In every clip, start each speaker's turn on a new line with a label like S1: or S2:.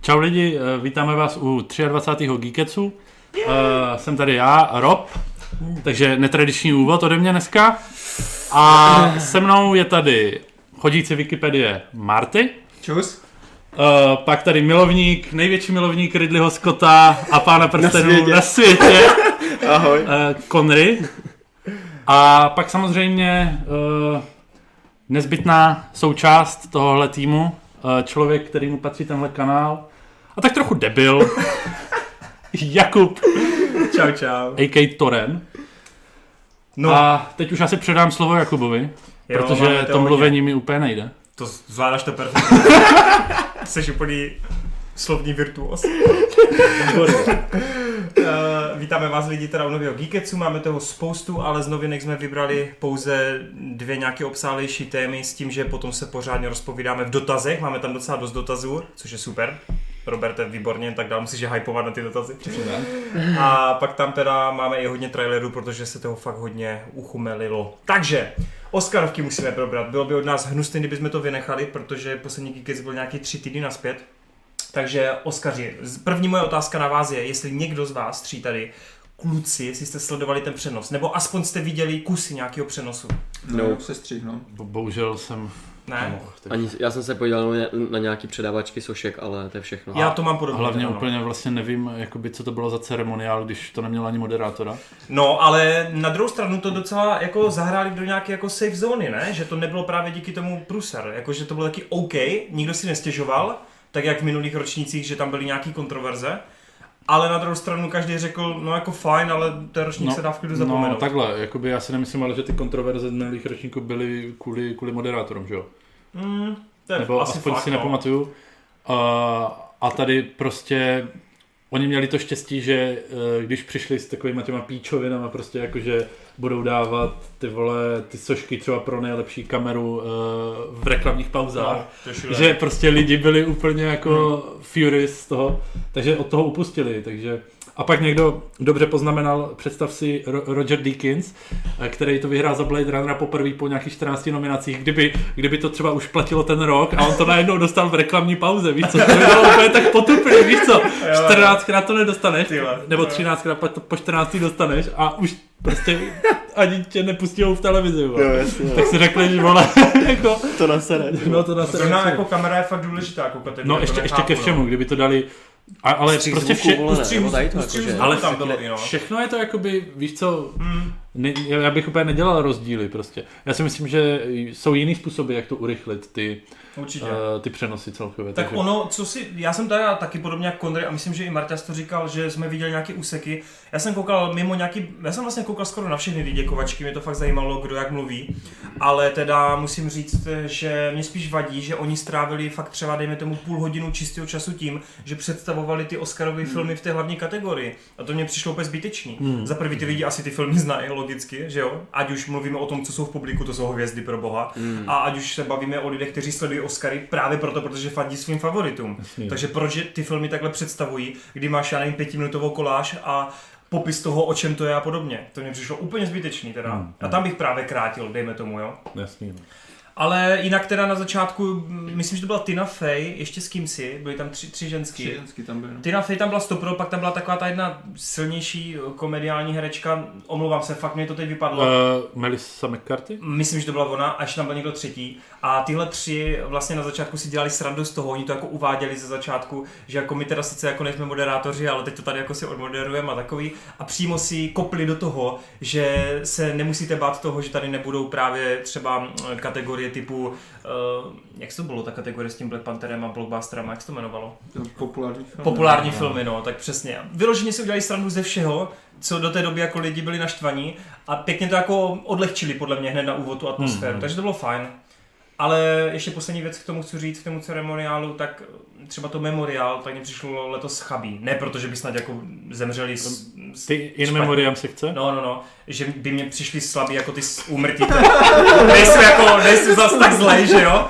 S1: Čau lidi, eh, vítáme vás u 23. Geeketsu. Eh, Jsem tady já, Rob, takže netradiční úvod ode mě dneska. A se mnou je tady chodící Wikipedie Marty,
S2: Čus.
S1: eh, pak tady milovník, největší milovník Ridleyho Scotta a pána prstenů na světě,
S2: světě.
S1: na světě
S2: Ahoj.
S1: eh, Conry. A pak samozřejmě eh, nezbytná součást tohohle týmu, eh, člověk, kterýmu patří tenhle kanál, a tak trochu debil, Jakub,
S2: Čau, čau.
S1: a.k. Toren. No.
S2: No, a
S1: A teď už asi předám slovo Jakubovi,
S2: Jo,
S1: jo, protože
S2: máme
S1: to
S2: to
S1: mluvení mi úplně nejde.
S2: to zvládáš to perfektně. Jsi úplný slovní virtuos. Eh, Vítáme vás lidi teda u nového Geeketsu, máme toho spoustu, ale z novinek jsme vybrali pouze dvě nějaké obsálejší témy s tím, že potom se pořádně rozpovídáme v dotazech, máme tam docela dost dotazů, což je super. Roberte, výborně, tak dál musíš je hypovat na ty dotazy. A pak tam teda máme i hodně trailerů, protože se toho fakt hodně uchumelilo. Takže, Oscarovky musíme probrat. Bylo by od nás hnusný, kdybychom to vynechali, protože poslední Geekets byl nějaký tři týdny naspět. Takže Oskaři, z- první moje otázka na vás je, jestli někdo z vás tří tady kluci, jestli jste sledovali ten přenos, nebo aspoň jste viděli kusy nějakého přenosu.
S3: No, se stříhnu.
S1: Bo- Bohužel jsem...
S2: Ne?
S1: Ani...
S4: Ani, já jsem se podíval na, na nějaký předávačky sošek, ale to je všechno.
S2: Já to mám podobně.
S1: Hlavně
S2: no.
S1: úplně vlastně nevím, jakoby, co to bylo za ceremoniál, když to nemělo ani moderátora.
S2: No, ale na druhou stranu to docela jako zahráli do nějaké jako safe zóny, ne? Že to nebylo právě díky tomu průser, jako že to bylo taky OK, nikdo si nestěžoval, tak jak v minulých ročnících, že tam byly nějaký kontroverze, ale na druhou stranu každý řekl, no jako fajn, ale ten ročník no, se dá v klidu zapomenout.
S1: No takhle, jakoby já si nemyslím, ale že ty kontroverze z minulých ročníků byly kvůli, kvůli moderátorům, že jo?
S2: mm, to je
S1: Nebo
S2: asi
S1: aspoň
S2: fakt,
S1: si
S2: no.
S1: nepamatuju. Uh, a tady prostě oni měli to štěstí, že uh, když přišli s takovými těma píčovinama, prostě jakože budou dávat ty vole, ty sošky třeba pro nejlepší kameru uh, v reklamních pauzách.
S2: No, to je šílené.
S1: Že prostě lidi byli úplně jako
S2: Hmm.
S1: furious z toho, takže od toho upustili, takže... A pak někdo dobře poznamenal, představ si Ro- Roger Deakins, eh, který to vyhrál za Blade Runnera poprvé po nějakých 14 nominacích, kdyby, kdyby to třeba už platilo ten rok a on to najednou dostal v reklamní pauze, víš co, to by bylo úplně tak potupný, víš co, 14krát to nedostaneš,
S2: Ty vole.
S1: nebo 13krát, pak to po 14 dostaneš a už prostě ani tě nepustí v televizi, vole.
S3: jasně.
S1: tak si řekli, že vole, jako,
S3: To nasere.
S1: no to na
S2: To znamená, jako kamera je fakt důležitá koukat.
S1: No
S2: jako
S1: ještě, ještě
S2: nechápu,
S1: ke všemu, kdyby to dali, a, ale
S4: Střih
S1: prostě
S4: zvuku,
S1: vše,
S4: vole,
S2: ustřih
S4: nebo tady to, jako,
S2: ustřih
S4: jakože-
S2: zvuku.
S1: ale
S2: tam bylo i, no.
S1: všechno je to jakoby, víš co,
S2: No. Mm.
S1: ne, já bych úplně nedělal rozdíly prostě. Já si myslím, že jsou jiný způsoby, jak to urychlit, ty,
S2: Určitě.
S1: uh, ty přenosy celkově.
S2: Tak ono, co si, já jsem teda taky podobně jako Kondry a myslím, že i Marta to říkal, že jsme viděli nějaké úseky. Já jsem koukal mimo nějaký, já jsem vlastně koukal skoro na všechny ty děkovačky, mě to fakt zajímalo, kdo jak mluví. Ale teda musím říct, že mě spíš vadí, že oni strávili fakt třeba, dejme tomu, půl hodinu čistého času tím, že představovali ty Oscarové hmm. filmy v té hlavní kategorii. A to mě přišlo úplně zbytečný. Hmm. Za prvý ty lidi asi ty filmy znají logicky, že jo? Ať už mluvíme o tom, co jsou v publiku, to jsou hvězdy pro boha. Hmm. A ať už se bavíme o lidech, kteří sledují Oscary právě proto, protože fandí svým favoritům.
S1: Jasně.
S2: Takže proč je ty filmy takhle představují, kdy máš, já nevím, pětiminutovou koláž a popis toho, o čem to je a podobně. To mě přišlo úplně zbytečný teda.
S1: Hmm.
S2: Hmm. A tam bych právě krátil, dejme tomu, jo.
S1: Jasný, no.
S2: Ale jinak teda na začátku, m, myslím, že to byla Tina Fey, ještě s kým si, byly tam tři, tři ženský.
S3: Ženský tam byl. no.
S2: Tina Fey tam byla stopro, pak tam byla taková ta jedna silnější eh, komediální herečka, omlouvám se, fakt mě to teď vypadlo.
S1: uh, Melissa McCarthy?
S2: Myslím, že to byla ona, až tam byl někdo třetí. A tyhle tři vlastně na začátku si dělali srandu z toho, oni to jako uváděli ze začátku, že jako my teda sice jako nejsme moderátoři, ale teď to tady jako si odmoderujeme a takový. A přímo si kopli do toho, že se nemusíte bát toho, že tady nebudou právě třeba eh, kategorie typu, eh, jak to bylo ta kategorie s tím Black Pantherem a Blockbusterem, jak se to jmenovalo?
S3: To je populární film.
S2: Populární filmy, no, tak přesně. Vyloženě si udělali srandu ze všeho, co do té doby jako lidi byli naštvaní a pěkně to jako odlehčili podle mě hned na úvod tu atmosféru, takže to bylo fajn. Ale ještě poslední věc k tomu chci říct, k tomu ceremoniálu, tak třeba to memoriál, tak mě přišlo letos chabí. Ne, protože by snad jako zemřeli s, s
S1: Ty in
S2: Špatně.
S1: memoriam sekce?
S2: No, no, no, že by mě přišli slabí jako ty s- úmrtí. To- nejsou jako, nejsou zas tak zlej, že jo?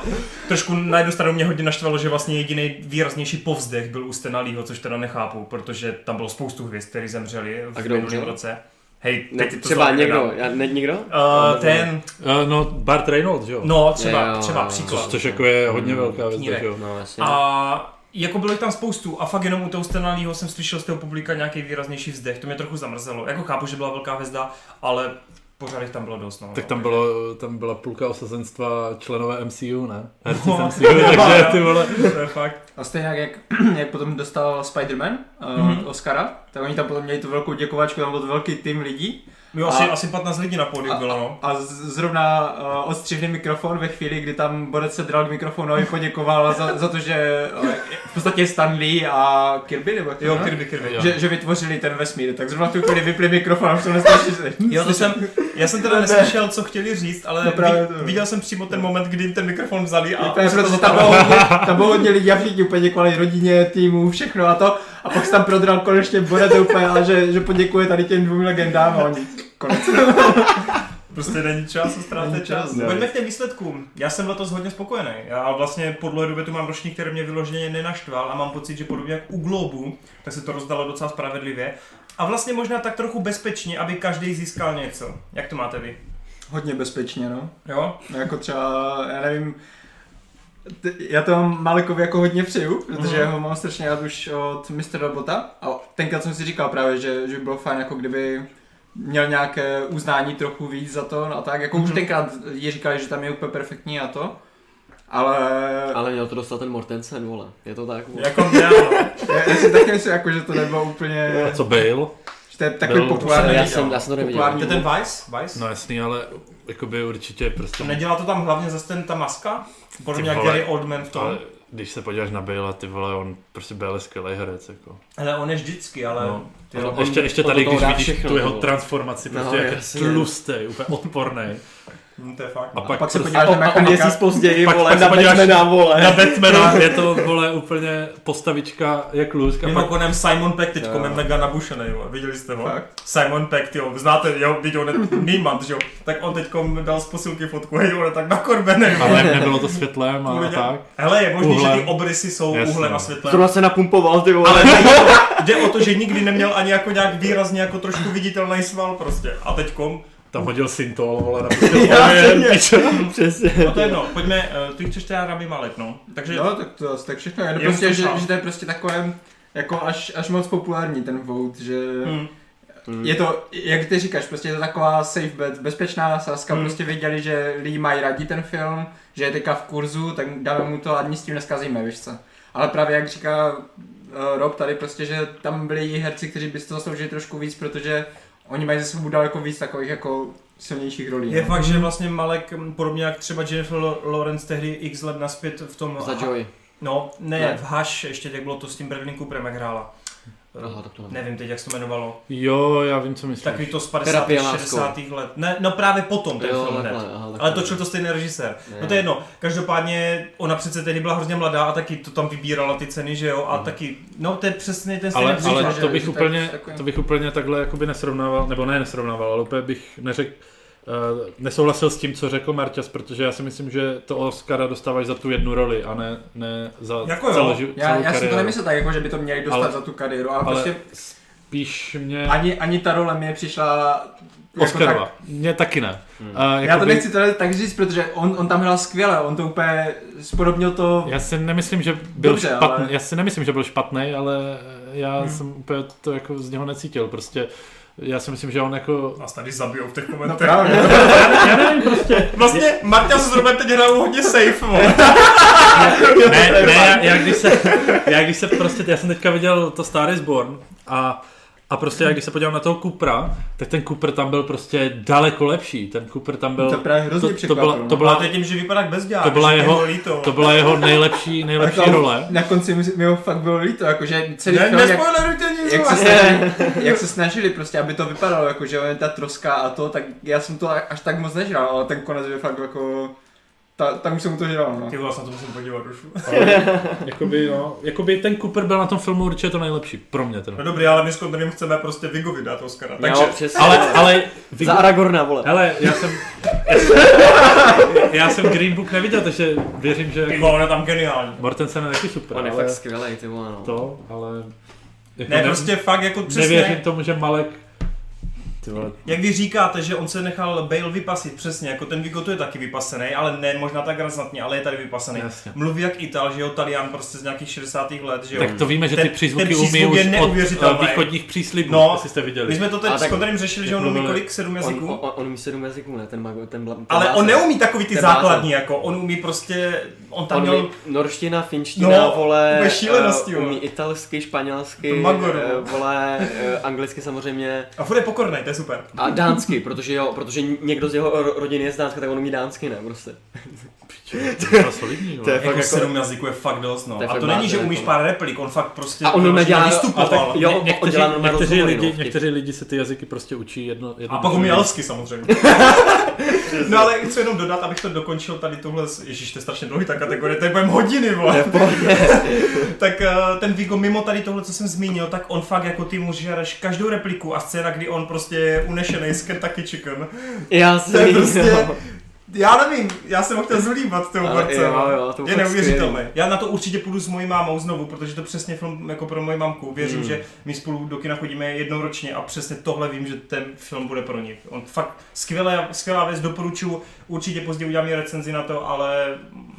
S2: Trošku na jednu stranu mě hodně naštvalo, že vlastně jediný výraznější povzdech byl u Stenalího, což teda nechápu, protože tam bylo spoustu hvězd, které zemřeli v
S4: A kdo
S2: minulém
S4: umřel?
S2: roce. Hej,
S4: Ne,
S2: teď to
S4: třeba
S2: zvládnu,
S4: někdo,
S2: nedám.
S4: já, ne, někdo?
S2: Uh, ten,
S1: Uh, no, Bart Reynolds, že jo?
S2: no třeba,
S4: Jo,
S2: třeba
S4: jo, jo.
S2: příklad.
S1: Což, což jako je hodně velká věc,
S2: Knírek.
S1: že jo?
S4: No, jasně.
S2: A jako bylo jich tam spoustu a fakt jenom u toho Stenalího jsem slyšel z toho publika nějaký výraznější vzdech, to mě trochu zamrzelo. Jako chápu, že byla velká hvězda, ale pořád jich tam bylo dost. No.
S1: Tak tam, bylo, tam byla půlka osazenstva členové MCU, ne? Herci
S2: No.
S1: no, MCU, takže ty vole.
S2: To je fakt.
S3: A stejně jak, jak potom dostal Spider-Man uh,
S2: Mhm.
S3: mm-hmm. Oscara, tak oni tam potom měli tu velkou děkovačku, tam byl velký tým lidí.
S2: Jo, No, asi,
S3: A-
S2: asi 15 lidí na pódiu
S3: A,
S2: bylo, no.
S3: a z, zrovna uh, odstřihli mikrofon ve chvíli, kdy tam Borec se dral k mikrofonu a poděkoval za, za to, že uh, v podstatě Stanley a Kirby, nebo jak to
S2: Jo,
S3: jmenuje?
S2: Kirby, Kirby.
S1: Jo.
S3: Že, že vytvořili ten vesmír, tak zrovna v tu chvíli vypli mikrofon a už jsem neslyšel.
S2: Jo, to jsem, já jsem teda neslyšel, co chtěli říct, ale
S3: No právě
S2: vi,
S3: to.
S2: viděl jsem přímo ten moment, kdy jim ten mikrofon vzali a...
S3: Právě protože tam bylo, hodně, tam bylo hodně lidí a všichni poděkovali rodině, týmu, všechno a to. A pak se tam prodral konečně Borat úplně, a že, že poděkuje tady těm dvou legendám a oni konec.
S2: Prostě není čas, ztráte
S3: Není
S2: čas.
S3: čas,
S2: čas.
S3: ne.
S2: Pojďme k těm výsledkům. Já jsem letos hodně spokojený. Já vlastně po dlouhé době tu mám ročník, který mě vyloženě nenaštval a mám pocit, že podobně jak u Globu, tak se to rozdalo docela spravedlivě. A vlastně možná tak trochu bezpečně, aby každý získal něco. Jak to máte vy?
S3: Hodně bezpečně, no.
S2: Jo?
S3: No Jako třeba, já nevím, t- já to mám Malekovi jako hodně přeju, protože
S2: Mhm.
S3: mm. ho mám strašně rád už od Mr. Robota. A tenkrát jsem si říkal právě, že, že by bylo fajn, jako kdyby měl nějaké uznání trochu víc za to a tak. Jako mm. už
S2: Mhm.
S3: tenkrát je říkali, že tam je úplně perfektní a to. Ale,
S4: Ale měl to dostat ten Mortensen, vole. Je to tak, vole.
S2: Jako mě, ano.
S3: já, já si taky myslím, jako, že to nebylo úplně,
S1: Co byl?
S3: že to je takový
S1: Byl-
S3: populární.
S4: já, jsem, já jsem to neviděl.
S2: To je ten Vice? Vice?
S1: No jasný, ale jakoby určitě prostě...
S2: Nedělá to tam hlavně zase ten, ta maska? Podobně
S1: Ty
S2: jak
S1: vole.
S2: Gary Oldman v tom.
S4: No.
S1: Ale když se podíváš na Bale, ty vole, on prostě Bale je skvělý herec, jako.
S2: Ale on je vždycky, ale...
S1: No.
S2: Ty jo,
S4: On-
S1: Ještě, ještě
S4: on
S1: tady,
S4: do toho
S1: když
S4: dá
S1: vidíš
S4: všechno,
S1: tu jeho
S4: vole.
S1: transformaci,
S4: No,
S1: prostě jak je
S4: jasně.
S1: tlustej, úplně odporný.
S2: hm, to je fakt.
S1: A
S2: no.
S1: pak,
S3: Pak se
S1: prostě-
S3: podíváš na mechanika,
S4: později,
S1: Pak- pak se podíváš-
S4: vole.
S1: na Batmana je to, vole, úplně postavička jak lusk. A pak
S2: Mimochodem Simon Peck teď
S3: Jo.
S2: je mega nabušený, jo. viděli jste
S1: no,
S2: ho?
S3: Fakt?
S2: Simon Peck, jo, znáte, jo, viděl ne, Niemand, že jo, tak on teď dal z posilky fotku, hej, on je tak nakorbený,
S1: a ne, nebylo to světlem
S3: No,
S1: a, a
S2: Uviděl?
S1: tak.
S2: Hele, je možný,
S1: Uhlem.
S2: že ty obrysy jsou
S1: Jasně. no.
S2: uhlem a světlem.
S4: Zrovna se napumpoval, ty vole.
S2: Ale nejde o to- jde o to, že nikdy neměl ani jako nějak výrazně jako trošku viditelný sval prostě. A teďkom,
S1: Tam hodil syntol, vole, na
S4: Přesně.
S2: no to je jedno, pojďme, eh, ty chceš teda Rami Malek, no. Takže
S3: No, tak to asi tak všechno. Já
S2: Jenom
S3: prostě,
S2: to
S3: že,
S2: sám.
S3: že to je prostě takové, jako až, až moc populární ten vote, že
S2: Hm.
S3: je to, jak ty říkáš, prostě je to taková safe bet, bezpečná sázka,
S2: Hmm.
S3: prostě věděli, že lidi mají rádi ten film, že je teďka v kurzu, tak dáme mu to a nic s tím neskazíme, víš co. Ale právě jak říká eh, Rob tady prostě, že tam byli i herci, kteří by si to zasloužili trošku víc, protože oni mají za sebou daleko víc takových jako silnějších rolí.
S2: Je
S3: no.
S2: fakt, že vlastně Malek, m, podobně jak třeba Jennifer Lawrence tehdy x let naspět v tom
S4: Za Joey.
S2: No, ne, ne,
S4: Ne?
S2: v Haš ještě, jak bylo to s tím Bradley Cooperem, jak hrála. Eh,
S4: Aha, tak to nevím.
S2: Nevím teď, jak se to jmenovalo.
S1: Jo, já vím, co myslíš.
S2: Takový to z 50.
S4: Terapie
S2: 60. let. Ne, no právě potom ten
S4: Jo,
S2: film hned.
S4: takhle, aha, takhle.
S2: Ale točil to stejný režisér. No to je jedno. Každopádně ona přece tehdy byla hrozně mladá a taky to tam vybírala ty ceny, že jo? A
S4: Mhm.
S2: taky, no to je přesně ten stejný
S1: ale,
S2: případ.
S1: ale
S3: že-
S1: to bych
S3: že tak-
S1: úplně,
S3: takový-
S1: to bych úplně takhle jakoby nesrovnával, nebo ne nesrovnával, ale úplně bych neřekl, eh, nesouhlasil s tím, co řekl Marťas, protože já si myslím, že to Oscara dostáváš za tu jednu roli a ne, ne za
S2: Jako jo.
S1: celou, ži-
S3: já,
S1: celou
S3: já si to
S1: kariéru.
S3: nemyslím tak, jako, že by to měli dostat
S1: Ale-
S3: za tu kariéru, ale, ale
S1: ale
S3: prostě
S1: spíš mě...
S3: ani, ani ta role mě přišla
S1: Oscarova. Mně taky ne.
S4: Hmm.
S1: A
S3: Já to
S1: jakoby-
S3: nechci teda tak říct, protože on, on tam hrál skvěle, on to úplně spodobnil to...
S1: Já si nemyslím, že byl Dobře,
S3: Dobře,
S1: špatný, ale...
S3: ale-
S1: já si nemyslím, že byl špatný, ale já hmm. jsem úplně to jako z něho necítil, prostě já si myslím, že on jako...
S2: Nás tady zabijou v těch
S3: No
S2: komentech.
S3: právě,
S1: Já nevím, prostě...
S2: vlastně Marta se zrovna teď hrajou hodně safe, vole.
S1: Ne, ne, já, já, když se, já když se prostě, já jsem teďka viděl to Star is Born a, a prostě já když se podívám na toho Kupra, tak ten Cooper tam byl prostě daleko lepší, ten Cooper tam byl...
S3: to právě hrozně no.
S1: to, to, byla, to,
S2: Byla
S1: byla,
S2: to je tím, že vypadá jak bezdělák.
S1: To byla
S2: že
S1: jeho-
S2: je líto.
S1: to byla jeho nejlepší, nejlepší
S3: Jako-
S1: role.
S3: Na konci mi, mi ho fakt bylo líto, jakože celý
S2: Ne,
S3: film, jak,
S2: nespoilerujte nic,
S3: jak,
S2: vole.
S3: se snažili, jak se snažili prostě, aby to vypadalo, jakože on je ta troska a to, tak já jsem to až tak moc nežral, ale ten konec je fakt jako... Ta, tam už jsem mu to žral, no.
S2: Ty vole, se na to musím podívat už.
S1: Jakoby, no, jakoby ten Cooper byl na tom filmu určitě to nejlepší, pro mě ten.
S2: No dobrý, ale my s Kondrym chceme prostě Vigovi dát Oscara. Takže
S4: Jo, přesně.
S1: Ale, ale vy-
S4: Za Aragorna, vole.
S1: Hele, já jsem, já jsem Green Book neviděl, takže věřím, že
S2: ty
S1: jako
S2: vole, on je tam geniální.
S1: Mortensen je taky super,
S4: On je
S1: ale
S4: fakt skvělej, ty vole, no.
S1: to, ale jako
S2: prostě Ne, prostě fakt jako přesně.
S1: nevěřím tomu, že Malek Ty vole,
S2: Jak vy říkáte, že on se nechal Bale vypasit, přesně, jako ten Vigo to je taky vypasený, ale ne možná tak razantně, ale je tady vypasený.
S1: Jasně.
S2: Mluví jak Ital, že jo, Talian prostě z nějakých 60. let, že jo.
S1: tak to víme, že ty
S2: Ten-
S1: přízvuky
S2: ten přízvuk
S1: umí
S2: je
S1: už od
S2: neuvěřitelný.
S1: eh, východních příslibů,
S2: No,
S1: no, jestli jste viděli.
S2: My jsme to
S4: A
S2: teď
S4: tak-
S2: s Kondrem řešili, že on
S1: mluvili-
S2: umí kolik? Sedm
S4: On,
S2: jazyků?
S4: on, on, umí sedm jazyků, ne? Ten, mago, ten, bla- ten
S2: Ale on
S4: blázen.
S2: neumí takový ty
S4: Ten blázen.
S2: základní, jako on umí prostě, on tam
S4: On
S2: měl...
S4: umí norština, finština,
S2: No,
S4: vole,
S2: úplně šílenosti,
S4: eh,
S2: jo.
S4: umí italsky, španělsky,
S2: To magor,
S4: eh,
S2: jo.
S4: vole, eh, anglicky samozřejmě
S2: A furt je pokorný, to je super.
S4: a dánsky, protože jo, protože někdo z jeho ro- rodiny je z Dánska, tak on umí dánsky, ne, prostě.
S1: To je solidní,
S4: To
S1: vole.
S4: je fakt
S2: Jako,
S4: jako-
S2: sedm jazyků je fakt dost, no.
S4: To je
S2: a
S4: fakt
S2: to není, že
S4: blázen,
S2: umíš
S4: jako.
S2: pár replik, on fakt prostě
S4: A on
S2: vyloženě
S4: nedělá-
S2: vystupoval.
S4: a tak-
S2: A,
S4: jo, on
S1: někteří,
S4: dělá normální
S1: někteří,
S4: rozhovory,
S1: lidi,
S4: no,
S1: někteří lidi se ty jazyky prostě učí jedno, jedno
S2: pak umí alsky samozřejmě. no ale chci jenom dodat, abych to dokončil tady tuhle, s- ježiš, to je strašně dlouhý ta kategorie, to je budem hodiny, vole. tak eh, ten Vigo mimo tady tohle, co jsem zmínil, tak on fakt jako ty mu žereš každou repliku a scéna, kdy on prostě je unešený z Kentucky Chicken.
S4: Já jsem
S2: To je
S4: jí,
S2: prostě,
S4: jo.
S2: já nevím, já jsem ho chtěl zulíbat tou
S4: Ale
S2: borce.
S4: jo,
S2: no.
S4: jo, to
S2: je
S4: fakt
S2: neuvěřitelné. Já na to určitě půjdu s mojí mámou znovu, protože to přesně film jako pro moji mamku. Věřím,
S4: Hmm.
S2: že my spolu do kina chodíme jednou ročně a přesně tohle vím, že ten film bude pro ní. On fakt skvělé, skvělá věc, doporučuji. Určitě později udělám i recenzi na to, ale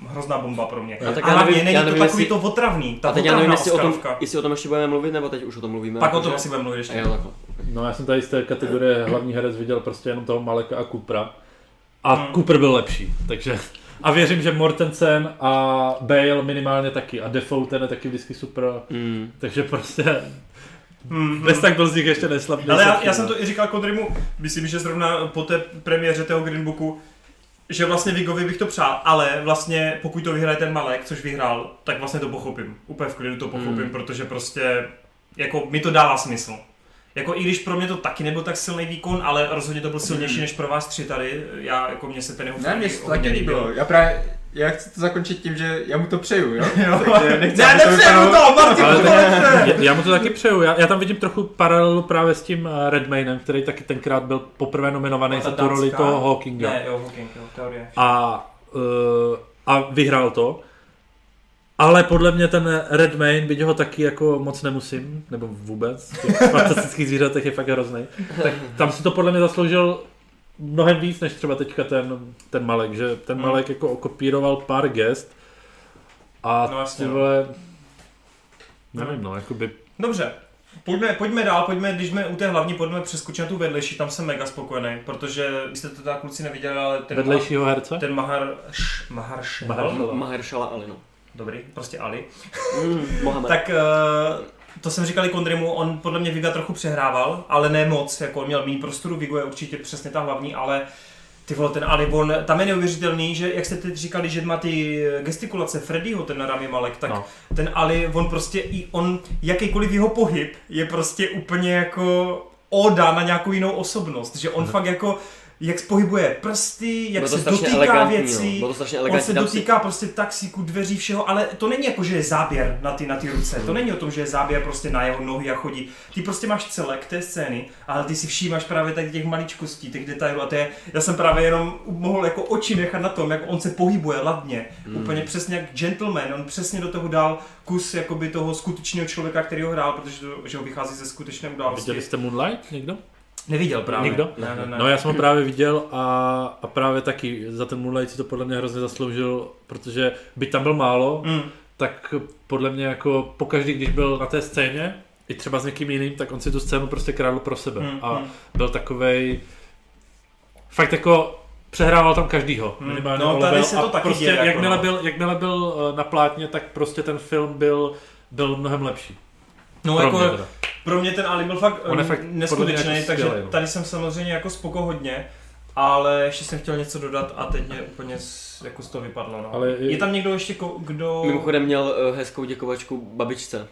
S2: hrozná bomba pro mě.
S4: A tak
S2: a
S4: já
S2: hlavně
S4: nevím-
S2: není
S4: já
S2: to
S4: nevím,
S2: takový
S4: jestli-
S2: to otravný, ta
S4: A teď já nevím,
S2: otravná
S4: jestli o, tom,
S2: oskávka.
S4: jestli o tom ještě budeme mluvit, nebo teď už o tom mluvíme.
S2: Pak o
S4: jakože-
S2: tom asi budeme mluvit
S4: A
S2: ještě.
S4: jo, takhle.
S1: No já jsem tady z té
S2: Eh.
S1: kategorie hlavní herec viděl prostě jenom toho Maleka a Kupra. A
S2: Hmm.
S1: hmm. Cooper byl lepší, takže... A věřím, že Mortensen a Bale minimálně taky. A Defoe ten je taky vždycky super.
S4: Mm.
S1: Takže prostě
S2: Hmm,
S1: bez tak byl z nich ještě neslabý.
S2: Ale já, já jsem to i říkal Kondrymu, myslím, že zrovna po té premiéře toho Green Booku, že vlastně Vigovi bych to přál, ale vlastně pokud to vyhraje ten Malek, což vyhrál, tak vlastně to pochopím. Úplně v klidu to pochopím,
S4: Hmm.
S2: protože prostě jako mi to dává smysl. Jako i když pro mě to taky nebyl tak silný výkon, ale rozhodně to byl silnější než pro vás tři tady. Já jako mě se ten jeho
S3: Ne,
S2: film
S3: mně se to
S2: hodně
S3: taky líbilo. Já právě, já chci to zakončit tím, že já mu to přeju, jo?
S2: Jo.
S3: Takže nechci,
S2: Ne,
S3: aby to
S2: nepřeju
S3: vypadalo-
S2: to, Martin,
S1: Ale
S2: to
S1: tak-
S2: nepřeju.
S1: Já, já mu to taky přeju. Já, já tam vidím trochu paralelu právě s tím eh, Redmaynem, který taky tenkrát byl poprvé nominovaný
S2: Ta
S1: za tu roli
S2: dánská-
S1: toho Hawkinga.
S2: Ne, jo, Hawking, jo, teorie.
S1: a, uh, a vyhrál to. Ale podle mě ten Redmayne, byť ho taky jako moc nemusím, nebo vůbec, v těch fantastických zvířatech je fakt hrozný, tak tam si to podle mě zasloužil mnohem víc, než třeba teďka ten, ten Malek, že ten
S2: Hmm.
S1: Malek jako okopíroval pár gest a
S2: No
S1: no, vlastně,
S2: jasně,
S1: ty
S2: no.
S1: vole, nevím no, jakoby,
S2: Dobře, pojďme, pojďme dál, pojďme, když jsme u té hlavní, pojďme přeskočit na tu vedlejší, tam jsem mega spokojený, protože vy jste to tak kluci neviděli, ale ten,
S1: vedlejšího herce?
S2: Ma, ten Mahar, š, Mahar, š,
S1: Mahar-
S4: M- Mahershala Ali, no.
S2: dobrý, prostě Ali,
S4: Mm, Mohamed.
S2: tak eh, to jsem říkal i Kondrymu, on podle mě Viga trochu přehrával, ale ne moc, jako on měl méně prostoru, Vigo je určitě přesně ta hlavní, ale ty vole, ten Ali, on, tam je neuvěřitelný, že jak jste teď říkali, že má ty gestikulace Freddyho, ten Rami Malek, tak no.
S1: No.
S2: ten Ali, on prostě i on, jakýkoliv jeho pohyb je prostě úplně jako oda na nějakou jinou osobnost, že on fakt jako jak pohybuje prsty, jak
S4: Bylo Mhm. to
S2: se
S4: strašně
S2: dotýká
S4: elegantní, no.
S2: věcí,
S4: Bylo to strašně
S2: on
S4: elegantní.
S2: se
S4: Dám si-
S2: dotýká prostě taxíku, dveří, všeho, ale to není jako, že je záběr na ty, na ty ruce. To není o tom, že je záběr prostě na jeho nohy a chodí. Ty prostě máš celek té scény, ale ty si všímáš právě tady těch maličkostí, těch detailů a to je, já jsem právě jenom mohl jako oči nechat na tom, jak on se pohybuje ladně, mm.
S4: Hmm.
S2: úplně přesně jak gentleman, on přesně do toho dal kus jakoby toho skutečného člověka, který ho hrál, protože to, že ho vychází ze skutečné události.
S1: Viděli jste Moonlight někdo?
S2: Neviděl právě.
S1: Nikdo?
S2: Ne, ne, ne.
S1: No já jsem ho právě viděl a, a právě taky za ten Moonlight si to podle mě hrozně zasloužil, protože by tam byl málo,
S2: Mm.
S1: tak podle mě jako pokaždý, když byl na té scéně, i třeba s někým jiným, tak on si tu scénu prostě krádl pro sebe
S2: Mm,
S1: a
S2: mm.
S1: byl takovej, fakt jako přehrával tam každýho.
S2: Mm.
S1: Minimálně
S2: No,
S1: Ola
S2: tady
S1: Bell
S2: se
S1: a
S2: to taky
S1: prostě,
S2: děje, jako
S1: jakmile,
S2: no.
S1: byl, jakmile byl eh, na plátně, tak prostě ten film byl, byl mnohem lepší.
S2: No,
S1: Pro
S2: jako,
S1: mě teda.
S2: Pro mě ten Ali byl fakt,
S1: On je
S2: um,
S1: fakt podle mě
S2: neskutečný,
S1: jako
S2: takže
S1: skvělej, no.
S2: tady jsem samozřejmě jako spoko hodně, ale ještě jsem chtěl něco dodat a teď mě úplně z, jako z toho vypadlo. No.
S1: Ale
S2: je...
S1: je-
S2: je tam někdo ještě, ko- kdo...
S4: Mimochodem měl eh, hezkou děkovačku babičce.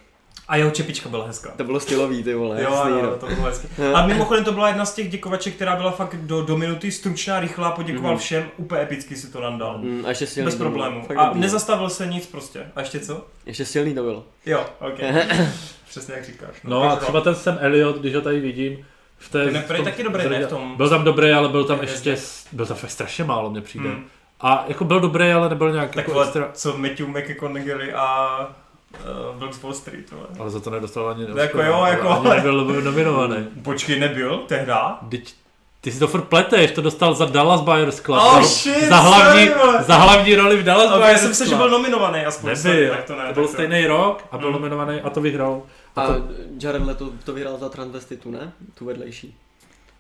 S2: A jeho čepička byla hezká.
S4: To bylo stylový, ty vole.
S2: Jo,
S4: jasný,
S2: jo,
S4: no.
S2: to bylo hezky. A mimochodem to byla jedna z těch děkovaček, která byla fakt do, do minuty stručná, rychlá, poděkoval
S4: Mhm.
S2: všem, úplně epicky si to nandal.
S4: Mm, a ještě silný
S2: Bez
S4: to bylo.
S2: problémů.
S4: Fakt
S2: A
S4: dobrý.
S2: nezastavil se nic prostě. A ještě co?
S4: Ještě silný to bylo.
S2: Jo, ok. Přesně jak říkáš.
S1: No a třeba ten Sam Elliot, když ho tady vidím, v té,
S2: Ten je prej
S1: v tom-
S2: taky dobrý, ne, v tom-
S1: Byl tam dobrý, ale byl tam
S2: Hvězdě.
S1: ještě, byl tam fakt strašně málo, mně přijde.
S2: Hmm.
S1: A jako byl dobrý, ale nebyl nějak
S2: Tak
S1: jako
S2: vole,
S1: extra...
S2: co Matthew McConaughey a uh, Vlk z Wall Street, vole.
S1: Ale za to nedostal ani
S2: jako jo, jako
S1: ani
S2: ale-
S1: nebyl nominovaný.
S2: Počkej, nebyl tehda?
S1: Teď ty si to furt pleteš, to dostal za Dallas Buyers Club.
S2: Oh,
S1: za-
S2: shit,
S1: za, hlavní,
S2: sorry, vole.
S1: za hlavní roli v Dallas
S2: Ale
S1: Buyers
S2: já jsem se, že byl
S1: Club.
S2: nominovaný aspoň.
S1: Nebyl,
S2: tak to ne.
S1: to byl
S2: tak
S1: stejný rok a byl
S2: Mm.
S1: nominovaný a to vyhrál.
S4: A
S1: to-
S4: Jared Leto to vyhrál za transvestitu, ne? Tu vedlejší.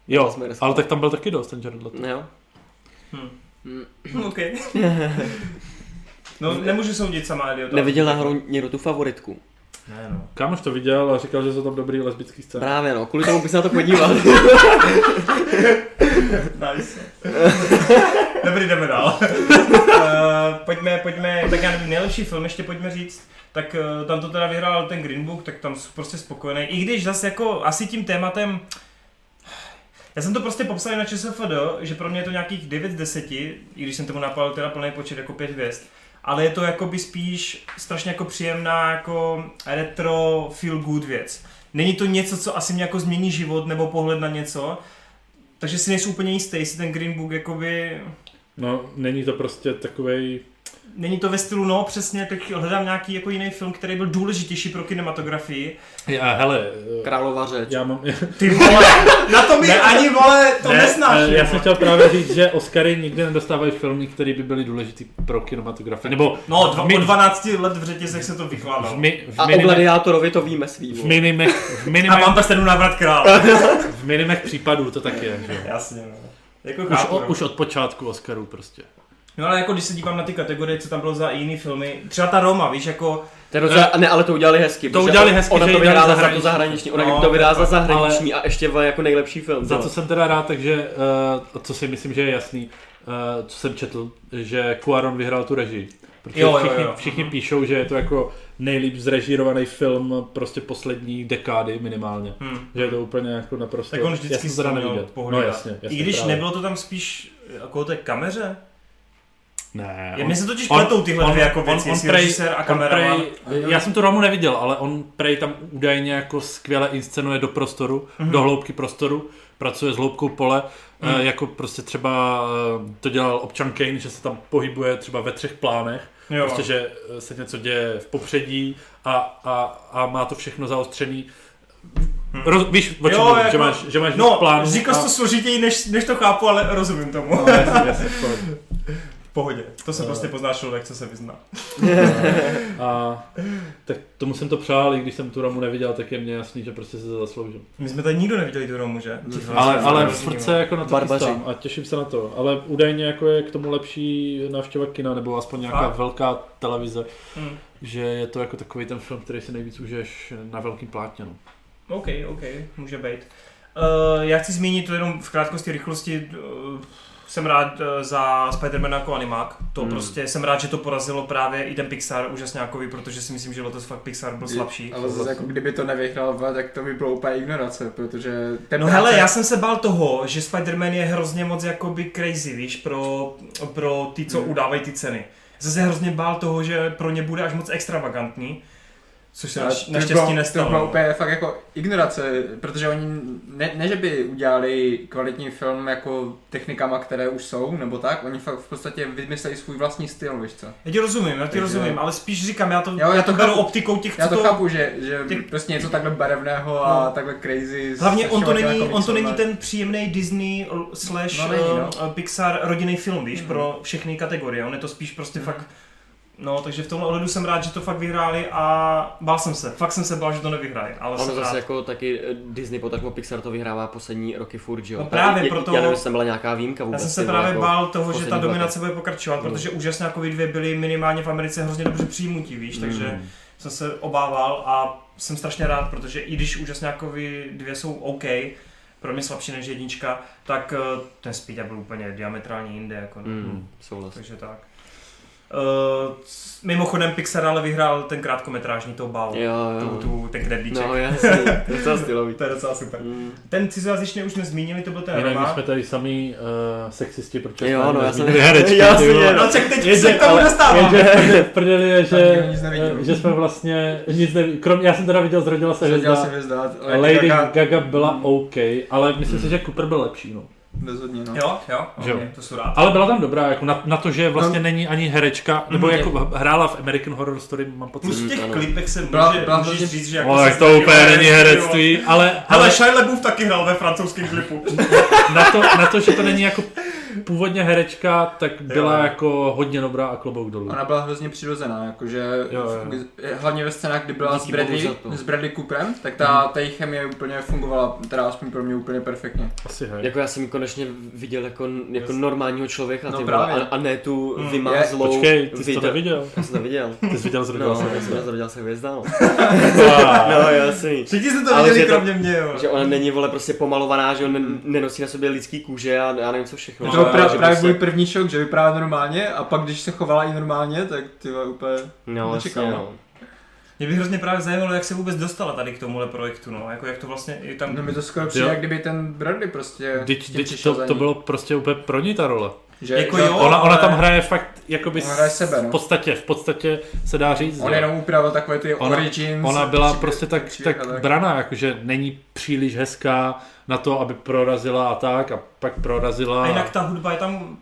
S1: Jo,
S4: Dallas Buyers
S1: ale
S4: Club.
S1: tak tam byl taky dost ten Jared Leto.
S4: Ne, jo?
S2: Hm.
S4: Mm,
S2: Hm, OK. No, nemůžu soudit sama Elliot.
S4: Neviděl náhodou někdo tu favoritku?
S2: Ne, no.
S1: Kámoš to viděl a říkal, že jsou tam dobrý lesbický scény.
S4: Právě no, kvůli tomu bych se na to podíval.
S2: Nice. Dobrý, jdeme dál. uh, pojďme, pojďme, tak já nevím, nejlepší film ještě pojďme říct. Tak uh, tam to teda vyhrál ten Green Book, tak tam jsem prostě spokojený. I když zase jako asi tím tématem... Já jsem to prostě popsal i na ČSFD, že pro mě je to nějakých 9 z 10, i když jsem tomu napálil teda plný počet jako 5 hvězd. Ale je to jakoby spíš strašně jako příjemná jako retro feel good věc. Není to něco, co asi mě jako změní život nebo pohled na něco, takže si nejsou úplně jistý, jestli ten Green Book jakoby...
S1: No, není to prostě takovej...
S2: Není to ve stylu, no přesně, tak hledám nějaký jako jiný film, který byl důležitější pro kinematografii.
S1: Já, hele, eh,
S4: Králova řeč.
S1: já mám...
S2: Ty vole, na to mi
S1: Ne.
S2: ani vole, to ne,
S1: eh,
S2: nesnáším. no.
S1: já jsem chtěl právě říct, že Oscary nikdy nedostávají filmy, které by byly důležitý pro kinematografii. Nebo
S2: No, dva,
S1: v, mi-
S2: od 12 let v řetězech se to
S1: v,
S2: vykládalo.
S1: mi, v,
S4: A o
S1: minimech,
S4: Gladiátorovi to víme svý.
S1: v,
S4: vole.
S1: minimech, v,
S2: A
S1: minimech,
S2: mám prstenu návrat král.
S1: v minimech případů to tak je. Že?
S2: Jasně, no. Jako
S1: Už,
S2: chápu,
S1: o,
S2: no.
S1: už od počátku Oscarů prostě.
S2: no ale jako když se dívám na ty kategorie, co tam bylo za jiný filmy, třeba ta Roma, víš, jako
S4: To je docela, ne, ale to udělali hezky.
S1: Eh. To
S4: protože
S1: udělali hezky,
S4: ona
S1: že
S4: to
S1: jí dali
S4: vyhrála za to
S1: zahraniční.
S4: zahraniční. Ona
S2: No,
S4: to vyhrála
S2: to je
S4: za
S2: fakt,
S4: zahraniční a ještě vole, jako nejlepší film.
S1: Za
S4: vole.
S1: co jsem teda rád, takže uh, co si myslím, že je jasný, uh, co jsem četl, že Cuaron vyhrál tu režii. Protože
S2: Jo, jo,
S1: všichni,
S2: jo.
S1: všichni
S2: Mhm.
S1: píšou, že je to jako nejlíp zrežírovaný film prostě poslední dekády minimálně.
S2: hm.
S1: Že je to úplně jako naprosto...
S2: Tak on
S1: já
S2: vždycky
S1: jsem to teda
S2: sám,
S1: neviděl.
S2: no, pohoda.
S1: No jasně, jasně
S2: I když
S1: právě.
S2: nebylo to tam spíš jako o té kameře?
S1: Ne,
S2: Mně se totiž
S1: on-
S2: pletou tyhle
S1: on-
S2: dvě jako
S1: on-
S2: věci,
S1: on
S2: jestli
S1: prej-
S2: režisér a
S1: on
S2: kameraman.
S1: Prej, já jsem tu Romu neviděl, ale on prej tam údajně jako skvěle inscenuje do prostoru,
S2: Mhm.
S1: mm-hmm. do hloubky prostoru, pracuje s hloubkou pole, mm. e, jako prostě třeba eh, to dělal občan Kane, že se tam pohybuje třeba ve třech plánech,
S2: Jo.
S1: prostě, že eh, se něco děje v popředí a, a, a má to všechno zaostřený. Roz, víš, o čem
S2: Mhm. Jo,
S1: mluvím,
S2: jako-
S1: že máš, že máš víc
S2: No,
S1: plánů
S2: říkal jsi to složitěji, než, než to chápu, ale rozumím tomu.
S1: No, jasně, jasně, v pohodě. No.
S2: V pohodě. To se prostě pozná člověk, co se vyzná.
S1: A tak tomu jsem to přál, i když jsem tu Ramu neviděl, tak je mně jasný, že prostě se to zasloužil.
S2: My jsme tady nikdo neviděli tu Romu, že? vlastně
S1: Ale, ale
S2: Rozdíl.
S1: furt se jako na to
S4: Barbaři.
S1: chystám a těším se na to. Ale údajně jako je k tomu lepší návštěva kina, nebo aspoň nějaká
S2: Fakt?
S1: velká televize,
S2: Hm.
S1: že je to jako takový ten film, který si nejvíc užiješ na velkým plátně. No.
S2: OK, OK, může být. Uh, já chci zmínit to jenom v krátkosti, rychlosti. Uh, jsem rád eh, za Spider-Man jako animák. To
S1: Hmm.
S2: prostě jsem rád, že to porazilo právě i ten Pixar úžasňákový, protože si myslím, že letos fakt Pixar byl slabší.
S3: Ale zase jako kdyby to nevyhrál, vole, tak to by bylo úplně ignorace, protože... ten
S2: No
S3: práce-
S2: hele, já jsem se bál toho, že Spider-Man je hrozně moc jakoby crazy, víš, pro, pro ty, co
S3: Hmm.
S2: udávají ty ceny. Jsem se hrozně bál toho, že pro ně bude až moc extravagantní, což se
S3: Ale
S2: naš,
S3: to
S2: naštěstí
S3: bylo- To byla
S2: nestalo.
S3: úplně fakt jako ignorace, protože oni ne, ne, že by udělali kvalitní film jako technikama, které už jsou, nebo tak, oni fakt v podstatě vymysleli svůj vlastní styl, víš co.
S2: Já ti rozumím, já ti
S3: Takže-
S2: rozumím, ale spíš říkám, já to,
S3: Jo, já
S2: já
S3: to
S2: to beru
S3: chápu.
S2: optikou těch, co
S3: Já to,
S2: to...
S3: chápu, že, že
S2: ty-
S3: prostě něco takhle barevného a
S2: No.
S3: takhle crazy. s-
S2: Hlavně
S3: s
S2: on to,
S3: všema těma
S2: není, on to
S3: komiksama.
S2: není ten příjemný Disney l- slash
S3: No,
S2: no,
S3: není, no.
S2: uh, Pixar rodinný film, víš,
S3: Mm.
S2: mm. pro všechny kategorie. On je to spíš
S3: Mhm.
S2: prostě fakt... No, takže v tomhle ohledu jsem rád, že to fakt vyhráli a bál jsem se. Fakt jsem se bál, že to nevyhraje, ale
S4: Ono
S2: jsem rád.
S4: zase jako taky eh, Disney potažmo Pixar to vyhrává poslední roky furt, že jo?
S2: No právě
S4: Já-
S2: proto-
S4: Já nevím, jestli tam byla nějaká výjimka
S2: Já
S4: vůbec.
S2: jsem se
S4: ty vole,
S2: právě
S4: jako-
S2: bál toho, že ta
S4: posledních
S2: dominace bude pokračovat,
S4: No.
S2: protože úžasňákovi dvě byly minimálně v Americe hrozně dobře přijmutí, víš, takže
S4: Hmm.
S2: jsem se obával a jsem strašně rád, protože i když úžasňákovi dvě jsou OK, pro mě slabší než jednička, tak eh, ten speed byl úplně diametrálně jinde. Jako, no.
S4: Mm, souhlas.
S2: Takže tak. Uh, mimochodem Pixar ale vyhrál ten krátkometrážní to bal.
S4: Jo,
S2: Tu,
S4: jo.
S2: tu, ten knedlíček.
S4: No jasný, to je docela stylový.
S2: To je docela super.
S4: Mm.
S2: Ten cizojazyčně už nezmínili, to byl ten
S1: Jinak my
S2: Roma.
S1: jsme tady sami uh, sexisti, protože
S4: Jo,
S1: jsme
S4: no já jsem...
S1: nezmínili herečky, ty
S4: Jasně,
S1: vole.
S4: no.
S2: No tak teď
S1: Jenže-
S2: se k tomu
S1: ale-
S2: dostávám.
S1: Jenže v prdeli- v prdeli je,
S3: Tam
S1: že,
S3: nikdo nic neviděl.
S1: že jsme vlastně nic neví. Krom, já jsem teda viděl, zrodila se
S3: Předělal
S1: hvězda.
S3: jsem hvězda, ale
S1: Lady
S3: Gaga- Hmm.
S1: Gaga byla OK, ale myslím si, že Cooper byl lepší. No.
S3: rozhodně, no.
S2: Jo, jo,
S1: Že jo.
S2: okay, to jsou rád.
S1: Ale byla tam dobrá, jako na, na to, že
S3: No.
S1: vlastně není ani herečka, nebo
S3: Hmm.
S1: jako hrála v American Horror Story, mám pocit.
S2: Plus v těch
S4: ano.
S2: klipech se
S3: Byla-
S2: může,
S3: byla
S2: můžeš
S3: hrozně-
S2: říct, že jako
S1: No,
S2: se
S1: tak to
S2: zdanil,
S1: úplně není
S2: jo.
S1: herectví, ale,
S2: Hele,
S1: ale
S2: Shia LaBeouf taky hrál ve francouzském klipu.
S1: na, to, na to, že to není jako původně herečka, tak byla
S2: Jo.
S1: jako hodně dobrá a klobouk dolů.
S3: Ona byla hrozně přirozená, jakože
S1: Jo, jo.
S3: v- hlavně ve scénách, kdy byla s
S4: Díky bohu za
S3: Bradley,
S4: to.
S3: s Bradley Cooperem, tak ta,
S2: Mhm.
S3: ta jejich chemie úplně fungovala, teda aspoň pro mě úplně perfektně.
S1: Asi hej.
S4: Jako já jsem ji konečně viděl jako, jako
S2: Jasně.
S4: normálního člověka,
S3: No
S4: ty vole,
S3: právě.
S4: a, a ne tu
S2: Hmm.
S4: vymázlou
S1: Počkej, ty jsi to
S4: vida-
S1: neviděl?
S4: Já jsem to viděl.
S1: Ty jsi viděl zrovna.
S4: No,
S1: No,
S3: vlastně
S4: já jsem nezrodil se hvězda, no.
S1: no.
S4: No, jasný.
S2: Všichni jste to
S4: Ale
S2: viděli
S4: že to-
S2: kromě mě, jo.
S4: Že ona není, vole, prostě pomalovaná, že on nen- nenosí na sobě lidský kůže a já nevím co všechno.
S3: No,
S2: No,
S3: to
S2: ale
S3: pra,
S4: že
S3: právě
S4: prostě-
S3: můj první šok, že vypadá normálně a pak když se chovala i normálně, tak ty vole, úplně...
S4: No, jasně,
S3: nečekal.
S4: no.
S2: Mě by hrozně právě zajímalo, jak se vůbec dostala tady k tomuhle projektu, no. Jako jak to vlastně i tam...
S3: No mi to skoro přijde,
S1: Jo.
S3: jak kdyby ten Bradley prostě
S1: Teď,
S3: tím
S1: teď
S3: přišel za
S1: to, to
S3: ní.
S1: bylo prostě úplně pro ní ta role.
S3: Že,
S2: Jako
S3: že
S2: jo,
S1: Ona, ona
S2: ale-
S1: tam hraje fakt, jakoby
S3: Ona hraje
S1: s-
S3: sebe, no.
S1: v podstatě, v podstatě se dá říct.
S3: On
S1: že-
S3: jenom upravil takové ty
S1: Ona-
S3: origins.
S1: Ona byla
S3: příběh-
S1: prostě tak,
S3: příběh a
S1: tak braná, jakože není příliš hezká na to, aby prorazila a tak a pak prorazila.
S2: A jinak ta hudba je tam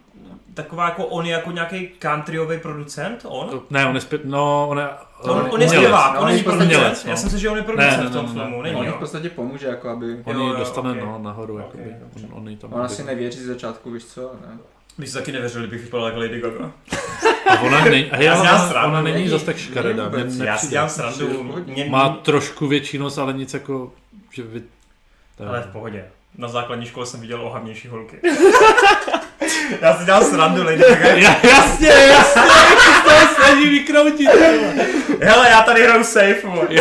S2: taková jako on je jako nějaký countryový producent, on?
S1: Ne, on je zpět, no, on je,
S2: On, on, je
S1: umělec.
S2: zpěvák,
S3: no,
S2: on
S3: on
S2: není
S3: je
S1: umělec,
S2: producent.
S1: no.
S2: Já jsem si, že on je producent
S1: Ne, ne,
S2: v tom
S1: ne,
S2: filmu,
S1: ne.
S2: není
S3: On jí v
S2: jo.
S3: podstatě pomůže, jako aby...
S1: On
S2: Jo,
S1: ji
S2: jo,
S1: dostane
S2: ok.
S1: no, nahoru,
S2: Ok,
S1: jakoby.
S2: dobře.
S1: On, on ji tam
S3: Ona
S1: aby-
S3: si nevěří z začátku, víš co? Ne.
S2: Když prostě taky nevěřili, bych vypadal jako Lady Gaga.
S1: A ona, není, a
S2: Já
S1: já,
S2: si dělám
S1: ona,
S2: srandu,
S1: ona není
S3: není-
S1: zas tak škaredá.
S3: není
S1: Mě
S3: vůbec,
S1: nepřijde.
S2: Já si dělám srandu. Mě,
S1: Má trošku větší nos, ale nic jako, že vy... tak.
S2: Ale v pohodě. Na základní škole jsem viděl ohavnější holky. Já si dělám srandu, Lady Gaga. je-
S1: Ja, jasně, jasně, jak se z toho snaží vykroutit.
S2: Hele, já tady hraju safe, vole.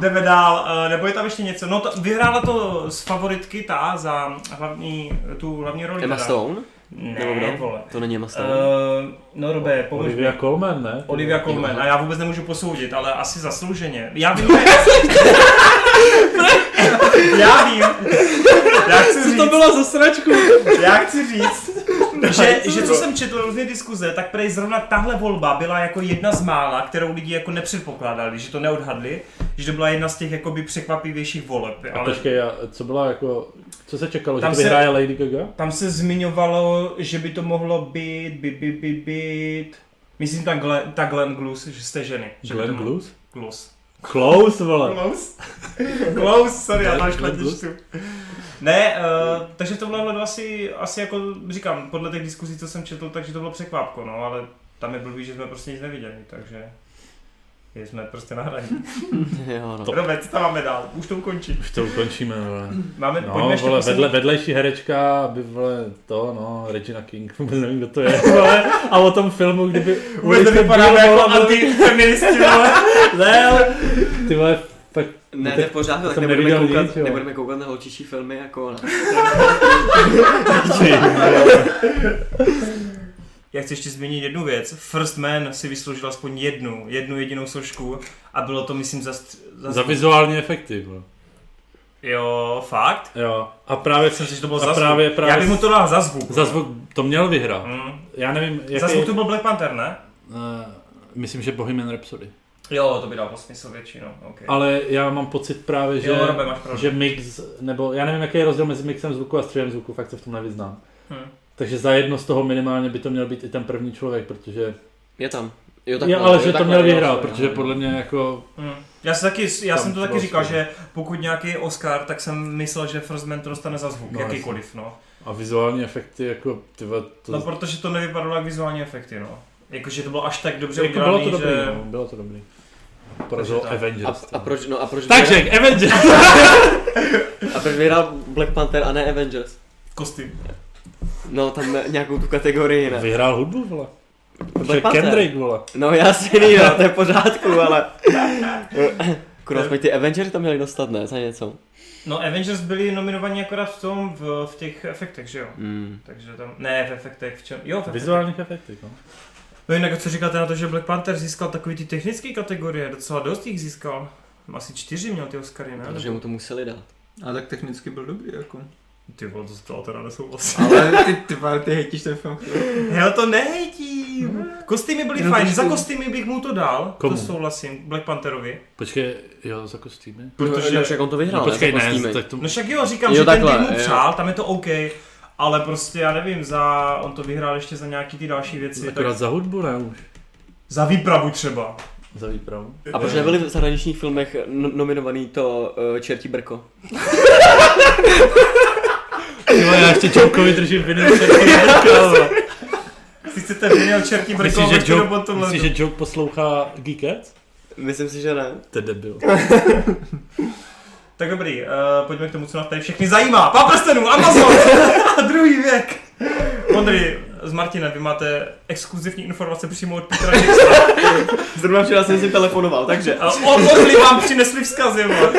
S2: Jdeme dál, eh, nebo je tam ještě něco. No, to, vyhrála to z favoritky ta za hlavní, tu hlavní roli.
S4: Emma
S2: teda.
S4: Stone? Nebo
S2: Ne,
S4: kdo?
S2: vole.
S4: To není Emma Stone.
S2: Uh, no, Robe, pomož mi.
S1: Olivia Colman, ne?
S2: Olivia Colman, a já vůbec nemůžu posoudit, ale asi zaslouženě. Já vím, že... já vím. Já chci říct,
S1: bylo za sračku?
S2: já chci říct že, že co jsem četl různé diskuze, tak prej zrovna tahle volba byla jako jedna z mála, kterou lidi jako nepředpokládali, že to neodhadli, že to byla jedna z těch jakoby překvapivějších voleb.
S1: A
S2: Ale
S1: počkej, a co byla jako, co se čekalo,
S2: Tam
S1: že to
S2: se-
S1: vyhraje Lady Gaga?
S2: tam se zmiňovalo, že by to mohlo být, by, by, by, být... Myslím ta Glenn, ta Glenn Glus, že jste ženy. Že by to
S1: Glenn
S2: mohlo-
S1: Close?
S2: Glus.
S1: Close, vole.
S2: Close? Close, sorry, já tam
S1: Glenn
S2: špatně
S1: Close?
S2: čtu. Ne, uh, takže v tomhle hledu asi, asi jako říkám, podle těch diskuzí, co jsem četl, takže to bylo překvápko, no, ale tam je blbý, že jsme prostě nic neviděli, takže je jsme prostě na hraně.
S4: Jo, no.
S2: Robert, co tam máme dál? Už to ukončí.
S1: Už to ukončíme, vole.
S2: Máme,
S1: No,
S2: pojďme ještě
S1: vole,
S2: poslední-
S1: vedle, vedlejší herečka by, vole, to, no, Regina King, vůbec nevím, kdo to je, vole, a o tom filmu, kdyby...
S2: Vůbec to vypadá jako antifeministi, ale...
S1: Ne, ale- ty vole, tak
S4: Ne,
S1: tak
S4: to je v pořádku, tak
S1: No jsem
S4: nebudeme
S1: neviděl
S4: koukat,
S1: nic, jo.
S4: nebudeme koukat na holčičí filmy jako ona.
S1: či,
S2: Já chci ještě zmínit jednu věc. First Man si vysloužil aspoň jednu, jednu jedinou složku a bylo to, myslím, za... stř-
S1: Za vizuální efekty, vole.
S2: Jo, fakt?
S1: Jo, a právě jsem
S2: Myslím si, že to bylo
S1: a
S2: za
S1: právě,
S2: zvuk.
S1: právě
S2: Já bych mu to dal za zvuk. no.
S1: za zvuk to měl vyhrát.
S2: Mm.
S1: Já nevím, jaký...
S2: Za zvuk to byl Black Panther, ne?
S1: Eh, myslím, že Bohemian Rhapsody.
S2: Jo, to by dal smysl většinou. Okay.
S1: Ale já mám pocit právě, že,
S2: no, Jo, Robe, máš pravdu.
S1: že mix, nebo já nevím, jaký je rozdíl mezi mixem zvuku a střihem zvuku, fakt se v tom nevyznám.
S2: Hm.
S1: Takže za jedno z toho minimálně by to měl být i ten první člověk, protože...
S4: Je tam. Jo,
S1: Tak, je, ale že to měl vyhrát, protože podle mě jako...
S2: Hm. Já, si taky, já
S1: Tam
S2: jsem to
S1: to
S2: taky
S1: bylo
S2: říkal,
S1: skvělé.
S2: že pokud nějaký Oscar, tak jsem myslel, že First Man to dostane za zvuk,
S1: No,
S2: no, jakýkoliv, no.
S1: A vizuální efekty, jako... Tyva, to,
S2: No, protože to nevypadalo jak vizuální efekty, no. Jakože to bylo až tak dobře
S1: jako
S2: udělané,
S1: bylo to dobrý,
S2: že...
S1: no, bylo to dobrý. Porazil
S2: tak.
S1: Avengers.
S4: A, a proč, no a proč
S1: Takže,
S4: vyhrál-
S1: k Avengers!
S4: a proč vyhrál Black Panther a ne Avengers?
S2: Kostým.
S4: No, tam nějakou tu kategorii, ne?
S1: Vyhrál hudbu, vole. Protože
S4: Panther.
S1: Kendrick, vole.
S4: No jasný, jo, to je v pořádku, ale... Kurva, aspoň ty Avengers tam měli dostat, ne, za něco.
S2: No, Avengers byli nominovaní akorát v tom, v, v těch efektech, že jo?
S1: Hmm.
S4: Mm.
S2: Takže tam, ne, v efektech, v čem, jo, v efektech.
S1: Vizuálních efektech, no.
S2: No jinak, a co říkáte na to, že Black Panther získal takový ty technické kategorie, docela dost jich získal. Asi čtyři měl ty Oscary, ne?
S4: Protože mu to museli dát.
S3: A tak technicky byl dobrý, jako.
S2: Ty vole, to stalo teda nesouhlasí.
S3: Ale ty, ty, vole, ty hejtíš ten film.
S1: Mhm.
S2: Hele, to nehejtím. Kostýmy byly
S3: Jenom
S2: fajn,
S3: trošku-
S2: za kostýmy bych mu to dal,
S1: Komu?
S2: to souhlasím, Black Pantherovi.
S1: Počkej, jo, za kostýmy.
S2: Protože,
S4: Protože... jak on to vyhrál,
S1: No, počkej,
S4: za
S1: ne,
S4: kostýmy.
S1: tak to...
S2: no však jo, říkám,
S4: Jo,
S2: že
S4: takhle,
S2: ten tým mu
S4: jo.
S2: přál, tam je to OK, ale prostě já nevím, za, on to vyhrál ještě za nějaký ty další věci, tak
S1: Akorát za hudbu, ne už?
S2: za výpravu třeba.
S1: Za výpravu.
S4: A proč nebyli v zahraničních filmech no- nominovaný to uh, Čertí brko?
S1: Jo, já ještě Čoukovi držím vinu.
S2: Si chcete vyměl čertí brko,
S1: Myslíš, že
S2: hoďte do
S1: Joke,
S2: tohle.
S1: myslíš, že Joke poslouchá Geekets?
S4: Myslím si, že ne.
S1: To je debil.
S2: Tak dobrý, uh, pojďme k tomu, co nás tady všechny zajímá. Pán prstenů, Amazon, druhý věk. Ondry, s Martinem, vy máte exkluzivní informace přímo od Petra Jacksona.
S4: Zrovna včera jsem si telefonoval, takže.
S2: A o- Ondry vám přinesli vzkazy, vole.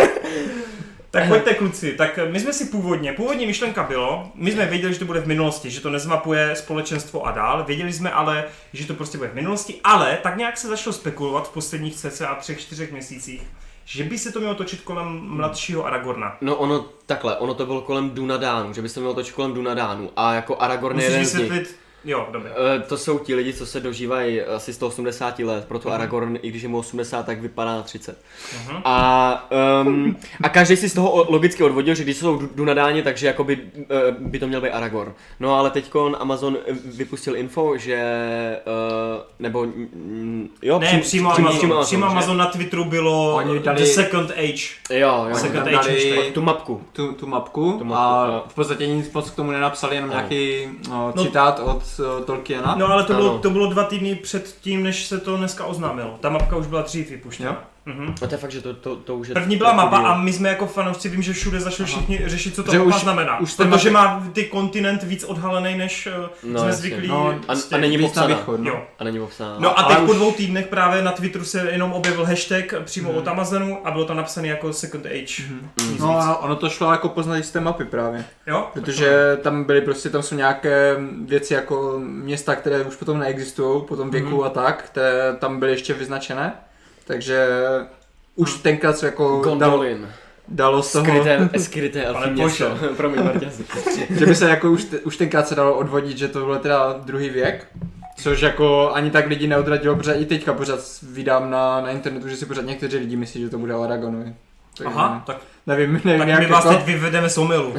S2: Tak pojďte kluci, tak eh, my jsme si původně, původní myšlenka bylo, my jsme věděli, že to bude v minulosti, že to nezmapuje společenstvo a dál, věděli jsme ale, že to prostě bude v minulosti, ale tak nějak se začalo spekulovat v posledních cca třech, čtyřech měsících, že by se to mělo točit kolem mladšího Aragorna.
S4: No ono, takhle, ono to bylo kolem Dunadánu, že byste měl točit kolem Dunadánu a jako Aragorn je
S2: Musíš
S4: jeden z nich.
S2: vysvětlit, jo, dobře.
S4: Eh, To jsou ti lidi, co se dožívají asi 180 let, proto Aragorn, i když je mu 80, tak vypadá na 30.
S2: Mhm.
S4: A, um, a každý si z toho o- logicky odvodil, že když jsou Dunadáni, takže jakoby, uh, by to měl být Aragorn. No ale teďkon Amazon eh, vypustil info, že, uh, nebo, mm, jo,
S2: Ne, přímo Amazon. Přímo Amazon, přímo
S4: že?
S2: Amazon na Twitteru bylo
S3: Oni dali-
S2: The Second Age.
S4: Jo, jo,
S2: Second
S4: jo.
S2: Age
S3: dali
S2: čtvrtý.
S4: tu mapku.
S3: tu, tu, mapku,
S4: Tu
S3: tu
S4: mapku,
S3: mapku a
S4: jo.
S1: no.
S3: v podstatě nic moc k tomu nenapsali, jenom
S4: Ano.
S3: nějaký no,
S2: No.
S3: citát od uh, Tolkiena.
S2: No ale to bylo,
S4: Ano.
S2: to bylo dva týdny před tím, než se to dneska oznámilo. Ta mapka už byla dřív vypuštěna. Mhm.
S4: No to je fakt, že to, to, to už je...
S2: První byla mapa
S4: díl.
S2: a my jsme jako fanoušci, vím, že všude začali všichni řešit, co to
S3: Že
S2: mapa
S3: už-
S2: znamená.
S3: už ten
S2: protože má ty kontinent víc odhalený, než eh,
S4: No,
S2: jsme
S4: jasně.
S2: zvyklí.
S3: No,
S4: a-
S2: prostě.
S4: a není
S3: Víc na
S4: popsaná.
S3: východ, no.
S2: Jo.
S4: A není obsáhla.
S2: No a
S3: Ale
S2: teď po
S3: už-
S2: dvou týdnech právě na Twitteru se jenom objevil hashtag přímo od Amazonu a bylo tam napsané jako Second Age. Nic
S3: Mhm. No,
S2: víc. No,
S3: ono, ono to šlo jako poznat i z té mapy právě.
S2: Jo?
S3: Protože tam byly prostě, tam jsou nějaké věci jako města, které už potom neexistují, po tom
S2: Mhm.
S3: věku a tak, které tam byly ještě vyznačené. Takže už
S2: Mhm.
S3: tenkrát se jako dalo,
S4: Gondolin.
S3: dalo z toho,
S4: Skryté, skryté
S2: Ale
S4: elfí město. Promiň, Marťasi.
S3: že by se jako už, te- už tenkrát se dalo odvodit, že to bylo teda druhý věk. Což jako ani tak lidi neodradilo, protože i teďka pořád vydám na, na internetu, že si pořád někteří lidi myslí, že to bude Aragonu.
S2: Aha, tak,
S3: Nevím, nevím,
S2: tak
S3: jak
S2: my vlastně vás
S3: jako,
S2: teď vyvedeme z omylu.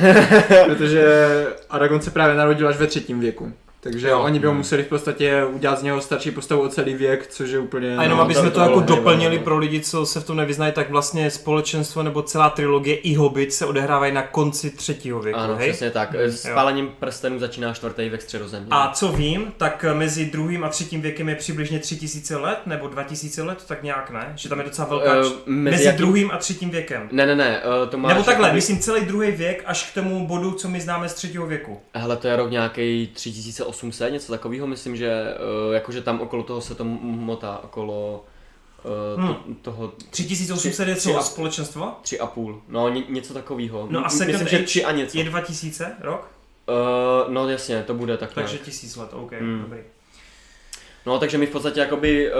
S3: protože Aragon se právě narodil až ve třetím věku. Takže
S2: Jo. Hmm.
S3: jo. oni by ho museli v podstatě udělat z něho starší postavu o celý věk, což je úplně...
S2: A jenom
S4: No,
S2: aby
S4: to
S2: jsme
S4: by
S2: to
S4: to
S2: jako
S4: bylo
S2: doplnili
S4: nejméně.
S2: pro lidi, co se v tom nevyznají, tak vlastně společenstvo nebo celá trilogie i Hobbit se odehrávají na konci třetího věku,
S4: Ano,
S2: hej?
S4: přesně tak. S
S2: Jo.
S4: pálením prstenů začíná čtvrtý věk středozemě.
S2: A co vím, tak mezi druhým a třetím věkem je přibližně 3000 let nebo 2000 let, tak nějak ne? Že tam je docela velká...
S4: Eh,
S2: Uh, mezi mezi
S4: jakým-
S2: druhým a třetím věkem.
S4: Ne, ne, ne, eh, to máš...
S2: Nebo takhle,
S4: jakoby-
S2: myslím celý druhý věk až k tomu bodu, co my známe z třetího věku.
S4: Hele, to je rok nějaký 3800, něco takového, myslím, že eh, jakože tam okolo toho se to m- motá, okolo eh,
S2: Hmm.
S4: to- toho
S2: 3800 je
S4: Tři- tři
S2: co?
S4: a-
S2: Společenstvo?
S4: tři a půl, no ně, něco takového.
S2: No a
S4: Myslím,
S2: Second
S4: že
S2: Age
S4: tři a něco.
S2: Je 2000 rok?
S4: Eh, no jasně, to bude takhle.
S2: Takže 1000 let, OK,
S4: Hmm.
S2: dobrý.
S4: No, takže my v podstatě jakoby uh,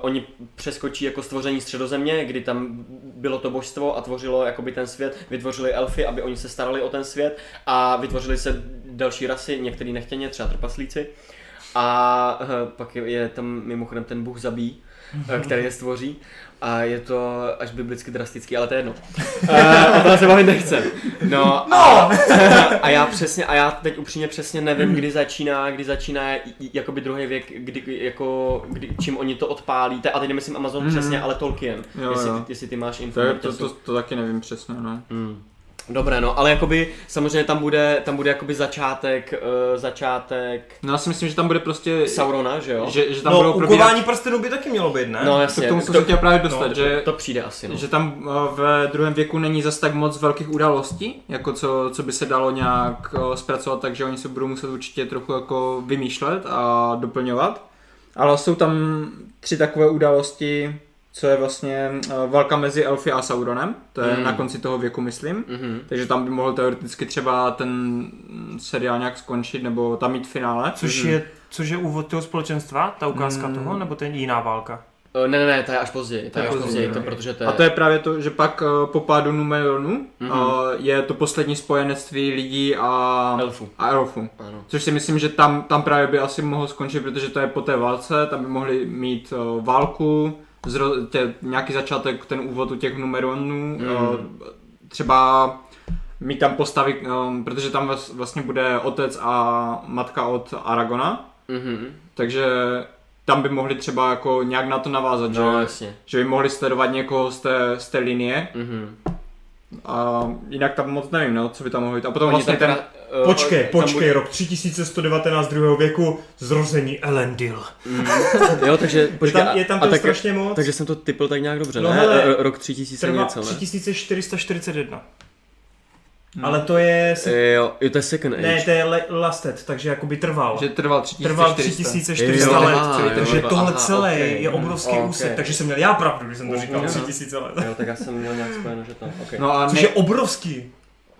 S4: oni přeskočí jako stvoření středozemě, kdy tam bylo to božstvo a tvořilo jakoby ten svět, vytvořili elfy, aby oni se starali o ten svět a vytvořili se další rasy, některý nechtěně, třeba trpaslíci. A eh, pak je- je tam mimochodem ten bůh zabíjí, eh, který je stvoří a je to až biblicky drastický, ale to je jedno. Eh, O tom se bavit nechce. No, no! a já přesně, a já teď upřímně přesně nevím, kdy začíná, kdy začíná j- j- jakoby druhý věk, kdy, jako, kdy, čím oni to odpálí. Te- A teď nemyslím Amazon
S3: Mhm.
S4: přesně, ale Tolkien.
S3: Jo,
S4: jestli,
S3: jo.
S4: jestli ty máš
S3: To, je- to,
S4: informace.
S3: to, to, taky nevím přesně, no.
S4: Hmm. Dobré, no, ale jakoby samozřejmě tam bude, tam bude jakoby začátek, uh, začátek
S3: No já si myslím, že tam bude prostě,
S4: Saurona, že jo?
S3: že, že tam budou
S2: No,
S3: probírat,
S2: ukování prstenů by taky mělo být, ne?
S4: no
S3: to
S4: jasně,
S3: k tomu jsem
S4: to,
S3: se chtěl právě dostat,
S2: no,
S3: že,
S4: to přijde asi, no.
S3: že tam eh, ve druhém věku není zas tak moc velkých událostí, jako co, co by se dalo nějak eh, zpracovat, takže oni se budou muset určitě trochu jako vymýšlet a doplňovat. Ale jsou tam tři takové události, co je vlastně eh, válka mezi Elfy a Sauronem, to je
S4: Hmm.
S3: na konci toho věku, myslím.
S4: Mhm.
S3: Takže tam by mohl teoreticky třeba ten mm, seriál nějak skončit, nebo tam mít finále.
S2: Což je, což je úvod toho společenstva, ta ukázka
S3: Mm.
S2: toho, nebo to je jiná válka?
S4: Eh, Ne, ne, ne, ta je až později, ta je
S1: je
S4: až
S1: později,
S4: později, to
S1: dobrý.
S4: protože to
S3: A to je právě to, že pak eh, po pádu Numenonu
S4: Mhm.
S3: mm-hmm. je to poslední spojenectví lidí a,
S4: elfu.
S3: a elfů.
S4: Ano.
S3: Což si myslím, že tam, tam právě by asi mohlo skončit, protože to je po té válce, tam by mohli mít uh, válku, zro, tě, nějaký začátek, ten úvod u těch numeronů,
S4: Hmm.
S3: mm. uh, třeba mít tam postavy, um, protože tam vas- vlastně bude otec a matka od Aragona,
S4: Mhm.
S3: takže tam by mohli třeba jako nějak na to navázat,
S4: No,
S3: že,
S4: jasně.
S3: že by mohli sledovat někoho z té, z té linie
S4: Mhm.
S3: a jinak tam moc nevím, no, co by tam mohlo být. A potom
S4: Oni
S3: vlastně
S4: tam
S3: ten,
S4: teda, eh,
S2: Počkej,
S4: tam bu-
S2: počkej, rok 3119 druhého věku, zrození Elendil.
S4: Jo, takže
S2: Je
S4: počkej,
S2: tam, je tam
S4: a, a
S2: toho
S4: tak,
S2: strašně moc.
S4: takže jsem to typl tak nějak dobře,
S2: No
S4: ne?
S2: hele,
S4: Eh, Rok 3000
S2: Trvá
S4: něco, ne?
S2: 3441. Ale to je... Se...
S4: Eh, Jo, jo, to je second age.
S2: Ne, to je le- lasted, takže jakoby trval.
S3: že trval
S2: Trval
S3: 3400.
S2: 3400
S4: Jo,
S2: let,
S4: aha, jo,
S2: takže
S4: jo,
S2: tohle
S4: aha,
S2: celé
S4: okej.
S2: je obrovský
S4: Mm,
S2: úsek,
S4: okej.
S2: takže jsem měl já pravdu, když jsem to
S4: Mm,
S2: říkal
S4: jo.
S2: 3000 let.
S4: Jo, tak já jsem měl nějak spojeno, že to, okay.
S3: No a
S2: Což
S3: ne-
S2: je obrovský,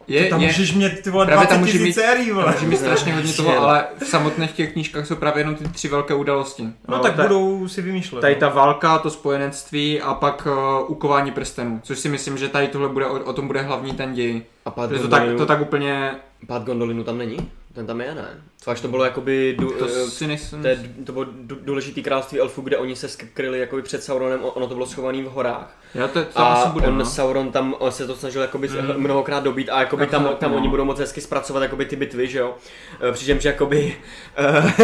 S3: je,
S2: tam můžeš mít ty vole
S3: Právě
S2: 20
S3: tam může
S2: 000
S3: mít-
S2: sérií, vole.
S3: Může mít strašně hodně toho,
S4: Přijel.
S3: ale v samotných těch knížkách jsou právě jenom ty tři velké události.
S2: No tak
S3: ta-
S2: budou si vymýšlet.
S3: Tady
S2: no.
S3: ta válka, to spojenectví a pak uh, ukování prstenů, což si myslím, že tady tohle bude, o, o tom bude hlavní ten děj.
S4: A pád
S3: Protože to tak,
S4: Gondolinu,
S3: to tak úplně,
S4: pád Gondolinu tam není? Ten tam je, ne? Co až to bylo jakoby... Du,
S3: to
S4: eh,
S3: si nejsem...
S4: to, je, d- to bylo d- důležitý království elfů, kde oni se skryli jakoby před Sauronem, o- ono to bylo schované v horách.
S3: Já to, to
S4: a
S3: asi bude,
S4: on
S3: no. Mhm.
S4: Sauron tam on se to snažil jakoby mm. mnohokrát dobít a jakoby
S3: Tak
S4: tam,
S3: tak,
S4: tam
S3: no.
S4: oni budou moc hezky zpracovat jakoby ty bitvy, že jo. Eh, Přičemž jakoby, eh,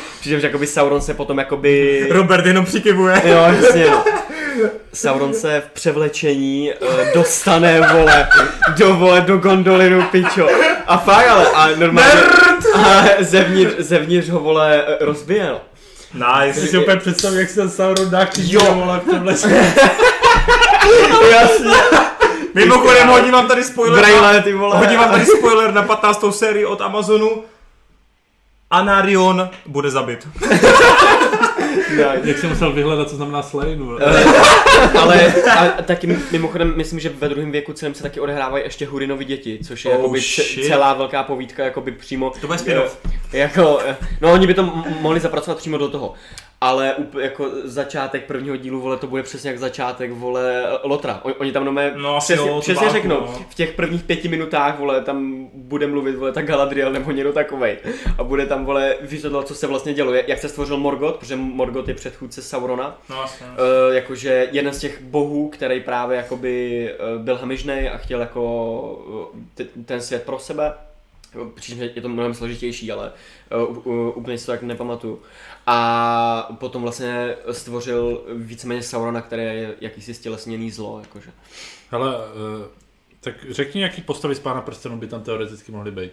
S4: přičemž jakoby Sauron se potom jakoby...
S2: Robert jenom přikivuje.
S4: Jo, jasně. no. Sauron se v převlečení eh, dostane, vole, do, vole, do gondolinu, pičo. A fakt, ale, a normálně, a zevnitř, zevnitř ho, vole, eh, rozbije, no.
S2: Nice.
S1: si úplně představuji, jak se ten Sauron dá kýdě,
S4: Jo.
S1: vole, v tomhle
S4: Jasně.
S2: Mimochodem hodím vám tady spoiler. na-
S4: Braille, ty vole.
S2: Hodím vám tady spoiler na 15. sérii od Amazonu. Anarion bude zabit.
S1: Jak jsem musel vyhledat, co znamená no. Slane, vole.
S4: Ale a, taky mimochodem myslím, že ve druhém věku celém se taky odehrávají ještě Hurinovi děti, což je
S2: Oh,
S4: oh, jakoby ce-
S2: shit.
S4: celá velká povídka, jakoby přímo...
S2: To bude spin-off.
S4: eh, Jako, eh, no oni by to m- mohli zapracovat přímo do toho. Ale up, jako začátek prvního dílu, vole, to bude přesně jak začátek, vole, Lotra. On, oni tam nové
S2: No, asi
S4: přesně,
S2: jo, to
S4: přesně
S2: válku,
S4: řeknou,
S2: no.
S4: v těch prvních pěti minutách, vole, tam bude mluvit, vole, ta Galadriel nebo někdo takovej. A bude tam, vole, vysvětlovat, co se vlastně dělo, jak se stvořil Morgot, protože Morgot je předchůdce Saurona.
S2: No, jasně.
S4: Uh, jakože jeden z těch bohů, který právě jakoby uh, byl hamižnej a chtěl jako eh, te- ten svět pro sebe. Přičemž je to mnohem složitější, ale uh, uh, úplně si to tak nepamatuju. A potom vlastně stvořil víceméně Saurona, který je jakýsi stělesněný zlo, jakože.
S1: Hele, eh, tak řekni, jaký postavy z Pána prstenů by tam teoreticky mohly být.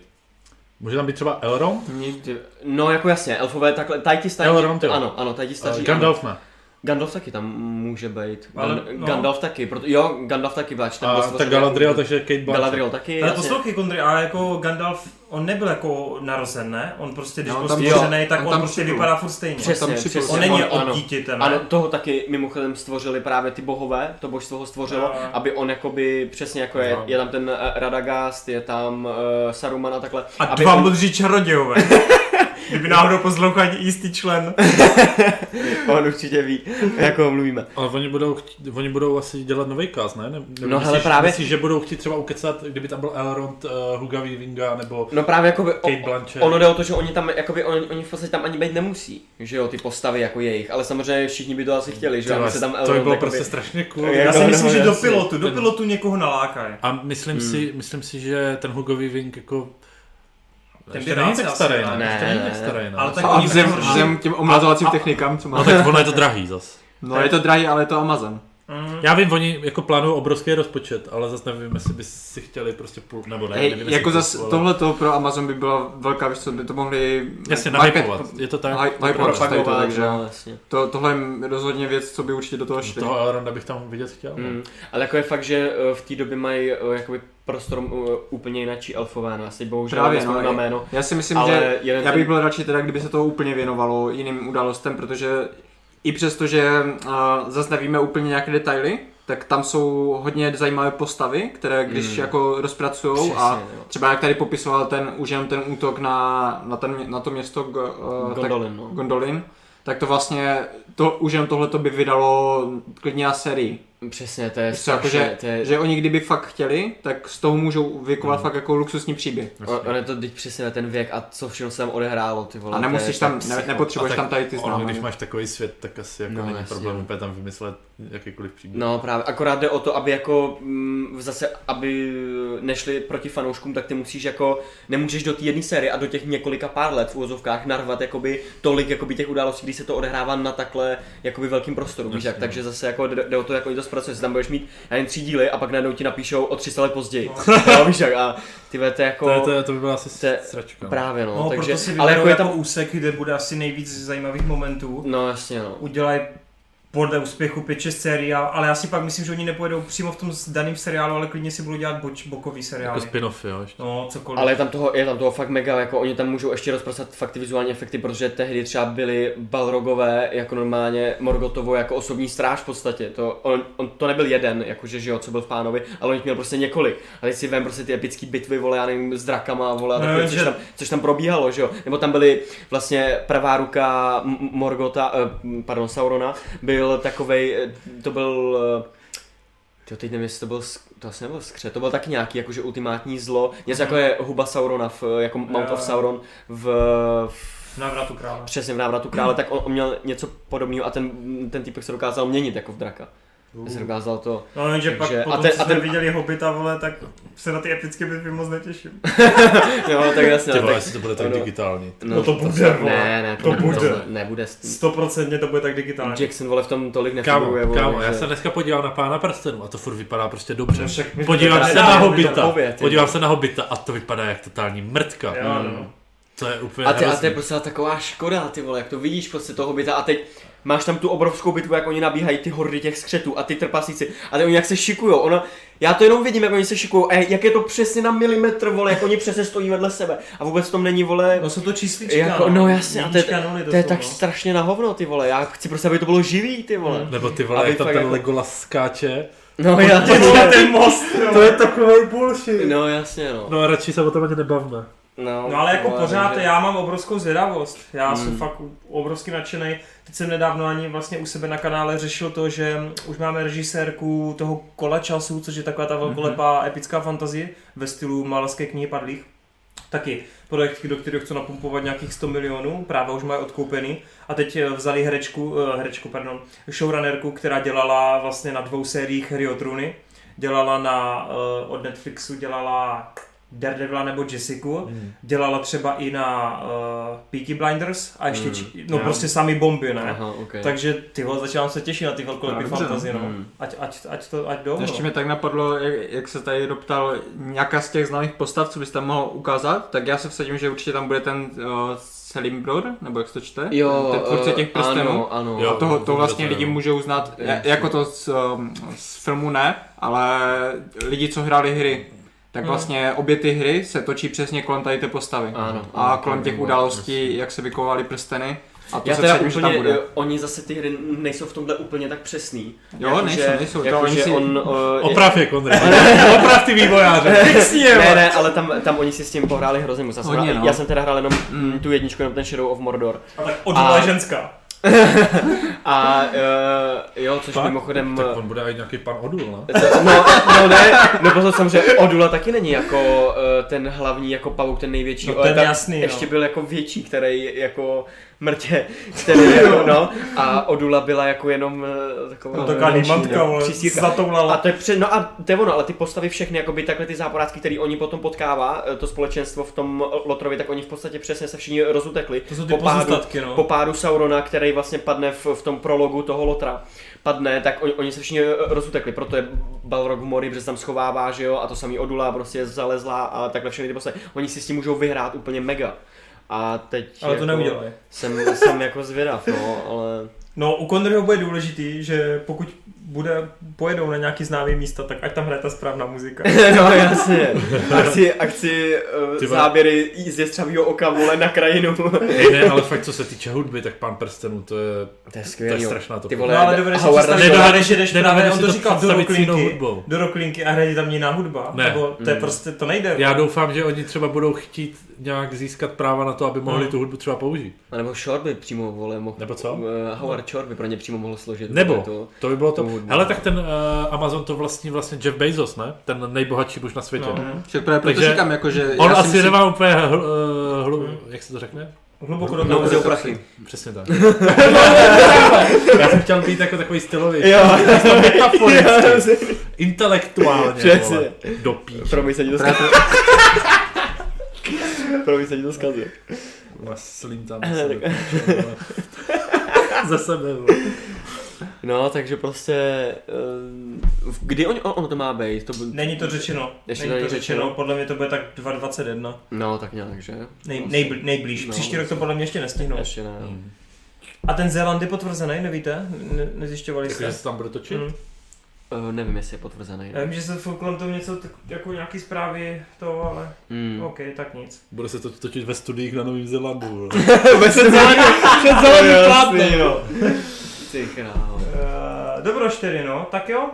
S1: Může tam být třeba Elrond?
S4: Ty- No jako jasně, elfové takhle, tady ti staří,
S1: Elrond, jo.
S4: ano, ano, tady ti staří, no.
S1: Eh,
S4: ano.
S1: Gandalf ne.
S4: Gandalf taky tam může být,
S2: Ale,
S4: Gan-
S2: no.
S4: Gandalf taky, proto, jo, Gandalf taky, pláč, ten byl
S1: A tak
S4: stvořený- jako-
S1: Galadriel, takže Kate Blanchett.
S4: Galadriel taky,
S2: Ale
S4: jasně.
S2: poslouchej, Kondry, ale jako Gandalf, on nebyl jako narozen, ne? On prostě, když
S3: No,
S2: byl
S3: tam-
S2: stvořený,
S3: jo,
S2: tak
S3: on
S2: on,
S3: tam
S2: prostě
S3: přibyl.
S2: vypadá furt stejně.
S4: Přesně,
S3: tam
S4: přesně.
S3: přibyl.
S2: On není
S4: ano.
S2: od dítěte,
S4: Ano,
S2: ne?
S4: toho taky mimochodem stvořili právě ty bohové, to božstvo ho stvořilo,
S2: Ano.
S4: aby on jakoby přesně jako je,
S1: Ano.
S4: je tam ten eh, Radagast, je tam uh, Saruman a takhle.
S2: A
S4: aby
S2: dva
S4: on,
S2: modří čarodějové. Kdyby náhodou poslouchal jistý člen.
S4: on určitě ví, jako ho mluvíme.
S1: Ale oni budou, chtít, oni budou asi dělat nový kaz, ne? ne nebo
S4: No hele, právě-
S1: Myslíš, že budou chtít třeba ukecat, kdyby tam byl Elrond, uh, Huga Weavinga, nebo
S4: No právě jakoby, o,
S1: Kate Blanchett.
S4: ono jde o to, že oni tam, jakoby, oni, oni v podstatě tam ani být nemusí, že jo, ty postavy jako jejich, ale samozřejmě všichni by to asi chtěli, že jo, aby se tam
S1: to by
S4: Elrond
S1: bylo
S4: jakoby-
S1: prostě strašně cool.
S4: Jo,
S2: Já si
S4: no,
S2: myslím,
S4: no,
S2: že do
S4: jasně.
S2: pilotu, do
S1: Ten-
S2: pilotu někoho nalákají.
S1: A myslím,
S3: Hmm.
S1: si, myslím si, že ten Hugo Weaving jako...
S2: Ten
S1: ještě
S2: by
S1: není
S2: rád
S1: tak
S2: asi,
S1: starý,
S2: ne?
S1: ne? Ještě
S4: Ne,
S1: není
S4: ne,
S1: tak
S4: ne.
S1: starý, ne?
S2: Ale tak
S3: A
S2: oni
S3: vzem,
S2: tak-
S3: vzem těm omlazovacím technikám, co má.
S1: No tak ono je to drahý zas.
S3: No je to drahý, ale je to Amazon.
S2: Mm.
S1: Já vím, oni jako plánují obrovský rozpočet, ale zase nevím, jestli by si chtěli prostě půl, nebo ne,
S3: Hej,
S1: nevím,
S3: jako
S1: jestli
S3: zas
S1: půl, ale-
S3: tohle to pro Amazon by byla velká věc, co by to mohli...
S1: Jasně,
S3: market-
S1: nahypovat, je to tak.
S3: hy- hypovat
S1: Propagovat,
S3: tady to, takže...
S4: no, jasně.
S3: To, tohle je rozhodně věc, co by určitě do toho šli.
S1: Toho Elronda bych tam vidět chtěl. no.
S3: Hmm.
S4: Mm, ale jako je fakt, že eh, v té době mají eh, jakoby prostor eh, úplně jinačí elfové, no asi bohužel
S3: Právě,
S4: nevzpomenu
S3: no,
S4: na jméno.
S3: Já si myslím,
S4: Ale
S3: že
S4: jeden
S3: já
S4: ten-
S3: bych byl radši teda, kdyby se to úplně věnovalo jiným událostem, protože i přesto, že uh, zase nevíme úplně nějaké detaily, tak tam jsou hodně zajímavé postavy, které když
S4: Mm.
S3: jako rozpracujou a
S4: Přesně, no. jo.
S3: třeba jak tady popisoval ten, už jenom ten útok na, na, ten, na to město Go- eh, tak-
S4: Gondolin, no.
S3: Gondolin, tak to vlastně to, už jen tohle to by vydalo klidně na sérii.
S4: Přesně, to je
S3: Víš co, jakože,
S4: strašné, to je... Mhm.
S3: že oni kdyby fakt chtěli, tak z toho můžou vykovat fakt jako luxusní příběh.
S4: o- Ono je to teď přesně na ten věk a co všechno se tam odehrálo, ty vole.
S3: A
S4: to je-
S3: nemusíš
S4: to je
S3: tam, ne,
S4: psycho.
S3: nepotřebuješ
S5: A
S3: tam tady ty
S5: ono, Když
S3: známy.
S5: máš takový svět, tak asi jako
S4: No,
S5: no, není
S4: jasně,
S5: problém
S4: no.
S5: úplně tam vymyslet jakýkoliv příběh.
S4: No právě, akorát jde o to, aby jako mm, zase, aby nešli proti fanouškům, tak ty musíš jako, nemůžeš do té jedné série a do těch několika pár let v úvozovkách narvat jakoby tolik jakoby těch událostí, když se to odehrává na takhle jakoby velkým prostoru, víš jak,
S1: no.
S4: takže zase jako jde, jde o to, jak oni to zpracuje, tam budeš mít jen tři díly a pak najednou ti napíšou o 300 let později, jo, víš jak, a ty vole, to je jako...
S1: To, je, to, je, to by byla asi
S4: to je-
S1: sračka.
S4: Právě no,
S2: No,
S4: takže,
S2: proto si
S4: ale jako je tam,
S2: tam úsek, kde bude asi nejvíc zajímavých momentů.
S4: no jasně no.
S2: udělají podle úspěchu 5-6 seriál, ale já si pak myslím, že oni nepojedou přímo v tom daném seriálu, ale klidně si budou dělat boč, bokový
S1: Jako
S2: seriály.
S1: spin-off, jo. ještě.
S2: No, cokoliv.
S4: Ale je tam, toho, je tam toho fakt mega, jako oni tam můžou ještě rozpracovat fakt ty vizuální efekty, protože tehdy třeba byli Balrogové, jako normálně Morgotovo, jako osobní stráž v podstatě. To, on, on, to nebyl jeden, jakože, že jo, co byl v pánovi, ale on jich měl prostě několik. A teď si vem prostě ty epické bitvy, vole, já nevím, s drakama, vole, a
S2: No,
S4: takové,
S2: jo,
S4: což,
S2: že-
S4: tam, což tam probíhalo, že jo. Nebo tam byly vlastně pravá ruka M- M- Morgota, eh, pardon, Saurona, byl takovej, eh, to byl eh, to teď nevím, jestli to byl, sk- to asi nebyl skře, to byl tak nějaký jakože ultimátní zlo, něco jako je huba Saurona, v, jako Mount
S2: Jo.
S4: of Sauron v, v
S2: V návratu krále.
S4: přesně v návratu krále, tak on, on měl něco podobného a ten, ten týpek se dokázal měnit jako v draka. Uh. Se dokázal to.
S2: No, jenže pak
S4: Takže- a
S2: potom, a
S4: ten-
S2: ten,
S4: a
S2: co jsme
S4: ten-
S2: viděli Hobita, vole, tak se na ty epické bitvy moc netěším.
S4: Jo, tak
S3: No,
S4: jasně.
S5: Ty vole,
S4: tak,
S5: jestli to bude tak
S4: ano.
S5: digitální.
S2: No to bude, vole.
S4: Ne, ne,
S2: To
S4: nebude,
S2: bude.
S4: vole, nebude. s-
S2: Stoprocentně to bude tak digitální.
S4: Jackson, vole, v tom tolik nefiguruje,
S1: Kámo,
S4: Jako vole.
S1: kámo, já
S4: že-
S1: se dneska podívám na pána prstenů a to furt vypadá prostě dobře.
S2: No však my jsme
S1: Podívám
S2: to
S1: se
S2: nedávali,
S1: na
S2: my to
S1: Hobita,
S4: pověd, jo.
S1: podívám se na Hobita a to vypadá jak totální mrtka.
S2: Jo,
S4: Mm.
S2: no.
S1: To je úplně
S4: Hmm. A, ty, a to
S1: hrozný.
S4: je prostě taková škoda, ty vole, jak to vidíš prostě toho byta a teď máš tam tu obrovskou bitvu, jak oni nabíhají ty hordy těch skřetů a ty trpasíci a ty oni jak se šikujou, ono, já to jenom vidím, jak oni se šikují, a jak je to přesně na milimetr, vole, jak oni přesně stojí vedle sebe a vůbec v tom není, vole,
S2: No jsou to číslička,
S4: jako, no jasně, a to je,
S2: Jednička, nuly,
S4: to je
S2: jsou,
S4: tak
S2: no. Hmm.
S4: strašně na hovno, ty vole, já chci prostě, aby to bylo živý, ty vole.
S1: Nebo ty
S4: Aby
S1: vole, jak tam
S4: fakt
S1: ten
S4: jako-
S1: Legolas skáče.
S4: No, já,
S2: Ty vole, ten most, jo.
S1: je takový bullshit.
S4: no jasně, no.
S1: No a radši se o tom ani nebavme.
S4: No,
S2: No ale
S4: ty
S2: jako
S4: vole,
S2: pořád
S4: takže-
S2: já mám obrovskou zvědavost. Já jsem fakt obrovsky nadšený. Teď jsem nedávno ani vlastně u sebe na kanále řešil to, že už máme režisérku toho kola času, což je taková ta velkolepá epická fantazie ve stylu malerské knihy padlých. Taky projekt, do kterého chcou napumpovat nějakých 100 milionů, právě už mají odkoupený. A teď eh, vzali herečku, eh, herečku pardon, showrunnerku, která dělala vlastně na dvou sériích Hry o trůny. Dělala na, eh, od Netflixu dělala Daredevila nebo Jessiku,
S3: Hmm.
S2: dělala třeba i na uh, Peaky Blinders a
S3: Hmm.
S2: ještě, či, no
S5: jo.
S2: prostě sami bomby, ne?
S4: Aha, okay.
S2: Takže ty vole, začínám se těšit na ty velkolepý
S3: No, dobře,
S2: fantazie, no.
S4: mm.
S2: Ať, ať, ať to, ať jdou,
S3: Ještě
S2: no.
S3: mi tak napadlo, jak, jak se tady doptal, nějaká z těch známých postav, co bys tam mohl ukázat, tak já se vsadím, že určitě tam bude ten uh, Selimbror, nebo jak se to čte?
S4: jo,
S3: ten tvůrce
S4: eh,
S3: těch prstenů.
S4: Ano, ano.
S1: Jo.
S3: A toho, to
S1: to
S3: vlastně
S1: bude to,
S3: lidi
S1: jo.
S3: můžou znát,
S4: Je,
S3: ja- jako to z, um, z filmu ne, ale lidi, co hráli hry, tak vlastně obě ty hry se točí přesně kolem tady té postavy.
S4: Ano,
S3: a
S4: ano,
S3: kolem
S4: to
S3: těch
S4: bylo,
S3: událostí, jak se vykovaly prsteny. A to
S4: Já
S3: se
S4: teda
S3: předtím,
S4: úplně,
S3: že tam bude.
S4: eh, oni zase ty hry nejsou v tomhle úplně tak přesný.
S3: Jo, nejsou, nejsou, to
S4: Jako,
S3: oni
S4: že
S3: si-
S4: on, uh,
S1: Oprav je, Konrad. Oprav ty vývojáře.
S4: ne, ne, ale tam, tam oni si s tím pohráli hrozně moc. Já jsem,
S3: Hodně,
S4: hrál,
S3: no.
S4: já jsem teda hrál jenom mm, tu jedničku, jenom ten Shadow of Mordor.
S2: A tak odvolá
S4: A-
S2: ženská.
S4: A uh, jo, což
S1: Fakt?
S4: mimochodem...
S1: Tak on bude i nějaký pan Odul, ne?
S4: To- No, no ne, no pozor, samozřejmě Odula taky není jako eh, ten hlavní, jako pavouk, ten největší.
S2: No,
S4: ale
S2: ten
S4: tam
S2: jasný, no.
S4: Ještě byl jako větší, který jako mrtě, který jako, no. A Odula byla jako jenom eh, taková...
S3: No,
S2: To taková
S3: Konečně,
S2: limantka,
S4: jo.
S2: vole,
S4: Přísírka.
S2: zatoulala.
S4: A to je před, no a to je ono, ale ty postavy všechny, jakoby takhle ty záporácky, který oni potom potkává, eh, to společenstvo v tom Lotrovi, tak oni v podstatě přesně se všichni rozutekli.
S2: To jsou ty pozůstatky, no.
S4: po pádu Saurona, který vlastně padne v, v tom prologu toho Lotra, padne, tak on, oni se všichni eh, rozutekli, proto je Balrog v mori, protože se tam schovává, že jo, a to samý Odula prostě zalezla a takhle všechny ty postavy. Oni si s tím můžou vyhrát úplně mega. A teď
S2: Ale to
S4: jako,
S2: neudělají.
S4: Jsem, jsem jako zvědav, no, ale...
S2: No, u Conryho bude důležitý, že pokud bude, pojedou na nějaký známý místa, tak ať tam hraje ta správná muzika.
S4: no jasně. A chci, a chci uh,
S1: Ty vole.
S4: záběry i ze střavího oka, vole, na krajinu.
S1: Hej, ne, ale fakt co se týče hudby, tak pán prstenů, to je...
S4: to je
S1: To
S4: skvělý.
S1: je
S4: jo.
S1: strašná to.
S4: Ty
S2: No
S4: vole,
S2: ale dovedeš si
S4: Howard
S2: představit,
S4: Ashman.
S1: Nedovedeš-
S2: že jdeš
S1: nedovedeš
S2: právě, on
S1: si
S2: to
S1: to
S2: říkal, do
S1: představit s jinou
S2: roklinky,
S1: hudbou.
S2: do roklinky a hraje tam jiná hudba.
S1: Ne.
S2: Nebo to je
S4: Mm.
S2: prostě, to nejde.
S1: Já doufám, že oni třeba budou chtít nějak získat práva na to, aby mohli
S2: No.
S1: tu hudbu třeba použít.
S4: A nebo Shore by přímo, vole, mohl...
S1: Nebo co?
S4: Eh, Howard Shore by pro ně přímo mohl složit.
S1: Nebo,
S4: To,
S1: to by bylo to.
S4: tu hudbu.
S1: Hele, tak ten uh, Amazon to vlastní vlastně Jeff Bezos, ne? Ten nejbohatší muž na světě.
S2: No.
S3: Že právě proto
S1: Takže
S3: říkám, jako, že
S1: On
S3: já si
S1: asi nemá úplně hlu, eh, hlu, jak se to řekne?
S2: Hluboko do
S4: no,
S2: toho. prostě-
S4: no, prachy.
S1: Přesně tak. Já jsem chtěl být jako takový stylový.
S4: Jo.
S1: Metaforicky, intelektuálně.
S4: Přesně.
S1: vole. Do píč.
S4: Pro mě se ti to
S3: Právě
S4: zkazí. Pro mě se ti to zkazí.
S1: Maslím tam. zase do píče, vole. Za sebe. vole.
S4: No, takže prostě... eh, v- Kdy on, on, on to má být? To bu-
S2: Není to řečeno.
S4: Ještě
S2: Není
S4: to
S2: to
S4: není
S2: řečeno.
S4: řečeno.
S2: Podle mě to bude tak 2.21.
S4: No, tak nějak, že?
S2: Nej,
S4: Asi.
S2: nejbl, nejblíž.
S4: No.
S2: Příští rok to podle mě ještě nestihnou.
S4: Ještě ne.
S2: A ten Zéland je potvrzený, nevíte? Ne, nezjišťovali
S1: Jakože
S2: jste?
S1: se tam bude točit?
S2: Mm.
S4: Eh, nevím, jestli je potvrzený.
S2: Já vím, že se furt kolem toho něco, tak, jako nějaký zprávy toho, ale
S4: Hmm.
S2: OK, tak nic.
S1: Bude se to točit ve studiích na Novém Zélandu. vole.
S4: Vůbec se zelený, před
S1: zelený plátnem.
S4: plátnem. jo. Ty králo.
S2: Uh, dobro, 4, no. Tak jo.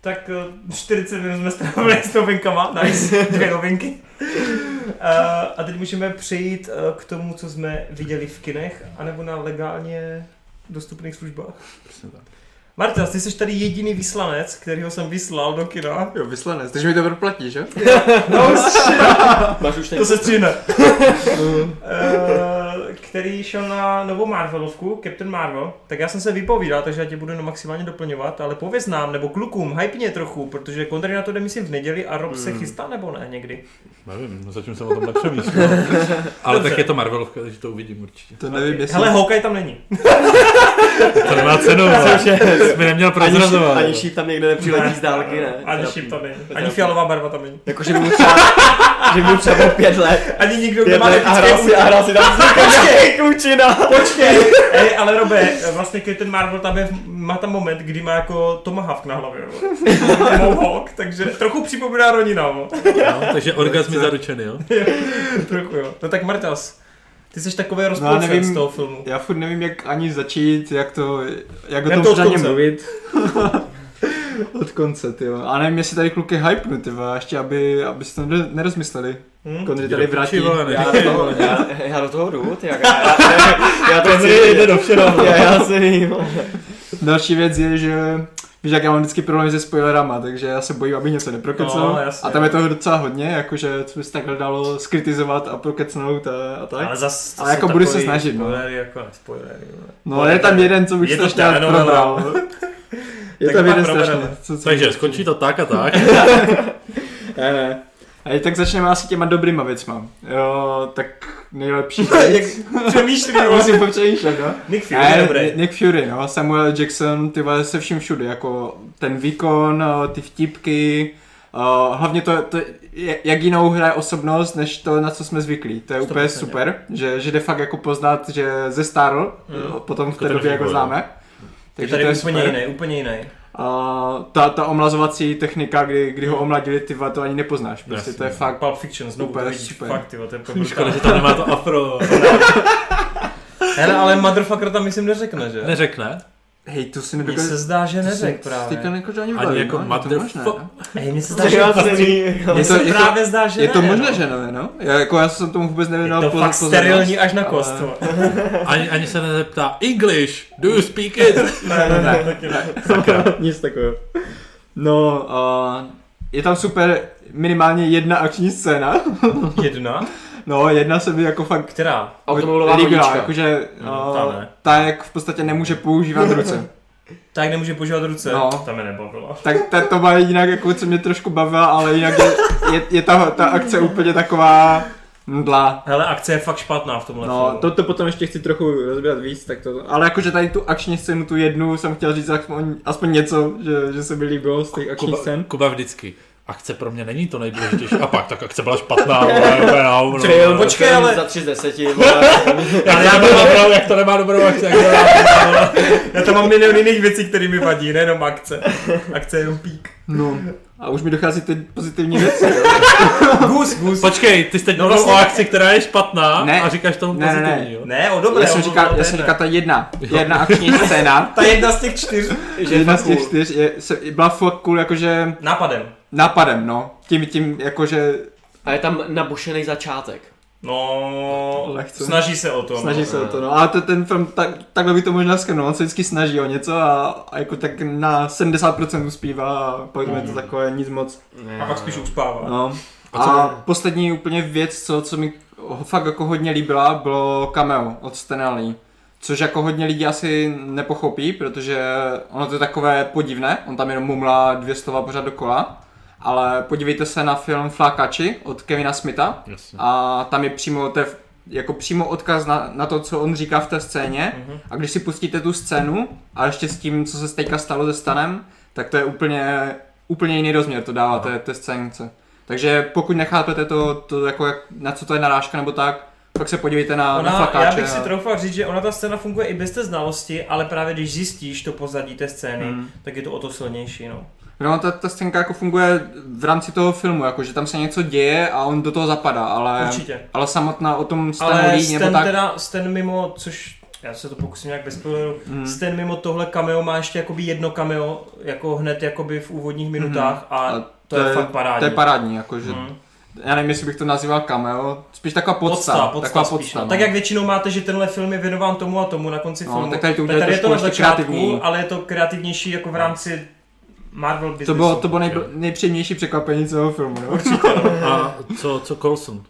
S2: Tak eh, 40 minut jsme strávili s novinkama. Nice, dvě novinky. Uh, a teď můžeme přejít eh, k tomu, co jsme viděli v kinech, anebo na legálně dostupných službách.
S1: Přesně tak.
S2: Marta, ty jsi tady jediný vyslanec, kterýho jsem vyslal do kina.
S3: Jo, vyslanec, takže mi to proplatí, že?
S2: No,
S4: Máš už ten...
S2: To se stříhne. Eh, který šel na novou Marvelovku, Captain Marvel, tak já jsem se vypovídal, takže já tě budu jenom maximálně doplňovat, ale pověz nám, nebo klukům, hypně trochu, protože Kondry na to jde myslím v neděli a Rob
S4: Hmm.
S2: se chystá nebo ne někdy.
S1: Nevím, no zatím jsem o tom nepřemýšlel. Ale
S2: Dobře.
S1: tak je to Marvelovka, takže to uvidím určitě.
S3: To nevím, jestli...
S2: Hele, Hawkeye tam není.
S1: To nemá cenu, vole. Jsi mi neměl
S4: Ani,
S1: prozrazovat.
S4: ani šíp tam někde nepřiletí z dálky, ne?
S2: Ani
S4: Teda-
S2: šip tam není. Ani
S4: Teda-
S2: fialová barva tam není.
S4: Jakože mu třeba, že mu třeba pět let.
S2: Ani nikdo, kdo
S4: Pět
S2: má
S4: let a hrál
S2: epické
S4: si, a hrál si tam Počkej, klučina.
S2: Počkej, Ej, ale Robe, vlastně Captain Marvel tam je, má tam moment, kdy má jako Tomahawk na hlavě, jo. Mohawk, takže trochu připomíná Ronina, jo.
S1: No, takže orgasmy zaručený, jo?
S2: Trochu, jo. No tak Martas, ty jsi takový
S3: No,
S2: rozpolcen
S3: nevím.
S2: z toho filmu.
S3: Já furt nevím, jak ani začít, jak to, jak o tom
S2: Jdem to od
S3: pořádně
S2: konce.
S3: mluvit. od konce, ty jo. A nevím, jestli tady kluky hypnu, ty vole, ještě aby, aby si to nero- nerozmysleli.
S2: Hm?
S3: Kondry tady vrátí.
S1: vole, ne.
S4: Já, do toho- já, já do toho jdu, ty jak, já, já, já, já to chci, jde do všeho. Já, já si vím.
S3: Další věc je, že Víš, jak já mám vždycky problém se spoilerama, takže já se bojím, aby něco
S2: No,
S3: neprokecal.
S2: jasně.
S3: a tam je toho docela hodně, jakože co by se takhle dalo skritizovat a prokecnout a, a tak.
S2: Ale zas,
S3: Ale jako budu se snažit, no.
S2: Spoilery, jako ne, spoilery, no.
S3: No, je tam jeden, co bych
S2: Je to
S3: strašně rád
S2: telenovela.
S3: probral. Je
S2: Tak
S3: tam
S2: pak
S3: jeden
S2: probereme.
S3: strašně. co- co-
S1: Takže skončí to tak a tak.
S3: Ne, ne. A i tak začneme asi těma dobrýma věcma. Jo, tak nejlepší věc.
S2: Přemýšlí,
S3: Musím popřemýšlet, no.
S2: Nick Fury, je dobrý.
S3: N- Nick Fury, no, Samuel Jackson, ty vole, se vším všude, jako ten výkon, eh, ty vtipky, eh, hlavně to, to je- jak jinou hraje osobnost, než to, na co jsme zvyklí. To je úplně
S2: 100%,
S3: super, že, že jde fakt jako poznat, že zestárl,
S2: Mm.
S3: mm. potom v
S1: Jako
S3: té
S1: ten
S3: době jako
S1: vývoj, no.
S3: známe.
S2: Je tady úplně jiný, úplně jiný.
S3: A ta, ta omlazovací technika, kdy, kdy ho omladili, ty vole, to ani nepoznáš. Prostě
S1: Jasně. no.
S3: to je fakt
S2: Pulp Fiction, znovu
S3: Super,
S2: to vidíš,
S3: super.
S2: fakt, tyvo, to je úplně
S1: Škoda,
S2: brutální.
S1: že tam nemá to afro.
S2: Hele, ale motherfucker tam myslím neřekne, že?
S1: Neřekne.
S3: Hej, to si
S2: Mně se
S3: nedokážu...
S2: zdá, že
S3: jako- to si-
S2: neřek
S3: si to
S2: právě.
S3: nedokážu ani
S1: Ani
S3: vybavit,
S1: jako
S3: no, je to možné,
S1: motherfuck-
S3: no.
S2: Ej, mně se zdá,
S4: Tak
S2: že
S4: já
S2: fakt- mně
S3: Je to-
S2: se
S3: je to-
S2: právě zdá, že
S3: Je to
S2: ne,
S3: možné,
S2: no.
S3: že ne, no? Já, jako já jsem tomu vůbec
S2: Je
S3: nevěděl
S2: to fakt sterilní až na kost.
S3: ale-
S2: tyvo.
S1: Ani, ani se nezeptá English, do you speak it?
S2: Ne, ne, ne, taky ne.
S3: Nic takového. No, uh, je tam super minimálně jedna akční scéna.
S2: Jedna?
S3: No, jedna se mi jako fakt
S2: Která?
S4: Automobilová
S3: líbila,
S4: hodička.
S3: jakože
S2: No, ta
S3: uh,
S2: ne.
S3: ta jak v podstatě nemůže používat ruce.
S2: Tak nemůže používat ruce.
S3: No.
S2: Tam je nebavila.
S3: Tak ta, to má jinak, jako co mě trošku bavila, ale jinak je, je, je ta, ta akce úplně taková mdla.
S2: Hele, akce je fakt špatná v tomhle
S3: No,
S2: filmu.
S3: to, to potom ještě chci trochu rozbírat víc, tak to... Ale jakože tady tu akční scénu, tu jednu, jsem chtěl říct aspoň, aspoň něco, že, že se mi líbilo z těch akčních
S1: Kuba,
S3: scén.
S1: Kuba vždycky. akce pro mě není to nejdůležitější. A pak, tak akce byla špatná, ale úplně na hovno.
S2: Byl, počkej,
S4: Film
S2: ale
S4: Za 3 z 10, vole.
S1: Jak to nemá dobrou, jak to nemá dobrou akci, jak to nemá
S2: já tam mám milion jiných věcí, které mi vadí, nejenom akce. Akce je jenom pík.
S3: No. A už mi dochází ty pozitivní věci. jo.
S2: Gus, gus.
S1: Počkej, ty jsi teď
S2: No
S1: no, mluvil
S2: vlastně-
S1: o akci, která je špatná
S3: Ne.
S1: a říkáš tomu
S3: Ne, ne, ne.
S1: pozitivní, jo?
S2: Ne, o dobré.
S3: já jsem
S2: o- o-
S3: říkal,
S2: o-
S3: já jsem
S2: ne.
S3: říkal ta jedna, jedna akční scéna.
S2: Ta jedna z těch čtyř
S4: Že je
S3: Jedna z
S4: fakt
S3: těch
S4: cool.
S3: čtyř je, se, byla fakt cool jakože
S2: nápadem.
S3: nápadem, no. Tím, tím jakože
S4: A je tam nabušený začátek.
S2: No,
S3: Lehce.
S2: snaží se o to.
S3: snaží
S2: no.
S3: se o to, no. Ale to, ten film, tak, takhle by to možná skrnul, on se vždycky snaží o něco a, a jako tak na 70% uspívá a pak
S4: Mhm.
S3: je to takové nic moc.
S2: A pak spíš uspává.
S3: No.
S1: A co-
S3: A poslední úplně věc, co, co mi fakt jako hodně líbila, bylo cameo od Stanley. Což jako hodně lidí asi nepochopí, protože ono to je takové podivné, on tam jenom mumlá dvě slova pořád dokola. Ale podívejte se na film Flákači od Kevina Smitha,
S5: Jasně.
S3: a tam je přímo, to je v- jako přímo odkaz na, na to, co on říká v té scéně.
S2: Mhm.
S3: A když si pustíte tu scénu a ještě s tím, co se teďka stalo se Stanem, tak to je úplně, úplně jiný rozměr to dává té, té scénce. Takže pokud nechápete to, to jako jak, na co to je narážka nebo tak, pak se podívejte na, na
S2: Ona, já
S3: flakáče.
S2: bych si
S3: a-
S2: troufal říct, že ona ta scéna funguje i bez té znalosti, ale právě když zjistíš to pozadí té scény,
S3: Hmm.
S2: tak je to o to silnější. No.
S3: No, ta, ta scénka jako funguje v rámci toho filmu, jako že tam se něco děje a on do toho zapadá, ale,
S2: Určitě.
S3: ale samotná o tom
S2: Ale
S3: stanoví nebo
S2: Stan
S3: tak.
S2: teda, Stan mimo, což já se to pokusím nějak bez spoileru,
S3: Mm.
S2: Stan mimo tohle cameo má ještě jakoby jedno cameo, jako hned jakoby v úvodních minutách a,
S3: A
S2: to, je, fakt parádní.
S3: Hmm. To je parádní, jakože
S2: Hmm.
S3: já nevím, jestli bych to nazýval cameo, spíš taková podsta,
S2: Podsta, podsta,
S3: taková
S2: spíš,
S3: podsta.
S2: no.
S3: no.
S2: Tak jak většinou máte, že tenhle film je věnován tomu a tomu na konci
S3: No,
S2: filmu.
S3: tak tady to
S2: tak
S3: udělali
S2: tady je to na
S3: trošku ještě
S2: začátku,
S3: kreativní. No.
S2: ale je to kreativnější jako v rámci Marvel
S3: to
S2: businessu.
S3: bylo, to bylo nejpr- nejpříjemnější překvapení celého filmu, no.
S1: A co, co Colson?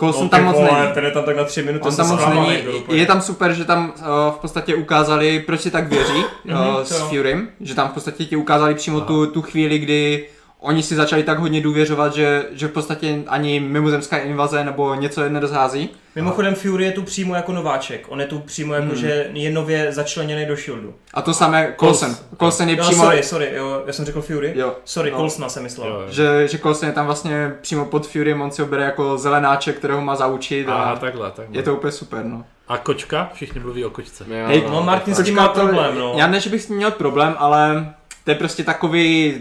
S3: Coulson
S2: No,
S3: tam
S2: ty
S3: moc
S2: vole,
S3: není.
S2: Ten je tam tak na tři minuty.
S3: On
S2: se
S3: tam moc
S2: sklamaný
S3: není,
S2: byl úplně.
S3: je tam super, že tam uh, v podstatě ukázali, proč si tak věří uh,
S2: Mhm, to
S3: s
S2: jo.
S3: Furym, že tam v podstatě ti ukázali přímo tu, tu chvíli, kdy oni si začali tak hodně důvěřovat, že, že v podstatě ani mimozemská invaze nebo něco je nerozhází.
S2: Mimochodem Fury je tu přímo jako nováček. On je tu přímo
S3: Hmm.
S2: jako, že je nově začleněný do Shieldu.
S3: A to samé Coulson. Coulson je
S2: Jo,
S3: přímo...
S2: sorry, sorry, jo, já jsem řekl Fury.
S3: Jo,
S2: Sorry,
S3: No.
S2: Colsona jsem myslel.
S3: že, že Coulson je tam vlastně přímo pod Furym, on si ho bere jako zelenáček, kterého má zaučit
S1: Aha,
S3: a
S1: takhle, takhle.
S3: je to úplně super, no.
S1: A kočka? Všichni mluví o kočce.
S4: Jo,
S3: Hej,
S2: No, Martin s tím
S3: Počká,
S2: má
S3: to-
S2: problém, no.
S3: Já ne, že bych s tím měl problém, ale to je prostě takový,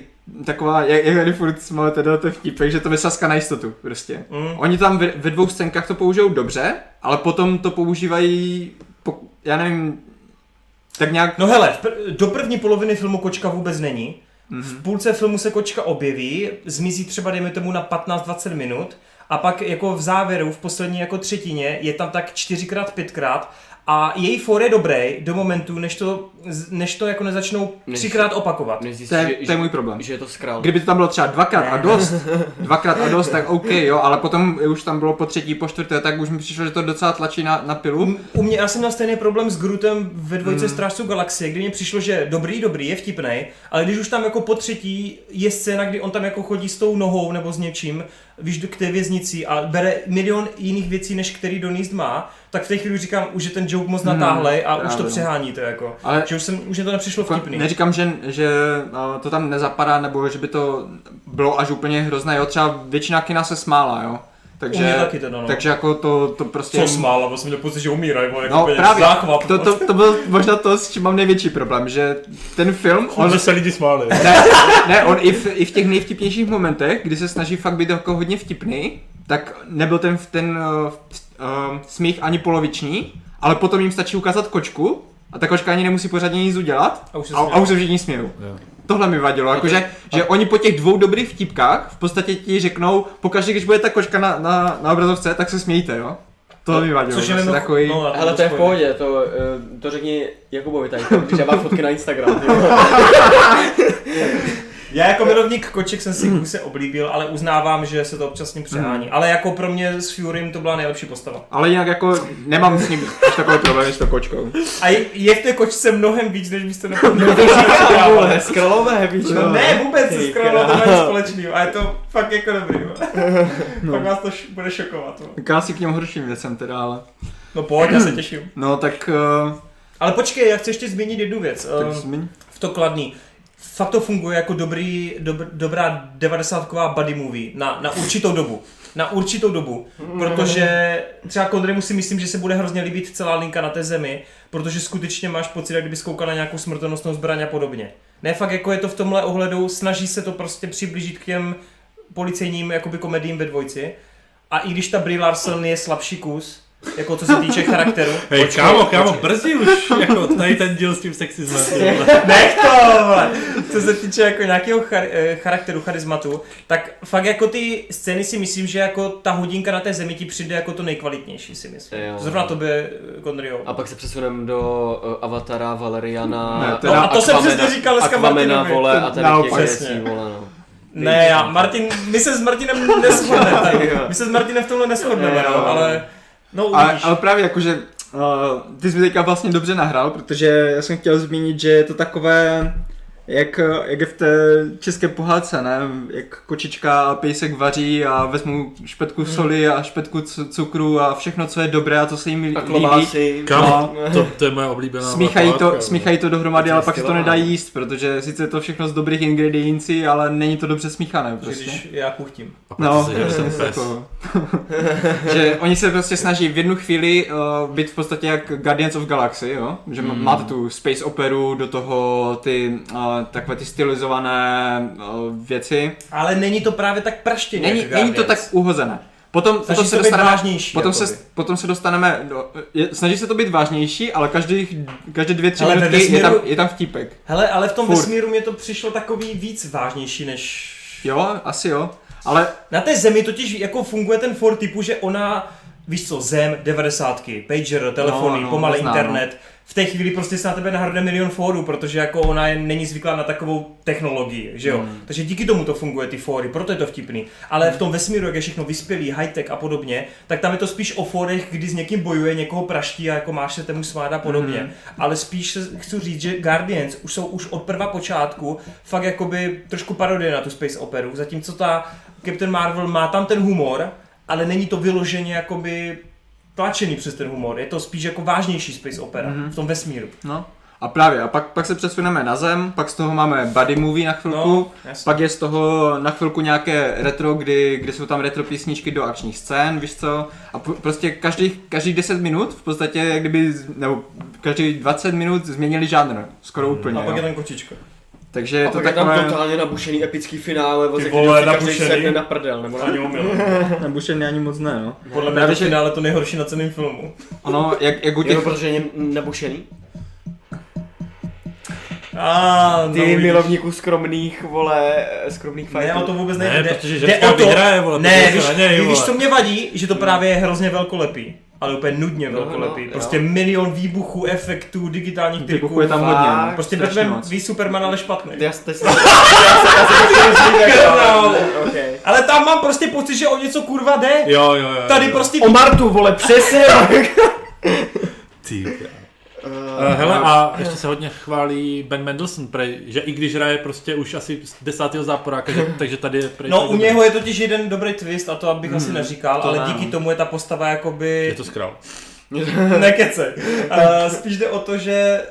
S3: taková, jak, jak tady furt jsme teda to vtípek, že to je saska na jistotu prostě.
S2: Mm.
S3: Oni tam ve, ve dvou scénkách to použijou dobře, ale potom to používají, poku- já nevím, tak nějak...
S2: No hele, v pr- do první poloviny filmu kočka vůbec není.
S3: Mhm.
S2: V půlce filmu se kočka objeví, zmizí třeba dejme tomu na 15-20 minut a pak jako v závěru, v poslední jako třetině, je tam tak čtyřikrát, pětkrát a její for je dobrý do momentu, než to, než to jako nezačnou
S4: Než-
S2: třikrát opakovat.
S4: Než zjistíš,
S3: To je-
S4: že-
S3: to je
S4: že-
S3: můj problém.
S4: Že je to skrál.
S3: Kdyby to tam bylo třeba dvakrát a dost, dvakrát a dost, tak OK, jo, ale potom už tam bylo po třetí, po čtvrté, tak už mi přišlo, že to docela tlačí na, na pilu.
S2: U mě, já jsem měl stejný problém s Grutem ve dvojce
S3: Hmm.
S2: mm. Strážců galaxie, kdy mi přišlo, že dobrý, dobrý, je vtipný, ale když už tam jako po třetí je scéna, kdy on tam jako chodí s tou nohou nebo s něčím, víš, k té věznici a bere milion jiných věcí, než který doníst má, tak v té chvíli říkám, už je ten joke moc natáhlej a už
S3: Hmm, právě,
S2: to
S3: no.
S2: přehání to jako.
S3: Ale
S2: Že už, jsem, už mě to nepřišlo
S3: Ko-
S2: vtipný.
S3: Neříkám, že, že a, to tam nezapadá, nebo že by to bylo až úplně hrozné, jo, třeba většina kina se smála, jo.
S2: U mě
S3: Takže,
S2: taky teda, no.
S3: takže jako to, to prostě...
S2: Co smál, ale jsem měl pocit, že umírají, jako
S3: No
S2: úplně
S3: právě,
S2: záchvat.
S3: to, to, to byl možná to, s čím mám největší problém, že ten film, on,
S1: se lidi smáli.
S3: ne, ne, on i v, i v těch nejvtipnějších momentech, kdy se snaží fakt být jako hodně vtipný, tak nebyl ten, ten uh, uh, smích ani poloviční, ale potom jim stačí ukázat kočku a ta kočka ani nemusí pořádně nic udělat
S2: A už se
S3: a, a už se všichni smějou.
S5: Jo.
S3: Tohle mi vadilo, jakože, že oni po těch dvou dobrých vtipkách v podstatě ti řeknou, pokaždé, když bude ta kočka na, na, na obrazovce, tak se smějte, jo? To mi vadilo,
S2: Což je
S3: prostě
S2: mimo...
S3: takový...
S2: no, já
S4: Hele, to je v
S2: spojuju.
S4: pohodě, to, eh, to řekni Jakubovi tady, když já mám fotky na Instagram. ty vole.
S2: Já jako milovník koček jsem si kuse oblíbil, ale uznávám, že se to občas s ním přehání. Ale jako pro mě s Furym to byla nejlepší postava.
S3: Ale jinak jako nemám s ním až takový problém s tou kočkou.
S2: A je, je v té kočce mnohem víc, než byste
S4: No
S2: nepoměli.
S4: to říkám, vole, skralové, víš,
S3: No.
S2: Ne, vůbec se
S4: Ty
S2: skrolo, to
S4: krá-
S2: není společný. A je to fakt jako dobrý. jo. Pak vás to š- bude šokovat. jo.
S3: Tak Já si k těm horším věcem teda, ale...
S2: No pojď, já se těším.
S3: No tak...
S2: Ale počkej, já chci ještě zmínit jednu věc.
S3: Uh,
S2: ehm,
S3: tak zmiň.
S2: v to kladný. fakt to funguje jako dobrý, dobr, dobrá devadesátková buddy movie na, na určitou dobu. Na určitou dobu, protože třeba Konremu si myslím, že se bude hrozně líbit celá linka na té zemi, protože skutečně máš pocit, jak kdyby skoukal na nějakou smrtonosnou zbraň a podobně. Ne, fakt jako je to v tomhle ohledu, snaží se to prostě přiblížit k těm policejním jakoby komediím ve dvojici. A i když ta Brie Larson je slabší kus, jako co se týče charakteru.
S1: Hej, kámo, kámo, brzy už, jako tady ten díl s tím sexismem. ty vole.
S2: Nech to, vole. Co se týče jako nějakého char- eh, charakteru, charismatu, tak fakt jako ty scény si myslím, že jako ta hodinka na té zemi ti přijde jako to nejkvalitnější si myslím.
S4: Jo.
S2: Zrovna tobě, eh, Konryo.
S4: A pak se přesuneme do uh, Avatara, Valeriana,
S5: Ne,
S2: teda- a to jsem
S4: Aquamana-
S2: přesně říkal dneska
S4: Aquamana,
S2: Martinovi.
S4: vole, a tady těch
S5: Naopak.
S4: věcí, vole, no.
S2: Ne, já, Martin, my se s Martinem neschodneme. tady. My se s Martinem v tomhle neschodneme,
S4: Jo.
S2: no, ale... No,
S3: Ale,
S2: uvidíš.
S3: ale právě jakože uh, ty jsi mi teďka vlastně dobře nahrál, protože já jsem chtěl zmínit, že je to takové, jak, eh, jak je v té české pohádce, ne? Jak kočička a pejsek vaří a vezmu špetku soli a špetku cu- cukru a všechno, co je dobré a co se jim
S4: A
S3: líbí.
S4: klobásy.
S1: Kámo, to, to je moje oblíbená
S3: Smíchají to,
S1: pohádka,
S3: smíchají to dohromady,
S4: To je
S3: ale pak se to
S4: skvělá.
S3: nedá jíst, protože sice je to všechno z dobrých ingrediencí, ale není to dobře smíchané
S2: Že
S3: prostě.
S2: Když já kuchtím.
S1: A pak
S3: No,
S1: si žere ten
S3: něco
S1: pes.
S3: takového. že oni se prostě snaží v jednu chvíli uh, být v podstatě jak Guardians of Galaxy, jo? Že mm. máte tu space operu, do toho ty uh, takové ty stylizované uh, věci.
S2: Ale není to právě tak praštěně.
S3: Není,
S2: jak
S3: není to tak
S2: Guardians.
S3: uhozené. Potom,
S2: Snaží
S3: potom
S2: se
S3: se
S2: to být
S3: dostaneme,
S2: vážnější.
S3: potom
S2: jakoby.
S3: se, potom se dostaneme do, je, snaží se to být vážnější, ale každých, každé dvě, tři
S2: Ale ve
S3: minutky je tam,
S2: vesmíru-
S3: je tam vtípek.
S2: Hele, ale v tom
S3: Furt.
S2: vesmíru mě to přišlo takový víc vážnější než
S3: Jo, asi jo. Ale
S2: Na té zemi totiž jako funguje ten for typu, že ona, víš co, zem, devadesátky, pager, telefony, no,
S3: No,
S2: no,
S3: no,
S2: pomalý
S3: znám,
S2: internet. V té chvíli prostě se na tebe nahrne milion fórů, protože jako ona je, není zvyklá na takovou technologii, že jo. Mm. Takže díky tomu to funguje ty fóry, proto je to vtipný. Ale v tom vesmíru, jak je všechno vyspělý, high-tech a podobně, tak tam je to spíš o fórech, kdy s někým bojuje, někoho praští a jako máš se temu smát a podobně. Mm. Ale spíš se- chci říct, že Guardians už jsou už od prva počátku fakt jakoby trošku parodie na tu space operu, zatímco ta Captain Marvel má tam ten humor, ale není to vyloženě jakoby tlačený přes ten humor. Je to spíš jako vážnější space opera mm-hmm. v tom vesmíru.
S3: No. A právě, a pak, pak se přesuneme na zem, pak z toho máme buddy movie na chvilku,
S2: No,
S3: no,
S2: jasně.
S3: pak je z toho na chvilku nějaké retro, kdy, kdy jsou tam retro písničky do akčních scén, víš co, a p- prostě každých, každých 10 minut v podstatě, jak kdyby, z- nebo každých 20 minut změnili žánr, skoro úplně,
S2: Hmm. A pak je
S3: jo.
S2: ten kočička.
S3: Takže je
S4: A
S3: to
S4: pak je tam
S3: takové,
S4: totálně nabušený epický finále,
S2: Ty
S4: voze,
S2: vole,
S4: který si každý
S2: nabušený.
S4: sedne na prdel, nebo na
S3: nebušený ani moc ne, no.
S2: Podle mě
S3: Právě,
S2: to
S3: že-
S2: finále to nejhorší na celém filmu.
S3: Ono, jak, jak u těch...
S4: Jenom protože je nabušený?
S2: A, no,
S4: Ty
S2: vidíš.
S4: milovníků skromných, vole, skromných
S2: Ne, o to
S4: fajtů.
S2: vůbec
S1: Ne,
S2: nejde. Jde-
S1: protože
S2: jde
S1: ženská
S2: o to-
S1: vyhraje, vole,
S2: Ne,
S1: podívej se
S2: víš,
S1: na něj,
S2: víš,
S1: vole.
S2: co mě vadí, že to právě je hrozně velkolepý. Ale úplně nudně
S4: No,
S2: velkolepý.
S4: no,
S2: prostě
S4: jo.
S2: milion výbuchů, efektů, digitálních triků.
S3: Výbuchů je tam hodně,
S4: fakt,
S3: no.
S2: Prostě
S3: strašně
S2: Batman
S3: moc.
S2: ví Superman, ale špatný.
S4: Já se teď já se- já se teď chci říct,
S2: Král.
S4: jo, okej.
S2: No, Ale tam mám prostě pocit, že o něco kurva jde.
S1: Jo, jo, jo.
S2: Tady
S1: jo.
S2: prostě
S4: O Martu, vole, přesně!
S5: Ty, krá-
S1: Eh, Hele,
S3: no.
S1: a ještě se hodně chválí Ben Mendelsohn, prej, že i když hraje prostě už asi z desátého záporáka, že, takže tady je prej
S2: No,
S1: tak
S2: u
S1: dobrý.
S2: něho je totiž jeden dobrý twist, a to abych asi neříkal,
S3: Hmm, to
S2: ale
S3: ne. no.
S2: díky tomu je ta postava
S1: Je
S2: jakoby...
S1: to skrál.
S2: Nekece. Uh, spíš jde o to, že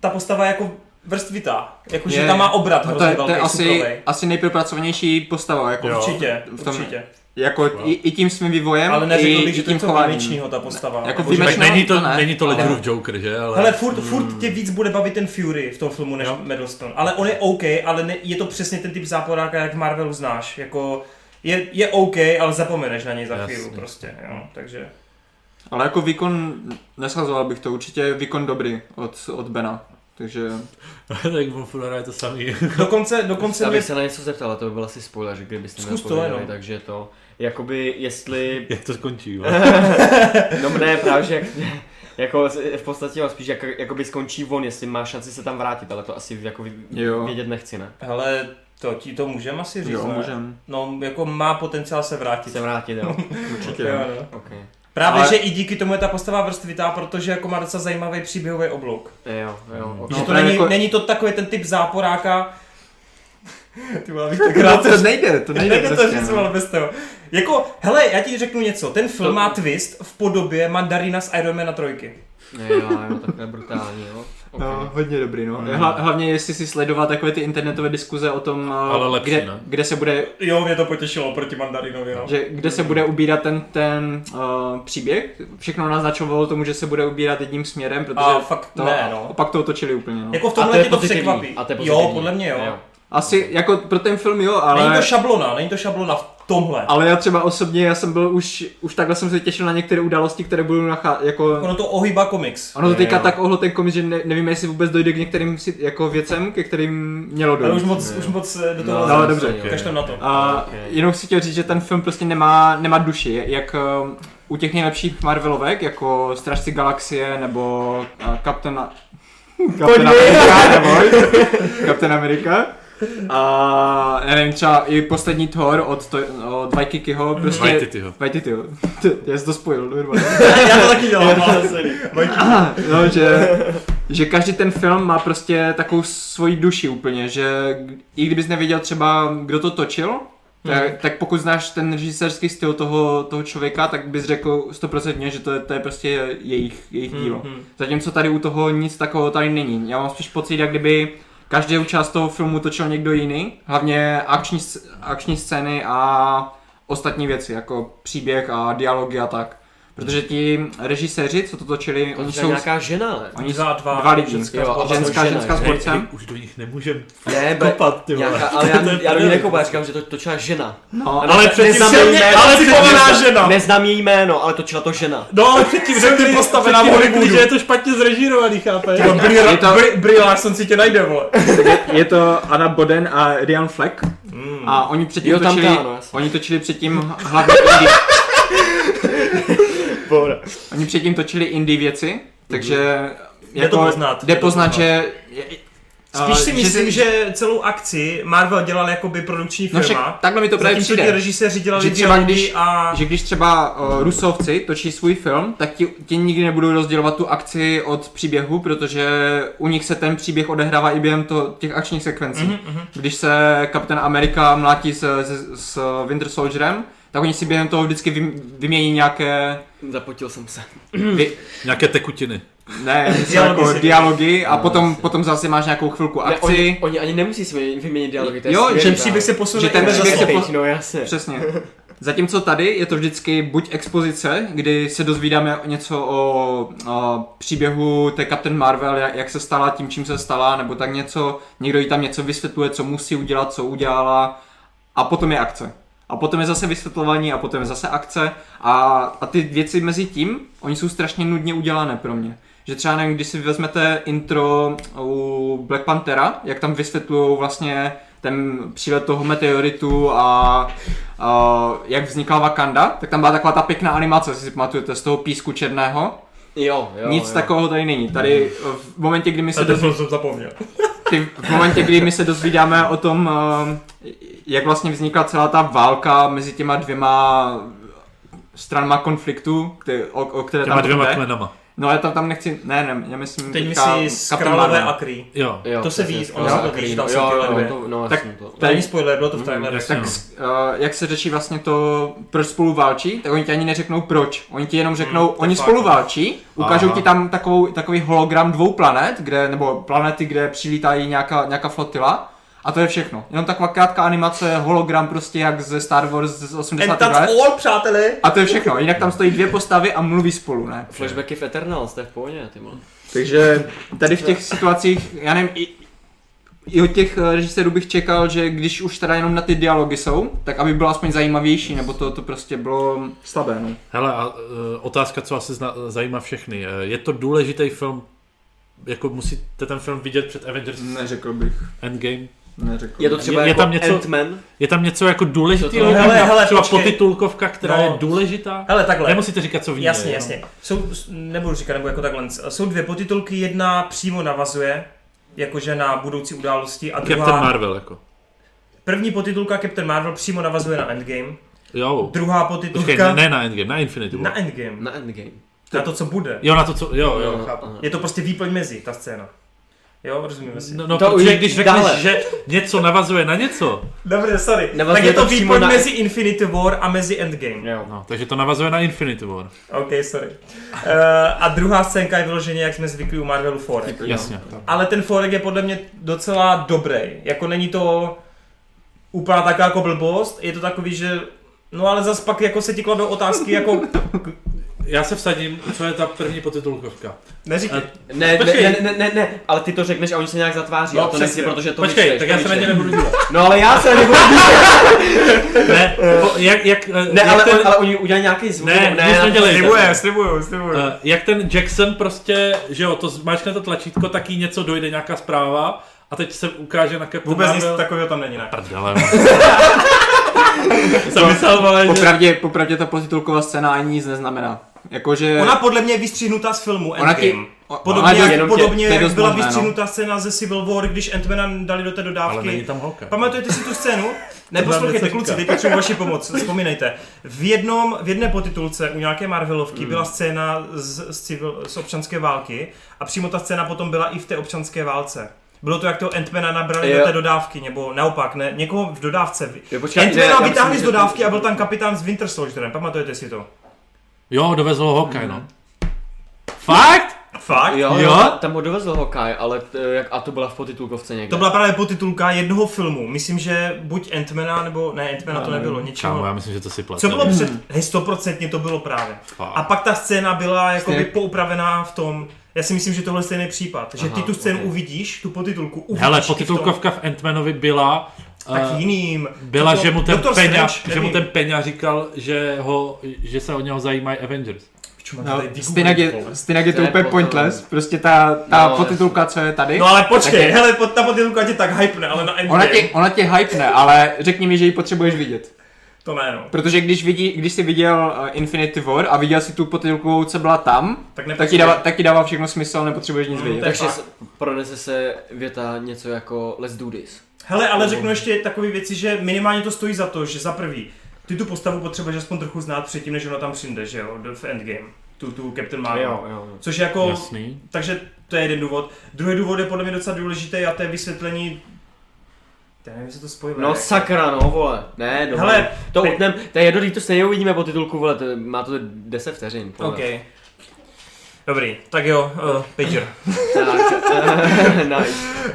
S2: ta postava je jako vrstvitá. Jakože
S3: Je,
S2: tam má obrat
S3: No to
S2: hrozně
S3: je, to je
S2: velký,
S3: asi,
S2: suprovej.
S3: asi nejpropracovanější postava, jako,
S1: Jo.
S2: Určitě,
S3: v tom-
S2: určitě.
S3: jako i, i tím svým vývojem,
S2: Ale
S3: i,
S2: neřekl bych,
S3: i
S2: že to no. je
S3: tím
S2: něco
S3: chováním.
S2: výjimečného ta postava.
S3: Jako
S2: Jakože-
S1: Tak
S3: Výjimečná-
S1: není to,
S3: to ne,
S1: není to
S3: ale-
S1: Ledgerův Joker, že? Ale...
S2: Hele, furt,
S3: Hmm.
S2: furt tě víc bude bavit ten Fury v tom filmu než
S1: Jo.
S2: Meddleston. Ale on je OK, ale ne, je to přesně ten typ záporáka, jak v Marvelu znáš. Jako, je, je OK, ale zapomeneš na něj za
S1: Jasně.
S2: chvíli prostě, jo. Takže...
S3: Ale jako výkon, neshazoval bych to, určitě je výkon dobrý od, od Bena. Takže
S1: tak on furt hraje to samý.
S2: Dokonce,
S4: Já
S2: dokonce mě
S4: bych se na něco zeptal, ale to by byl asi spoiler, že kdybyste
S2: Zkus to no.
S4: neodpověděli,
S2: jenom.
S4: takže to... Jakoby, jestli
S1: Jak to skončí,
S2: Eh,
S1: jo?
S4: No ne, právě, že jak, jako s- v podstatě jo, spíš jak, jakoby skončí on, jestli má šanci se tam vrátit, ale to asi jako vy-
S3: Jo.
S4: vědět nechci, ne?
S2: Hele, to ti to můžeme asi říct,
S3: jo,
S2: ne?
S3: můžem.
S2: No, jako má potenciál se vrátit.
S4: Se vrátit, jo.
S3: Určitě.
S2: Jo, no.
S4: Okay.
S2: Právě,
S3: Ale-
S2: že i díky tomu je ta postava vrstvitá, protože jako má docela zajímavý příběhový oblouk.
S4: Jo, jo, okay.
S2: No, že to
S3: právě
S2: není, jako...
S3: jako-
S2: není to takový ten typ záporáka. Ty vole, abych tak
S3: No,
S2: rád
S3: to nejde, to nejde.
S2: Nejde to
S3: prostě,
S2: říct,
S3: no.
S2: ale bez toho. Jako, hele, já ti řeknu něco. Ten film
S4: To-
S2: má twist v podobě Mandarina z Iron Mana 3.
S4: Jo, jo, takhle brutální, jo.
S3: No, hodně dobrý, no.
S2: Hmm.
S3: Hla, hlavně jestli si sledoval takové ty internetové diskuze o tom, eh,
S1: Ale lepší,
S3: kde,
S2: no.
S1: ne?
S3: kde, se bude,
S2: Jo, mě to potěšilo proti mandarinovi, no.
S3: že, kde se bude ubírat ten, ten uh, příběh. Všechno naznačovalo tomu, že se bude ubírat jedním směrem, protože
S2: A fakt
S3: to,
S2: ne, no.
S3: a pak to otočili úplně, no.
S2: Jako v
S4: A to
S2: tomhle
S4: je
S2: tě to
S4: pozitivní.
S2: překvapí.
S4: A to je
S2: jo,
S4: pozitivní.
S2: podle mě jo.
S4: Jo.
S3: Asi jako pro ten film jo, ale...
S2: Není to šablona, není to šablona v tomhle.
S3: Ale já třeba osobně, já jsem byl už, už takhle jsem se těšil na některé události, které budou nacházet, jako...
S2: Ono to ohýbá komiks.
S3: Ono to
S4: Jo,
S3: teďka
S4: jo.
S3: tak ohlo ten komis, že ne, nevíme, jestli vůbec dojde k některým si, jako věcem, ke kterým mělo dojít.
S2: Ale už moc, už moc eh, do toho
S4: No,
S2: lezem.
S3: ale dobře.
S4: Okay.
S2: Kašlem na to.
S3: A
S4: Ok.
S3: jenom chci chtěl říct, že ten film prostě nemá, nemá duši, jak eh, u těch nejlepších Marvelovek, jako Stražci galaxie, nebo eh, Captain... Captain America, neboj. Captain America. A já nevím, třeba i poslední Thor od, to, od Vajkikyho, prostě...
S1: Waititiho.
S3: Vajtity, jo. Já jsem to spojil, normálně.
S4: Já to taky dělám, ale sorry.
S3: no, že, že každý ten film má prostě takovou svoji duši úplně, že i kdybys nevěděl třeba, kdo to točil, tak,
S4: Mhm.
S3: tak pokud znáš ten režisérský styl toho, toho člověka, tak bys řekl stoprocentně, že to je, to je prostě jejich, jejich dílo.
S2: Mhm.
S3: Zatímco tady u toho nic takového tady není. Já mám spíš pocit, jak kdyby každou část toho filmu točil někdo jiný, hlavně akční, sc- akční scény a ostatní věci, jako příběh a dialogy a tak. Protože ti režiséři, co to točili,
S4: To
S3: oni
S4: je
S3: jsou
S4: nějaká žena, ale.
S3: Oni
S2: Dva-
S3: dva,
S2: dva-
S3: dva, dva lidi,
S2: ženská
S3: ženská, jo,
S4: společnost.
S3: ženská,
S4: Žena,
S3: ženská s
S4: že?
S1: Hej,
S3: borcem.
S1: už do nich nemůžeme
S4: Ne, be-
S1: kopat, ty vole.
S4: nějaká, ale já,
S1: To je
S4: já do ní
S1: prdel.
S4: nekoupu, já říkám, že to točila žena.
S3: No,
S4: Ano,
S1: Ale předtím
S4: neznám
S1: silně
S4: její jméno,
S1: koncipovaná
S4: neznám-
S1: žena.
S4: Neznám její jméno, ale točila to žena.
S1: No, ale předtím řekli,
S2: postavená
S1: předtím
S2: v
S1: řekli,
S2: Hollywoodu.
S1: že je to špatně zrežírovaný, chápeš?
S3: Je to-
S2: Brie Larson si tě najde, vole.
S3: je to Anna Boden a Rian Fleck.
S2: Hmm.
S3: A oni předtím
S4: Jo, tam
S3: točili,
S4: ta, ano, jasně.
S3: oni točili předtím hlavně indie. oni předtím točili indie věci, takže
S2: Mhm.
S3: jako
S2: Jde to poznat,
S3: jde
S2: jde to
S3: poznat,
S2: poznat.
S3: že... je-
S2: Spíš
S3: a,
S2: si myslím,
S3: si-
S2: že celou akci Marvel dělal jakoby produkční
S3: No však
S2: firma.
S3: takhle mi to právě
S2: Zatímco ti
S3: přijde.
S2: režiséři dělali
S3: Že třeba
S2: dialogy
S3: když-
S2: a...
S3: Že když třeba uh, Rusovci točí svůj film, tak ti, ti nikdy nebudou rozdělovat tu akci od příběhu, protože u nich se ten příběh odehrává i během to, těch akčních sekvencí.
S2: Mhm, mhm.
S3: Když se Kapitán Amerika mlátí s, s, s Winter Soldierem, tak oni si během toho vždycky vym, vymění nějaké,
S4: Zapotil jsem se.
S3: vy,
S1: Nějaké tekutiny.
S3: ne, myslím
S2: Dialogy
S3: jako
S2: si-
S3: dialogy a
S4: No,
S3: potom,
S4: jasně.
S3: potom zase máš nějakou chvilku
S4: Ne, oni,
S3: akci.
S4: oni ani nemusí si vyměnit dialogy, to je
S3: Jo,
S4: skvělý
S3: že
S2: Ten
S4: právě.
S2: příběh se posune
S3: Že ten
S2: jeden za
S3: příběh se
S2: druhým.
S3: po-
S4: Teď, no jasně.
S3: Přesně. Zatímco tady je to vždycky buď expozice, kdy se dozvídáme něco o, o příběhu té Captain Marvel, jak, jak se stala tím, čím se stala, nebo tak něco, někdo jí tam něco vysvětluje, co musí udělat, co udělala, a potom je akce. A potom je zase vysvětlování, a potom je zase akce. A, a ty věci mezi tím, oni jsou strašně nudně udělané pro mě. Že třeba nevím, když si vezmete intro u Black Panthera, jak tam vysvětlují vlastně ten přílet toho meteoritu a, a jak vznikla Wakanda, tak tam byla taková ta pěkná animace, jestli si pamatujete, z toho písku černého.
S4: Jo, jo,
S3: Nic
S4: jo.
S3: takového tady není. Tady eh, v momentě, kdy my se
S2: A to
S3: dozví,
S2: jsem to zapomněl.
S3: ty, v momentě, kdy my se dozvídáme o tom, eh, jak vlastně vznikla celá ta válka mezi těma dvěma stranama konfliktu, který, o, o které
S1: Těma
S3: tam
S1: dvěma
S3: jde.
S1: klenama.
S3: No já tam, tam nechci, ne, ne, já myslím
S2: Teď
S3: teďka
S2: myslí
S3: Captain
S2: Skrálové
S3: Marvel.
S2: a Kree.
S1: Jo.
S4: Jo,
S2: To se
S4: přesně,
S2: ví,
S4: skvělá
S2: ono se to
S4: akrí.
S2: ví, že tam
S4: Jo,
S2: jsou tyhle
S4: jo,
S2: dvě.
S4: to- No,
S3: Tak-
S4: jasně, to.
S2: To není spoiler, bylo to v traileru.
S1: jasně,
S3: Tak uh, jak se řeší vlastně to, proč spolu válčí, tak oni ti ani neřeknou proč. Oni ti jenom řeknou,
S2: Hmm, to
S3: oni
S2: fakt,
S3: spolu
S2: no.
S3: válčí, ukážou
S5: Aha.
S3: ti tam takovou, takový hologram dvou planet, kde, nebo planety, kde přilítají nějaká, nějaká flotila. A to je všechno. Jenom taková krátká animace, hologram prostě jak ze Star Wars z 80.
S2: And that's
S3: let.
S2: all, přátelé!
S3: A to je všechno. Jinak tam stojí dvě postavy a mluví spolu, ne?
S4: Flashbacky v Eternals, to je v pohodě, ty vole.
S3: Takže tady v těch situacích, já nevím, i, i od těch eh, režisérů bych čekal, že když už teda jenom na ty dialogy jsou, tak aby bylo aspoň zajímavější, nebo to, to prostě bylo slabé, no.
S1: Hele, a eh, otázka, co asi zna, zajímá všechny. Eh, Je to důležitý film, jako musíte ten film vidět před Avengers
S3: Neřekl bych,
S1: Endgame?
S3: neřekl
S4: Je to třeba
S1: je
S4: jako
S1: tam něco-
S4: Ant-Man?
S1: Je tam něco jako důležitého?
S4: Co to-
S2: Hele, hele,
S1: třeba
S2: počkej.
S1: potitulkovka, která
S2: No.
S1: je důležitá?
S2: Hele, takhle.
S1: Nemusíte říkat, co v ní
S2: Jasně,
S1: je,
S2: jasně. Jsou, s- nebudu říkat, nebo jako takhle. Jsou dvě potitulky, jedna přímo navazuje, jakože na budoucí události, a
S1: No. Captain
S2: druhá...
S1: Marvel, jako.
S2: První potitulka Captain Marvel přímo navazuje na Endgame.
S1: Jo.
S2: Druhá
S1: Počkej,
S2: potitulka
S1: ne, ne na Endgame, na Infinity War.
S2: na Endgame.
S4: Na Endgame.
S2: Na to, co bude.
S1: Jo, na to, co... Jo, jo,
S4: No,
S1: chápu.
S4: aha.
S2: Je to prostě výplň mezi, ta scéna. Jo, rozumíme si.
S1: No, no
S4: To
S1: protože
S4: už
S1: když řekneš,
S4: dále.
S1: že něco navazuje na něco,
S2: Dobře, sorry. tak
S4: Navazuje
S2: je to,
S4: to přímo
S2: výpon
S4: na-
S2: mezi Infinity War a mezi Endgame.
S4: Jo.
S1: no, takže to navazuje na Infinity War.
S2: OK, sorry. Uh, a druhá scénka je vyloženě, jak jsme zvyklí u Marvelu Forek.
S1: Jasně.
S2: Ale ten forek je podle mě docela dobrý. Jako není to úplná taková jako blbost, je to takový, že No ale zas pak jako se ti kladou otázky jako...
S1: Já se vsadím, co je ta první potitulkovka. Eh,
S2: Neříkej.
S4: Ne, ne,
S1: Počkej.
S4: ne, ne, ne, ne, ale ty to řekneš a oni se nějak zatváří,
S2: No,
S4: no, a to nechci,
S2: přesně.
S4: protože to
S1: Počkej,
S4: vyčteš,
S1: tak
S4: to
S1: já se na ně
S4: vyčteš.
S1: nebudu dívat.
S4: No ale já se nebudu
S1: Ne, po- jak, jak, eh,
S4: Ne,
S1: jak
S4: ale,
S1: ten,
S4: ale oni udělají nějaký zvuk.
S1: Ne, nic
S4: na to-
S1: nedělej.
S2: Slibuju, slibuju, slibuju.
S1: eh, jak ten Jackson prostě, že jo, to zmáčkne to tlačítko, tak jí něco dojde, nějaká zpráva a teď se ukáže na Captain
S2: Vůbec nic
S1: Marvel.
S2: takového tam není. Ne.
S1: Prdele. jsem myslel, vole, že...
S3: Popravdě, popravdě ta pozitulková scéna ani nic neznamená. Jakože...
S2: Ona podle mě je vystřihnutá z filmu
S3: Ona ti-
S2: Endgame.
S3: o-
S2: Podobně,
S3: ona ti-
S2: jak,
S4: jenom tě-
S2: podobně
S3: to je
S2: jak
S3: dost
S2: byla
S3: možné, no.
S2: vystřihnutá scéna ze Civil War, když Ant-Mana dali do té
S1: Ale není
S2: dodávky.
S1: tam holka.
S2: Pamatujete si tu scénu?
S1: něco
S2: Neposlouchejte,
S1: říká.
S2: kluci, teď potřebuji vaši pomoc, vzpomínejte. V, jednom, v jedné potitulce u nějaké Marvelovky
S1: Hmm.
S2: byla scéna z, z, civil, z občanské války a přímo ta scéna potom byla i v té občanské válce. Bylo to, jak toho Ant-Mana nabrali
S4: Jo.
S2: do té dodávky, nebo naopak, ne, někoho v dodávce.
S4: Jo, počkej, ne, já
S2: Ant-Mana
S4: myslím,
S2: vytáhli
S4: že
S2: z
S4: to-
S2: dodávky a byl tam kapitán s Winter Soldierem, pamatujete si to?
S1: Jo, dovezl ho Hawkeye, no. Fakt?
S2: Fakt?
S4: Jo,
S1: Jo?
S4: jo, tam- tam ho dovezl Hokaj, ale t- jak, a to byla v potitulkovce někde.
S2: To byla právě podtitulka jednoho filmu. Myslím, že buď Antmana, nebo ne, Antmana to nebylo,
S1: Kámo, já Hmm.
S2: něčeho.
S1: myslím, že to si platí.
S2: Co bylo před? Hej, stoprocentně to bylo právě. A pak ta scéna byla jakoby
S3: Stejně-
S2: poupravená v tom. Já si myslím, že tohle je stejný případ. Že
S4: Aha,
S2: ty tu scénu
S4: ok.
S2: uvidíš, tu podtitulku uvidíš.
S1: Hele,
S2: i v tom,
S1: potitulkovka v Ant-Manovi byla... eh,
S2: Tak jiným.
S1: Byla,
S2: Co to-
S1: že mu, ten
S2: Doktor
S1: peňa,
S2: Strange,
S1: že mu
S2: nevím.
S1: ten peňa říkal, že, ho, že se o něho zajímají Avengers.
S2: Čuma,
S3: No,
S2: tady
S3: stejně jak
S2: vole.
S3: je, stejně jak je
S4: To
S3: to
S4: je
S3: úplně
S4: potom.
S3: pointless, prostě ta, ta
S4: No,
S3: potitulka, co je tady,
S2: No ale počkej,
S3: Tak je-
S2: hele, pod, ta podtitulka tě tak hypne, ale na
S3: ona,
S2: Endgame.
S3: tě, ona tě hypne, ale řekni mi, že ji potřebuješ vidět.
S2: To ne, no.
S3: Protože když, vidí, když jsi viděl eh, Infinity War a viděl si tu potitulku, co byla tam,
S2: Tak
S3: tak ti,
S2: nepotřebuješ.
S3: dává, tak ti dává všechno smysl, nepotřebuješ nic vidět.
S2: Mm, tak-
S4: Takže se, pronese se věta něco jako let's do this.
S2: Hele, ale řeknu ještě takové věci, že minimálně to stojí za to, že za prvý, ty tu postavu potřebuješ aspoň trochu znát předtím, než ona tam přijde, že jo, do- v Endgame, tu, tu Captain Marvel.
S4: jo.
S2: Což je jako,
S1: Jasný.
S2: takže to je jeden důvod. Druhý důvod je podle mě docela důležitý a to je vysvětlení, já nevím, jestli to spojíme.
S4: No sakra, no vole. Ne, no.
S2: Hele,
S4: to
S2: pe-
S4: utnem, to je jedno, když to stejně uvidíme po titulku, vole, to, má to 10 vteřin. vole.
S2: OK. Dobrý, tak jo, uh, Pager.
S4: Tak, nice.
S2: Uh,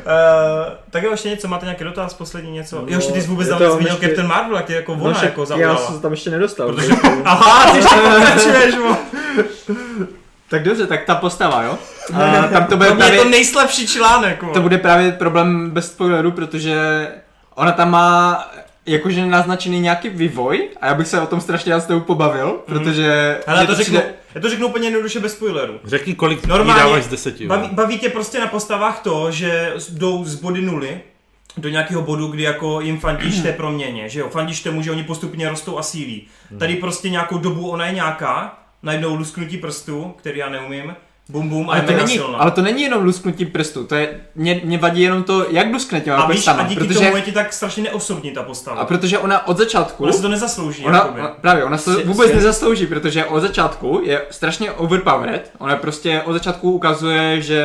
S2: tak jo, ještě něco, máte nějaký dotaz, poslední něco? jo, ještě ty jsi vůbec
S3: je
S2: tam
S3: to
S2: zmínil
S3: ještě-
S2: Captain Marvel, jak tě jako ona
S3: No
S2: jako
S3: já
S2: zaujala.
S3: jsem se tam ještě nedostal.
S2: Aha, ty ještě pokračuješ, vole.
S3: tak dobře, tak ta postava, jo? A, tam to bude
S2: Pro mě je
S3: právě...
S2: to nejslabší článek. vole.
S3: To bude právě problém bez spoileru, protože ona tam má jakože naznačený nějaký vývoj a já bych se o tom strašně rád s tebou pobavil, protože...
S2: Ale já
S3: mě
S2: Mhm. to, řeknu,
S3: přijde-
S2: já to řeknu úplně jednoduše bez spoilerů.
S1: Řekni, kolik Normálně,
S2: Normálně
S1: jí dáváš z deseti. jo?
S2: Baví, baví tě prostě na postavách to, že jdou z body nuly do nějakého bodu, kdy jako jim fandíš té proměně, že jo, fandíš tomu, že oni postupně rostou a sílí.
S3: Hmm.
S2: Tady prostě nějakou dobu ona je nějaká, najednou lusknutí prstů, který já neumím, bum bum a
S3: ale
S2: je
S3: to,
S2: mega
S3: není,
S2: silná.
S3: ale to není jenom lusknutí prstu, to je, mě, mě vadí jenom to, jak luskne těma
S2: a víš,
S3: prstama,
S2: a díky
S3: protože,
S2: tomu je ti tak strašně neosobní ta postava.
S3: a protože ona od začátku,
S2: Ona si to nezaslouží,
S3: ona,
S2: jakoby.
S3: ona, právě, ona se
S4: Si-
S3: vůbec
S4: si-
S3: nezaslouží, protože od začátku je strašně overpowered, ona prostě od začátku ukazuje, že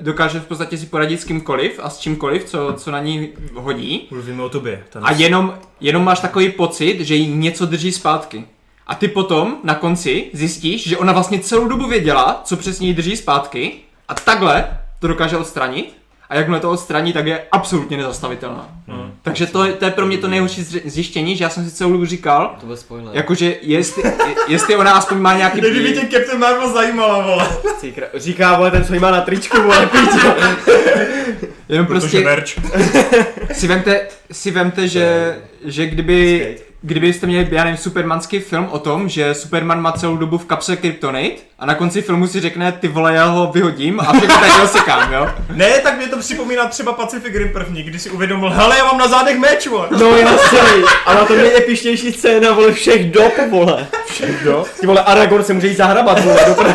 S3: dokáže v podstatě si poradit s kýmkoliv a s čímkoliv, co, co na ní hodí,
S2: Mluvíme o tobě. ta
S3: A jenom, jenom máš takový pocit, že jí něco drží zpátky. A ty potom na konci zjistíš, že ona vlastně celou dobu věděla, co přesně jí drží zpátky a takhle to dokáže odstranit a jakmile to odstraní, tak je absolutně nezastavitelná. Hmm. Takže to, je- to je pro mě to nejhorší zři- zjištění, že já jsem si celou dobu říkal,
S4: To byl spoiler.
S3: jakože jestli, je- jestli ona aspoň má nějaký...
S2: Kdyby tě Captain Marvel zajímala, vole.
S4: Cikra. Říká, vole, ten, co jí má na tričku, vole, píčo.
S3: Jenom
S2: Protože
S3: prostě
S2: merch.
S3: si vemte, si vemte že, že kdyby, kdybyste měli, já nevím, supermanský film o tom, že Superman má celou dobu v kapse Kryptonite a na konci filmu si řekne, ty vole, já ho vyhodím a všechno tady osekám, jo?
S2: Ne, tak mě to připomíná třeba Pacific Rim první, kdy si uvědomil, hele, já mám na zádech meč, vole.
S4: No jasně, a na tom je nejpištější scéna, vole, všech dob, vole. Všech dob? Ty vole, Aragorn se může jít zahrabat, vole, do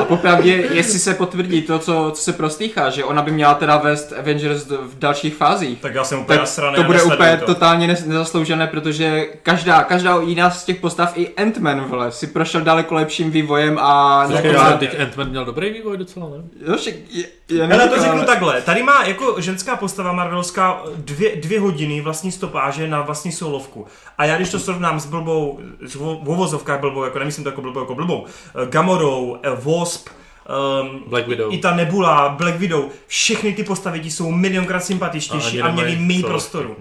S3: A popravdě, jestli se potvrdí to, co, co se prostýchá, že ona by měla teda vést Avengers do- v dalších fázích,
S2: Tak já jsem úplně
S3: tak
S2: nasraný
S3: to
S2: a
S3: bude
S2: nesleduju
S3: úplně
S2: to.
S3: totálně nez- nezasloužené, protože každá, každá jiná z těch postav i Ant-Man vole, si prošel daleko lepším vývojem a
S1: Tak
S2: já-
S1: já, teď Ant-Man měl dobrý vývoj docela, ne?
S3: No, však je, je
S2: Hele, to
S3: neříkám,
S2: řeknu
S3: ale-
S2: takhle. Tady má jako ženská postava Marvelovská dvě, dvě hodiny vlastní stopáže na vlastní solovku. A já když to srovnám s blbou, s vo- v uvozovkách blbou, jako nemyslím to jako blbou, jako blbou, eh, Gamorou, eh, Wasp, Um,
S1: Black Widow.
S2: I ta Nebula, Black Widow, všechny ty postavy ti jsou milionkrát sympatičtější
S1: A
S2: a,
S1: ani
S2: měli
S1: nemají
S2: méně
S1: solo.
S2: prostoru.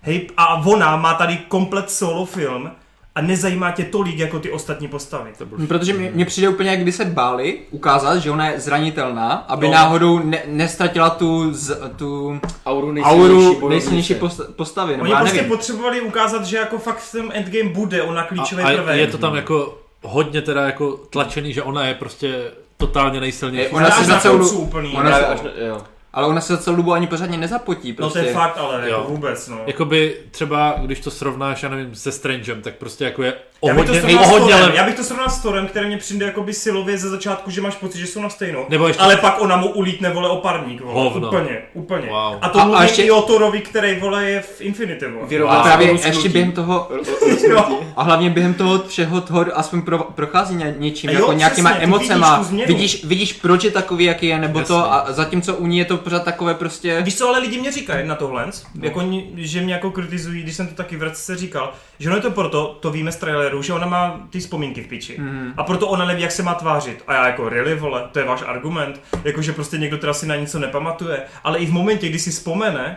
S2: Hej, a ona má tady komplet solo film a nezajímá tě tolik jako ty ostatní postavy.
S3: Protože mi- mně přijde úplně, jak kdy se báli ukázat, že ona je zranitelná, aby
S2: No.
S3: no. náhodou ne, nestratila tu, z, tu
S4: Auru
S3: auru
S4: bojovnice.
S3: nejsilnější posta- postavy. Nebo
S2: Oni
S3: já
S2: prostě
S3: nevím.
S2: potřebovali ukázat, že jako fakt v tom endgame bude ona klíčový
S1: A, a
S2: prvek.
S1: je to tam jako hodně teda jako tlačený, že ona je prostě totálně nejsilnější.
S3: Je- ona
S2: Až
S3: se
S2: na
S3: za celou-
S2: koncu úplný.
S3: ona
S4: Právě
S3: se-
S4: až, jo.
S3: Ale ona se za celou dobu ani pořádně nezapotí.
S2: No to
S3: Prostě.
S2: je fakt, ale jako
S1: Jo.
S2: vůbec, no.
S1: Jakoby třeba, když to srovnáš, já nevím, se Strangem, tak prostě jako je o
S2: Já bych, to
S1: hodně,
S2: srovnal
S1: o
S2: s
S1: hodně
S2: Torem.
S1: lev...
S2: Já bych to srovnal s Torem, který mě přijde jakoby silově ze začátku, že máš pocit, že jsou na stejno.
S1: Nebo ještě-
S2: Ale pak ona mu ulítne, vole, oparník, vole.
S1: Hovno.
S2: Úplně, úplně.
S1: Wow.
S2: A to
S3: A-
S2: a,
S3: a
S2: mluvím
S3: ještě-
S2: i o Torovi, který, vole, je v Infinity, vole.
S4: Vyrovnal
S3: A právě
S4: rusknutí.
S3: ještě během toho,
S4: Ru- ru- rusknutí.
S2: Jo.
S3: a hlavně během toho všeho Thor aspoň pro, prochází ně, něčím,
S2: Jo,
S3: jako
S2: přesně,
S3: nějakýma
S2: ty
S3: emocema.
S2: vidíš tu změnu.
S3: vidíš, vidíš, proč je takový, jaký je, nebo
S1: Jasně.
S3: to, a zatímco u ní je to pořád takové prostě...
S2: Víš co, ale lidi mě říkají na tohle, jako, ni- že mě jako kritizují, když jsem to taky v Radce říkal, že ono je to proto, to víme z traileru, že ona má ty vzpomínky v piči. Mm. A proto ona neví, jak se má tvářit. A já jako, really, vole, to je váš argument, jako, že prostě někdo teda si na něco nepamatuje, ale i v momentě, kdy si vzpomene,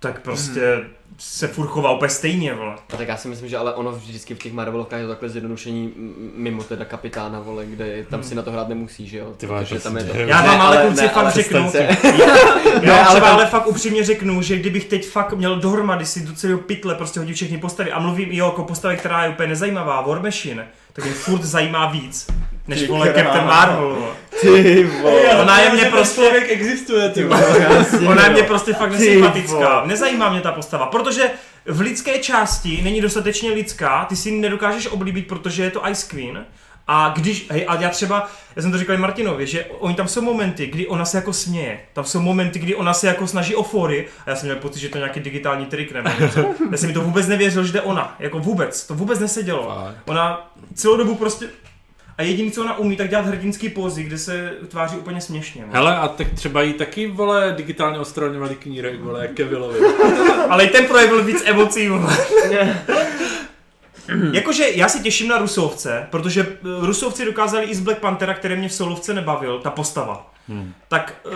S2: tak prostě mm. se furt chová úplně stejně, vole.
S4: A tak já si myslím, že ale ono vždycky v těch Marvelovkách je to takhle zjednodušení m- mimo teda kapitána, vole, kde je- tam si na to hrát nemusí, že jo?
S1: Ty vole,
S4: Protože
S1: to
S4: tam je
S1: si
S4: to.
S1: děje.
S2: Já
S4: Ne,
S2: vám ale
S4: ale-
S2: kluci
S4: ne,
S2: fakt
S4: ale
S2: řeknu,
S4: distanci.
S2: já vám
S4: ale
S2: třeba
S4: tam-
S2: ale fakt upřímně řeknu, že kdybych teď fakt měl dohromady si do celého pytle prostě hodit všechny postavy a mluvím i o jako postavě, která je úplně nezajímavá, War Machine, tak mě furt zajímá víc, než
S4: Ty
S2: vole
S4: krá-
S2: Captain Marvel. vole.
S4: Ty vole.
S2: Ona je mě prostě,
S4: existuje, ty vole.
S2: ona je mě prostě fakt
S4: Ty
S2: nesympatická.
S4: vole.
S2: Nezajímá mě ta postava, protože v lidské části není dostatečně lidská, ty si ji nedokážeš oblíbit, protože je to Ice Queen. A když, hej, a já třeba, já jsem to říkal i Martinovi, že oni tam jsou momenty, kdy ona se jako směje, tam jsou momenty, kdy ona se jako snaží o fory, a já jsem měl pocit, že to je nějaký digitální trik, nebo něco. Já jsem mi to vůbec nevěřil, že jde ona, jako vůbec, to vůbec nesedělo.
S1: Fakt.
S2: Ona celou dobu prostě, a jediný, co ona umí, tak dělat hrdinský pózy, kde se tváří úplně směšně. no.
S1: Hele, a tak třeba jí taky, vole, digitálně odstraňovali knírek, vole, jak Kevillovi.
S2: Ale i ten projekt byl víc emocí. vole. Jakože já se těším na Rusovce, protože eh, Rusovci dokázali i z Black Panthera, který mě v solovce nebavil, ta postava. Hmm. Tak eh,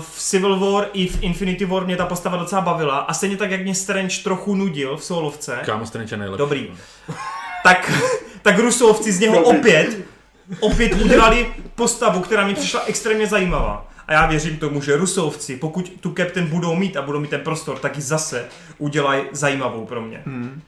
S2: v Civil War i v Infinity War mě ta postava docela bavila a stejně tak, jak mě Strange trochu nudil v solovce,
S1: Kámo, Strange je nejlepší.
S2: Dobrý. tak, tak Rusovci z něho opět, opět udělali postavu, která mi přišla extrémně zajímavá. A já věřím tomu, že Rusovci, pokud tu Captain budou mít a budou mít ten prostor, tak ji zase udělají zajímavou pro mě. Hmm.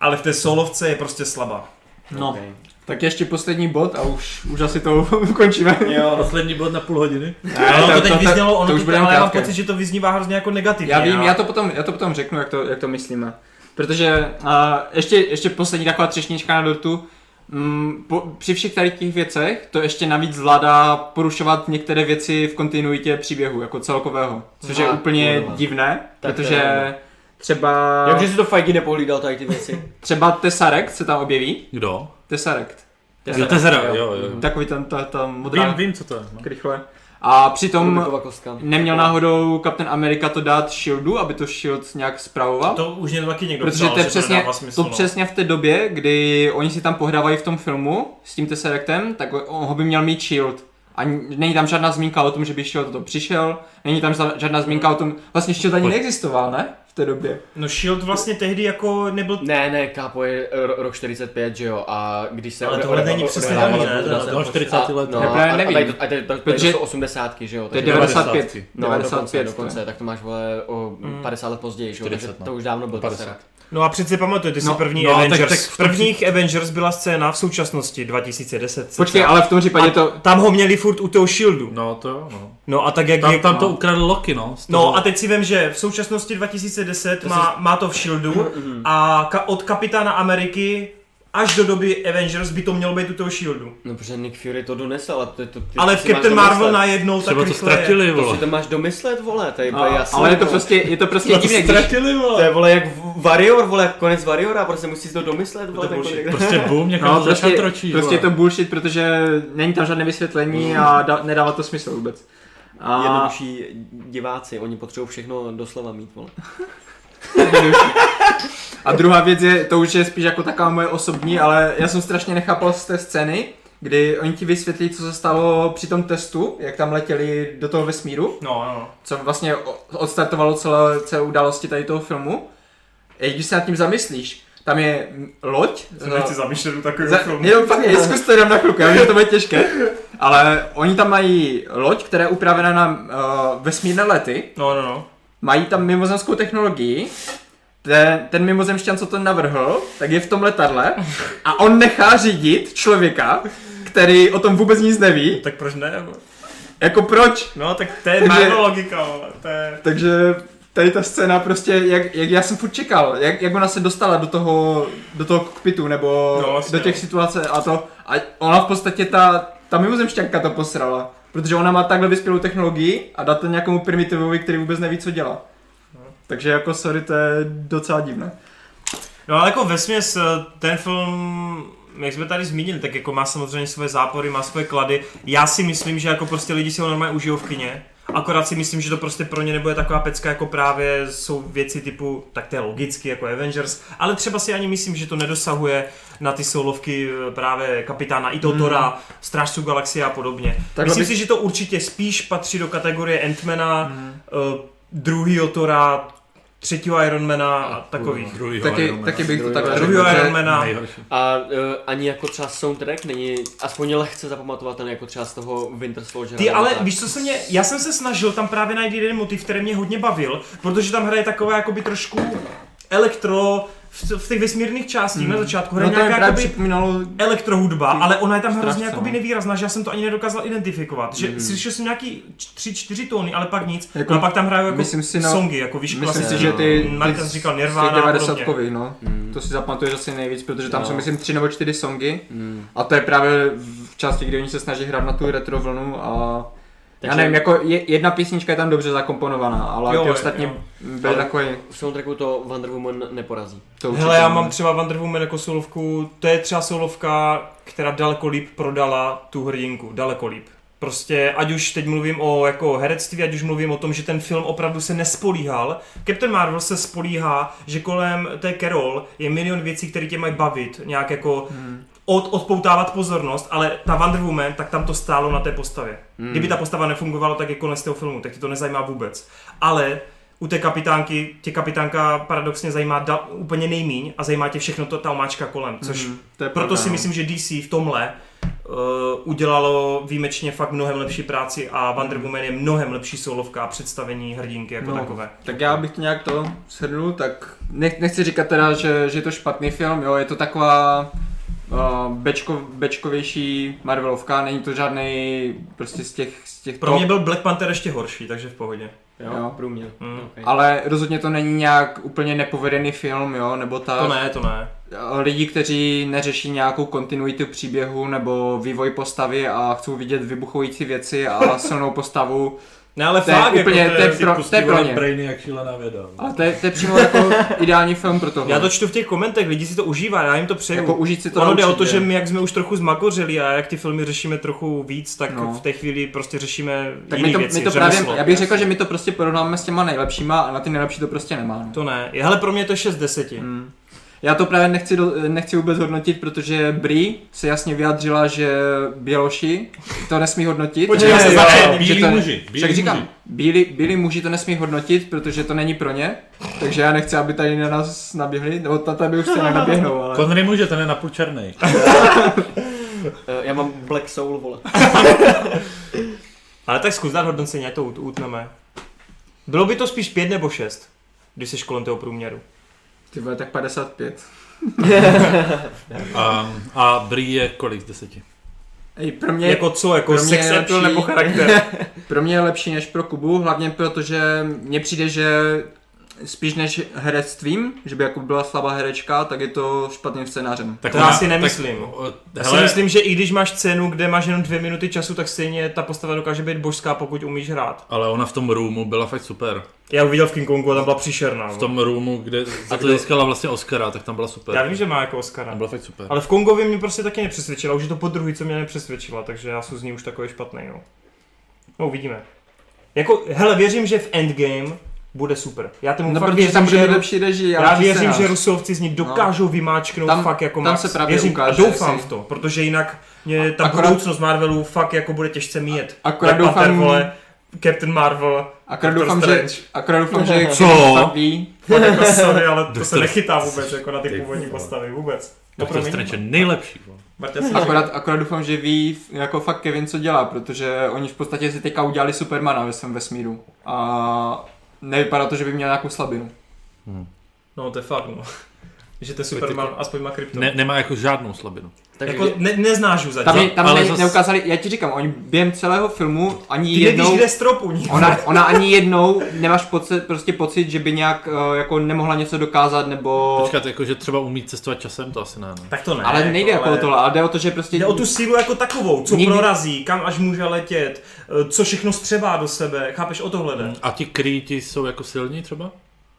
S2: Ale v té solovce je prostě slabá.
S3: No, tak ještě poslední bod a už, už asi to ukončíme.
S4: Jo.
S1: Poslední bod na půl hodiny.
S3: Ne,
S2: Ale ono to teď vyznělo,
S3: to
S2: ono
S3: už
S2: to,
S3: bude
S2: to ale já mám
S3: krátké.
S2: pocit, že to vyznívá hrozně jako negativně.
S3: Já vím,
S2: a-
S3: já to potom, já to potom řeknu, jak to, jak to myslíme. Protože a, ještě, ještě poslední taková třešnička na dortu. Mm, po, při všech tady těch věcech to ještě navíc zvládá porušovat některé věci v kontinuitě příběhu, jako celkového. Což je
S4: Ah,
S3: úplně
S4: kurva.
S3: divné,
S4: Tak to
S3: protože
S4: je.
S3: třeba,
S4: Jakže si to fajky nepohlídal tady ty věci.
S3: třeba Tesseract se tam objeví.
S1: Kdo?
S3: Tesseract.
S1: Jo, Tezera, jo, jo.
S3: Takový ten, ta, ta modrá
S5: Vím, vím, co to je. No.
S3: krychle. A přitom
S4: Rubikova kostka.
S3: neměl náhodou Captain America to dát Shieldu, aby to Shield nějak zpravoval.
S2: To už mě to taky někdo
S3: Protože
S2: psal,
S3: to je
S2: že
S3: přesně,
S2: nedává smysl,
S3: to
S2: no.
S3: přesně v té době, kdy oni si tam pohrávají v tom filmu s tím Tesseractem, tak on ho by měl mít Shield. A n- není tam žádná zmínka o tom, že by Shield toto přišel, není tam ža- žádná zmínka o tom, vlastně Shield ani
S1: Pojď.
S3: neexistoval, ne? V té době.
S2: No Shield vlastně tehdy jako nebyl
S4: Ne, ne, kápo je ro- rok 45, že jo, a když se...
S2: Ale
S4: ode-
S2: tohle
S4: ode-
S2: není
S4: ode-
S2: přesně
S4: odehrávala
S2: daný, ne? To-
S4: ta- ta-
S2: to-
S1: Toho
S4: ta-
S1: 40 let.
S4: No,
S3: Já
S4: a,
S3: právě
S4: a
S3: nevím.
S4: tady, to- a tady, to- tady
S3: Protože-
S4: to jsou 80, že jo?
S3: To je
S4: takže-
S3: 95.
S4: No, 95
S3: 95
S4: dokonce, tak to máš vole o 50 let později, že jo? Takže
S1: 40, no.
S4: to už dávno byl
S1: 50.
S4: Tesseract.
S2: No a přeci pamatujete si
S3: No,
S2: první
S1: no, tak-
S2: Avengers.
S1: tak
S2: v
S1: v tom
S2: prvních Avengers byla scéna v současnosti 2010.
S3: Počkej,
S2: cca.
S3: ale v tom
S2: a
S3: případě to...
S2: tam ho měli furt u toho shieldu.
S1: No to jo, no.
S2: No a tak jak
S1: Tam,
S2: je...
S1: tam to ukradl Loki, no. z
S2: No
S1: toho-
S2: a teď si vím, že v
S1: Mhm.
S2: současnosti 2010 má, má to v shieldu a ka- od kapitána Ameriky až do doby Avengers by to mělo být u toho Shieldu.
S4: No protože Nick Fury to donesl, ale to, to ty
S2: Ale v
S4: si máš
S2: Captain Marvel
S4: domyslet.
S2: najednou tak
S1: Třeba to
S2: rychle je.
S1: ztratili,
S4: To
S1: vole.
S4: si to máš domyslet, vole, to je
S3: No,
S4: úplně jasné.
S3: ale je to
S4: vole.
S3: prostě, je to prostě
S1: To
S3: divně, když,
S1: ztratili,
S4: To
S1: vole.
S4: je vole jak v- Warrior, vole, jak konec Warriora, prostě musíš to domyslet, vole, jako-
S2: To je bullshit.
S4: takhle.
S1: Prostě boom, někam
S3: No,
S1: no,
S3: prostě,
S1: prostě, tročí,
S3: prostě je to
S1: vole.
S3: bullshit, protože není tam žádné vysvětlení a da, nedává to smysl vůbec. A
S4: Jednodušší diváci, oni potřebují všechno doslova mít, vole.
S3: A druhá věc je, to už je spíš jako taková moje osobní, ale já jsem strašně nechápal z té scény, kdy oni ti vysvětlí, co se stalo při tom testu, jak tam letěli do toho vesmíru,
S2: No, no, no.
S3: co vlastně o- odstartovalo celé, celé události tady toho filmu. I když se nad tím zamyslíš, tam je mm, loď.
S2: To
S3: no,
S2: nechci zamýšlet u takového
S3: za,
S2: filmu.
S3: jenom fakt, je, zkus to jenom na kluka, já vím, že to bude těžké. Ale oni tam mají loď, která je upravena na uh, vesmírné lety
S2: No, no, no.
S3: mají tam mimozemskou technologii, ten, ten mimozemšťan, co to navrhl, tak je v tom letadle a on nechá řídit člověka, který o tom vůbec nic neví.
S2: Tak proč ne? vole?
S3: Jako proč?
S2: No, tak to je Marvel logika, vole. to je...
S3: Takže tady ta scéna prostě, jak, jak já jsem furt čekal, jak, jak ona se dostala do toho, do toho kokpitu nebo
S2: No,
S3: do
S2: vlastně,
S3: těch
S2: no.
S3: situace a to. A ona v podstatě ta, ta mimozemšťanka to posrala. Protože ona má takhle vyspělou technologii a dá to nějakému primitivovi, který vůbec neví, co dělá. Takže jako sorry, to je docela divné.
S2: No ale jako vesměs eh, ten film, jak jsme tady zmínili, tak jako má samozřejmě svoje zápory, má svoje klady. Já si myslím, že jako prostě lidi si ho normálně užijou v kině. Akorát si myslím, že to prostě pro ně nebude taková pecka, jako právě jsou věci typu, tak to je logicky, jako Avengers, ale třeba si ani myslím, že to nedosahuje na ty soulovky eh, právě kapitána Itotora, mm. Strážců galaxie a podobně.
S3: Hmm. Takhle
S2: myslím
S3: bych- Hmm.
S2: si, že to určitě spíš patří do kategorie Ant-Mana, mm. druhýho Tora, třetího Ironmana a takových.
S1: Druhýho
S3: Taky,
S1: Ironmana.
S3: taky bych to
S4: Druhý
S3: takhle
S4: Iron
S3: řekl.
S2: Druhýho
S3: že-
S2: Ironmana.
S1: Nejhorší.
S4: A uh, ani jako třeba soundtrack není aspoň lehce zapamatovatelný jako třeba z toho Winter Soldier.
S2: Ty
S4: nebo
S2: ale
S4: tak.
S2: víš, co se mě, já jsem se snažil tam právě najít jeden motiv, který mě hodně bavil, protože tam hraje taková jakoby trošku elektro v, v těch vesmírných částích mm. na začátku hraje
S3: No
S2: no
S3: to mi
S2: nějaká
S3: právě
S2: jakoby
S3: připomínalo,
S2: elektrohudba, ale ona je tam hrozně
S3: Strašce,
S2: jakoby
S3: no. Hmm.
S2: nevýrazná, že já jsem to ani nedokázal identifikovat, že mm. slyšel jsem nějaký č- tři, čtyři tóny, ale pak nic,
S3: Jako-
S2: jako, a pak tam hrajou jako
S3: myslím si, no-
S2: songy, jako víš,
S3: myslím si,
S2: klasické.
S3: že ty,
S2: Markas
S3: ty
S2: říkal Nirvana a podobně.
S3: 90 no. To si zapamatuješ asi nejvíc, protože tam
S4: No.
S3: jsou myslím tři nebo čtyři songy
S4: Mm.
S3: a to je právě v části, kdy oni se snaží hrát na tu retro vlnu a já
S4: Takže-
S3: nevím, jako je, jedna písnička je tam dobře zakomponovaná, ale
S2: Jo,
S3: ty
S2: jo,
S3: ostatní
S2: jo.
S3: byly
S4: Ale-
S3: takové,
S4: V soundtracku to Wonder Woman neporazí.
S3: to určitě
S2: Hele, já
S3: ne.
S2: mám třeba Wonder Woman jako solovku, to je třeba solovka, která daleko líp prodala tu hrdinku, daleko líp. Prostě, ať už teď mluvím o jako herectví, ať už mluvím o tom, že ten film opravdu se nespolíhal. Captain Marvel se spolíhá, že kolem té Carol je milion věcí, které tě mají bavit, nějak jako
S3: Hmm.
S2: od, odpoutávat pozornost, ale ta Wonder Woman, tak tam to stálo na té postavě.
S3: Hmm.
S2: Kdyby ta postava nefungovala, tak je konec toho filmu, tak ti to nezajímá vůbec. Ale u té kapitánky, tě kapitánka paradoxně zajímá da, úplně nejmíň a zajímá tě všechno to, ta omáčka kolem, což
S3: Mhm, to je
S2: proto
S3: pravda,
S2: si
S3: no.
S2: myslím, že DC v tomhle uh, udělalo výjimečně fakt mnohem lepší práci a Wonder Woman je mnohem lepší solovka a představení hrdinky jako
S3: Mhm. No.
S2: no. takové.
S3: Tak já bych to nějak to shrnul, tak nech, nechci říkat teda, že, že je to špatný film, jo, je to taková uh, bečko, bečkovější Marvelovka, není to žádný prostě z těch, z těch
S2: Pro mě byl Black Panther ještě horší, takže v pohodě.
S4: Jo,
S3: Jo.
S4: průměr.
S2: Mm.
S4: Okay.
S3: ale rozhodně to není nějak úplně nepovedený film, jo, nebo tak.
S2: To ne, to ne.
S3: Lidi, kteří neřeší nějakou kontinuitu příběhu nebo vývoj postavy a chcou vidět vybuchující věci a silnou postavu,
S2: Ne, ale
S3: To je
S2: fakt,
S3: úplně-
S2: jako,
S3: to je
S1: Si
S3: pro-
S1: pustí,
S3: to je pro
S1: vole,
S3: ně.
S1: Brainy jak šílená věda.
S3: ale to je, to je přímo jako ideální film pro toho.
S2: Já to čtu v těch komentech, lidi si to užívá, já jim to přeju.
S3: jako užít si to
S2: ono jde o to,
S3: určitě.
S2: že my, jak jsme už trochu zmakořili a jak ty filmy řešíme trochu víc, tak
S3: No.
S2: no. v té chvíli prostě řešíme tak
S3: Tak
S2: jiný
S3: my to,
S2: věci,
S3: my to právě,
S2: řemeslo.
S3: já bych řekl, že my to prostě porovnáme s těma nejlepšíma a na ty nejlepší to prostě nemá. No.
S2: To ne. Hele, pro mě to je 6 deseti. Mm.
S3: Já to právě nechci, do, nechci vůbec hodnotit, protože Brie se jasně vyjádřila, že Běloši to nesmí hodnotit.
S1: Počkej,
S3: Že-
S1: ne,
S3: že
S1: ne, bílí
S3: to-
S1: muži, bílí
S3: Však říkám,
S1: muži.
S3: bílí, bílí muži to nesmí hodnotit, protože to není pro ně, takže já nechci, aby tady na nás naběhli, nebo ta tady už se naběhnou, ale...
S1: Connery může, ten je napůl černý.
S4: Uh, já mám Black Soul, vole.
S2: Ale tak zkus dát hodnocení, ať to ut- utneme. Bylo by to spíš 5 nebo 6, když jsi kolem toho průměru.
S3: Ty vole, tak 55.
S1: A, a Brie je kolik z deseti?
S3: Ej, pro mě
S2: Mě, jako co, jako
S3: pro mě
S2: sex
S3: je
S2: appeal
S3: lepší-
S2: nebo charakter?
S3: Pro mě je lepší než pro Kubu, hlavně protože mně přijde, že spíš než herectvím, že by jako byla slabá herečka, tak je to špatným scénářem.
S1: Tak
S2: To
S1: ona-
S2: já si nemyslím.
S1: Tak, o,
S2: Já si
S1: hele,
S2: myslím, že i když máš cenu, kde máš jenom dvě minuty času, tak stejně ta postava dokáže být božská, pokud umíš hrát.
S1: ale ona v tom roomu byla fakt super.
S2: Já uviděl v King Kongu a tam byla příšerná.
S1: V tom roomu, kde za to získala vlastně Oscara, tak tam byla super.
S2: Já vím, že má jako
S1: Tam
S2: Oscara.
S1: byla fakt super.
S2: Ale v Kongovi mě prostě taky nepřesvědčila, už je to po druhý, co mě nepřesvědčila, takže já jsem z ní už takový špatný, no. No, uvidíme. Jako, hele, věřím, že v Endgame bude super. Já tomu
S3: No,
S2: fakt
S3: protože
S2: věřím,
S3: tam bude
S2: že
S3: mít lepší režii, ale
S2: já
S3: lepší
S2: věřím,
S3: scénář.
S2: že Rusovci z ní dokážou no. vymáčknout tam,
S3: Tam-
S2: fakt jako
S3: tam
S2: Max.
S3: se právě
S2: věřím
S3: ukáže,
S2: a doufám
S3: jestli-
S2: v to, protože jinak mě ta
S3: Akorát-
S2: budoucnost Marvelu fakt jako bude těžce míjet.
S3: Akorát
S2: Black Panther,
S3: doufám-
S2: vole, Captain Marvel,
S3: Akorát
S2: Doctor
S3: doufám, že,
S2: Strange.
S3: akorát doufám, že
S1: Co?
S3: fakt ví,
S2: fakt jako sorry, ale to se
S1: Doctor-
S2: nechytá vůbec jako na ty
S5: Ty
S2: původní
S5: vole.
S2: postavy, vůbec. No,
S1: Doctor
S2: promiň.
S1: Strange je nejlepší. vole.
S2: Marta si
S3: akorát, akorát doufám, že ví jako fakt Kevin, co dělá, protože oni v podstatě si teďka udělali Supermana ve svém vesmíru. A nevypadá to, že by měl nějakou slabinu.
S2: No to je fakt, no. Že ten Superman aspoň má krypto.
S1: Ne, nemá jako žádnou slabinu.
S4: Takže
S2: jako ne, neznáš ju
S3: Tam,
S2: zatím.
S3: je, tam
S1: ale
S3: ne,
S1: zas-
S3: neukázali, já ti říkám, oni během celého filmu ani
S2: Ty jednou...
S3: jednou...
S2: nevíš, kde je strop u ní.
S3: Ona, ona ani jednou nemáš pocit, prostě pocit, že by nějak eh, jako nemohla něco dokázat, nebo...
S1: Počkat, jako že třeba umí cestovat časem, to asi ne. no. ne.
S2: Tak to ne.
S3: ale nejde jako o tohle, ale jde o to, že prostě...
S2: Jde o tu sílu jako takovou, co
S3: Nikdy-
S2: prorazí, kam až může letět, eh, co všechno střebá do sebe, chápeš, o tohle
S3: Hmm.
S2: jde.
S1: A ti krýti jsou jako silní třeba?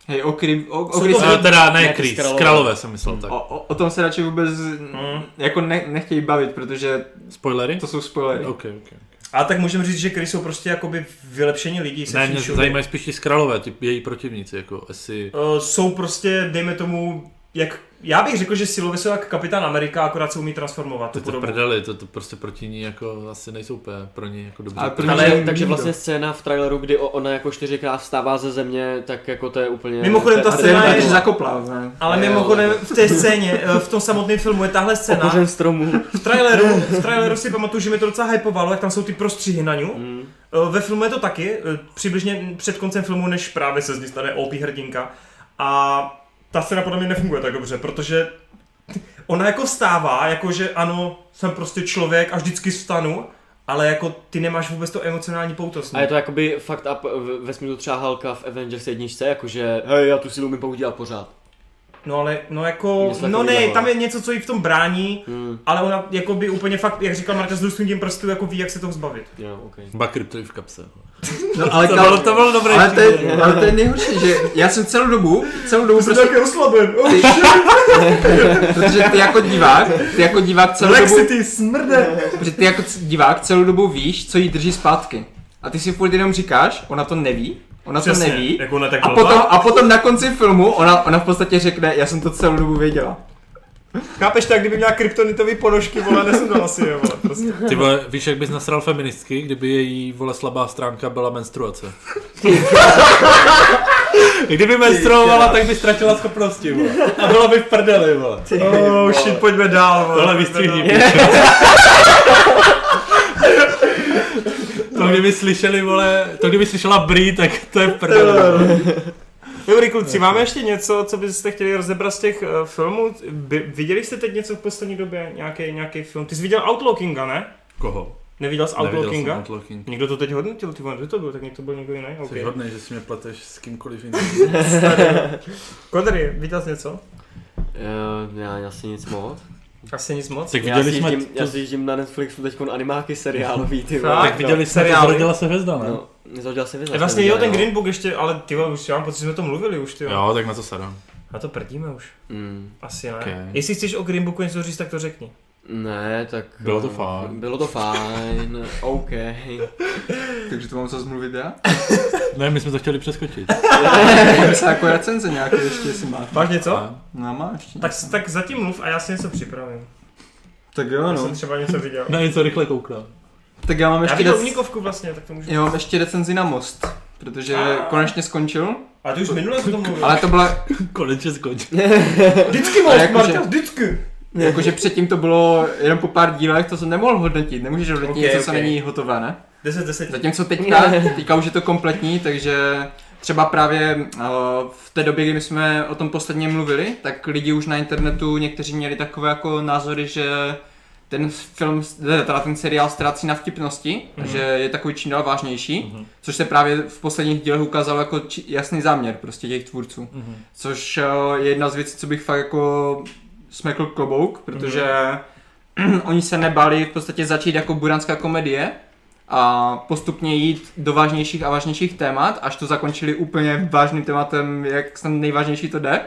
S3: Hej, o, kry, o, o,
S2: Jsou
S3: Chris-
S2: to-
S1: A teda ne
S4: Nějaký
S1: krýt,
S4: skralové.
S1: skralové jsem myslel tak.
S3: o, o, o tom se radši vůbec mm. jako ne, nechtějí bavit, protože
S1: Spoilery?
S3: to jsou spoilery.
S1: Ok, ok.
S2: A tak můžeme říct, že Krys jsou prostě jakoby vylepšení lidí se
S1: Ne,
S2: vším
S1: mě
S2: všude.
S1: zajímají spíš ti skralové, ti její protivníci, jako asi...
S2: Eh, Jsou prostě, dejme tomu, jak já bych řekl, že silově jsou jak kapitán Amerika, akorát se umí transformovat tu
S1: Ty to
S2: podobu.
S1: prdeli, to, to prostě proti ní jako asi nejsou úplně pro ní jako dobře.
S3: Ale pro
S4: Ale
S3: Protože
S4: takže
S3: nikdo.
S4: vlastně scéna v traileru, kdy o- ona jako čtyřikrát vstává ze země, tak jako to je úplně...
S2: Mimochodem, ta
S4: to
S3: A
S4: je-
S3: to je
S2: scéna
S3: jenom
S2: je-
S3: tak, že zakopla, ne?
S2: Ale
S4: Jo.
S2: mimochodem v té scéně, eh, v tom samotném filmu je tahle scéna,
S4: Okořen stromu.
S2: v traileru, v traileru si pamatuju, že mi to docela hypovalo, jak tam jsou ty prostřihy na ňu. Mm. Ve filmu je to taky, eh, přibližně před koncem filmu, než právě se z ní stane OP hrdinka. A ta scéna podle mě nefunguje tak dobře, protože ona jako vstává, jako že ano, jsem prostě člověk a vždycky vstanu, ale jako ty nemáš vůbec to emocionální pouto s ní.
S4: A je to jakoby fucked up v- ve smyslu třeba Halka v Avengers jedničce, jakože hej, já tu sílu mi používám pořád.
S2: No ale, no jako,
S4: Něco
S2: no ne,
S4: takovýhle.
S2: tam je něco, co jí v tom brání,
S4: Hmm.
S2: ale ona jako by úplně fakt, jak říkal Marta, s lusknutím prstu jako ví, jak se toho zbavit.
S4: Jo, okay.
S1: Ba krypto i v kapse.
S3: No, ale,
S1: bylo- to bylo dobré
S3: ale, to je, ale to je nejhorší, že já jsem celou dobu, celou dobu prostě,
S2: oslaben, oh,
S3: protože ty jako divák, ty jako divák celou dobu,
S2: ty smrde.
S3: protože ty jako c- divák celou dobu víš, co jí drží zpátky. A ty si furt jenom říkáš, ona to neví, ona
S2: Přesně,
S3: to neví.
S2: jako ona tak
S3: a
S2: blbá.
S3: potom, a potom na konci filmu ona, ona v podstatě řekne, já jsem to celou dobu věděla.
S2: Chápeš tak, kdyby měla kryptonitový ponožky, vole, nesundala si je, vole, prostě.
S1: Ty vole, víš, jak bys nasral feministky, kdyby její vole slabá stránka byla menstruace. Kdyby menstruovala, tak by ztratila schopnosti, vole. A byla by v prdeli, vole.
S2: Oh, shit, pojďme dál, vole.
S1: Tohle vystřihni, pičo. To kdyby slyšeli, vole, to kdyby slyšela Brie, tak to je v prdeli.
S2: Dobrý kluci, máme ještě něco, co byste chtěli rozebrat z těch eh, filmů? By, viděli jste teď něco v poslední době? Nějaký, nějaký film? Ty jsi viděl Outlaw Kinga, ne?
S1: Koho?
S2: Neviděl jsi Outlaw
S1: Neviděl jsem
S2: Kinga?
S1: Outlaw Kinga.
S2: Někdo to teď hodnotil, ty vole, kdo to byl, tak někdo byl někdo jiný,
S1: Jsi
S2: ok.
S1: hodnej, že si mě plateš s kýmkoliv jiným.
S2: Kodry, viděl jsi něco?
S4: Uh, já asi nic moc.
S2: Asi nic moc.
S1: Tak
S4: Já si,
S1: viděli jsme,
S4: jíždím, já si jíždím na Netflixu teď animáky seriálový, ty vole.
S2: Fakt,
S1: tak viděli jsme, že
S2: seriály.
S1: zrodila se hvězda, ne?
S4: No, zhodil se
S2: Je
S4: vyzvat.
S2: vlastně jo, ten Green Book ještě, ale ty vole, už já mám pocit, že jsme to mluvili už, ty jo.
S1: Jo, tak na to sadám.
S2: Na to prdíme už.
S4: Mm,
S2: Asi ne.
S1: Ok.
S2: Jestli chceš o Green Booku něco říct, tak to řekni.
S4: ne, tak...
S1: Bylo to
S4: eh,
S1: fajn.
S4: Bylo to fajn, OK. E,
S3: Takže to mám co zmluvit já?
S1: Ne, my jsme to chtěli přeskočit.
S3: Mám se jako recenze nějaký ještě, jestli má.
S2: Máš něco?
S1: A
S3: No má ještě.
S2: Tak, tak zatím mluv a já si něco připravím.
S3: tak jo
S2: Já
S3: no.
S2: jsem třeba něco viděl.
S1: Na něco rychle koukám.
S3: Tak já mám
S2: Já
S3: ještě,
S2: viděl
S3: rec...
S2: Mníkovku vlastně, tak to můžu.
S3: já mám ještě recenzi na Most. Protože
S2: A.
S3: konečně skončil,
S2: A ty už minule jsi to mluvil.
S3: ale to byla,
S1: Konečně skončil.
S2: Vždycky
S3: A jakože-
S2: vždycky.
S3: Jakože předtím to bylo jenom po pár dílech, to jsem nemohl hodnotit. Nemůžeš hodnotit
S2: Ok,
S3: okay, něco, co
S2: ok.
S3: není hotové, ne?
S2: 10 10.
S3: Zatímco teďka, teďka už je to kompletní, takže třeba právě uh, v té době, kdy my jsme o tom posledně mluvili, tak lidi už na internetu někteří měli takové jako názory, že ten film, teda ten seriál ztrácí na vtipnosti, mm-hmm. že je takový čím dál vážnější, mm-hmm. což se právě v posledních dílech ukázalo jako či, jasný záměr prostě těch tvůrců. Mm-hmm. Což eh, je jedna z věcí, co bych fakt jako smekl klobouk, protože mm-hmm. oni se nebali v podstatě začít jako buranská komedie a postupně jít do vážnějších a vážnějších témat, až to zakončili úplně vážným tématem, jak snad nejvážnější to jde.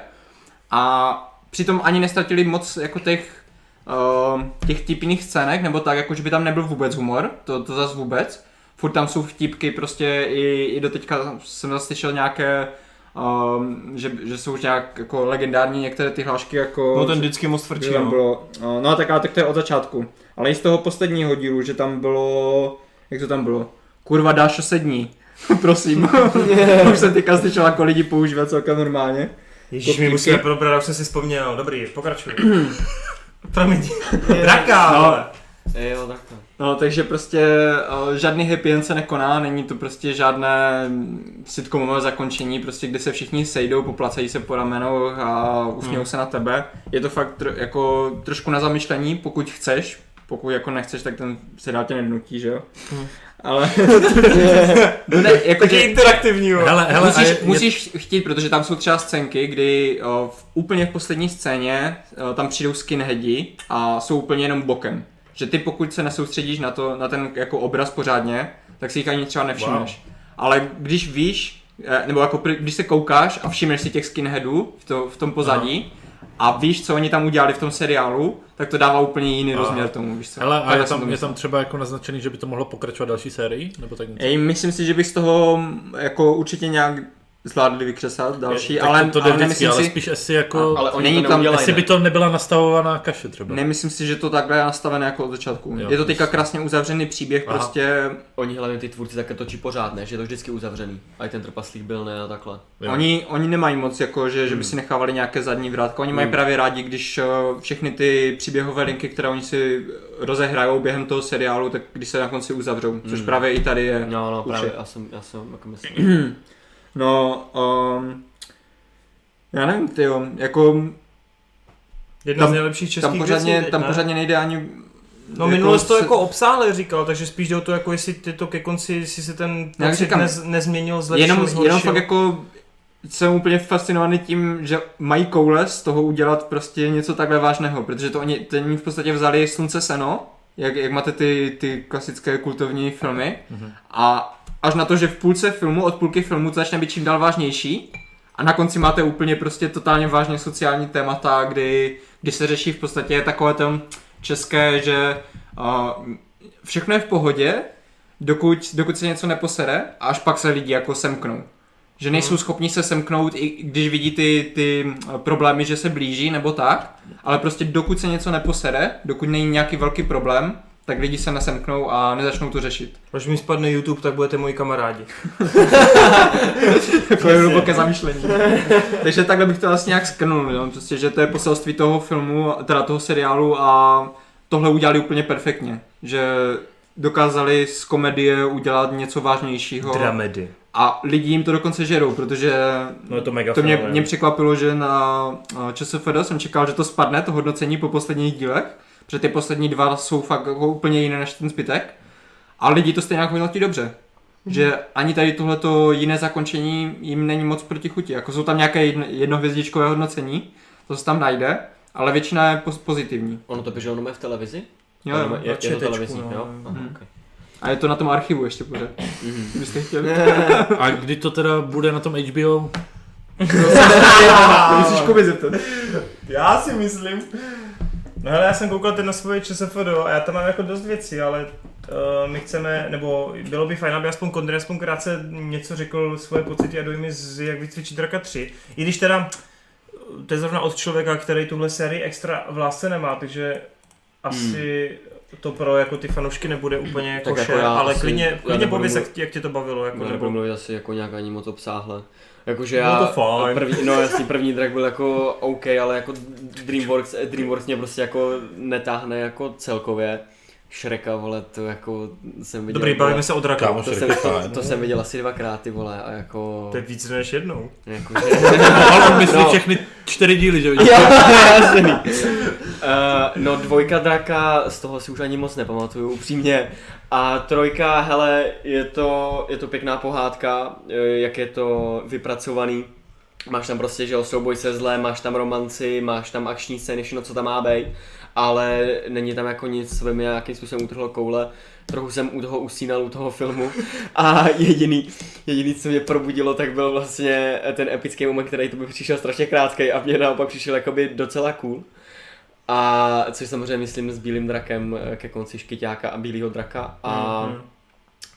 S3: A přitom ani nestratili moc jako těch ehm, těch tipných scének, nebo tak, jakože by tam nebyl vůbec humor, to, to zas vůbec. Furt tam jsou vtipky, prostě i, i doteďka jsem zase slyšel nějaké, um, že, že jsou už nějak jako legendární některé ty hlášky, jako...
S2: No ten vždycky moc
S3: že
S2: frčí,
S3: tam
S2: no.
S3: bylo, no, no tak, ale tak to je od začátku. Ale i z toho posledního dílu, že tam bylo, jak to tam bylo? Kurva dáš sední. Prosím. Už jsem teďka slyšel, jako lidi používat celkem normálně.
S2: Ježíš, my
S3: kopírky.
S2: musíme probrat, už jsem si vzpomněl. Dobrý, pokračuj. Promiň. Draka,
S3: No.
S2: ale.
S4: Jo, takhle.
S3: No, takže prostě eh, žádný happy end se nekoná, není to prostě žádné mm, sitcomové zakončení, prostě kde se všichni sejdou, poplacají se po ramenou a usmějou
S2: Hmm.
S3: se na tebe. Je to fakt tr- jako trošku na zamyšlení, pokud chceš, pokud jako nechceš, tak ten seriál tě nednutí, že jo? Ale... no ne, jako,
S2: Hmm. Taky
S3: že,
S2: interaktivní, jo.
S1: Hele, hele,
S3: musíš,
S1: a je, je,
S3: musíš chtít, protože tam jsou třeba scénky, kdy o, v úplně v poslední scéně o, tam přijdou skinheadi a jsou úplně jenom bokem. Že ty pokud se nesoustředíš na, to, na ten jako obraz pořádně, tak si jich ani třeba nevšimneš. Wow. Ale když víš, eh, nebo jako pr- když se koukáš a všimneš si těch skinheadů v, to, v tom pozadí, a víš, co oni tam udělali v tom seriálu, tak to dává úplně jiný rozměr tomu, víš co?
S1: hele, a
S3: Takhle
S1: je
S3: jsem to
S1: tam, je
S3: myslel.
S1: tam třeba jako naznačený, že by to mohlo pokračovat další sérii? Nebo tak něco?
S3: Ej, myslím si, že bych z toho mm, jako určitě nějak zvládli vykřesat další,
S1: Tak
S3: ale,
S1: to, to jde
S3: ale
S1: vždycky,
S3: nemyslím
S1: ale
S3: si,
S1: spíš asi jako...
S4: Ale oni
S3: Není
S4: to
S3: tam-
S4: neudělají,
S1: Jestli by to nebyla nastavovaná kaše třeba.
S3: Nemyslím si, že to takhle je nastavené jako od začátku.
S1: no. Jo,
S3: Jo, je to teďka
S1: jasně.
S3: krásně uzavřený příběh, Aha.
S1: Aha.
S3: prostě
S4: Oni hlavně ty tvůrci také točí pořád, ne? Že je to vždycky uzavřený. A i ten trpaslík byl ne a takhle.
S1: Jo.
S3: oni, oni nemají moc, jako, že,
S1: Hmm.
S3: že by si nechávali nějaké zadní vrátka. Oni mají právě rádi, když eh, všechny ty příběhové linky, které oni si rozehrajou během toho seriálu, tak když se na konci uzavřou, což
S1: Hmm.
S3: právě i tady je.
S4: No, no,
S3: Už
S4: právě,
S3: je.
S4: já jsem, já jsem jako myslím.
S3: No, um, já nevím, ty jako
S2: Jedna
S3: Tam-
S2: z nejlepších českých
S3: tam pořádně,
S2: věcí teď,
S3: tam
S2: ne?
S3: pořádně nejde ani...
S2: No minulost to
S3: se-
S2: jako obsáhle říkal, takže spíš jde o to, jako jestli ty to ke konci, jestli se ten
S3: Jak
S2: pocit
S3: říkám,
S2: nez, nezměnil, zlepšil,
S3: Jenom,
S2: zhoršil.
S3: jenom fakt jako jsem úplně fascinovaný tím, že mají koule z toho udělat prostě něco takhle vážného, protože to oni, ten jim v podstatě vzali Slunce seno, jak, jak máte ty, ty klasické kultovní filmy a až na to, že v půlce filmu, od půlky filmu to začne být čím dál vážnější a na konci máte úplně prostě totálně vážně sociální témata, kdy, kdy se řeší v podstatě takové tam české, že uh, všechno je v pohodě, dokud, dokud se něco neposere a až pak se lidi jako semknou. Že nejsou hmm. schopni se semknout, i když vidí ty, ty eh, problémy, že se blíží nebo tak, ale prostě dokud se něco neposere, dokud není nějaký velký problém, tak lidi se nesemknou a nezačnou to řešit.
S2: Až mi spadne YouTube, tak budete moji kamarádi.
S3: Takové hluboké zamýšlení. Takže takhle bych to asi nějak skrnul, jo? prostě, že to je poselství toho filmu, teda toho seriálu a tohle udělali úplně perfektně. Že dokázali z komedie udělat něco
S4: No.
S3: vážnějšího.
S2: Dramedy.
S3: A lidi jim to dokonce žerou, protože
S2: No je to mega
S3: to mě,
S2: fenomen.
S3: mě překvapilo, že na eh, ČSFD jsem čekal, že to spadne, to hodnocení po posledních dílech, protože ty poslední dva jsou fakt jako úplně jiné než ten zbytek. A lidi to stejně jako hodnotí dobře. Že ani tady tohleto jiné zakončení jim není moc proti chuti. Jako jsou tam nějaké jedno- jednohvězdičkové hodnocení, to se tam najde, ale většina je poz- pozitivní.
S4: Ono to běželo jenom v televizi?
S3: Jo,
S4: Jenom
S3: jo.
S4: je, je to
S2: četečku,
S4: televizní,
S2: no.
S4: jo? Aha,
S3: Mhm.
S4: okay.
S3: A je to na tom archivu ještě pořád, kdybyste chtěli.
S1: A kdy to teda bude na tom HBO?
S3: To musíš Kuby zeptat.
S2: Já si myslím. No hele, já jsem koukal teď na svoje ČSFD a já tam mám jako dost věcí, ale uh, my chceme, nebo bylo by fajn, aby aspoň Kondry aspoň krátce něco řekl svoje pocity a dojmy z Jak vycvičit draka 3. I když teda, to je zrovna od člověka, který tuhle sérii extra v lásce nemá, takže asi to pro jako ty fanoušky nebude úplně jako,
S4: Hmm. Tak jako
S2: šer,
S4: já
S2: ale
S4: asi-
S2: klidně,
S4: já
S2: klidně
S4: nebudu
S2: pověz,
S4: mluvit.
S2: jak, jak tě to bavilo. Jako,
S4: No, nebudu mluvit asi jako nějak ani moc obsáhle. Jakože
S2: Bylo
S4: já,
S2: to fajn.
S4: první, no jasný, první track byl jako OK, ale jako Dreamworks, eh, Dreamworks mě prostě jako netáhne jako celkově. Shreka, vole, to jako jsem viděl.
S2: Dobrý,
S4: vole,
S2: bavíme se o draka.
S5: Kámo,
S4: to jsem, to, to jsem viděl asi dvakrát, ty vole, a jako...
S2: To je víc než jednou.
S4: Jakože...
S1: Ale on myslí
S4: No.
S1: všechny čtyři díly, že vidíš?
S4: jasný. Uh, no dvojka draka, z toho si už ani moc nepamatuju, upřímně. A trojka, hele, je to, je to pěkná pohádka, eh, jak je to vypracovaný. Máš tam prostě, že jo, souboj se zlem, máš tam romanci, máš tam akční scény, všechno, co tam má být. Ale není tam jako nic, co by mě nějakým způsobem utrhlo koule. Trochu jsem u toho usínal, u toho filmu. A jediný, jediný, co mě probudilo, tak byl vlastně ten epický moment, který to by přišel strašně krátký a mě naopak přišel jakoby docela cool. A což samozřejmě myslím s Bílým drakem eh, ke konci Škyťáka a Bílého draka. A, mm-hmm.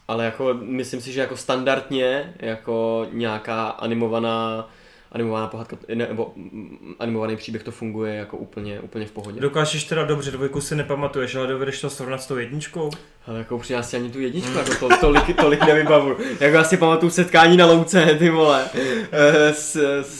S4: Ale jako myslím si, že jako standardně, jako nějaká animovaná animovaná pohádka, nebo mm, animovaný příběh to funguje jako úplně, úplně v pohodě.
S2: Dokážeš teda dobře, dvojku si nepamatuješ, ale dovedeš to srovnat s tou jedničkou?
S4: Ale jako upřímně já si ani tu jedničku, jako to, tolik, tolik nevybavu. Jako já si pamatuju setkání na louce, ty vole. Eh, S,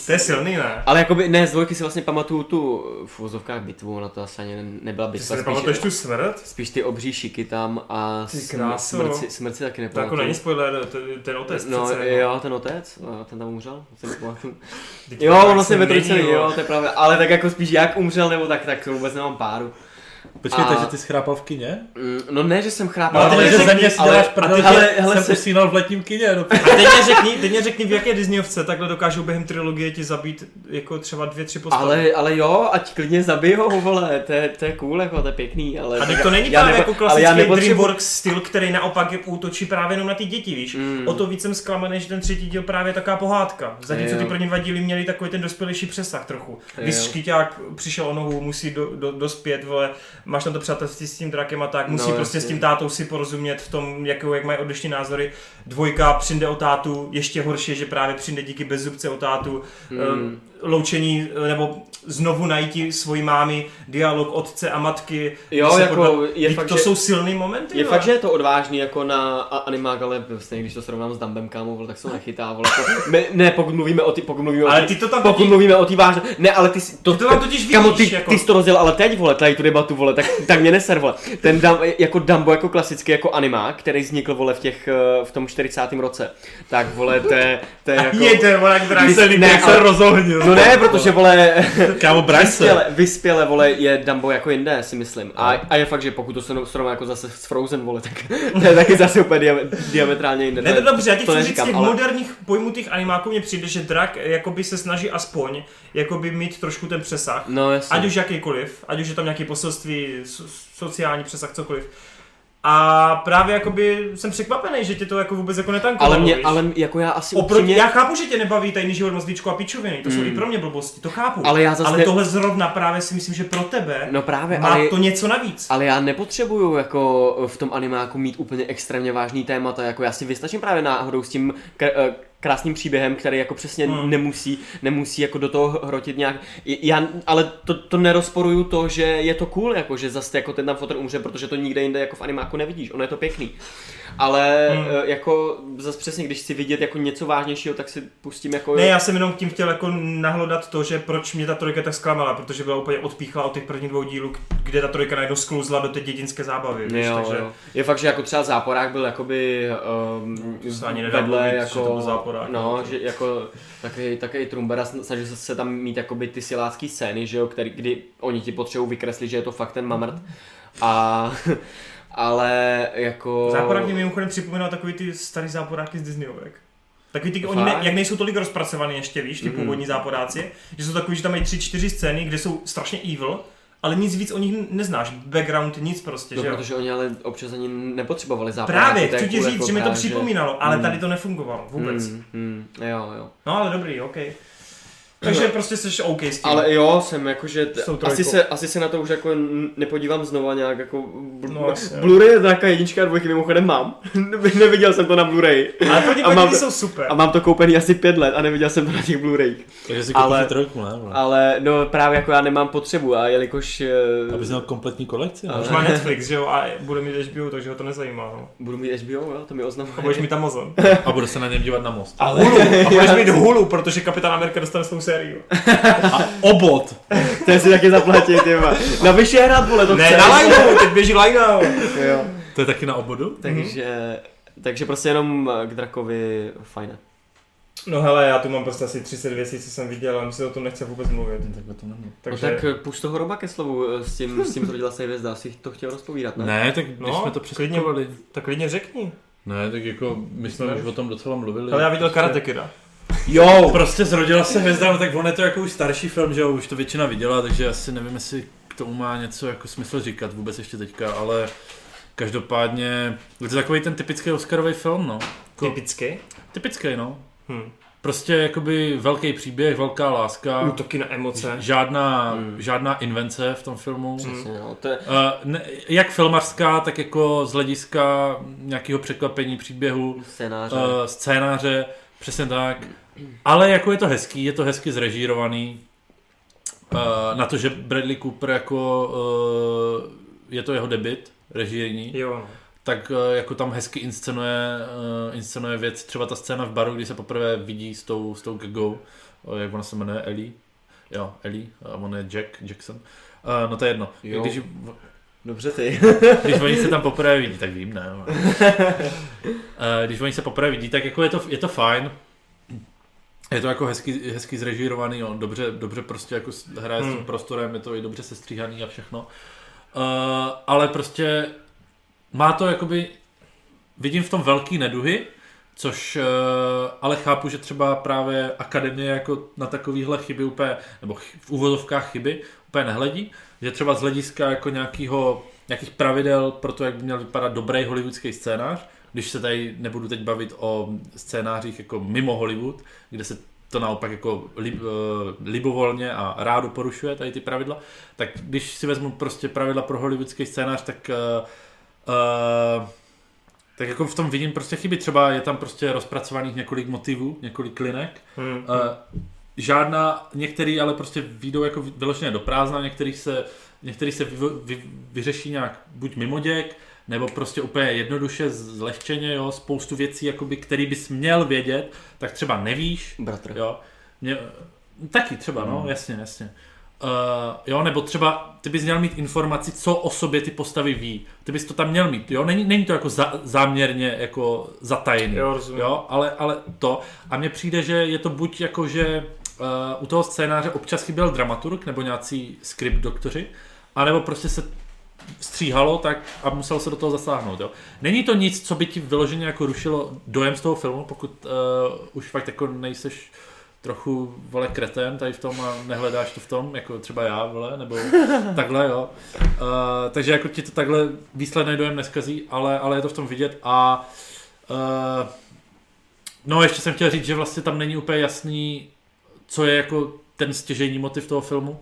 S2: To je
S4: s,
S2: silný, ne?
S4: ale jako by, ne, z dvojky si vlastně pamatuju tu v úzovkách bitvu, na to asi ani ne- nebyla
S2: Ty si
S4: bitva.
S2: nepamatuješ tu smrt?
S4: Spíš ty obří šiky tam a
S2: Ty
S4: smr-
S2: kráso.
S4: smrt, si- smrt si taky
S2: To jako
S4: nepamatuju.
S2: není spoiler, to- ten otec
S4: no,
S2: přece.
S4: jo, ten otec, a ten tam umřel. se nepamatuju.
S2: Vždyť to
S4: jo,
S2: tak
S4: on vlastně
S2: se
S4: ve trojce,
S2: mění,
S4: jo, to je pravda. Ale tak jako spíš jak umřel nebo tak, tak to vůbec nemám páru.
S1: Počkej,
S4: A-
S1: takže ty schrápal v kině?
S4: Mm, No ne, že jsem
S1: No,
S4: chrápal,
S1: ale,
S4: ale,
S1: že ze mě si
S4: ale-
S1: děláš
S4: a
S1: prdel,
S4: ty-
S1: že
S4: ale- hele,
S1: jsem
S4: se-
S1: usínal v letním kině. No,
S2: A teď mě řekni, teď mě řekni, v jaké Disneyovce takhle dokážou během trilogie ti zabít jako třeba dvě, tři postavy.
S4: Ale, ale jo, ať klidně zabijou, vole, to je, to je cool, jako, to je pěkný, ale...
S2: A
S4: tak
S2: teď to není
S4: já
S2: právě
S4: nepo-
S2: jako
S4: ale
S2: klasický
S4: já nepotřebuji-
S2: DreamWorks styl, který naopak je útočí právě jenom na ty děti, víš.
S4: Mm.
S2: O to víc jsem zklamaný, že ten třetí díl právě taková pohádka. Zatímco
S4: Jo.
S2: ty první dva díly měly takový ten dospělejší přesah trochu. Když
S4: Jo.
S2: škyťák přišel o nohu, musí do, do, dospět, vole, máš tam to přátelství s tím drakem a tak,
S4: No,
S2: musí prostě
S4: jasně.
S2: s tím tátou si porozumět v tom, jak, jak mají odlišné názory. Dvojka přijde o tátu, ještě horší, je, že právě přijde díky bezzubce o tátu.
S4: Hmm.
S2: Mm. Loučení eh, nebo znovu najít svoji mámy, dialog otce a matky.
S4: Jo,
S2: Když se
S4: jako je
S2: Vždyť
S4: fakt,
S2: to
S4: že-
S2: jsou silný momenty.
S4: Je
S2: jo.
S4: fakt, že je to odvážný jako na a- animák, ale vlastně, když to srovnám s Dumbem, kámo, vole, tak se to nechytá, vole, jako, ne, ne, pokud mluvíme o ty, pokud mluvíme o
S2: Ale
S4: ty,
S2: ty to tam
S4: pokud
S2: totiž-
S4: mluvíme o ty vážné, ne, ale ty, si- to,
S2: Ty to tam totiž
S4: kámo, ty,
S2: vidíš, jako.
S4: ty jsi to rozděl, ale teď, vole, tady tu debatu, vole, tak, tak mě neser, vole. Ten Dum, jako Dumbo, jako klasický, jako animák, který vznikl, vole, v těch, eh, v tom 40. roce, tak, vole, to je, to je jako...
S2: Jede, vole, jak drak.
S4: Vys-
S1: Celý
S4: ne,
S1: jak se
S4: ale-
S1: rozohnil.
S4: No ne, protože, vole,
S1: Kámo, braň se.
S4: Vyspěle, vyspěle, vole, je Dumbo jako jinde, si myslím. A, a je fakt, že pokud to se srovná jako zase s Frozen, vole, tak to je taky zase úplně dia- diametrálně jinde.
S2: Ne,
S4: je-
S2: to dobře, já ti
S4: to
S2: chci říct, z
S4: neříkám,
S2: těch
S4: ale-
S2: moderních pojmů těch animáků mě přijde, že drak eh, jakoby se snaží aspoň jakoby mít trošku ten přesah.
S4: No jasně.
S2: Ať už jakýkoliv, ať už je tam nějaký poselství, so- sociální přesah, cokoliv. A právě jakoby jsem překvapený, že tě to jako vůbec jako netankovalo,
S4: ale mě,
S2: víš.
S4: ale jako já asi
S2: Oproti,
S4: upřímně, Hmm.
S2: já chápu, že tě nebaví tajný život mazlíčku a pičoviny, to jsou i pro mě blbosti, to chápu.
S4: Ale já zase
S2: ale
S4: ne-
S2: tohle zrovna právě si myslím, že pro tebe
S4: No právě,
S2: má
S4: ale-
S2: to něco navíc.
S4: ale já nepotřebuju jako v tom animáku mít úplně extrémně vážný témata, jako já si vystačím právě náhodou s tím kr- eh, krásným příběhem, který jako přesně
S2: Hmm.
S4: hmm. nemusí, nemusí jako do toho hrotit nějak, I- já, ale to, to nerozporuju to, že je to cool, jako že zase jako ten tam fotr umře, protože to nikde jinde jako v animáku nevidíš, ono je to pěkný. Ale
S2: Hmm.
S4: hmm. jako zase přesně, když chci vidět jako něco vážnějšího, tak si pustím jako...
S2: Ne, já jsem jenom tím chtěl jako nahlodat to, že proč mě ta trojka tak zklamala, protože byla úplně odpíchla od těch prvních dvou dílů, kde ta trojka najednou sklouzla do té dětinské zábavy, víš,
S4: Jo,
S2: takže
S4: jo. Je fakt, že jako třeba záporák byl jakoby um,
S2: No, To se ani nedá
S4: vedle
S2: mluvit,
S4: jako,
S2: že to byl záporák.
S4: no, že jako takový, takový trumbera, snažil se- se tam mít jakoby ty silácký scény, že jo, který, kdy oni ti potřebují vykreslit, že je to fakt ten mamrt. A, ale jako...
S2: Záporák mě mimochodem připomíná takový ty starý záporáky z Disneyovek. Takový ty,
S4: Fakt?
S2: oni ne, jak nejsou tolik rozpracovaný ještě, víš, ty původní záporáci, že jsou takový, že tam mají tři, čtyři scény, kde jsou strašně evil, ale nic víc o nich neznáš, background, nic prostě,
S4: No,
S2: že jo.
S4: protože oni ale občas ani nepotřebovali záporák. jako
S2: Právě, chci ti říct, že mi to připomínalo, ale tady to nefungovalo vůbec.
S4: Mm, mm, jo, jo.
S2: No ale dobrý, OK. Takže prostě jsi OK s tím.
S4: Ale jo, jsem jakože, t-
S2: S tou trojkou.
S4: asi se, asi se na to už jako n- nepodívám znova nějak jako, bl-
S2: No, jasně.
S4: Blu-ray je taká jednička a dvojky mimochodem mám, neviděl jsem to na Blu-ray
S2: Ale to
S4: A mám-
S2: ty jsou super.
S4: a mám to koupený asi pět let a neviděl jsem to na těch Blu-ray,
S1: Takže si
S4: Ale-
S1: koupil trojku, ne? vole?
S4: ale no právě jako já nemám potřebu a jelikož eh,
S1: Abys měl kompletní kolekci, ne?
S4: Ale-
S2: Už má Netflix, že jo, a bude mít HBO, takže ho to nezajímá. No.
S4: budu mít HBO, jo, to mi
S2: A budeš
S4: oznamuje.
S2: mít Amazon.
S1: A budu se na něm dívat na most.
S2: A Hulu. A budeš mít Hulu, protože Kapitán Amerika dostane svou sérii.
S1: Obot!
S4: To je si taky zaplatit, ty vole. Na Vyšehrad, vole, to
S2: Ne,
S4: chce.
S2: na Lajnou, teď běží Lajnou.
S4: Jo.
S1: To je taky na obodu?
S4: Takže, takže prostě jenom k Drakovi fajne.
S2: No hele, já tu mám prostě asi 30 věcí, co jsem viděl, ale mi se o tom nechce vůbec mluvit.
S3: Tak to není.
S2: Takže...
S4: No tak eh, pusť toho roba ke slovu eh, s tím, s tím zrodila se hvězda, si to chtěl rozpovídat, ne?
S1: Ne, tak když
S2: No,
S1: jsme to
S2: klidně.
S1: přeskakovali.
S2: tak klidně řekni.
S1: Ne, tak jako my jsme už o tom docela mluvili.
S2: Ale já viděl
S1: Prostě-
S2: Karate Kida.
S1: Jo, prostě zrodila se hvězda, no tak on je to jako už starší film, že jo, už to většina viděla, takže asi nevím, jestli k tomu má něco jako smysl říkat vůbec ještě teďka, ale každopádně je to takový ten typický Oscarový film, no. Jako,
S2: Typicky.
S1: typický, no.
S2: Hm.
S1: Prostě jakoby velký příběh, velká láska,
S2: Útoky na emoce.
S1: žádná,
S4: Mm.
S1: žádná invence v tom filmu.
S4: Přesně, no. To je,
S1: Eh, ne, jak filmařská, tak jako z hlediska nějakého překvapení příběhu,
S4: scénáře.
S1: uh, scénáře, přesně tak. Ale jako je to hezký, je to hezky zrežírovaný. Uh, na to, že Bradley Cooper jako uh, je to jeho debit režijní,
S2: Jo, no.
S1: tak uh, jako tam hezky inscenuje, uh, inscenuje věc, třeba ta scéna v baru, kdy se poprvé vidí s tou, s tou gagou, uh, jak ona se jmenuje, Ellie? Jo, Ellie, uh, on je Jack, Jackson. Uh, no to je jedno.
S4: Jo.
S1: Když,
S4: Dobře ty.
S1: když oni se tam poprvé vidí, tak vím, ne. ale- Eh, Když oni se poprvé vidí, tak jako je to, je to fajn. Je to jako hezky, hezky zrežírovaný, jo. Dobře, dobře prostě jako s- hraje s tím
S2: Hmm.
S1: prostorem, je to i dobře sestříhaný a všechno. Uh, ale prostě má to jakoby, vidím v tom velký neduhy, což eh, ale chápu, že třeba právě akademie jako na takovýhle chyby úplně, nebo chy- v úvozovkách chyby úplně nehledí, že třeba z hlediska jako nějakýho, nějakých pravidel pro to, jak by měl vypadat dobrý hollywoodský scénář, když se tady nebudu teď bavit o scénářích jako mimo Hollywood, kde se to naopak jako lib, eh, libovolně a rádo porušuje tady ty pravidla, tak když si vezmu prostě pravidla pro hollywoodský scénář, tak eh, eh, tak jako v tom vidím prostě chyby. Třeba je tam prostě rozpracovaných několik motivů, několik linek.
S2: Hm.
S1: Eh, žádná, některý ale prostě výjdou jako vyloženě do prázdna, některý se, některý se vy, vy, vyřeší nějak buď mimo děk, nebo prostě úplně jednoduše, zlehčeně, jo, spoustu věcí, jakoby, který bys měl vědět, tak třeba nevíš,
S4: Bratr.
S1: Jo. Mě, taky třeba, no, jasně, jasně. Uh, jo, nebo třeba ty bys měl mít informaci, co o sobě ty postavy ví. Ty bys to tam měl mít, jo? Není, není to jako za, záměrně jako zatajený.
S2: Jo, rozumím.
S1: Jo, ale, ale to. A mně přijde, že je to buď jako, že uh, u toho scénáře občas chyběl dramaturg nebo nějací skript doktoři, anebo prostě se stříhalo tak a musel se do toho zasáhnout. Jo. Není to nic, co by ti vyloženě jako rušilo dojem z toho filmu, pokud uh, už fakt jako nejseš trochu, vole, kretén tady v tom a nehledáš to v tom, jako třeba já, vole, nebo takhle, jo. Uh, takže jako ti to takhle výsledný dojem neskazí, ale, ale je to v tom vidět a uh, no ještě jsem chtěl říct, že vlastně tam není úplně jasný, co je jako ten stěžejní motiv toho filmu,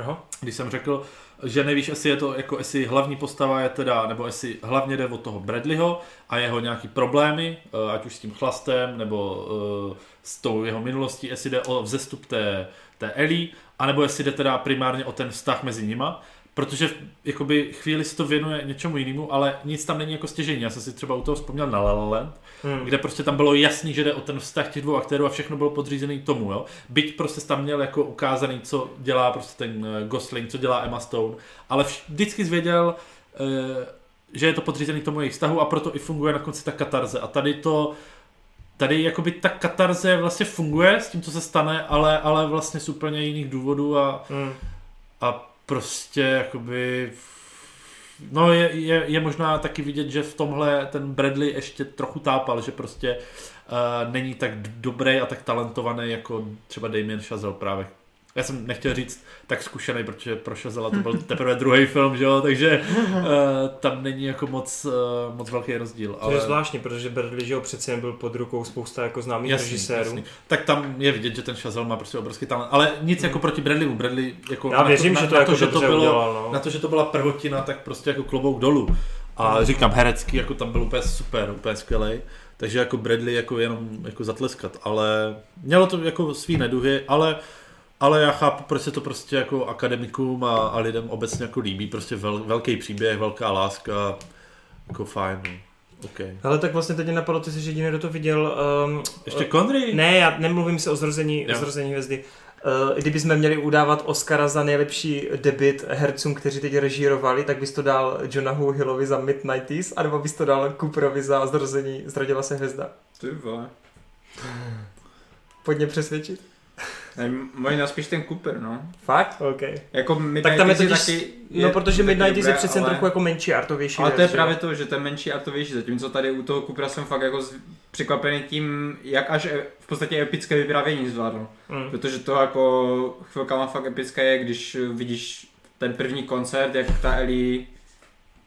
S2: Aha.
S1: když jsem řekl, že nevíš, jestli je to jako jestli hlavní postava je teda, nebo jestli hlavně jde od toho Bradleyho a jeho nějaký problémy, eh, ať už s tím chlastem, nebo eh, s tou jeho minulostí, jestli jde o vzestup té, té Ellie, anebo jestli jde teda primárně o ten vztah mezi nima, protože v- jakoby chvíli se to věnuje něčemu jinému, ale nic tam není jako stěžení. Já jsem si třeba u toho vzpomněl na La La Land,
S2: Hm.
S1: kde prostě tam bylo jasný, že jde o ten vztah těch dvou aktérů a všechno bylo podřízený tomu, jo. Byť prostě tam měl jako ukázaný, co dělá prostě ten eh, Gosling, co dělá Emma Stone, ale vš- vždycky zvěděl, eh, že je to podřízený tomu jejich vztahu a proto i funguje na konci ta katarze. A tady to, tady jakoby ta katarze vlastně funguje s tím, co se stane, ale, ale vlastně z úplně jiných důvodů a,
S2: Hm.
S1: a prostě jakoby No je, je, je možná taky vidět, že v tomhle ten Bradley ještě trochu tápal, že prostě uh, není tak d- dobrý a tak talentovaný jako třeba Damien Chazelle právě. Já jsem nechtěl říct tak zkušený, protože pro Chazella to byl teprve druhý film, že jo, takže uh, tam není jako moc, uh, moc velký rozdíl.
S2: To je zvláštní, protože Bradley, že jo, přeci jen byl pod rukou spousta jako známých
S1: Jasný,
S2: režisérů.
S1: jasný. Tak tam je vidět, že ten Chazelle má prostě obrovský talent, ale nic jako proti Bradleymu. Bradley jako
S2: Hmm. Já věřím, že to jako
S1: že
S2: dobře udělal, no.
S1: na to, že to byla prvotina, tak prostě jako klobouk dolů. A říkám, herecký jako tam byl úplně super, úplně skvělý. Takže jako Bradley jako jenom jako zatleskat, ale mělo to jako svý neduhy, ale ale já chápu, proč se to prostě jako akademikům a, a lidem obecně jako líbí. Prostě vel, velký příběh, velká láska, jako fajn. no. Okay.
S2: Ale tak vlastně teď mě napadlo, ty jsi jediný, kdo to viděl. Um,
S1: Ještě Conry?
S2: Ne, já nemluvím se o zrození,
S1: Jo.
S2: o zrození hvězdy. Uh, kdyby jsme měli udávat Oscara za nejlepší debit hercům, kteří teď režírovali, tak bys to dal Jonahu Hillovi za Mid-90s, anebo bys to dal Cooperovi za zrození Zrodila se hvězda.
S3: Ty vole.
S2: Pojď mě přesvědčit.
S3: Nevím, Možná spíš ten Cooper, no.
S2: Fakt? OK.
S3: Jako Midnight
S2: Tak tam je totiž,
S3: taky,
S2: no protože
S3: taky
S2: Midnight Is je
S3: dobré,
S2: přece jen trochu jako menší artovější.
S3: Ale to je
S2: verze,
S3: právě to, že to je menší a to větší, zatímco tady u toho Kupra jsem fakt jako z- překvapený tím, jak až e- v podstatě epické vyprávění zvládl.
S2: Mm.
S3: Protože to jako chvilkama fakt epické je, když eh, vidíš ten první koncert, jak ta Ellie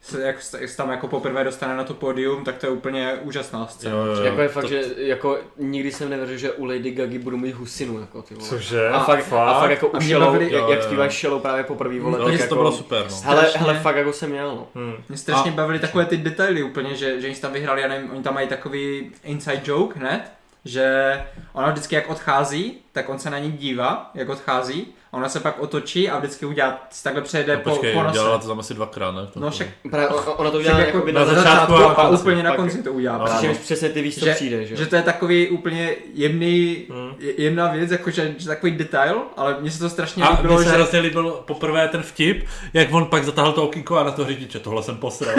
S3: se, jak, s- jak se tam jako poprvé dostane na to pódium, tak to je úplně úžasná scéna.
S5: jo, jo.
S4: Jako je fakt, že jako nikdy jsem nevěřil, že u Lady Gagy budu mít husinu, jako ty vole.
S2: Cože?
S4: A fakt, a fakt jako
S3: A
S4: u
S3: mě
S4: Shallow,
S3: bavili-
S5: jo,
S4: jak,
S5: jo,
S4: jak
S5: jo.
S4: zpíváš Shallow právě po první vole,
S5: No,
S4: tak
S5: to,
S4: jako...
S5: to bylo super, no.
S4: Hele,
S3: Strašně.
S4: hele, fakt jako jsem měl, no.
S2: Hmm.
S3: Mě strašně bavily takové ty detaily úplně, že, že oni si tam vyhrali, já nevím, oni tam mají takový inside joke hned, že ona vždycky jak odchází, tak on se na ní dívá, jak odchází, a ona se pak otočí a vždycky udělá, si takhle přejede
S5: No,
S3: po,
S5: počkej,
S3: po nose.
S5: dělala to tam asi dvakrát, ne?
S3: No však,
S4: Právě o- ona to
S3: však
S4: udělá
S3: jako
S4: jakoby
S3: na,
S4: na
S1: za-
S4: začátku,
S3: začátku a,
S1: a na
S3: úplně na
S4: pak-
S3: konci to udělá.
S5: No,
S3: právě.
S4: přičemž přesně ty víš, co
S3: Že-
S4: přijde, že?
S3: Že to je takový úplně jemný,
S2: Hmm.
S3: je- jemná věc, jakože že takový detail, ale mně se to strašně
S1: A mně
S3: líbilo,
S1: se
S3: že...
S1: hrozně líbil poprvé ten vtip, jak on pak zatáhl to okýko a na to řidiče, tohle jsem posral.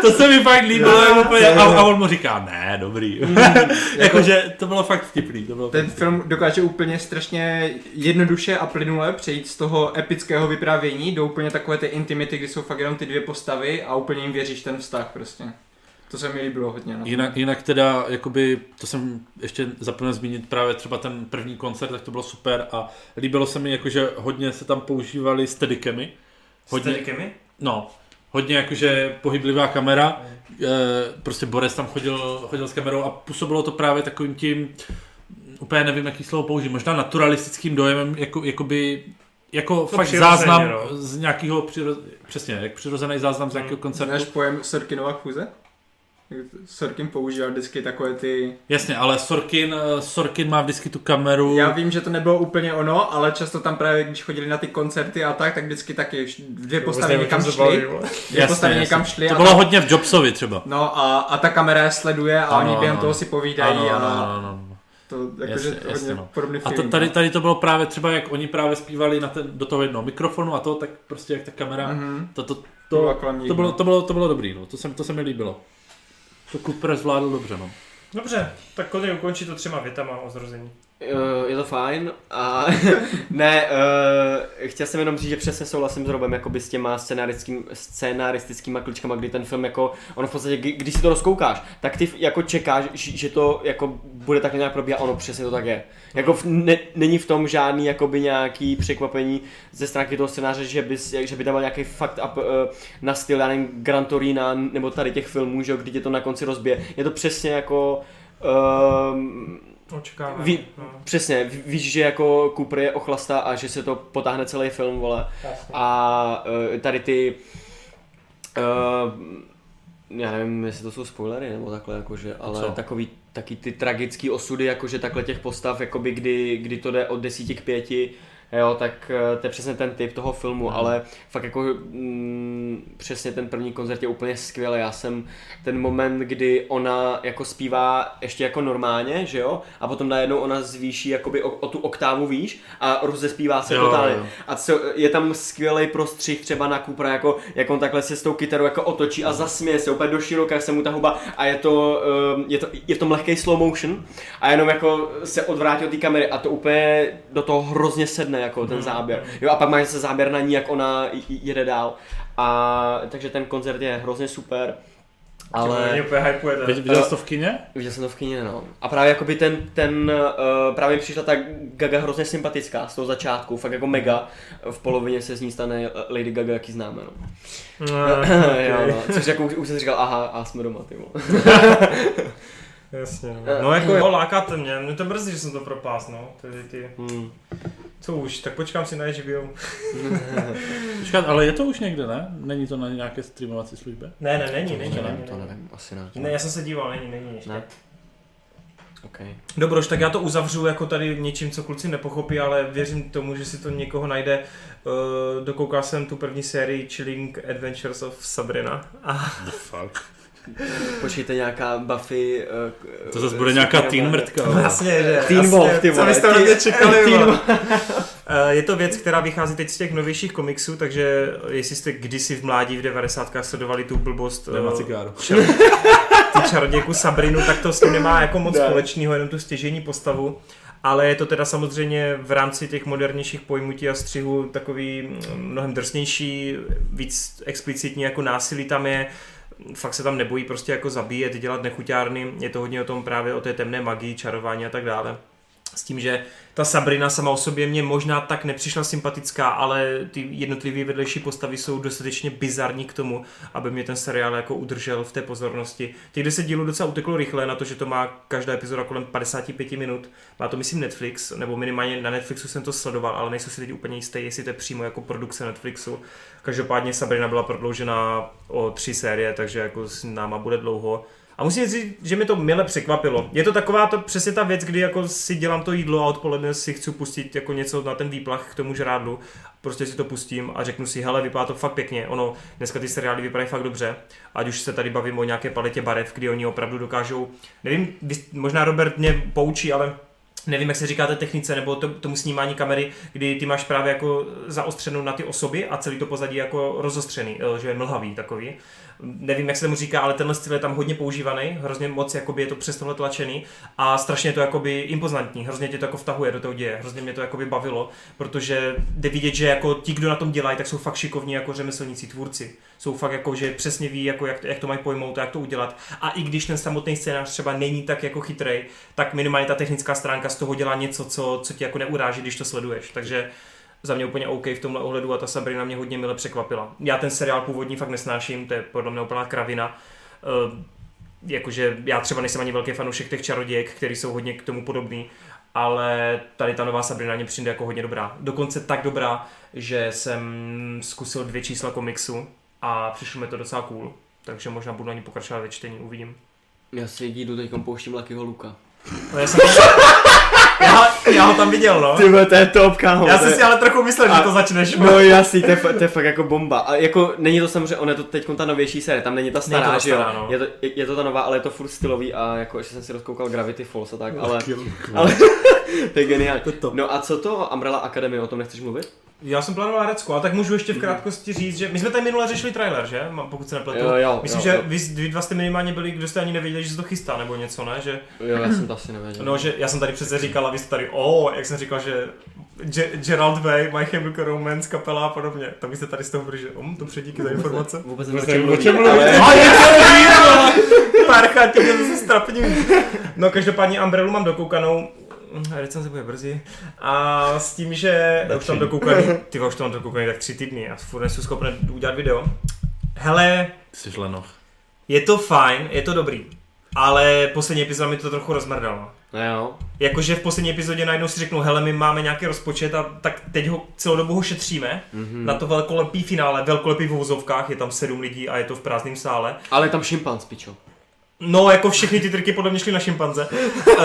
S1: to se mi fakt líbilo, no, úplně, a, a, on mu říká, ne, dobrý. Jakože to bylo fakt vtipný. To bylo
S3: Mhm. Jako- Ten film dokáže úplně strašně jednoduše a plynule přejít z toho epického vyprávění do úplně takové té intimity, kdy jsou fakt jenom ty dvě postavy a úplně jim věříš ten vztah prostě. To se mi líbilo hodně. No.
S1: Jinak, jinak teda, jakoby, to jsem ještě zapomněl zmínit, právě třeba ten první koncert, tak to bylo super a líbilo se mi, jakože hodně se tam používali steadicamy. Hodně,
S2: Steadicamy?
S1: No, hodně jakože pohyblivá kamera,
S3: Mm.
S1: e, prostě Boris tam chodil, chodil s kamerou a působilo to právě takovým tím, úplně nevím, jaký slovo použít, možná naturalistickým dojemem, jako, jakoby, jako fakt
S2: přirozeně,
S1: záznam
S2: no.
S1: z nějakého, přiro... přesně, jak přirozený záznam z
S3: Mm.
S1: nějakého koncertu.
S3: Znáš pojem Sorkinova chůze? Sorkin používal vždycky takové ty...
S1: Jasně, ale Sorkin, eh, Sorkin má vždycky tu kameru.
S3: Já vím, že to nebylo úplně ono, ale často tam právě, když chodili na ty koncerty a tak, tak vždycky taky
S1: vlastně
S3: dvě postavy někam šly. Dvě
S1: Jasně,
S3: postavy
S1: jasně.
S3: jako někam šly
S1: To
S3: a
S1: bylo hodně v Jobsovi třeba.
S3: No a, a ta kamera je sleduje a
S1: Ano,
S3: oni během
S1: ano.
S3: toho si povídají
S1: Ano,
S3: a
S1: ano, ano, ano.
S3: to jakože
S1: Jasně,
S3: to
S1: jasně,
S3: hodně
S1: no.
S3: podobný
S1: A to,
S3: feeling,
S1: tady,
S3: no.
S1: tady to bylo právě třeba, jak oni právě zpívali na ten, do toho jednoho mikrofonu a to, tak prostě jak ta kamera,
S3: Mhm.
S1: to, to, to,
S3: To bylo
S1: to,
S3: kolem nich,
S1: to, bylo,
S3: no.
S1: to, bylo, to bylo dobrý, no. to, se, to se mi líbilo. To Cooper zvládl dobře, no.
S2: Dobře, tak Kodry ukončí to třema větama o zrození.
S4: Eh, je to fajn a ne, uh, chtěl jsem jenom říct, že přesně souhlasím s Robem jakoby s těma scénarickým, scénaristickýma kličkama, kdy ten film jako, on v podstatě, kdy- když si to rozkoukáš, tak ty jako čekáš, že že to jako bude tak nějak probíhat, ono přesně to tak je. Jako v, ne, není v tom žádný jakoby nějaký překvapení ze stránky toho scénáře, že, bys, jak- že by tam byl nějaký fakt up uh, na styl, já nevím, Gran Torina nebo tady těch filmů, že jo, kdy tě to na konci rozbije. Je to přesně jako ehm,
S2: Očekávám.
S4: Vy-
S2: No.
S4: Přesně, ví- víš, že jako Cooper je ochlasta a že se to potáhne celý film, vole. A eh, tady ty... eh, Já nevím, jestli to jsou spoilery nebo takhle, jakože, ale
S1: Co?
S4: takový taky ty tragický osudy, jakože takhle těch postav, jakoby kdy, kdy to jde od desíti k pěti, jo, tak eh, to je přesně ten typ toho filmu, ale fakt jako mm, přesně ten první koncert je úplně skvělý, já jsem ten moment, kdy ona jako zpívá ještě jako normálně, že jo, a potom najednou ona zvýší jakoby o, o tu oktávu výš a rozespívá se
S1: Jo,
S4: jo, totálně.
S1: jo.
S4: Jo. A co, je tam skvělý prostřih třeba na Kupra, jako, jak on takhle se s tou kytarou jako otočí a zasměje se, úplně do široka se mu ta huba a je to, ehm, je to, je v tom lehký slow motion a jenom jako se odvrátí od té kamery a to úplně do toho hrozně sedne jako
S1: Mhm.
S4: ten záběr. Jo a pak má se záběr na ní, jak ona j- jede dál. A takže ten koncert je hrozně super. Ale...
S2: Mě úplně hypujete.
S1: Viděl viděl jsi to v kině?
S4: Viděl jsem to v kině, no. A právě jakoby ten, ten uh, právě mi přišla ta Gaga hrozně sympatická z toho začátku, fakt jako mega. V polovině se z ní stane eh, Lady Gaga, jaký známe, no.
S2: No,
S4: jo,
S2: okay.
S4: no. Což jako už, už jsem říkal, aha, a jsme doma, ty vole.
S2: Jasně. No, no jako jo, lákáte mě. Mě to mrzí, že jsem to propásl, no. Tedy ty.
S4: Hmm.
S2: Co už, tak počkám si na HBO.
S1: Počkat, ale je to už někde, ne? Není to na nějaké streamovací službě?
S2: Ne, ne, není, není,
S4: to,
S2: není.
S4: nevím, to nevím, asi ne.
S2: Ne, já jsem se díval, není, není ještě.
S4: Ne. OK.
S2: Dobroš, tak já to uzavřu jako tady něčím, co kluci nepochopí, ale věřím tomu, že si to někoho najde. Eh, Dokoukal jsem tu první sérii Chilling Adventures of Sabrina. A
S1: Fuck.
S4: Počkejte, nějaká Buffy... Uh,
S1: To zase bude nějaká teen mrtka. ale-
S2: jasně, že.
S4: No. Teen
S2: jasně,
S4: Wolf, ty
S2: co
S4: vole,
S2: byste
S4: teen-
S2: ode mě čekali,
S4: teen
S2: vole? Eh, Je to věc, která vychází teď z těch novějších komiksů, takže jestli jste kdysi v mládí v 90. sledovali tu blbost eh,
S1: Nemá cigáru.
S2: čar- jako ty čarodějku Sabrinu, tak to s tím nemá jako moc společného, jenom tu stěžení postavu. ale je to teda samozřejmě v rámci těch modernějších pojmutí a střihů takový mm, mnohem drsnější, víc explicitní jako násilí tam je, fakt se tam nebojí prostě jako zabíjet, dělat nechutárny, je to hodně o tom právě o té temné magii, čarování a tak dále. S tím, že ta Sabrina sama o sobě mě možná tak nepřišla sympatická, ale ty jednotlivé vedlejší postavy jsou dostatečně bizarní k tomu, aby mě ten seriál jako udržel v té pozornosti. Těch 10 dílů docela uteklo rychle na to, že to má každá epizoda kolem 55 minut. Má to myslím Netflix, nebo minimálně na Netflixu jsem to sledoval, ale nejsou si teď úplně jistý, jestli to je přímo jako produkce Netflixu. Každopádně Sabrina byla prodloužena o tři série, takže jako s náma bude dlouho. A musím říct, že mi to mile překvapilo. Je to taková to, přesně ta věc, kdy jako si dělám to jídlo a odpoledne si chci pustit jako něco na ten výplach k tomu žrádlu. Prostě si to pustím a řeknu si, hele, vypadá to fakt pěkně. Ono, dneska ty seriály vypadají fakt dobře. Ať už se tady bavím o nějaké paletě barev, kdy oni opravdu dokážou, nevím, vy- možná Robert mě poučí, ale nevím, jak se říká té technice, nebo to, tomu snímání kamery, kdy ty máš právě jako zaostřenou na ty osoby a celý to pozadí jako rozostřený, eh, že je mlhavý takový. Nevím, jak se tomu říká, ale tenhle styl je tam hodně používaný, hrozně moc jakoby je to přes tohle tlačený a strašně je to jakoby impoznantní, hrozně tě to jako vtahuje do toho děje, hrozně mě to jakoby bavilo, protože jde vidět, že jako ti, kdo na tom dělají, tak jsou fakt šikovní jako řemeslníci, tvůrci. Jsou fakt jako, že přesně ví, jako jak, to, jak to mají pojmout a jak to udělat. A i když ten samotný scénář třeba není tak jako chytrej, tak minimálně ta technická stránka z toho dělá něco, co, co ti jako neuráží, když to sleduješ. Takže za mě úplně OK v tomhle ohledu a ta Sabrina mě hodně mile překvapila. Já ten seriál původní fakt nesnáším, to je podle mě úplná kravina. Ehm, jakože já třeba nejsem ani velký fanoušek těch čarodějek, který jsou hodně k tomu podobný, ale tady ta nová Sabrina mě přijde jako hodně dobrá. Dokonce tak dobrá, že jsem zkusil dvě čísla komiksu a přišlo mi to docela cool. Takže možná budu na ní pokračovat ve čtení, uvidím.
S4: Já si jdu teď pouštím Luckyho Luka.
S2: Ale No, já, jsem... já, já ho tam viděl, no.
S4: Ty vole, to je top, kámo.
S2: Já
S4: to
S2: jsem
S4: je-
S2: si ale trochu myslel, že
S4: A-
S2: to začneš.
S4: No jasný, to je, fa- to je fakt jako bomba. A jako není to samozřejmě, ona je to teď ta novější série, tam není ta stará,
S2: Není to ta
S4: že jo.
S2: stará, no.
S4: Je, to, je, je, to ta nová, ale je to furt stylový a jako ještě jsem si rozkoukal Gravity Falls a tak, ale
S5: ale...
S4: to je geniální.
S5: No, To je top.
S4: No a co to Umbrella Academy, o tom nechceš mluvit?
S2: Já jsem plánoval Recku, ale tak můžu ještě v krátkosti říct, že my jsme tady minule řešili trailer, že? Mám- Pokud se nepletu.
S4: Jo, jo,
S2: Myslím,
S4: jo,
S2: že
S4: jo.
S2: Vy, vy dva jste minimálně byli, kdo jste ani nevěděli, že se to chystá nebo něco, ne? Že,
S4: Jo, já jsem to asi nevěděl.
S2: no, že já jsem tady přece říkal a vy jste tady, o, jak jsem říkal, že Ge- Gerald Way, My Chemical Romance, kapela a podobně. Tak vy jste tady z toho byli, že um, dobře, díky za informace.
S4: Vůbec
S1: Vůbec
S4: nevím,
S1: nevím,
S4: o
S1: o čem
S4: čem mluví, ale...
S2: A je to víno! Parcha, tě mě zase strapním. No každopádně Umbrellu mám dokoukanou, Mm, recenze bude brzy. A s tím, že už tam dokoukaný, ty vole, už to mám dokoukaný tak tři týdny a furt nejsem schopný udělat video. Hele,
S5: Jsi lenoch.
S2: je to fajn, je to dobrý, ale poslední epizoda mi to trochu rozmrdala.
S4: No jo.
S2: Jakože v poslední epizodě najednou si řeknu, hele, my máme nějaký rozpočet a tak teď ho celou dobu ho šetříme. Mm-hmm. Na to velkolepý finále, velkolepý v houzovkách, je tam sedm lidí a je to v prázdném sále.
S4: Ale je tam šimpanz, pičo.
S2: No, jako všechny ty triky podle mě šly na šimpanze.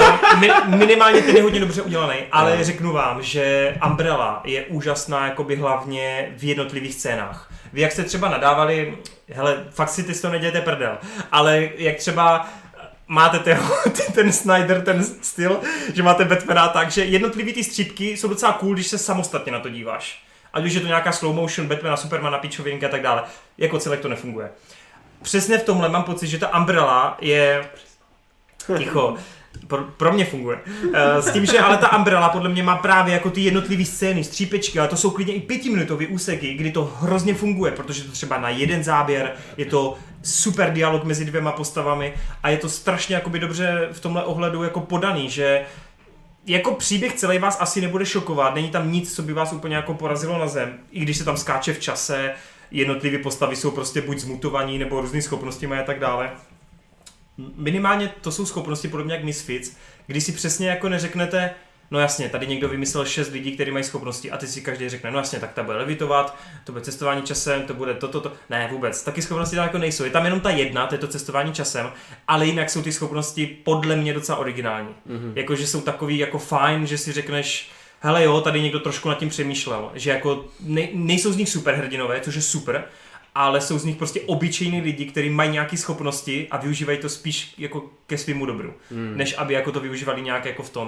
S2: Eh, Mi, minimálně ten je hodně dobře udělaný, ale řeknu vám, že Umbrella je úžasná jakoby hlavně v jednotlivých scénách. Vy jak jste třeba nadávali, hele, fakt si ty z toho nedělejte prdel, ale jak třeba eh, máte toho, ten- ten Snyder, ten styl, že máte Batmana tak, že jednotlivý ty střípky jsou docela cool, když se samostatně na to díváš. Ať už je to nějaká slow motion, Batmana, Supermana, pičovinka a tak dále. Jako celek to nefunguje přesně v tomhle mám pocit, že ta umbrella je... Ticho. Pro, pro mě funguje. Eh, S tím, že ale ta umbrella podle mě má právě jako ty jednotlivé scény, střípečky, ale to jsou klidně i pětiminutové úseky, kdy to hrozně funguje, protože to třeba na jeden záběr, je to super dialog mezi dvěma postavami a je to strašně jakoby dobře v tomhle ohledu jako podaný, že jako příběh celý vás asi nebude šokovat, není tam nic, co by vás úplně jako porazilo na zem, i když se tam skáče v čase, jednotlivé postavy jsou prostě buď zmutovaní, nebo různé schopnosti mají a tak dále. Minimálně to jsou schopnosti podobně jak Misfits, kdy si přesně jako neřeknete, no jasně, tady někdo vymyslel šest lidí, kteří mají schopnosti a ty si každý řekne, no jasně, tak ta bude levitovat, to bude cestování časem, to bude toto, to, to. Ne, vůbec, taky schopnosti tam jako nejsou. Je tam jenom ta jedna, to je to cestování časem, ale jinak jsou ty schopnosti podle mě docela originální. Mm-hmm. Jakože jsou takový jako fajn, že si řekneš, hele jo, tady někdo trošku nad tím přemýšlel, že jako ne, nejsou z nich superhrdinové, což je super, ale jsou z nich prostě obyčejní lidi, kteří mají nějaké schopnosti a využívají to spíš jako ke svýmu dobru, hmm. než aby jako to využívali nějak jako v tom.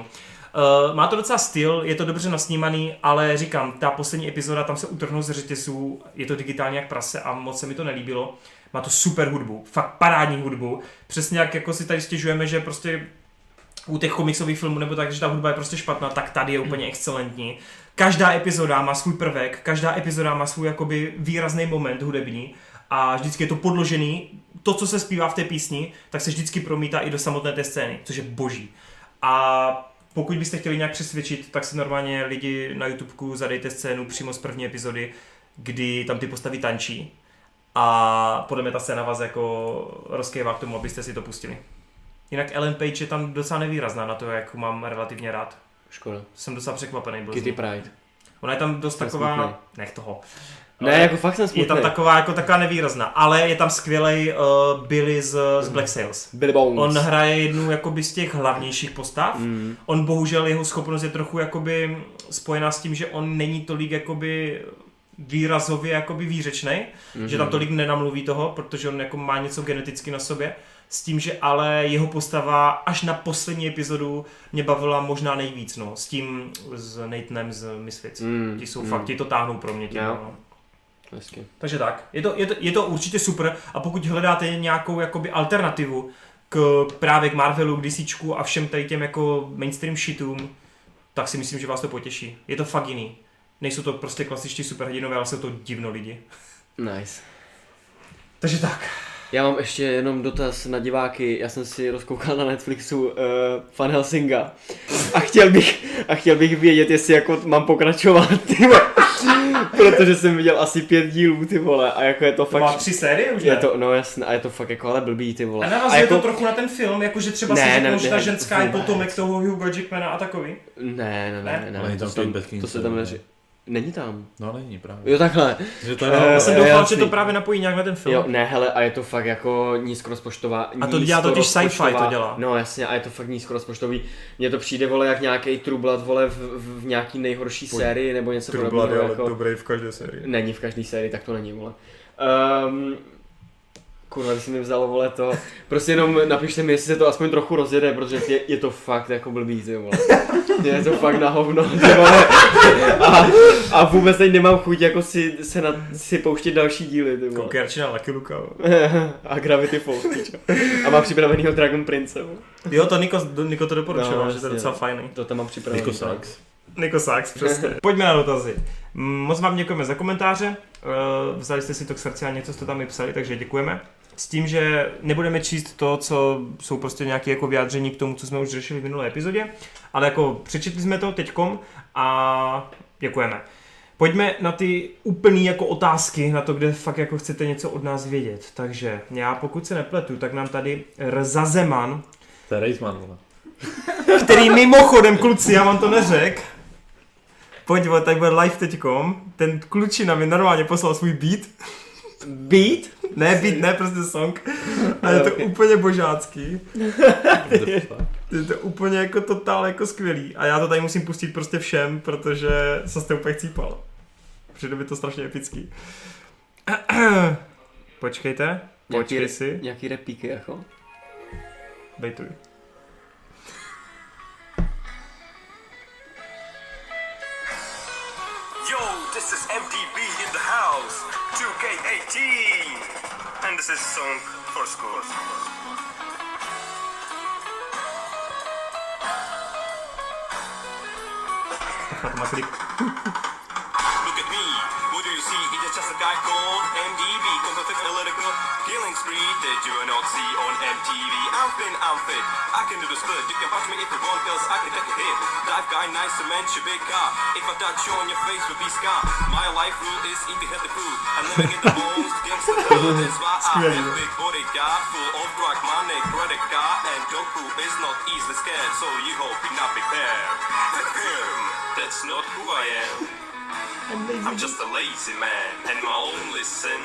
S2: Uh, má to docela styl, je to dobře nasnímaný, ale říkám, ta poslední epizoda, tam se utrhnul z řetězů, je to digitálně jak prase a moc se mi to nelíbilo. Má to super hudbu, fakt parádní hudbu, přesně jak jako si tady stěžujeme, že prostě u těch komiksových filmů nebo tak, že ta hudba je prostě špatná, tak tady je úplně excelentní. Každá epizoda má svůj prvek, každá epizoda má svůj jakoby výrazný moment hudební a vždycky je to podložený, to, co se zpívá v té písni, tak se vždycky promítá i do samotné té scény, což je boží. A pokud byste chtěli nějak přesvědčit, tak si normálně lidi na YouTube zadejte scénu přímo z první epizody, kdy tam ty postavy tančí. A podle mě ta scéna vás jako rozkývá k tomu, abyste si to pustili. Jinak Ellen Page je tam docela nevýrazná na to, jak mám relativně rád.
S4: Škoda.
S2: Jsem docela překvapený. Byl z
S4: Kitty
S2: ní.
S4: Pride.
S2: Ona je tam dost
S4: To je
S2: taková...
S4: smutný.
S2: Nech toho.
S4: Ne, jako fakt jsem smutný.
S2: Je tam taková, jako taková nevýrazná, ale je tam skvělej uh, Billy z, z
S4: Mhm.
S2: Black Sails.
S4: Billy Bones.
S2: On hraje jednu jakoby z těch hlavnějších postav.
S4: Mm.
S2: On bohužel, jeho schopnost je trochu jakoby spojená s tím, že on není tolik jakoby výrazově jakoby výřečnej, mm-hmm.
S4: Mhm.
S2: že tam tolik nenamluví toho, protože on jako má něco geneticky na sobě. S tím, že ale jeho postava až na poslední epizodu mě bavila možná nejvíc, no. S tím, s Nathanem z Misfits. Mm.
S4: Mm.
S2: Ti jsou
S4: mm.
S2: mm. fakt, ti to táhnou pro mě. Tím,
S4: Jo.
S2: no.
S4: Hezky.
S2: Takže tak, je to, je, to, je to určitě super a pokud hledáte nějakou jakoby alternativu k právě k Marvelu, k DCčku a všem tady těm jako mainstream shitům, tak si myslím, že vás to potěší. Je to fakt jiný. Nejsou to prostě klasičtí superhrdinové, ale jsou to divno lidi.
S4: Nice.
S2: Takže tak.
S4: Já mám ještě jenom dotaz na diváky. Já jsem si rozkoukal na Netflixu uh, Fan Helsinga a chtěl, bych, a chtěl bych vědět, jestli jako t- mám pokračovat, ty vole. Protože jsem viděl asi pět dílů, ty vole, a jako je to
S2: To má
S4: fakt...
S2: tři série už,
S4: je
S2: ne?
S4: to, no jasně, a je to fakt jako ale blbý, ty vole.
S2: A navazuje
S4: jako,
S2: to trochu na ten film, jakože třeba
S4: Ne,
S2: si
S4: ne,
S2: řeknou, že ta
S4: ne,
S2: ženská je
S4: vůbec.
S2: potomek toho Hugo Jackmana a takový.
S4: Ne, ne, ne,
S2: Ne?
S4: ne,
S5: Ale
S4: ne
S5: je
S4: to,
S5: tam
S4: se tam,
S5: Kate Beckinsale,
S4: to se tam
S5: ne?
S4: neři... Není tam.
S5: No není právě.
S4: Jo, takhle.
S5: Že to
S4: Eh,
S5: je
S2: Já
S1: Jako
S2: jsem doufal,
S4: jasný.
S2: že to právě napojí nějak na ten film.
S4: Jo, ne, hele, a je to fakt jako nízkorozpočtová.
S2: A to dělá totiž sci-fi,
S4: nízkorozpočtová-
S2: to dělá.
S4: No jasně, a je to fakt nízkorozpočtový. Mně to přijde, vole, jak nějaký trublat, vole, v, v, v nějaký nejhorší
S2: Pojď.
S4: sérii, nebo něco podobného. Jako...
S2: dobrý v každé sérii.
S4: Není v každé sérii, tak to není, vole. Um, kurva, když si mi vzalo, vole, to. Prostě jenom napište mi, jestli se to aspoň trochu rozjede, protože je, je to fakt jako blbý, ty vole. Je to fakt na hovno, ty vole. A, a vůbec teď nemám chuť jako si, se na, si pouštět další díly, ty vole.
S2: Koukárčina Jako Lucky Luka. jo.
S4: A Gravity Falls, pičo. A má připravenýho Dragon Prince. vole.
S2: Mhm. Jo, to Niko, Niko to doporučoval,
S4: No,
S2: no, že to je
S4: jasně,
S2: docela
S4: no.
S2: fajný.
S4: To tam mám připravený.
S5: Jako Sachs.
S2: Niko Sachs, přesně. Pojďme na dotazy. Mm, Moc vám děkujeme za komentáře, eh, vzali jste si to k srdci a něco jste tam i psali, takže děkujeme. S tím, že nebudeme číst to, co jsou prostě nějaké jako vyjádření k tomu, co jsme už řešili v minulé epizodě, ale jako přečetli jsme to teďkom a děkujeme. Pojďme na ty úplný jako otázky, na to, kde fakt jako chcete něco od nás vědět. Takže já pokud se nepletu, tak nám tady Rzazeman
S5: To je Rejsman, vole.
S2: který mimochodem, kluci, já vám to neřek. Pojď, vole, tady bude live teďkom. Ten klučina mi normálně poslal svůj beat.
S4: Beat?
S2: Ne beat, ne, prostě song. A je to
S4: Ok.
S2: úplně božácký.
S5: The fuck?
S2: Je to úplně jako totál jako skvělý. A já to tady musím pustit prostě všem, protože jsem s tím úplně chcípal. Přijde mi to strašně epický. Počkejte, počkej
S4: Nějaký,
S2: si,
S4: nějaký repíky, jako?
S2: bejtuj.
S6: Yo, this is MPB in the house, 2K18, E. and this is song for scores.
S2: A to má klip.
S6: Look at me, what do you see? It is just a guy called MDB, conducted a lyrical killing spree that you will not see on MTV. I'm thin, I'm fit, I can do the split. You can punch me if you want, cause I can take a hit. Dive guy, nice to mention, big car. If I touch you on your face, will be scar. My life rule is eat the healthy food. I'm living in the most gangster hood, that's why I
S2: Skvělý,
S6: have
S2: jo.
S6: big body guy, full of drug money, credit card, and Goku is not easily scared, so you hope you're not prepared. That's not who I am. I'm just a lazy man, and my only sin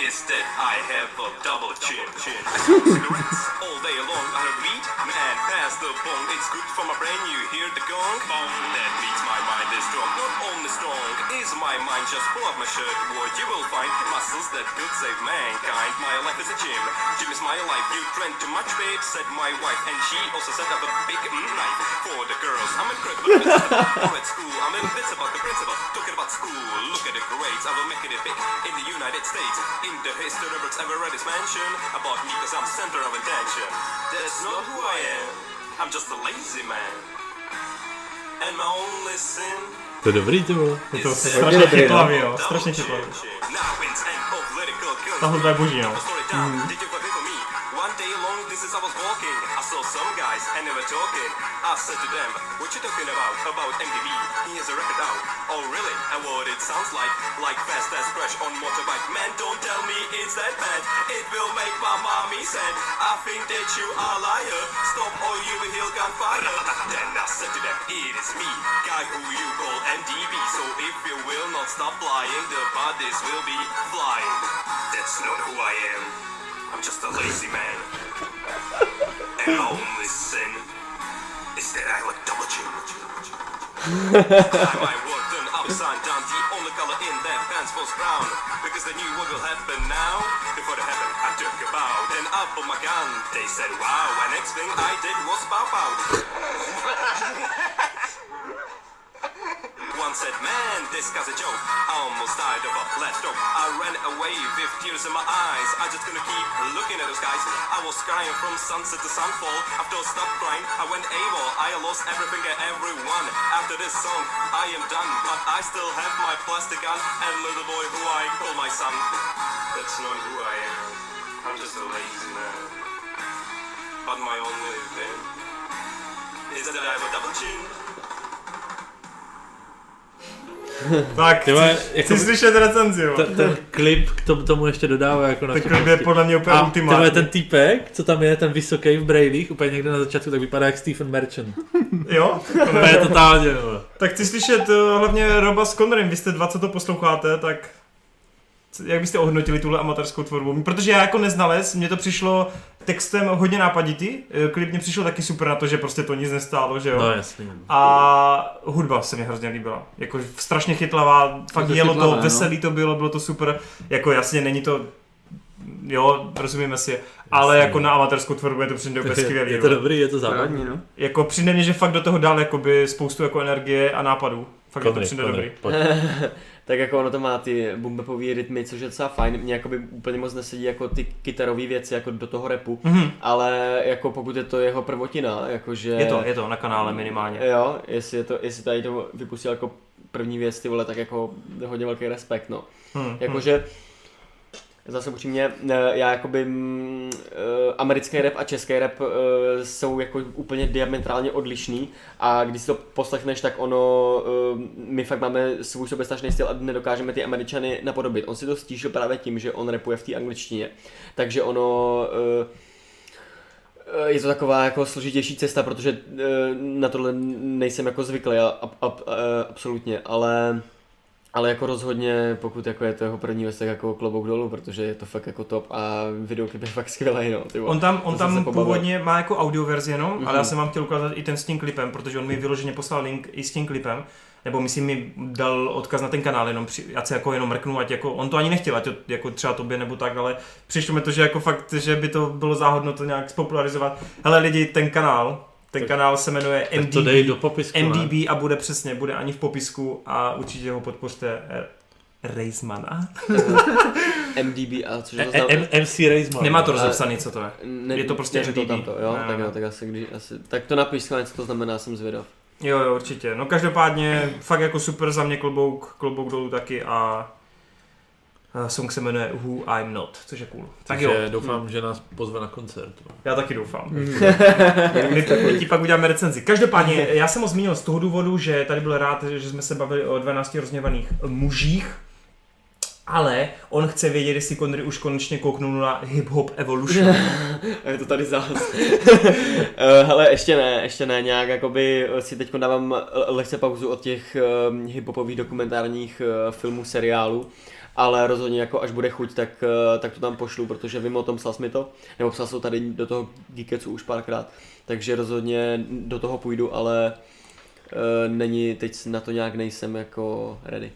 S6: is that I have a double chin. I smoke cigarettes all day long. I don't weed, man, pass the bong. It's good for my brain. You hear the gong? Bong. That means my mind is strong. Not only strong is my mind. Just pull up my shirt, or you will find muscles that could save mankind. My life is a gym. Gym is my life. You drank too much, babe, said my wife, and she also set up a big mm, knife for the girls. I'm incredible. I'm at school. I'm invincible. The principal talking about school. Look at the grades. I will make it big in the United States. In the history books, ever read is mentioned about me, cause I'm center of attention. That's not who I am. I'm just a lazy man. And my only sin
S1: To je dobrý, ty vole.
S6: is
S2: To
S6: that
S2: strašně
S4: dobrý, no.
S2: chytlavý, jo.
S6: double
S2: Strašně
S6: chin
S2: chytlavý.
S6: chin. Now it's an political
S2: Ta
S6: guns.
S2: hudba je boží, no.
S6: Story down, did you forgive me? One day long distance I was walking. I saw some guys and they were talking. I said to them, what you talking about? About MTV. He has a record out. Oh really? And what it sounds like? Like fast as crash on motorbike. Man, don't tell me it's that bad. It will make my mommy sad. I think that you are liar. Stop or you will hear gunfire. then I said to them, it is me, guy who you call MTV. So if you will not stop lying, the bodies will be flying. That's not who I am. I'm just a lazy man. and my only sin is that I look double chin. I might work done upside down. The only color in their pants was brown. Because they knew what will happen now. Before it happened, I took a bow. Then up on my gun. They said, wow. And next thing I did was bow bow. One said, man, this guy's a joke. I almost died of a flat stroke. I ran away with tears in my eyes. I just gonna keep looking at those guys. I was crying from sunset to sunfall. After I stopped crying, I went AWOL. I lost everything and everyone. After this song, I am done. But I still have my plastic gun and little boy who I call my son. That's not who I am. I'm just a lazy man. But my only thing is that I have a double chin.
S2: Tak,
S1: Ty vole,
S2: chci,
S1: jako-
S2: chci slyšet recenzi, jo.
S1: Ten, ten klip k tomu, tomu ještě dodává jako na
S2: Tak to je podle mě úplně
S1: a ty vole,
S2: ultimátní.
S1: ten týpek, co tam je, ten vysoký v brailích, úplně někde na začátku, tak vypadá jak Stephen Merchant.
S2: Jo?
S1: To je totálně, vole.
S2: Tak chci slyšet eh, hlavně Roba s Connerem, vy jste dva, co to posloucháte, tak co- jak byste ohodnotili tuhle amatérskou tvorbu? Protože já jako neznalec, mně to přišlo textem hodně nápaditý, eh, klip mě přišel taky super na to, že prostě to nic nestálo, že jo?
S1: No jasný.
S2: A hudba se mi hrozně líbila. Jako strašně chytlavá, fakt
S3: to
S2: jelo to,
S3: chytlavé, no.
S2: veselý to bylo, bylo to super. Jako jasně, není to Jo, rozumíme si, ale
S1: Jasně.
S2: jako na amatérskou tvorbu je to přijde úplně skvělý.
S1: Je to
S2: jo.
S1: dobrý, je to zábavný.
S3: Závodní, no.
S2: Jako přijde mě, že fakt do toho dal jakoby spoustu jako energie a nápadů. Fakt je to
S1: Konry,
S2: přijde
S1: Konry,
S2: dobrý.
S1: pojď.
S4: Tak jako ono to má ty bumbepové rytmy, což je docela fajn, mě jakoby úplně moc nesedí jako ty kytarové věci jako do toho repu, mm-hmm. ale jako pokud je to jeho prvotina, jakože...
S2: Mhm. Je to, je to na kanále minimálně.
S4: Jo, jestli, je to, jestli tady to vypustil jako první věc, ty vole, tak jako hodně velký respekt, no.
S2: Hmm.
S4: Jakože, zase upřímně, ne, já jakoby mm, eh, americký rap a český rap eh, jsou jako úplně diametrálně odlišný a když si to poslechneš, tak ono, eh, my fakt máme svůj soběstačný styl a nedokážeme ty američany napodobit. On si to stížil právě tím, že on rapuje v té angličtině, takže ono... eh, Eh, Je to taková jako složitější cesta, protože eh, na tohle nejsem jako zvyklý a, a, a, eh, absolutně, ale ale jako rozhodně, pokud jako je to jeho první věc, tak jako klobouk dolů, protože je to fakt jako top a videoklip je fakt skvělý, no. Ty vole.
S2: On tam, on
S4: To jsem se
S2: tam
S4: pobavil. Mhm.
S2: původně má jako audio verzi jenom, mm-hmm. ale já jsem vám chtěl ukázat i ten s tím klipem, protože on mi vyloženě poslal link i s tím klipem, nebo myslím mi dal odkaz na ten kanál, jenom při, ať se jako jenom mrknu, ať jako, on to ani nechtěl, ať to jako třeba tobě nebo tak, ale přišlo mi to, že jako fakt, že by to bylo záhodno to nějak spopularizovat. Hele lidi, ten kanál, ten kanál se jmenuje
S1: Tak
S2: MDB,
S1: to dej do popisku, ne?
S2: MDB a bude přesně, bude ani v popisku a určitě ho podpořte eh, Reismana.
S4: MDB a což
S1: E- e- M- MC Raisman.
S2: Nemá to rozepsaný, co to je.
S4: ne,
S2: je to prostě
S4: ne, to
S2: MDB.
S4: tamto, jo,
S2: Ne,
S4: tak
S2: ne.
S4: jo, tak asi, když, asi, tak to napiš schválně, co to znamená, jsem zvědav.
S2: Jo, jo, určitě. No každopádně fakt jako super za mě klobouk, klobouk dolů taky a a song se jmenuje Who I'm Not, což je Hmm. cool. Tak jo,
S1: Takže doufám, že nás pozve na koncert.
S2: já taky doufám. My, my ti pak uděláme recenzi. Každopádně, já jsem ho zmínil z toho důvodu, že tady byl rád, že jsme se bavili o 12 rozněvaných mužích, ale on chce vědět, jestli Connery už konečně kouknul na Hip Hop Evolution.
S4: A je to tady zás. Hele, ještě ne, ještě ne, nějak jakoby eh, si teď dávám l- lehce pauzu od těch um, hiphopových dokumentárních eh, filmů, seriálů, ale rozhodně jako až bude chuť, tak, eh, tak to tam pošlu, protože vím o tom, psal jsi mi to, nebo psal jsi to tady do toho Geekecu už párkrát, takže rozhodně do toho půjdu, ale eh, není, teď na to nějak nejsem jako ready.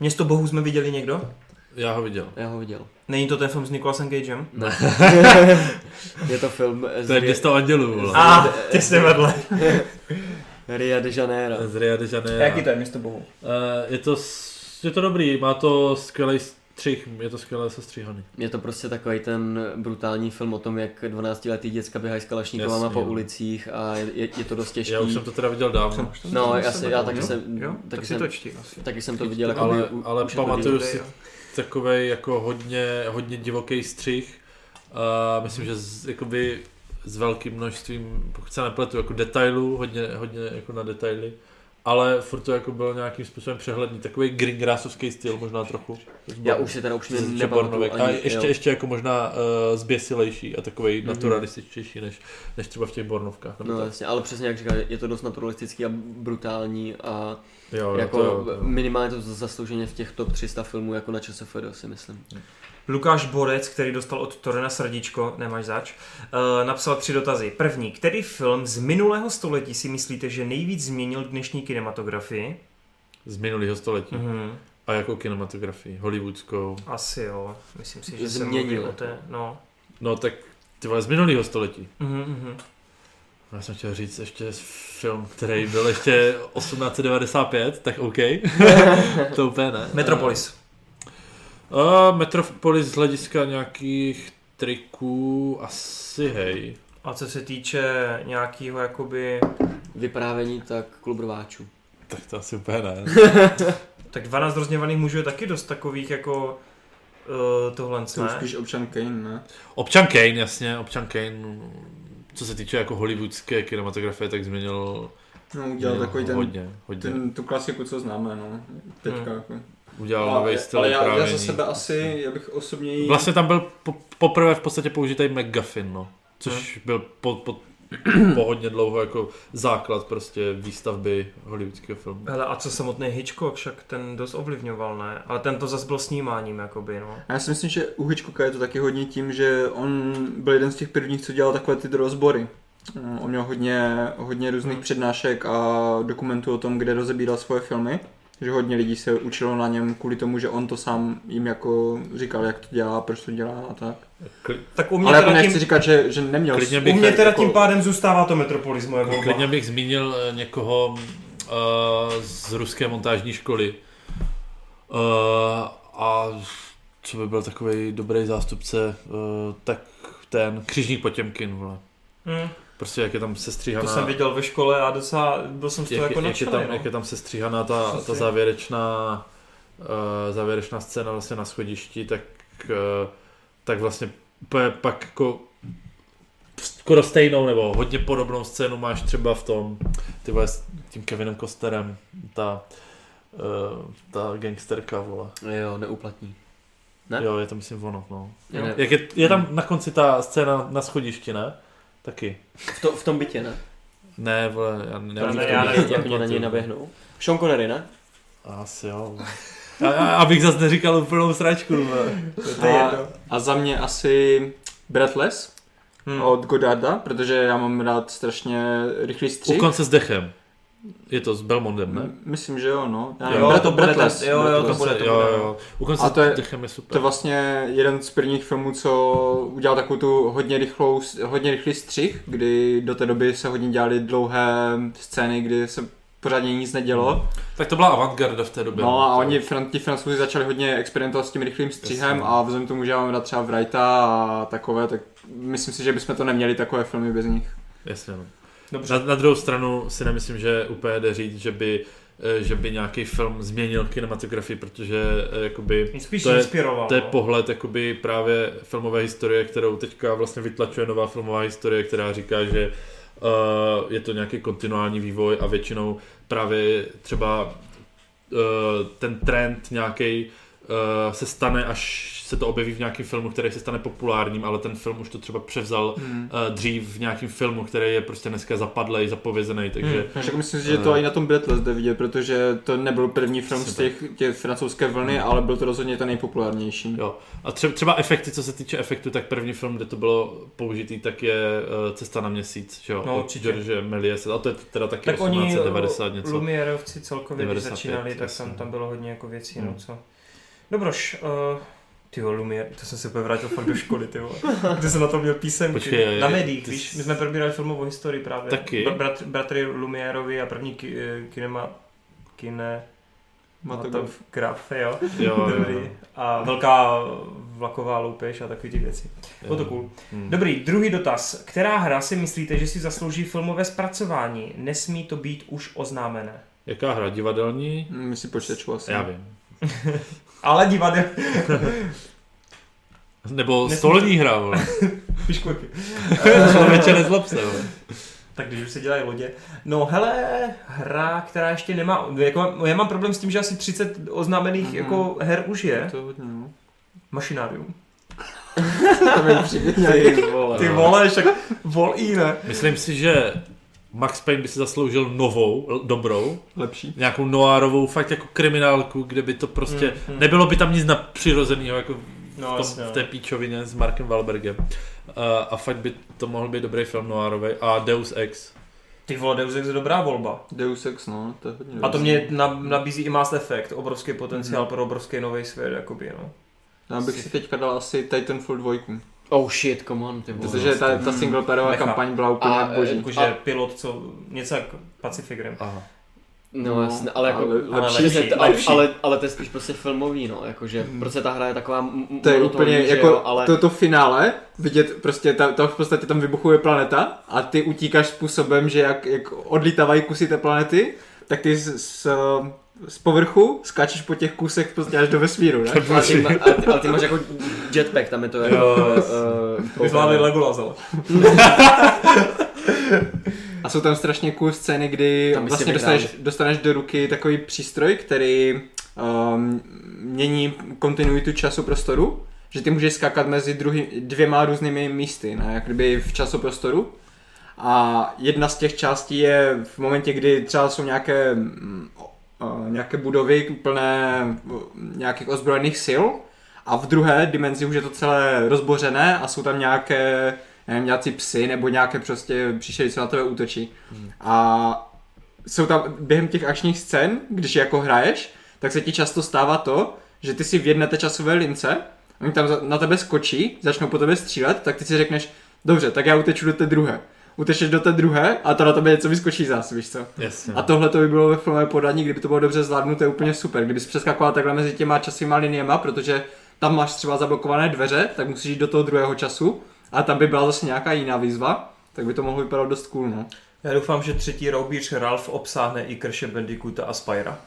S2: Město bohu jsme viděli někdo?
S1: Já ho viděl.
S4: Já ho viděl. No.
S2: Není to ten film s Nicolasem Cagem?
S4: Je to film z,
S1: To je
S4: Rio,
S1: 200 andělů, vole.
S2: A, těsně Ah, vedle.
S4: Rio de Janeiro.
S1: Z Rio de Janeiro.
S3: to je město bohu?
S1: Eh, je to, s- je to dobrý, má to skvělý střih, je to skvěle sestříhaný.
S4: Je to prostě takový ten brutální film o tom, jak 12-letý děcka běhají s kalašníkovama
S1: Jasně,
S4: po
S1: jo.
S4: ulicích a je, je, je to dost těžký.
S1: Já už jsem to teda viděl dávno,
S4: No, já, si, já taky jsem,
S2: Jo?
S4: taky,
S2: Tak si
S4: jsem,
S2: to čti asi.
S4: taky jsem to viděl jako
S1: ale,
S4: u-
S1: ale
S4: už jako
S1: pamatuju
S2: Dobrý,
S1: si
S2: jo.
S1: takový jako hodně, hodně divoký střih. Uh, myslím, že z, jakoby s velkým množstvím, pokud se nepletu, jako detailů, hodně, hodně jako na detaily. Ale furt to jako bylo nějakým způsobem přehledný, takový gringrásovský styl možná trochu.
S4: Já už si teda upřímně
S1: Že
S4: nepamatuju
S1: Bornovek.
S4: ani,
S1: A ještě,
S4: jo. Mhm.
S1: ještě jako možná uh, zběsilejší a takový mm-hmm. naturalističtější než, než třeba v těch Bornovkách. Nebo
S4: No
S1: tak.
S4: jasně, ale přesně jak říkal, je to dost naturalistický a brutální a
S1: jo,
S4: jako
S1: jo, No, to, jo, to, jo.
S4: minimálně to zaslouženě v těch top 300 filmů jako na ČSFD si myslím.
S2: Lukáš Borec, který dostal od Torena srdíčko, nemáš zač, eh, napsal tři dotazy. První, který film z minulého století si myslíte, že nejvíc změnil dnešní kinematografii?
S1: Z minulého století. Mm-hmm.
S2: Mhm.
S1: A jako kinematografii, hollywoodskou.
S2: Asi jo, myslím si, že
S4: Změnil.
S2: se mluví o té, no.
S1: No tak ty vole, z minulého století.
S2: Mhm, mhm.
S1: Já jsem chtěl říct ještě film, který byl ještě 1895, tak OK. to úplně ne.
S2: Metropolis.
S1: A Metropolis z hlediska nějakých triků asi hej.
S2: A co se týče nějakého jakoby,
S4: Vyprávění tak klub rváčů.
S1: Tak to asi úplně ne.
S2: tak 12 rozněvaných mužů je taky dost takových jako uh, tohle,
S3: To už
S2: ne?
S3: spíš občan Kane, ne?
S1: Občan Kane, jasně, občan Kane, co se týče jako hollywoodské kinematografie, tak změnil
S3: No, udělal
S1: změnil
S3: takový ten,
S1: hodně, hodně.
S3: ten, tu klasiku, co známe, no. Teďka,
S2: Hmm.
S3: jako.
S1: Udělal
S3: Ale,
S1: nový styl
S3: ale já, já za
S1: vyprávění.
S3: sebe asi, já bych osobně jí-
S1: Vlastně tam byl po, poprvé v podstatě použitý McGuffin, no. Což byl po, po, po hodně dlouho jako základ prostě výstavby hollywoodského filmu.
S2: Hele, a co samotný Hitchcock, však ten dost ovlivňoval, ne? Ale ten to zase byl snímáním, jakoby, no.
S3: A já si myslím, že u Hitchcocka je to taky hodně tím, že on byl jeden z těch prvních, co dělal takové ty rozbory. Mm, On měl hodně, hodně různých
S2: Hmm.
S3: přednášek a dokumentů o tom, kde rozebíral svoje filmy. Že hodně lidí se učilo na něm kvůli tomu, že on to sám jim jako říkal, jak to dělá, proč to dělá a tak.
S2: Tak u mě
S3: Ale jako
S2: teda
S3: nechci
S2: tím,
S3: říkat, že, že neměl
S1: Klidně
S3: s-
S2: u
S1: bych
S2: mě teda
S3: jako-
S2: tím pádem zůstává to Metropolis moje volba.
S1: Klidně bych zmínil eh, někoho uh, z ruské montážní školy. Uh, a co by byl takový dobrý zástupce, uh, tak ten Křižník Potěmkin, vole.
S2: Hm,
S1: Prostě jak je tam sestříhaná...
S2: to jsem viděl ve škole a docela byl jsem z toho
S1: jak,
S2: jako
S1: jak, je
S2: nadšený,
S1: tam,
S2: no.
S1: jak je tam sestříhaná ta, ta
S2: Přesně.
S1: závěrečná, uh, závěrečná scéna vlastně na schodišti, tak, uh, tak vlastně úplně pak jako skoro stejnou nebo hodně podobnou scénu máš třeba v tom, ty vole, s tím Kevinem Kosterem, ta, uh, ta gangsterka, vole.
S4: Jo, neuplatní. Ne?
S1: Jo, je to myslím ono, no.
S4: Je
S2: Jo.
S4: ne-
S1: Jak je, je tam na konci ta scéna na schodišti, ne? Taky.
S4: V, to, v tom bytě, ne?
S1: Ne, vole, já neumím
S2: ne,
S1: to
S2: já
S1: vidět.
S2: nevím,
S4: jak mě jako na něj naběhnou. Sean Connery, ne?
S1: Asi jo. A, a, abych zase neříkal úplnou sračku. vole.
S2: no. To je
S3: a,
S2: jedno.
S3: a za mě asi Breathless
S2: Hm.
S3: od Godarda, protože já mám rád strašně rychlý
S1: U
S3: střih.
S1: konce s dechem. Je to s Belmondem, ne?
S3: M- Myslím, že jo, no. Já
S1: Jo,
S3: nevím, Brat-
S2: to bude
S3: Breathless,
S2: ten- jo, jo, to
S3: Breathless.
S2: bude, to
S1: jo,
S2: bude,
S1: jo. U konce
S3: A to je-
S1: s dechem je super.
S3: To je vlastně jeden z prvních filmů, co udělal takovou tu hodně, rychlou, hodně rychlý střih, kdy do té doby se hodně dělaly dlouhé scény, kdy se pořádně nic
S2: Hmm,
S3: nedělo.
S1: Tak to byla avantgarda v té době.
S3: No a oni, fran, ti francouzi začali hodně experimentovat s tím rychlým střihem
S1: Jasně.
S3: a vzhledem k tomu, že já mám rád třeba Wrighta a takové, tak myslím si, že bychom to neměli takové filmy bez nich.
S1: Jasně, no.
S2: Dobře.
S1: Na, na, druhou stranu si nemyslím, že úplně jde říct, že by, eh, že by nějaký film změnil kinematografii, protože eh, jakoby,
S2: Spíš
S1: to je-
S2: inspiroval.
S1: to je
S2: no.
S1: pohled jakoby právě filmové historie, kterou teďka vlastně vytlačuje nová filmová historie, která říká, že eh, je to nějaký kontinuální vývoj a většinou právě třeba eh, ten trend nějaký se stane, až se to objeví v nějakém filmu, který se stane populárním, ale ten film už to třeba převzal
S3: Hmm.
S1: eh, dřív v nějakém filmu, který je prostě dneska zapadlej, zapovězený, takže
S3: Takže myslím si, že to i na tom Breathless jde vidět, protože to nebyl první film z těch, těch francouzské vlny, ale byl to rozhodně ten nejpopulárnější.
S1: Jo. A třeba, třeba efekty, co se týče efektu, tak první film, kde to bylo použitý, tak je eh, Cesta na měsíc, že jo?
S2: No,
S1: Od
S2: určitě.
S1: George Méliès. A to je teda taky
S2: tak oni
S1: 1890 něco.
S2: Lumierovci celkově, když
S1: 95,
S2: začínali, tak
S1: jasně.
S2: tam, tam bylo hodně jako věcí, no
S1: Hmm.
S2: co. Dobroš, uh, ty Lumier, to jsem se úplně vrátil fakt do školy, ty vole. Kde jsem na to měl písemky,
S1: Počkej,
S2: na
S1: je-
S2: médiích,
S1: ty
S2: víš,
S1: jsi-
S2: my jsme probírali filmovou historii právě.
S1: Taky.
S2: Br- bratr, bratry Lumierovi a první ki, eh, kinema, kine,
S3: Matogov.
S2: Krab, jo.
S5: Jo, jo,
S2: Dobrý. A velká vlaková loupež a takové ty věci. Bylo to cool.
S1: Hmm.
S2: Dobrý, druhý dotaz. Která hra si myslíte, že si zaslouží filmové zpracování? Nesmí to být už oznámené.
S5: Jaká hra? Divadelní?
S3: Hm, Myslím počítačů asi.
S5: Já vím.
S2: Ale divadel...
S1: Nebo stolní hra, vole.
S2: Piškvojky.
S1: Člověče nezlob se, vole.
S2: Tak když už se dělají lodě. No hele, hra, která ještě nemá... Jako, já mám problém s tím, že asi 30 oznámených
S1: Mhm.
S2: mm-hmm. jako her už je.
S3: To je hodně, no.
S2: Mašinárium.
S3: To mi přijde nějaký.
S4: Ty vole.
S1: no.
S2: Ty vole, tak vol i ne.
S1: Myslím si, že Max Payne by si zasloužil novou, l- dobrou,
S3: Lepší.
S1: nějakou noárovou, fakt jako kriminálku, kde by to prostě,
S2: Mm, mm.
S1: nebylo by tam nic napřirozeného, jako
S2: No,
S1: v,
S2: jasně,
S1: tom,
S2: no.
S1: v té píčovině s Markem Wahlbergem. Eh, A, a fakt by to mohl být dobrý film noárový. A Deus Ex.
S2: Ty vole, Deus Ex je dobrá volba.
S3: Deus Ex, no, to je hodně.
S2: A to mě na, nabízí i Mass Effect, obrovský
S1: Mhm.
S2: potenciál pro obrovský nový svět, jakoby, no.
S3: Já bych si teďka dal asi Titanfall 2.
S4: Oh shit, come on, ty vole.
S3: Protože ta, ta singleplayerová
S2: Nechám.
S3: kampaň byla úplně
S4: A,
S3: jak boží.
S1: Jako,
S2: Jakože
S4: A-
S2: pilot, co něco jak Pacific Rim.
S1: Aha.
S4: No jasně, ale jako...
S3: ale
S4: Ale,
S3: lepší,
S4: přesně, ale,
S3: lepší.
S4: ale, ale to je spíš prostě filmový, no, jakože, protože ta hra je taková m- m-
S3: Mhm. To je
S4: monotónní,
S3: úplně
S4: že
S3: jako
S4: jo, ale...
S3: to, to finále, vidět prostě, ta, ta v podstatě tam vybuchuje planeta a ty utíkáš způsobem, že jak, jak odlítávají kusy té planety, tak ty z, z, z povrchu skáčeš po těch kusech prostě až do vesmíru, ne?
S4: Ale ty, ma- ale, ty, ale ty máš jako jetpack, tam je to jako...
S2: My
S4: uh,
S2: zvládli Legolas, ale.
S3: A jsou tam strašně cool scény, kdy
S4: Tam by si
S3: vlastně
S4: vyhrál.
S3: dostaneš, dostaneš do ruky takový přístroj, který um, mění kontinuitu času prostoru, že ty můžeš skákat mezi druhý, dvěma různými místy, ne? jak kdyby v časoprostoru. A jedna z těch částí je v momentě, kdy třeba jsou nějaké, mm, o- o, nějaké budovy plné o, nějakých ozbrojených sil a v druhé dimenzi už je to celé rozbořené a jsou tam nějaké nevím, nějací psy nebo nějaké prostě příšery, co na tebe útočí. A jsou tam během těch akčních scén, když jako hraješ, tak se ti často stává to, že ty si v jedné té časové lince, oni tam za- na tebe skočí, začnou po tebe střílet, tak ty si řekneš, dobře, tak já uteču do té druhé. Utečeš do té druhé a to na tebe něco vyskočí zás, víš co?
S1: Jasně.
S3: A tohle to by bylo ve filmové podání, kdyby to bylo dobře zvládnuté, úplně super. Kdyby jsi přeskakoval takhle mezi těma časovými liniema, protože tam máš třeba zablokované dveře, tak musíš jít do toho druhého času a tam by byla zase nějaká jiná výzva, tak by to mohlo vypadat dost cool, no.
S2: Já doufám, že třetí roubíř Ralph obsáhne i Krše Bandicoota a Spyra.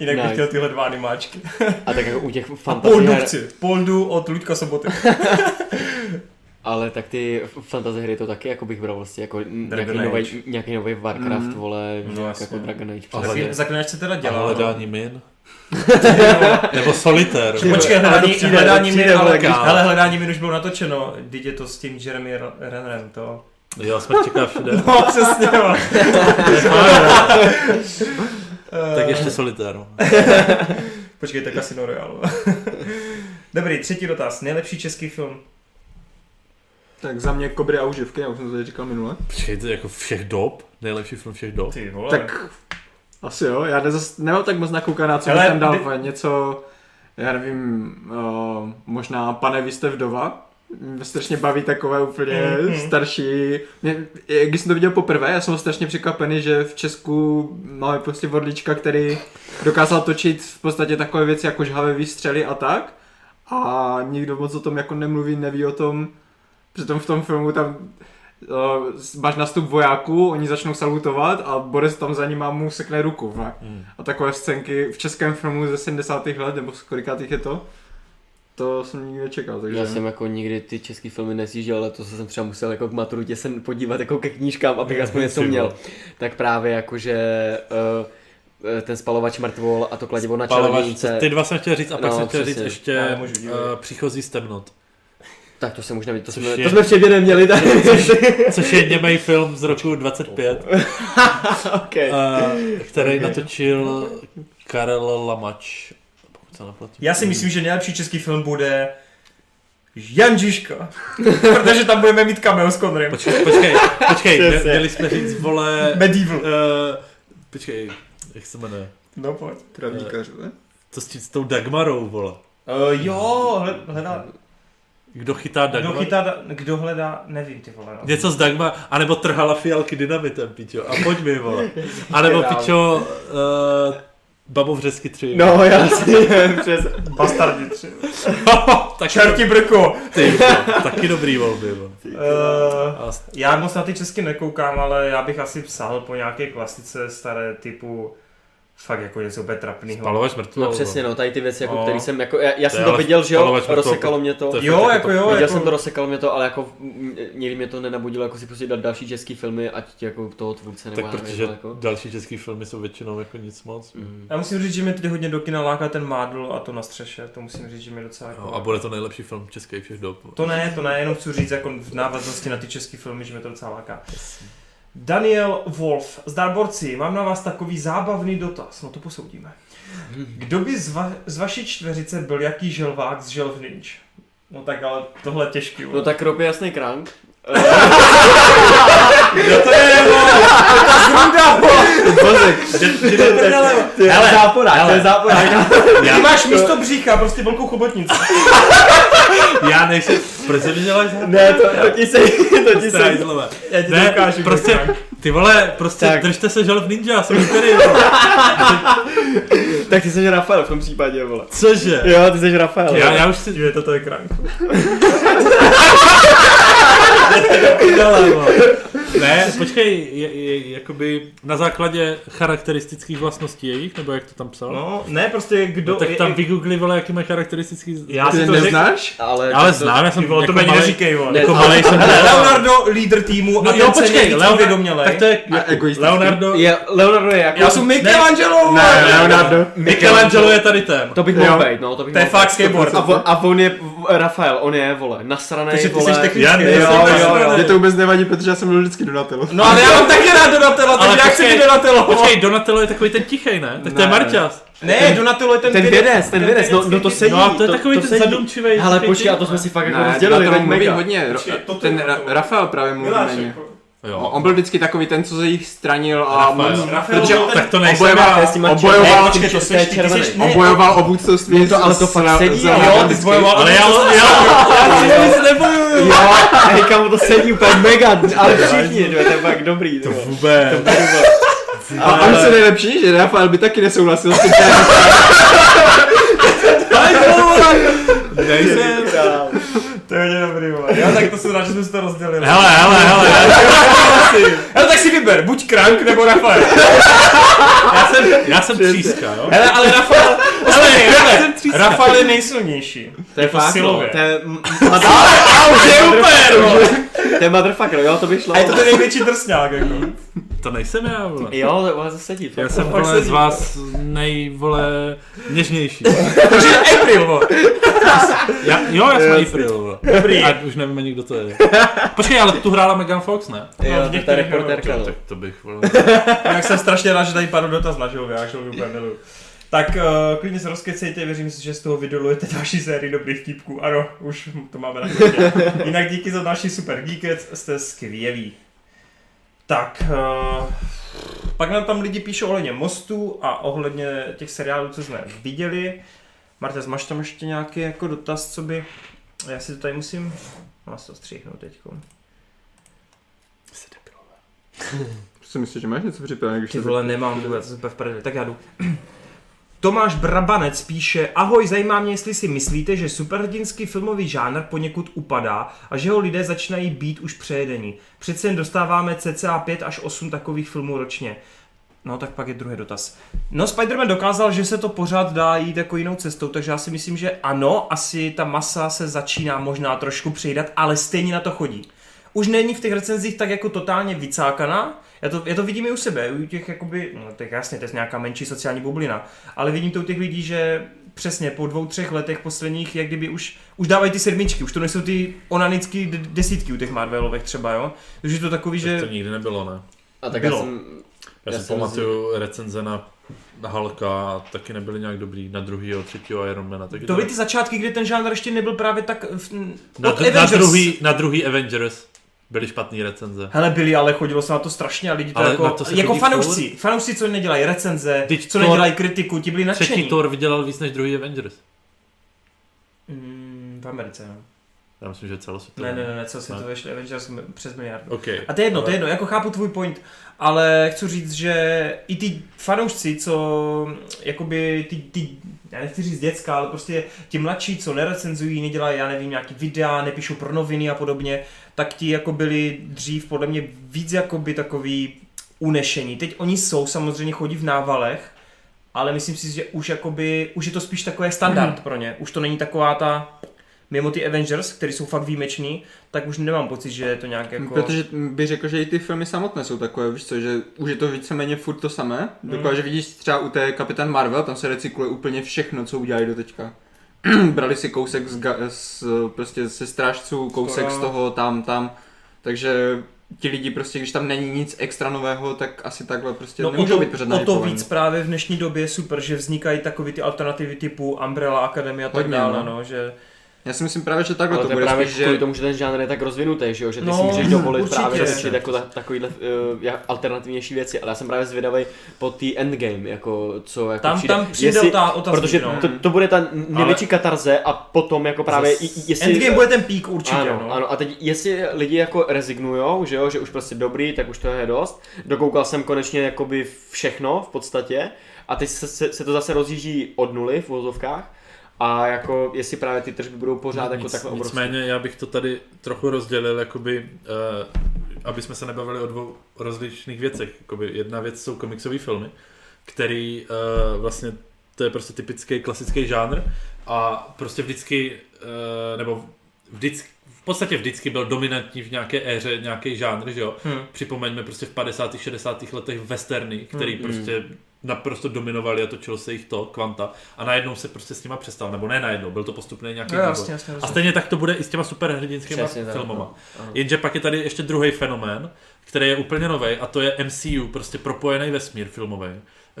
S2: Jinak bych
S4: Nice.
S2: chtěl tyhle dva animáčky.
S4: A tak jako u těch fantasy
S2: Poldu
S4: her,
S2: chci. Poldu od Luďka Soboty.
S4: ale tak ty fantasy hry to taky jako bych bral vlastně jako nějaký
S2: Age.
S4: nový, nějaký nový Warcraft,
S3: Mhm.
S4: vole, no,
S2: jasně.
S4: jako Dragon Age. přesně.
S1: hledání-
S2: Zaklinač se teda
S1: A
S2: dělá. no.
S1: hledání min. Nebo solitér.
S2: Že Počkej,
S3: Ale
S2: hledání,
S3: to přijde,
S2: hledání
S3: to přijde,
S2: min, ale,
S3: ale když-
S2: hele, hledání min už bylo natočeno. Teď je to s tím Jeremy Ren- Rennerem, to.
S1: Jo, smrčeká všude.
S2: No, přesně, jo.
S1: tak
S2: Eh.
S1: ještě no. solitér.
S2: Počkej, to je Casino Royale. Dobrý, třetí dotaz. Nejlepší český film?
S3: Tak za mě kobry a uživky, já už jsem to tady říkal minule.
S1: Počkej, to je jako všech dob? Nejlepší film všech dob?
S2: Ty vole.
S3: Tak asi jo, já nezas, nemám tak moc nakoukaná, co
S2: Hele,
S3: bych tam dal,
S2: kdy-
S3: ale... něco, já nevím, uh, možná pane, vy jste vdova, mě strašně baví takové úplně
S2: Mhm.
S3: mm-hmm. starší, mě, i když jsem to viděl poprvé, já jsem byl strašně překvapený, že v Česku máme prostě vodlička, který dokázal točit v podstatě takové věci jako žhavé výstřely a tak a nikdo moc o tom jako nemluví, neví o tom, přitom v tom filmu tam uh, máš nastup vojáků, oni začnou salutovat a Boris tam za nima mu sekne ruku. Ne?
S1: Hmm.
S3: A takové scénky v českém filmu ze 70. let, nebo z kolikátých je to, to jsem nikdy nečekal. Takže...
S4: Já jsem jako nikdy ty český filmy nesjížděl, ale to co jsem třeba musel jako k maturitě se podívat jako ke knížkám, abych aspoň něco měl. Tak právě jakože eh, eh, ten spalovač mrtvol a to kladivo na
S1: Palovač,
S4: čarodějnice,
S1: ty dva jsem chtěl říct a pak
S4: No,
S1: jsem chtěl říct
S4: přesně.
S2: Já
S1: ještě
S2: nemůžu dívat.
S1: eh, Příchozí z temnot.
S4: tak to jsem už nevěděl, to,
S1: Což
S4: jsme,
S1: je-
S4: to jsme předtím neměli, tak
S1: Což je němej film z roku 25,
S4: okay.
S1: eh, který natočil Karel Lamač. Pokud se nepletu.
S2: Já si myslím, že nejlepší český film bude Jan Žižka. Protože tam budeme mít cameo s Conrym.
S1: Počkej, počkej, počkej, mě-
S4: Přesně.
S1: měli jsme říct, vole,
S2: Medieval.
S1: eh, počkej, jak se jmenuje,
S2: No pojď.
S3: Pravdíkařů, ne?
S1: co s, tím, s tou Dagmarou, vole,
S2: Uh, jo, hle- hledá,
S1: kdo chytá
S2: kdo
S1: Dagmar?
S2: chytá, da- kdo hledá, nevím ty vole. No.
S1: Něco s Dagma, anebo trhala fialky dynamitem, pičo, a pojď mi, vole. A nebo, pičo, uh, Babovřesky 3.
S4: No, jasně, přes...
S2: Bastardi tři.
S1: taky,
S2: Čerti brko!
S1: ty, taky dobrý volby. vole.
S2: Eh,
S1: A s-
S2: já moc na ty česky nekoukám, ale já bych asi psal po nějaké klasice staré typu fakt jako něco úplně trapného.
S5: Spalovač mrtvol.
S4: No přesně, no, tady ty věci, jako,
S2: No.
S4: který jsem, jako, já, já jsem
S5: je
S4: to
S5: ale
S4: viděl, že jo,
S5: spalovač mrtvol,
S4: rozsekalo mě to.
S5: to je
S2: Jo, jako jo,
S4: Viděl
S2: jako,
S4: jsem to, rozsekalo mě to, ale jako m, někdy mě to nenabudilo, jako si prostě dát další český filmy, ať tě jako toho tvůrce nebo
S1: tak
S4: já nevím,
S1: protože
S4: jako.
S1: další český filmy jsou většinou jako nic moc.
S4: Mm.
S2: já musím říct, že mi tedy hodně do kina láká ten mádl a to na střeše, to musím říct, že mi docela jako...
S1: No, a bude to nejlepší film český všech dob.
S2: To ne, to ne, jenom chci říct jako v návaznosti na ty české filmy, že mě to docela láká. Daniel Wolf, zdarborci, mám na vás takový zábavný dotaz, no to posoudíme. Kdo by z, va- z vaší čtveřice byl jaký želvák z želvninč? No tak ale tohle je těžký.
S4: No tak Rob je jasný krank.
S2: to je nebo?
S4: Hele, zápora, to je zápora.
S2: Ty máš místo břícha, prostě velkou chobotnici.
S1: Já nejsem, proč se mi děláš
S4: Ne, to, to ti se, to ti se.
S1: Strajzlové.
S2: Já ti to
S1: Ne,
S2: ukážu.
S1: prostě-
S2: Krank.
S1: Ty vole, prostě
S4: Tak.
S1: tak. držte se žel v ninja, jsem tady. vole.
S4: Tak ty jsi Rafael v tom případě, vole.
S1: Cože?
S4: Jo, ty jsi Rafael.
S1: Já, já už si
S2: Dívej, toto je krank.
S1: dělám. vole. Ne, počkej, je, je, jakoby na základě charakteristických vlastností jejich, nebo jak to tam psal? No,
S2: No, ne, prostě kdo...
S1: no, tak tam vygoogli, vole, jaký mají charakteristický...
S2: Já
S3: Ty
S2: si to řekl.
S3: neznáš?
S4: Ale,
S1: ale znám, já jsem
S2: Ty vole, to
S1: jako
S2: mi
S1: malej-
S2: neříkej, vole.
S4: Ne,
S1: Jako
S4: ale-
S1: malej jsem
S2: Leonardo, lídr týmu, a
S1: No
S2: ten
S1: jo,
S2: se
S1: počkej,
S2: nejvíc
S1: Leonardo,
S2: uvědomělej.
S1: tak to je
S3: A egoistický.
S1: Leonardo,
S4: Je, Leonardo je jako...
S2: Já jsem Michelangelo!
S3: Ne, Leonardo.
S1: Michelangelo je tady ten.
S4: To bych mohl
S3: Jo.
S4: být, no, to bych
S2: To je
S4: mohl
S2: fakt
S4: být.
S2: skateboard.
S4: A, vo- a on je, v- Rafael, on je, vole, nasranej,
S2: Takže ty
S4: vole.
S2: jsi technický.
S5: Já
S3: Jo,
S5: nejsem.
S3: jo,
S2: jsem
S3: jo,
S2: Donatello.
S3: Mě to vůbec nevadí, protože já jsem byl vždycky donatel.
S2: No ale já mám taky rád Donatella, tak já chci být Donatello.
S1: Počkej, Donatello je takový ten tichej, ne? Tak to je
S3: Ne.
S1: Marťas.
S2: Ne, Donatello je ten
S4: Ten
S2: vědec.
S4: vědec, ten vědec, no, no to sedí.
S1: No a to je takový
S4: to
S1: ten
S4: sedí.
S1: zadumčivej.
S4: Hele,
S1: takový
S4: počkej, a
S1: typ,
S4: to jsme
S1: ne?
S4: si fakt jako
S3: Ne,
S4: rozdělili,
S3: Donatello
S4: tak
S3: mluví
S4: mega.
S3: hodně,
S2: Počkej,
S3: Ro-
S2: to
S3: ten
S2: ty-
S3: Ra- Rafael právě mluví méně.
S2: jako.
S1: Jo.
S3: No, On byl vždycky takový ten, co se jich stranil a
S1: Rafael.
S2: Rafael
S3: Protože
S2: byl ten-
S1: Tak to nejsem
S3: obojoval,
S4: já, já s tím mančem.
S2: Ne,
S3: obojoval,
S2: počkej, to
S4: to je
S2: seš ty, ty
S4: červený.
S2: seš... ne,
S3: obojoval obůdcovství.
S4: to- ale to fakt sedí, ale
S2: Jo, ty jsi bojoval.
S1: Ale já, já, já,
S4: Jo, hej, kamo, to sedí úplně mega, ale všichni, to je to je fakt dobrý. To vůbec.
S1: Vůbec.
S3: A on se nejlepší, že Rafael by taky nesouhlasil s tím,
S1: Nejsem.
S2: To je hodně dobrý, vole. Jo, tak to jsem rád, že jsme si to rozdělili.
S1: Hele, hele, hele.
S2: Hele, tak si vyber, buď Krank nebo Rafael.
S1: Já jsem, já jsem tříska, jo?
S2: Hele, ale Rafael... Hele, hele,
S1: Rafa,
S2: Rafael je nejsilnější.
S4: To je fakt, no,
S2: silově.
S4: to je... m- m- mother-
S1: super, vole.
S4: To je motherfucker, jo, to by šlo.
S2: A je to ten největší drsňák, jako.
S1: To nejsem já, vole.
S4: Jo, to- ale to sedí. to-
S1: Já jsem, vole, z vás nejvole něžnější.
S2: Takže April, vole.
S1: Já, jo, já jsem April, vole.
S2: Dobrý.
S1: A už nevím ani, kdo to je. Počkej, ale tu hrála Megan Fox, ne?
S4: Jo, to je ta
S2: některých
S4: reportérka, no.
S5: Tak to bych, vole.
S2: Jak jsem strašně rád, že tady padl dotaz na žilvě, já žilvě úplně miluju. Tak uh, klidně se rozkecejte, věřím si, že z toho vydolujete další sérii dobrých vtipků. Ano, už to máme na světě. Jinak díky za další super geekec, jste skvělí. Tak, uh, pak nám tam lidi píšou ohledně mostů a ohledně těch seriálů, co jsme viděli. Marta, máš tam ještě nějaký jako dotaz, co by... Já si to tady musím... Já si to stříhnu teďko.
S3: Co myslíš, že máš něco připravené? když
S2: Ty
S3: to-
S2: vole, nemám vůbec, jsem úplně v prdeli, tak já jdu. Tomáš Brabanec píše, ahoj, zajímá mě, jestli si myslíte, že superhrdinský filmový žánr poněkud upadá a že ho lidé začínají být už přejedení. Přece jen dostáváme cca 5 až 8 takových filmů ročně. No tak pak je druhý dotaz. No Spider-Man dokázal, že se to pořád dá jít jako jinou cestou, takže já si myslím, že ano, asi ta masa se začíná možná trošku přejdat, ale stejně na to chodí. Už není v těch recenzích tak jako totálně vycákaná, já to, já to vidím i u sebe, u těch jakoby, no tak jasně, to je nějaká menší sociální bublina, ale vidím to u těch lidí, že přesně po dvou, třech letech posledních, jak kdyby už, už dávají ty sedmičky, už to nejsou ty onanické d- desítky u těch Marvelovek třeba, jo? Takže je to takový, že...
S5: To nikdy nebylo, ne?
S4: A tak já
S2: Bylo.
S4: jsem...
S5: Já,
S4: Já
S5: si
S4: jsem
S5: pamatuju recenze na na Halka, taky nebyly nějak dobrý, na druhýho, třetího Ironmana. Taky
S2: To byly ty začátky, kdy ten žánr ještě nebyl právě tak... V...
S1: Na,
S2: od
S1: dru- na,
S2: Avengers.
S1: druhý, na druhý Avengers byly špatný recenze.
S2: Hele, byli, ale chodilo se na to strašně a lidi to
S1: Ale
S2: jako,
S1: na to se
S2: jako
S1: chodí
S2: fanoušci, fanoušci, co nedělají recenze,
S1: Vždyť to-
S2: co nedělají kritiku, ti byli nadšení.
S1: Třetí Thor vydělal víc než druhý Avengers.
S2: Mm, v Americe, no.
S1: Já myslím, že celosvětové.
S2: Ne, ne, ne, ne co si to ještě Avengers m- přes miliardu.
S1: OK.
S2: A to je jedno, to je jedno, jako chápu tvůj point, ale chci říct, že i ty fanoušci, co jakoby ty, ty já nechci říct děcka, ale prostě ti mladší, co nerecenzují, nedělají, já nevím, nějaký videa, nepíšou pro noviny a podobně, tak ti jako byli dřív podle mě víc jakoby takový unešení. Teď oni jsou, samozřejmě chodí v návalech, ale myslím si, že už jakoby, už je to spíš takové standard pro ně. Už to není taková ta, mimo ty Avengers, který jsou fakt výjimeční, tak už nemám pocit, že je to nějak jako...
S3: Protože bych řekl, že i ty filmy samotné jsou takové, víš co, že už je to víceméně furt to samé.
S2: Mm.
S3: Dokonce, že vidíš třeba u té Kapitán Marvel, tam se recykluje úplně všechno, co udělali do teďka. Brali si kousek z, ga- z, prostě ze strážců, kousek
S2: Skoro.
S3: z toho, tam, tam. Takže ti lidi prostě, když tam není nic extra nového, tak asi takhle prostě no, nemůžou
S2: o to,
S3: být
S2: o to
S3: přednáškovaní.
S2: víc právě v dnešní době je super, že vznikají takový ty alternativy typu Umbrella Academy a tak
S3: Hodně,
S2: dále,
S3: no.
S2: no, že...
S3: Já si myslím právě, že
S2: Jako
S3: takhle
S4: Ale
S3: to
S4: to je
S3: bude
S4: právě
S3: spíš,
S4: že... kvůli
S3: že...
S4: tomu, že ten žánr je tak rozvinutý, že jo, že ty
S2: No,
S4: si můžeš dovolit
S2: určitě.
S4: právě řešit jako ta, takovýhle uh, alternativnější věci, ale já jsem právě zvědavý po té endgame, jako co jako
S2: Tam-
S4: přijde.
S2: tam přijde ta otazník,
S4: Protože
S2: no.
S4: to, to, bude ta největší katarze a potom jako právě i- i- jestli...
S2: Endgame bude ten pík určitě,
S4: ano,
S2: no.
S4: ano, a teď jestli lidi jako rezignujou, že jo, že už prostě dobrý, tak už to je dost. Dokoukal jsem konečně jakoby všechno v podstatě a teď se, se, se to zase rozjíždí od nuly v vozovkách a jako jestli právě ty tržby budou pořád jako
S1: No, Nic,
S4: takhle obrovské.
S1: nicméně já bych to tady trochu rozdělil, jakoby, uh, aby jsme se nebavili o dvou rozličných věcech. Jakoby jedna věc jsou komiksové filmy, který uh, vlastně to je prostě typický klasický žánr a prostě vždycky, uh, nebo vždycky, v podstatě vždycky byl dominantní v nějaké éře nějaký žánr, že jo?
S2: Hmm.
S1: Připomeňme prostě v 50. 60. letech westerny, který
S2: Hmm,
S1: prostě naprosto dominovali a točilo se jich to, kvanta. A najednou se prostě s nima přestal, nebo ne najednou, byl to postupný nějaký
S2: No, jasně,
S1: vývoj.
S2: jasně, no.
S1: A
S2: jasně.
S1: stejně tak to bude i s těma superhrdinskými
S4: Přesně tak,
S1: filmama. Jenže pak je tady ještě druhý fenomén, který je úplně nový, a to je MCU, prostě propojený vesmír filmový,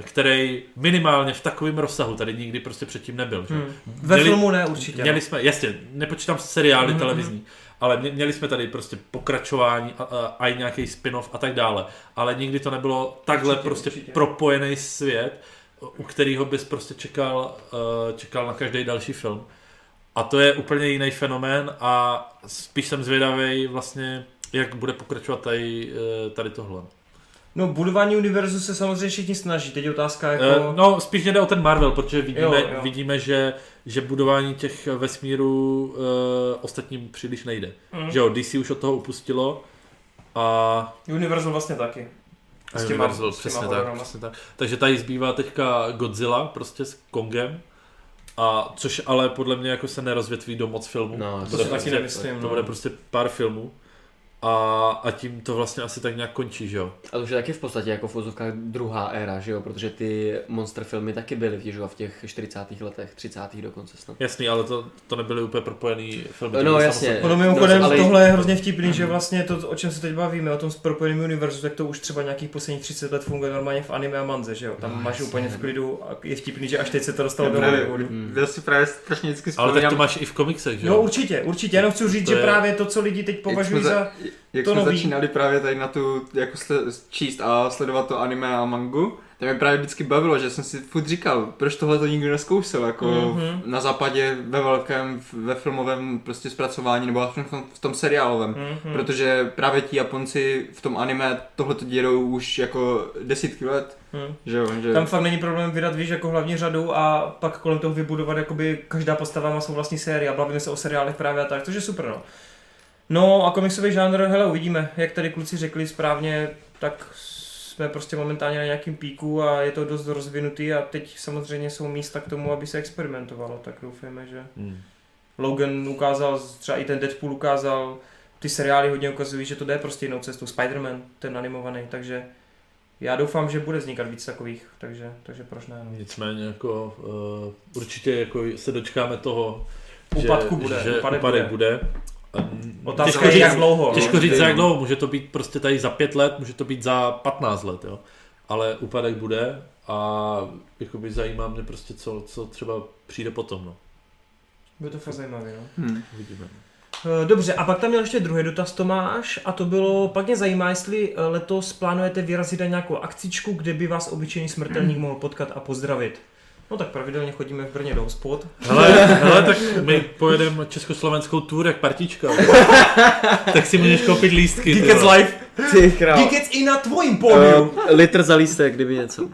S1: který minimálně v takovém rozsahu tady nikdy prostě předtím nebyl. Že?
S2: Hmm. Ve
S1: Měli-
S2: filmu ne, určitě. no. Mhm,
S1: Měli jsme, jasně, nepočítám seriály televizní, ale mě- měli jsme tady prostě pokračování a, a, a i nějaký spin-off a tak dále. Ale nikdy to nebylo takhle
S2: Určitě,
S1: prostě
S2: určitě.
S1: propojený svět, u kterého bys prostě čekal, eh, čekal na každý další film. A to je úplně jiný fenomén a spíš jsem zvědavý vlastně, jak bude pokračovat tady, eh, tady tohle.
S2: No, budování univerzu se samozřejmě všichni snaží, teď je otázka jako...
S1: Eh, No, spíš jde o ten Marvel, protože vidíme,
S2: Jo, jo.
S1: vidíme že, že budování těch vesmírů eh, ostatním příliš nejde. Mm.
S2: Mhm.
S1: Že jo, DC už od toho upustilo a,
S2: Universal vlastně taky.
S1: a
S2: S těma-
S1: Universal,
S2: s těma
S1: přesně tak,
S2: holograma.
S1: přesně tak. Takže tady zbývá teďka Godzilla prostě s Kongem. A což ale podle mě jako se nerozvětví do moc filmů.
S4: No, to
S1: to,
S4: si
S1: bude
S4: taky
S1: prostě,
S2: nemyslím,
S1: to
S2: no.
S1: bude prostě pár filmů. A, a tím to vlastně asi tak nějak končí, že jo?
S4: A to už je taky v podstatě jako v vozovkách druhá éra, že jo? Protože ty monster filmy taky byly že jo, v těch 40. letech, 30. dokonce snad.
S1: Jasný, ale to, to nebyly úplně propojený filmy. to
S4: No
S1: byly
S4: jasně.
S1: samostatné.
S2: Ono mimochodem,
S4: No, ale- Mhm.
S2: tohle je hrozně vtipný, že vlastně to, o čem se teď bavíme, o tom propojeném univerzu, tak to už třeba nějakých posledních 30 let funguje normálně v anime a manze, že jo?
S4: No,
S2: Tam máš úplně v klidu a je vtipný, že až teď se to dostalo do
S3: Právě,
S2: Hollywoodu.
S3: já si právě strašně vždycky
S1: Ale tak
S3: vzpomínám,
S1: to máš i v komiksech, že Jako jo?
S2: No určitě, určitě, jenom chci říct,
S1: To
S2: že
S1: je-
S2: právě to, co lidi teď
S3: jak
S2: považují
S3: jsme,
S2: za...
S3: za, jak
S2: to
S3: jsme
S2: nový.
S3: začínali právě tady na tu, jako sle, číst a sledovat to anime a mangu, to mě právě vždycky bavilo, že jsem si furt říkal, proč tohle to nikdo neskoušel, jako
S2: Mhm.
S3: mm-hmm. na západě ve velkém, v- ve filmovém prostě zpracování, nebo aspoň v tom, v tom seriálovém.
S2: Mhm.
S3: Mm-hmm. Protože právě ti Japonci v tom anime tohle to dělou už jako desítky let,
S2: Mhm.
S3: že jo, že...
S2: Tam fakt není problém vydat, víš, jako hlavní řadu a pak kolem toho vybudovat, jakoby každá postava má svou vlastní sérii a bavíme se o seriálech právě a tak, což je super, no. No a komiksový žánr, hele, uvidíme, jak tady kluci řekli správně, tak jsme prostě momentálně na nějakým píku a je to dost rozvinutý a teď samozřejmě jsou místa k tomu, aby se experimentovalo, tak doufejme, že...
S1: Hmm.
S2: Logan ukázal, třeba i ten Deadpool ukázal, ty seriály hodně ukazují, že to jde prostě jinou cestou. Spider-Man, ten animovaný, takže já doufám, že bude vznikat víc takových, takže, takže proč ne? No.
S1: Nicméně jako uh, určitě jako se dočkáme toho,
S2: Úpadku
S1: že,
S2: bude,
S1: že
S2: úpadek
S1: úpadek, bude. bude.
S2: Otázka
S1: těžko
S2: je,
S1: říct,
S2: jak dlouho.
S1: těžko
S2: no.
S1: říct
S5: Hmm.
S1: za jak dlouho, může to být prostě tady za pět let, může to být za 15 let, jo. Ale úpadek bude a jakoby zajímá mě prostě, co, co třeba přijde potom, no.
S2: Bude to fakt zajímavé, no.
S3: Hmm.
S1: Uvidíme.
S2: Eh, Dobře, a pak tam měl ještě druhý dotaz Tomáš a to bylo, pak mě zajímá, jestli eh, letos plánujete vyrazit na nějakou akcičku, kde by vás obyčejný smrtelník mohl potkat a pozdravit. No tak pravidelně chodíme v Brně do hospod.
S5: Hele, hele, tak my pojedeme československou tour jak partička. tak si můžeš koupit lístky.
S4: No,
S5: ty vole.
S2: live.
S4: Ty král.
S2: Geekets i na tvojím pódiu.
S4: Um, litr za lístek, kdyby něco.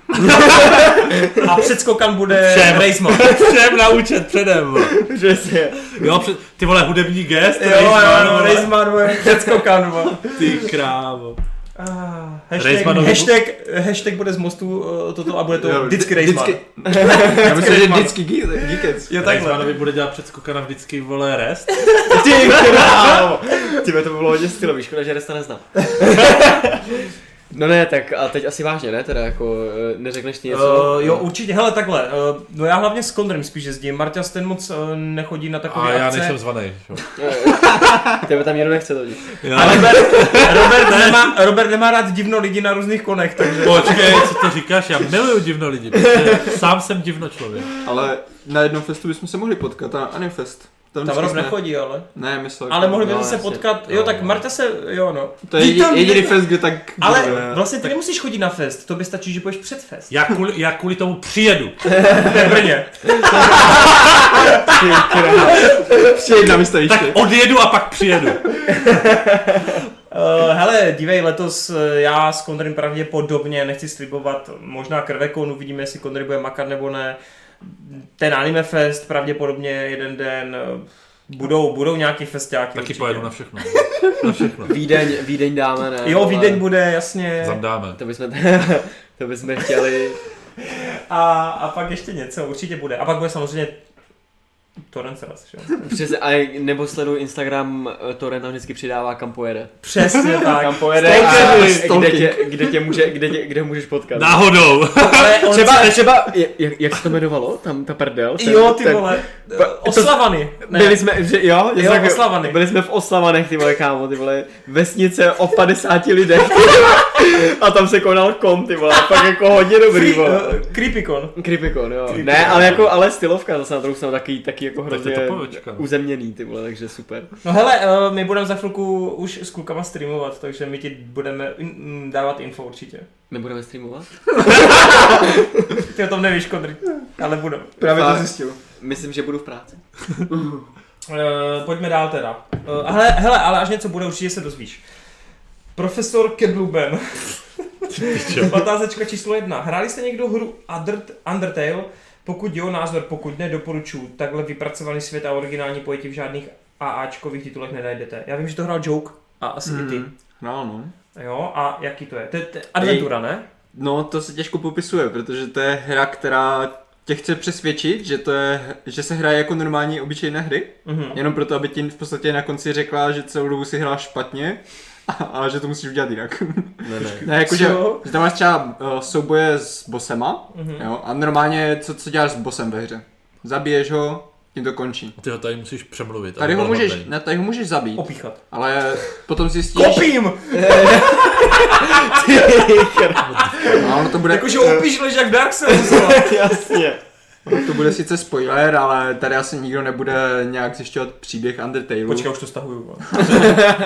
S2: A předskokan bude
S1: Všem.
S2: Rejsmo.
S1: Všem na účet předem. vole.
S4: Že si je.
S1: Jo, před, ty vole, hudební gest.
S2: Jo,
S1: Rejsman,
S2: jo,
S1: vole.
S2: Rejsman bude předskokan. vole.
S1: Ty krávo.
S2: Ah, Hashtag,
S1: Rejsmanovi-
S2: hashtag, hashtag bude z mostu eh, toto a bude to vždycky Rejsman.
S3: Vždycky. Já myslím, že vždycky geek- geekec.
S2: Jo, takhle.
S1: Takhle. bude dělat předskokana vždycky, vole, rest.
S4: Ty král. Ty to by bylo hodně stylový, škoda, že Resta neznám. No ne, tak a teď asi vážně, ne? Teda jako eh, neřekneš ty něco?
S2: Uh, jo, určitě, hele, takhle, uh, no já hlavně s Kondrem spíš jezdím, Marta ten moc uh, nechodí na takové
S1: A já
S2: akce.
S1: nejsem zvaný. jo.
S4: Eh, Tebe tam jenom nechce totiž.
S2: A Robert, Robert, nemá, Robert nemá rád divno lidi na různých konech, takže...
S1: Počkej, co to říkáš? Já miluju divno lidi. protože Sám jsem divno člověk.
S3: Ale na jednom festu bychom se mohli potkat, a Animfest.
S2: Tam
S3: vždycky
S2: Rob
S3: jsme-
S2: nechodí, ale...
S3: Ne, myslel.
S2: Ale mohli bychom
S4: No,
S2: se
S4: jasně.
S2: potkat, jo, tak Marta se, jo, no.
S3: To je
S2: Ty tam-
S3: jediný, jediný fest, kde tak...
S2: Ale vlastně ty nemusíš chodit na fest, to by stačí, že půjdeš před fest.
S1: Já kvůli, já kvůli tomu přijedu.
S2: V Brně. vlastně
S3: Ještě jedna
S1: Tak
S3: vystavíčka.
S1: odjedu a pak přijedu.
S2: Uh, hele, dívej, letos eh, já s Kondrym pravděpodobně nechci slibovat možná krvekon, uvidíme, jestli Kondry bude makat nebo ne. Ten Anime Fest pravděpodobně jeden den eh, budou, budou nějaký festiáky
S1: Taky
S2: určitě.
S1: pojedu na všechno. Na všechno.
S4: Vídeň, Vídeň dáme, ne?
S2: Jo,
S4: Ale
S2: Vídeň bude, jasně.
S1: Zandáme.
S4: To bychom, to bychom chtěli.
S2: A, a pak ještě něco, určitě bude. A pak bude samozřejmě Torrent Raz, že? jo?
S4: Přes, a nebo sleduj Instagram, eh, Toren tam vždycky přidává, kam pojede.
S2: Přesně tak.
S4: Kam pojede a,
S3: Stalker,
S4: kde,
S3: stalking.
S4: tě, kde, tě může, kde, tě, kde ho můžeš potkat.
S1: Náhodou.
S2: Ale on
S4: Třeba, třeba, je- jak, jak se to jmenovalo, tam ta prdel? ten-
S2: Jo, ty
S4: ten-
S2: vole.
S4: Pa-
S2: eh, Oslavany.
S4: Ne. Byli jsme, že jo, já
S2: Jo,
S4: jsem-
S2: Oslavany.
S4: Byli jsme v Oslavanech, ty vole, kámo, ty vole, vesnice o 50 lidech, ty vole. a tam se konal kom, ty vole, pak jako hodně dobrý,
S2: Free,
S4: vole.
S2: uh, Creepycon.
S4: Creepycon, jo. Ne, ale jako, ale stylovka zase na druhou stranu taky, taky jako
S1: Tak to je
S4: hrozně
S1: topovačka.
S4: uzemněný, ty vole, takže super.
S2: No hele, eh, my budeme za chvilku už s klukama streamovat, takže my ti budeme in- mm, dávat info určitě.
S4: Nebudeme streamovat?
S2: Ty o tom nevíš, Kondry, ale budeme.
S3: Právě
S4: Fakt.
S3: to zjistil.
S4: Myslím, že budu v práci.
S2: Uh, pojďme dál teda. Uh, hele, hele, ale až něco bude, určitě se dozvíš. Profesor Kedluben. Otázečka číslo jedna. Hráli jste někdo hru Under- Undertale? Pokud jo, názor, pokud ne, doporučuji. Takhle vypracovaný svět a originální pojetí v žádných AAčkových titulech nenajdete. Já vím, že to hrál Joke a asi mm. i ty.
S3: No, no.
S2: Jo, a jaký to je? To je to je adventura, ne?
S3: No, to se těžko popisuje, protože to je hra, která tě chce přesvědčit, že, to je, že se hraje jako normální obyčejné hry,
S2: Mhm.
S3: jenom proto, aby ti v podstatě na konci řekla, že celou dobu si hrál špatně, a, ale že to musíš udělat jinak.
S4: Ne, ne.
S3: ne, jako, že,
S2: Co?
S3: že tam máš třeba uh, souboje s bosema,
S2: Mhm.
S3: jo, a normálně co, co děláš s bosem ve hře? Zabiješ ho, tím to končí.
S1: Ty ho tady musíš přemluvit.
S3: Tady ho
S1: aby byl
S3: můžeš,
S1: hodnej.
S3: ne, tady ho můžeš zabít,
S2: Opíchat.
S3: ale potom zjistíš,
S2: Kopím!
S3: a ono No, to bude,
S2: Jakože opíš lež jak v Dark Souls. vole.
S4: Jasně.
S3: To bude sice spoiler, ale tady asi nikdo nebude nějak zjišťovat příběh Undertale.
S2: Počkej, už to stahuju. vole.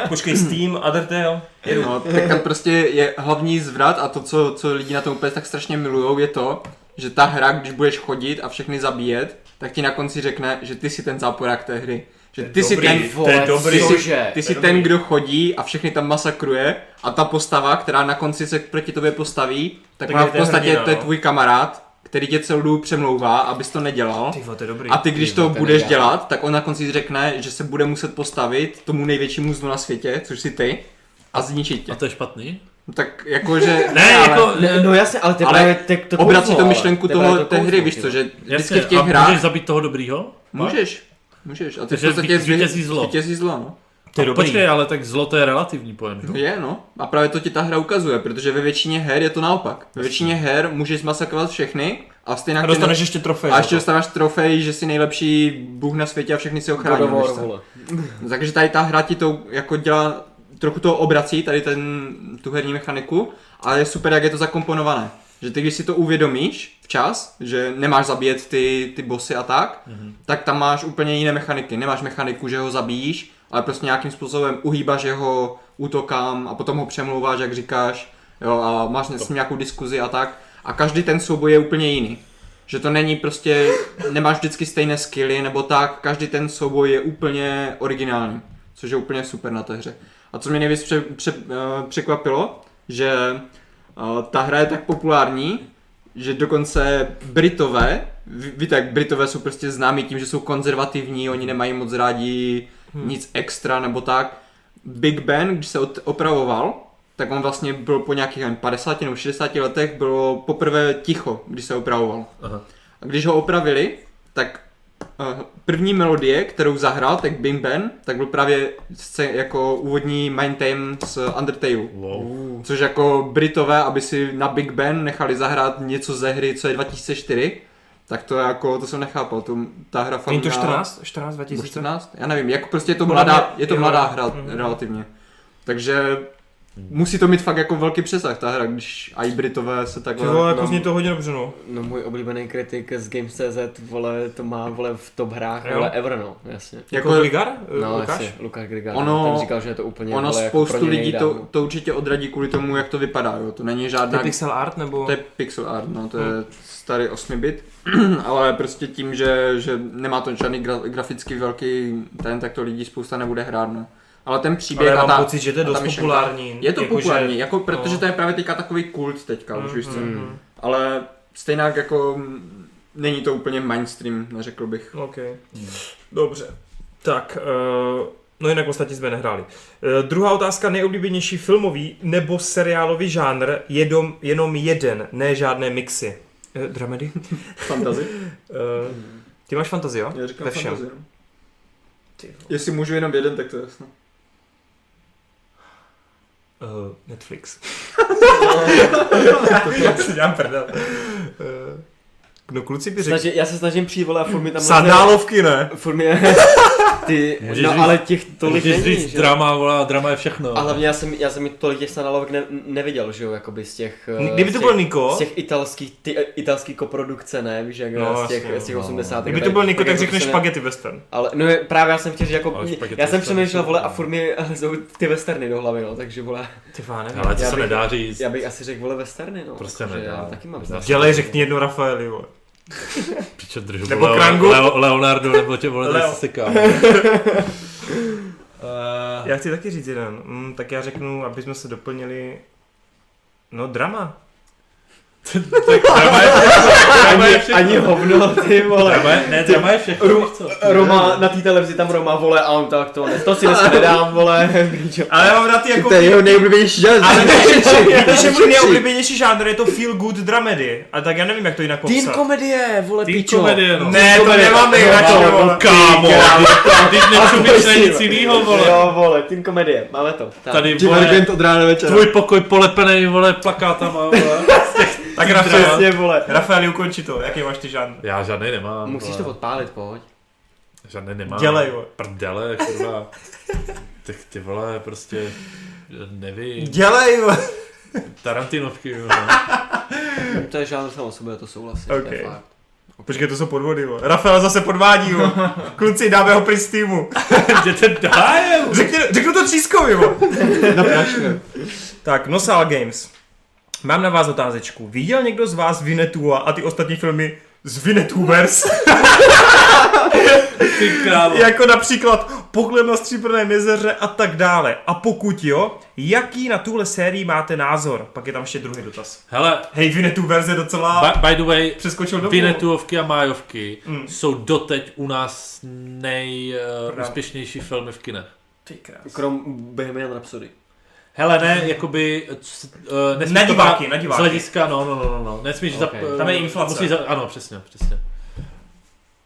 S2: Počkej, Steam, Undertale.
S3: No, tak tam prostě je hlavní zvrat a to, co, co lidi na tom úplně tak strašně milujou, je to, že ta hra, když budeš chodit a všechny zabíjet, tak ti na konci řekne, že ty jsi ten záporák té hry. Že ty jsi
S2: dobrý.
S3: ten,
S2: To je dobrý.
S4: Cože?
S3: ty jsi ten, kdo chodí a všechny tam masakruje a ta postava, která na konci se proti tobě postaví, tak
S2: Tak
S3: ona
S2: je
S3: v
S2: ten
S3: podstatě
S2: hrdina,
S3: to je
S2: no.
S3: tvůj kamarád, který tě celou dobu přemlouvá, abys to nedělal.
S2: Ty vole, to je dobrý.
S3: A ty, když to
S4: ten
S3: budeš
S4: ideál.
S3: dělat, tak on na konci řekne, že se bude muset postavit tomu největšímu zlu na světě, což si ty, a zničit tě.
S1: A to je špatný?
S3: No Tak jakože...
S1: Ne,
S3: ale
S1: jako...
S4: Ne, no jasně, ale to je
S3: Ale
S4: právě te- to
S3: Obrací
S4: kouzlo,
S3: to
S4: ale.
S3: myšlenku
S4: je právě
S3: toho
S4: to
S3: té
S4: kouzlo,
S3: hry,
S4: ty
S3: víš co,
S4: vole.
S3: že vždycky v těch
S1: a
S3: hrách...
S1: můžeš zabít toho dobrýho?
S3: Můžeš. Můžeš. A ty v
S1: Takže
S3: podstatě
S1: zvi- zvítězí zlo.
S3: Vítězí zlo, no.
S2: To je dobrý.
S1: Počkej, ale tak zlo to je relativní pojem. že jo?
S3: Je, no. A právě to ti ta hra ukazuje, protože ve většině her je to naopak. Ve většině her můžeš zmasakrovat všechny a stejně...
S2: A dostaneš ještě trofej.
S3: a ještě dostáváš trofej, že jsi nejlepší bůh na světě a všechny si
S4: God
S3: ochrání.
S4: of
S3: víš
S4: War,
S3: co.
S4: vole.
S3: No, Takže tady ta hra ti to jako dělá, trochu to obrací, tady ten, tu herní mechaniku, ale je super, jak je to zakomponované. Že ty, když si to uvědomíš včas, že nemáš zabíjet ty, ty bossy a tak, mm-hmm. tak tam máš úplně jiné mechaniky. Nemáš mechaniku, že ho zabíjíš, ale prostě nějakým způsobem uhýbáš jeho útokám a potom ho přemlouváš, jak říkáš, jo, a máš s ním nějakou diskuzi a tak. A každý ten souboj je úplně jiný. Že to není prostě, nemáš vždycky stejné skilly nebo tak, každý ten souboj je úplně originální, což je úplně super na té hře. A co mě nejvíc pře- pře- eh, překvapilo, že eh, ta hra je tak populární, že dokonce Britové, ví- víte, jak Britové jsou prostě známí tím, že jsou konzervativní, oni nemají moc rádi
S5: Hmm.
S3: nic extra nebo tak. Big Ben, když se od- opravoval, tak on vlastně byl po nějakých nevím, 50 nebo 60 letech, bylo poprvé ticho, když se opravoval.
S5: Aha.
S3: A když ho opravili, tak eh, první melodie, kterou zahrál, tak Big Ben, tak byl právě sce- jako úvodní main theme z Undertale.
S5: Wow.
S3: Což jako Britové, aby si na Big Ben nechali zahrát něco ze hry, co je 2004, tak to je jako, to jsem nechápal, to, ta hra fakt
S2: Není to
S3: měla-
S2: 14? 14
S3: nebo
S2: 2000?
S3: 14? Já nevím, jako prostě je to
S2: Podle
S3: mladá,
S2: mě-
S3: je to
S2: jo.
S3: mladá hra
S2: Mhm.
S3: relativně. Takže musí to mít fakt jako velký přesah ta hra, když i Britové se
S2: Ty
S3: takhle...
S2: vole, jako
S3: nám-
S2: zní to hodně dobře, no.
S4: No můj oblíbený kritik z Games.cz, vole, to má, vole, v top hrách,
S2: Jo.
S4: vole, ever, no, jasně.
S2: Jako,
S3: Jako-
S2: jako Ligar?
S4: No,
S2: No, Lukáš?
S4: jasně, Lukáš Grigar,
S3: Ono-
S4: ono, ten říkal, že je to úplně,
S3: Ono
S4: vole,
S3: spoustu
S4: jako pro něj
S3: lidí
S4: nejdá,
S3: to,
S4: no.
S3: to určitě odradí kvůli tomu, jak to vypadá, jo. To není
S2: To
S3: žádná...
S2: je pixel art, nebo...
S3: To je pixel art, no, to
S2: Hmm.
S3: je starý 8-bit, ale prostě tím, že, že nemá to žádný gra, graficky velký ten, tak to lidí spousta nebude hrát, no. Ale ten
S2: Ale
S3: příběh
S2: já
S3: a
S2: mám
S3: ta,
S2: pocit, že to je
S3: a ta
S2: dost
S3: myšlenka-
S2: populární.
S3: Je to
S2: jako, že-
S3: populární, jako, protože
S2: no.
S3: to je právě teďka takový kult teďka, už víš co.
S2: Mhm.
S3: Ale stejně jako mm, není to úplně mainstream, neřekl bych.
S2: OK. Dobře. Tak, eh, no jinak ostatní jsme nehráli. Eh, Druhá otázka, nejoblíbenější filmový nebo seriálový žánr, jedom, jenom jeden, ne žádné mixy. Eh, Dramedy?
S3: Fantazy?
S2: Eh, Ty máš fantazii, jo?
S3: Já říkám
S2: Ve všem.
S3: fantazy. no. Jestli můžu jenom jeden, tak to je jasné.
S2: Uh, Netflix.
S3: Já
S2: si dám prdel. No kluci by řekli.
S4: Snaži, já se snažím přijít, vole, a furt mi tam...
S2: Sandálovky, ne?
S4: Furt mi... Ty,
S1: Můžeš
S4: no
S1: říct-
S4: ale těch tolik
S1: Můžeš
S4: není,
S1: říct,
S4: že?
S1: drama, volá, drama je všechno.
S4: A hlavně já jsem, já jsem tolik těch sandálovek ne, neviděl, že jo, jakoby z těch... eh,
S2: Kdyby
S4: z
S2: to
S4: těch,
S2: byl Niko,
S4: Z těch italských, ty, eh, italský koprodukce, ne, víš, jak
S2: No,
S4: z těch,
S2: jasně,
S4: z těch
S1: no.
S4: 80.
S2: kdyby to byl Niko, tak
S4: jako
S2: řekneš
S4: se ne-
S2: spaghetti western.
S4: Ale no je- právě já jsem chtěl říct jako,
S5: Ale špagety
S4: já jsem
S5: western
S4: přemýšlel,
S5: jsou-
S4: vole, a furt mi lezou ty westerny do hlavy, no, takže vole,
S2: Ty vá, nevím.
S5: Ale to
S4: Já
S5: se
S4: bych-
S5: nedá říct.
S4: já bych asi řekl, vole, westerny, no.
S5: Prostě
S4: takže
S5: nedá.
S4: já taky mám
S5: Nedá.
S2: Dělej, řekni jedno Rafaeli, vole.
S5: Piče, držu
S2: Nebo
S5: Leo-
S2: Krangu?
S5: Leo, Leonardo, nebo tě vole,
S2: Leo.
S5: Leo. se kam.
S2: Já chci taky říct jeden. Mm, tak já řeknu, aby jsme se doplnili. No, drama.
S4: Ani, ani hovno, ty vole.
S1: ne, drama je všechno.
S4: Ru-
S1: víš co?
S4: Roma, na té televizi tam Roma, vole, a on tak to, ne, to si dneska nedám, vole, bíčo.
S2: Ale já mám rád ty jako...
S3: To je jeho nejoblíbenější žádný.
S2: Ale když je můj nejoblíbenější žánr, je to feel good dramedy. A tak já nevím, jak to jinak popsat.
S4: Teen komedie, vole,
S5: Teen
S4: pičo.
S5: komedie, no.
S2: Ne, to nemám nejradši,
S4: No,
S2: vole.
S5: Kámo, když nečumíš na
S4: Prosím.
S5: nic jinýho, vole.
S4: Jo, vole, teen komedie, máme to. Tak.
S5: Tady, vole,
S3: Divergent od rána do večera.
S5: tvůj pokoj polepený, vole, plakátama, vole.
S2: Tak Rafael,
S4: Přesně, vole.
S2: Rafaeli, ukonči to. Jaký máš ty žánr?
S5: Já žádný nemám.
S4: Musíš
S5: vole.
S4: to odpálit, pojď.
S5: Žádný
S1: No.
S5: nemám.
S2: Dělej, vole.
S5: Prdele, kurva. Tak ty vole, prostě, nevím.
S2: Dělej, vole.
S5: Tarantinovky, jo.
S4: To je žádný sám o sobě, to souhlasím.
S2: Ok.
S4: to je fakt.
S2: Počkej, to jsou podvody, vole. Rafael zase podvádí, vole. Kluci, dáme ho pryč z týmu.
S5: Jděte dál,
S2: Řekni, řeknu to třískovi, vole. No,
S3: Na prášku.
S2: Tak, Nosal Games. Mám na vás otázečku. Viděl někdo z vás Vinetua a ty ostatní filmy z Vinetuvers?
S5: ty krávo.
S2: jako například Poklep na Stříbrném jezeře a tak dále. A pokud jo, jaký na tuhle sérii máte názor? Pak je tam ještě druhý dotaz.
S5: Hele,
S2: Hej, Vinetuvers je docela...
S5: by, by the way,
S2: Přeskočil domů.
S5: Vinetuovky a Májovky
S2: Mm.
S5: jsou doteď u nás
S2: Pravda.
S5: nejúspěšnější filmy v kinech.
S2: Ty krás.
S4: Krom Bohemian Rhapsody.
S5: Hele, ne, jakoby... c- eh, nesmíš
S2: Na
S5: to
S2: diváky,
S5: brát
S2: na diváky.
S5: Z hlediska, no, no, no, no, no. Nesmíš
S4: Ok.
S5: zap, eh,
S2: Tam je inflace.
S5: Musíš za, ano, přesně, přesně.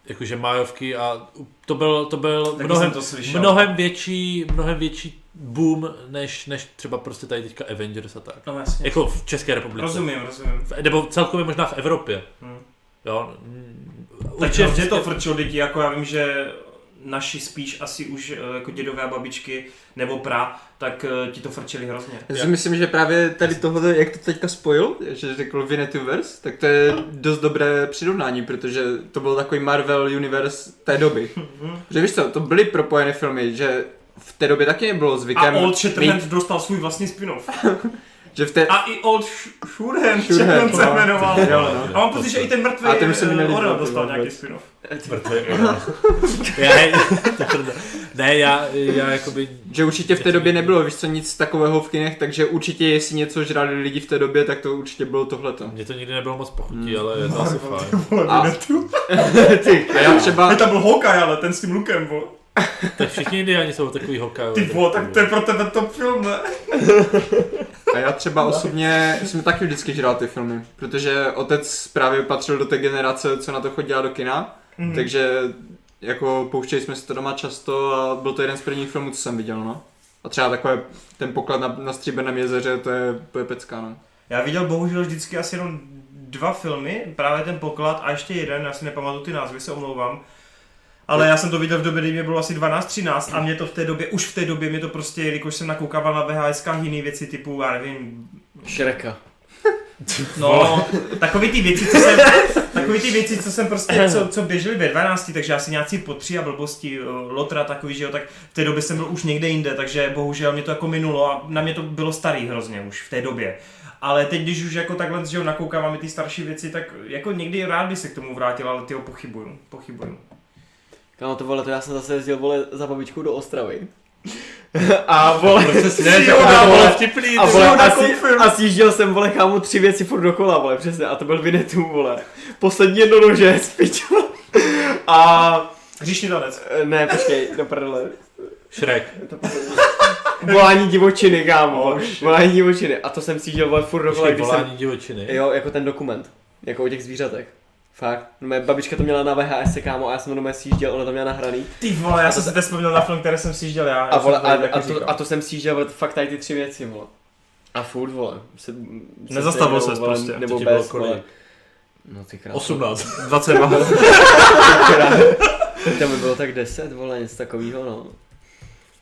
S5: Jakože májovky a to byl, to byl
S2: Taky
S5: mnohem,
S2: jsem to slyšel.
S5: mnohem, větší, mnohem větší boom, než, než třeba prostě tady teďka Avengers a tak.
S2: No jasně.
S5: Jako v České republice.
S2: Rozumím, rozumím.
S5: V- Nebo celkově možná v Evropě.
S2: Hmm.
S5: Jo. mm,
S2: Takže
S5: určitě-
S2: vždy to frčil děti, jako já vím, že naši spíš asi už eh, jako dědové a babičky nebo pra, tak eh, ti to frčili hrozně.
S3: Já si myslím, že právě tady tohle, jak to teďka spojil, že řekl Vinetuverse, tak to je dost dobré přirovnání, protože to byl takový Marvel Universe té doby.
S2: Mhm.
S3: Že víš co, to byly propojené filmy, že v té době taky nebylo
S2: A
S3: zvykem
S2: Old
S3: mít,
S2: Shatterhand dostal svůj vlastní spin-off.
S3: Že v té...
S2: A i Old Sh- Shurhan,
S3: Shurhan,
S2: Shurhan se
S3: no.
S2: jmenoval.
S3: Jo, no.
S2: A mám pocit, že i ten mrtvý
S3: A ten už se mi
S2: eh,
S3: nelíbil,
S2: Orel
S3: ty
S2: dostal
S3: vole,
S2: nějaký
S3: vůbec.
S2: spin-off.
S5: Mrtvý Orel. já, ty prdel. ne, já, já jakoby...
S3: Že určitě v té době nebylo, víš co, nic takového v kinech, takže určitě jestli něco žrali lidi v té době, tak to určitě bylo tohleto.
S5: Mně to nikdy nebylo moc pochutí, ale je to asi fajn.
S3: A-
S2: Ty.
S3: A já třeba...
S2: Ale tam byl Hawkeye, ale ten s tím lukem, bo.
S5: Tak všichni indiáni jsou takový hokej.
S2: Ty vole, tak to je pro tebe top film, ne?
S3: A já třeba osobně jsem taky vždycky žral ty filmy, protože otec právě patřil do té generace, co na to chodila do kina, mm. takže jako pouštěli jsme si to doma často a byl to jeden z prvních filmů, co jsem viděl, no. A třeba takové, ten poklad na, na Stříbrném jezeře, to je, to je pecká, no.
S2: Já viděl bohužel vždycky asi jenom dva filmy, právě ten poklad a ještě jeden, já si nepamatuju ty názvy, se omlouvám. Ale já jsem to viděl v době, kdy mě bylo asi 12-13 a mě to v té době, už v té době mě to prostě, jelikož jsem nakoukával na VHS jiné věci typu, já nevím,
S4: Šreka.
S2: no, takový ty věci, co jsem, takový ty věci, co jsem prostě, co, co běželi ve 12, takže asi nějaký po tři a blbosti, eh, lotra takový, že jo, tak v té době jsem byl už někde jinde, takže bohužel mě to jako minulo a na mě to bylo starý hrozně už v té době. Ale teď, když už jako takhle, že jo, nakoukáváme ty starší věci, tak jako někdy rád bych se k tomu vrátil, ale ty ho pochybuju, pochybuju.
S4: Kámo, to vole, to já jsem zase jezdil, vole, za babičkou do Ostravy. a vole,
S5: Ne,
S4: jo,
S5: to
S4: a
S5: bylo
S4: vole,
S5: vtipný.
S4: a
S5: ty
S4: vole,
S5: vole.
S4: a, si, a sjížděl jsem, vole, kámo, tři věci furt dokola, vole, přesně, a to byl Vinetů, vole. Poslední jednonože, spičo. A...
S2: Hříšný tanec.
S4: eh, Ne, počkej, do prdele.
S5: Šrek.
S4: Volání divočiny, kámo. volání divočiny. A to jsem si dělal furt dokola,
S5: Oh, Počkej,
S4: když jsem...
S5: volání divočiny.
S4: Jo, jako ten dokument. Jako o těch zvířatech. Fakt. No, Moje babička to měla na VHS, kámo, a já jsem to doma sjížděl, ona to měla nahraný.
S2: Ty vole, já jsem si teď vzpomněl na film, který jsem si žděl já.
S4: A,
S2: já
S4: vole,
S2: jsem to
S4: a,
S2: jako
S4: a, to,
S2: říkal.
S4: a to jsem sjížděl, vole, fakt tady ty tři věci, vole. A furt, vole. Se, se
S2: Nezastavil
S4: stejnou,
S2: ses
S4: vole,
S2: prostě,
S4: Nebo
S5: ti bylo
S4: bez, vole.
S5: kolik?
S4: No ty krásno.
S5: 18.
S2: 22.
S4: To by bylo tak 10, vole, něco takového, no.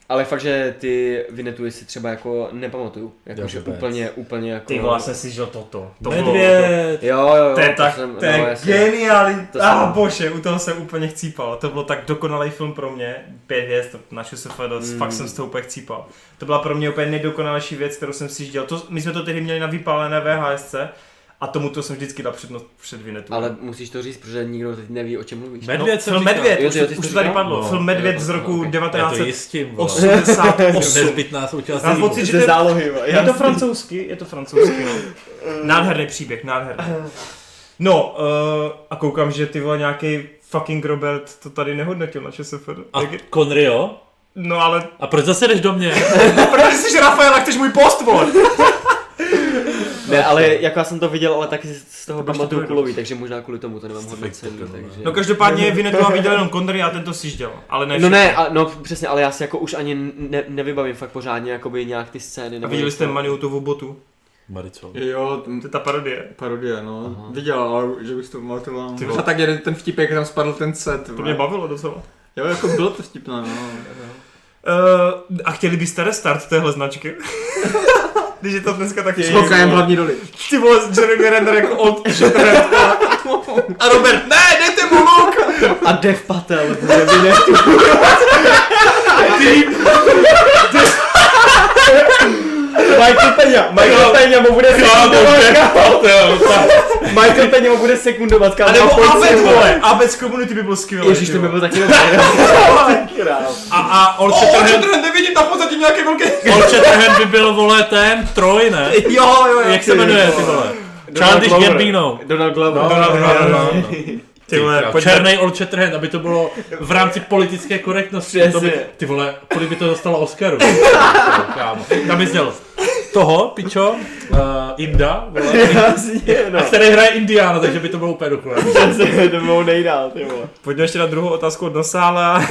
S4: Ale fakt, že ty Vinetuji si třeba jako nepamatuju. Jako,
S5: Já
S4: že
S5: vůbec.
S4: úplně, úplně jako...
S2: Ty vole, já jsem si žděl toto. To bylo-
S5: Medvěd.
S4: Jo, jo, jo.
S2: To je tak,
S4: jsem- no,
S2: to je
S4: jasně.
S2: geniální.
S4: To
S2: Ah,
S4: jsem-
S2: bože, u toho jsem úplně chcípal. To byl tak dokonalý film pro mě. Pět hvězd na ŠSFD,
S4: Hmm.
S2: mm. fakt jsem z toho úplně chcípal. To byla pro mě úplně nejdokonalejší věc, kterou jsem si dělal. To, my jsme to tehdy měli na vypálené VHSC a tomu to jsem vždycky dal přednost před Vinetu. No,
S4: Ale musíš to říct, protože nikdo teď neví, o čem mluvíš.
S5: Medvěd jsem
S2: film
S5: říkal.
S2: Medvěd,
S4: Jo,
S2: už,
S4: ty- jo, ty jsi
S2: už
S4: to
S2: to tady
S4: říkal?
S2: padlo.
S5: No,
S2: film Medvěd
S4: jo,
S2: z roku
S4: ok.
S5: Já to jistím, vole.
S2: 1988.
S5: Nezbytná součást.
S2: Mám
S5: jídla.
S2: pocit, že
S4: Ze
S2: to-
S4: zálohy, vole,
S2: Je to
S4: jasně.
S2: francouzsky, je to francouzsky, no. Nádherný příběh, nádherný. No, uh, a koukám, že ty vole nějaký fucking Robert to tady nehodnotil na ČSFD.
S5: A
S2: Tak je-
S5: Conrio?
S2: No ale,
S5: A proč zase jdeš do mě?
S2: protože jsi Rafael a chceš můj post, vole.
S4: Ne, ale jako já jsem to viděl, ale taky z toho pamatuju
S2: Prostě to
S4: kulový, takže možná kvůli tomu to nemám hodnocení, takže...
S2: No každopádně Vinetova viděl jenom Kondry a ten to si žděl, ale ne.
S4: No
S2: všichni.
S4: ne, a, no přesně, ale já si jako už ani ne, nevybavím fakt pořádně jakoby nějak ty scény.
S2: A
S4: nebo
S2: viděli
S4: něco.
S2: jste Maniutovu botu?
S5: Maricol.
S3: Jo, t-
S2: To je ta parodie.
S3: parodie, no. Aha. Viděl, ale že bych to pamatoval.
S2: Ty vole.
S3: A tak jeden ten vtipek, jak tam spadl ten set.
S2: To mě bavilo docela.
S3: Jo, jako bylo to vtipné, no.
S2: Uh, a chtěli byste restart téhle značky? Když je to dneska tak
S3: S hokajem hlavní roli.
S2: Ty vole, Jeremy Renner jako old Shatterhand. A Robert, ne, dejte mu luk!
S4: A Dev Patel, bude Vinetu. Michael Peňa, Michael Peňa mu bude sekundovat, Michael Peňa mu bude sekundovat, kámo.
S2: A nebo Abed, vole! Abed z Community by byl skvělý.
S4: Ježíš,
S2: ty
S4: to by
S2: vole.
S4: byl taky dobrý.
S2: A, a Old Shatterhand... Old nevidím, tam pozadí nějaké velké...
S5: Old Shatterhand by byl, vole, ten Troj, ne?
S2: Jo, jo,
S5: Jak se jmenuje, ty vole? Childish
S4: Glover.
S5: Gambino.
S4: Donald Glover.
S2: No, no, no, no. Ty vole,
S5: Pojďme.
S2: pojďme.
S5: Černý Old Shatterhand, aby to bylo v rámci politické korektnosti.
S4: Přesně.
S5: To by, ty vole, kolik by to dostalo Oscaru? Kámo. Tam by měl toho, pičo, uh, Inda, vole,
S4: Jasně, no.
S5: a který hraje Indiana, takže by to bylo úplně dokonalé.
S4: Přesně, to bylo nejdál, ty vole.
S2: Pojďme ještě na druhou otázku od Nosála.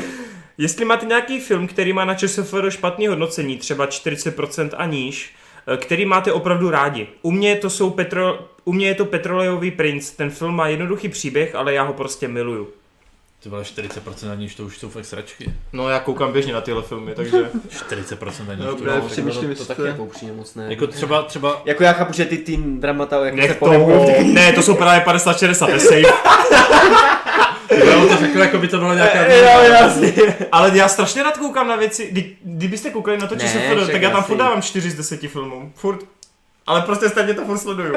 S2: Jestli máte nějaký film, který má na ČSFD špatný hodnocení, třeba 40% a níž, eh, který máte opravdu rádi. U mě, to jsou Petro, u mě je to Petrolejový princ. Ten film má jednoduchý příběh, ale já ho prostě miluju.
S5: Ty vole, 40% na níž, to už jsou fakt sračky.
S2: No já koukám běžně na tyhle filmy, takže...
S5: 40% na níž, to už
S3: Dobré, přemýšlím,
S4: to
S3: jestli
S4: taky
S3: to je.
S4: jako upřímně moc ne.
S5: Jako třeba, třeba,
S4: Jako já chápu, že ty teen dramata, jak se
S2: Nech
S4: pohybují
S2: toho.
S4: v těch
S2: Ne, to jsou právě 50-60, to je safe.
S5: jo, to řekl, jako by to byla nějaká...
S4: Jo, No, jasně.
S2: Ale já strašně rád koukám na věci, kdy, kdybyste koukali na to
S4: Ne,
S2: ČSFD,
S4: však
S2: tak já tam
S4: jasný.
S2: furt dávám 4 z 10 filmů. Furt. Ale prostě stejně to furt sleduju.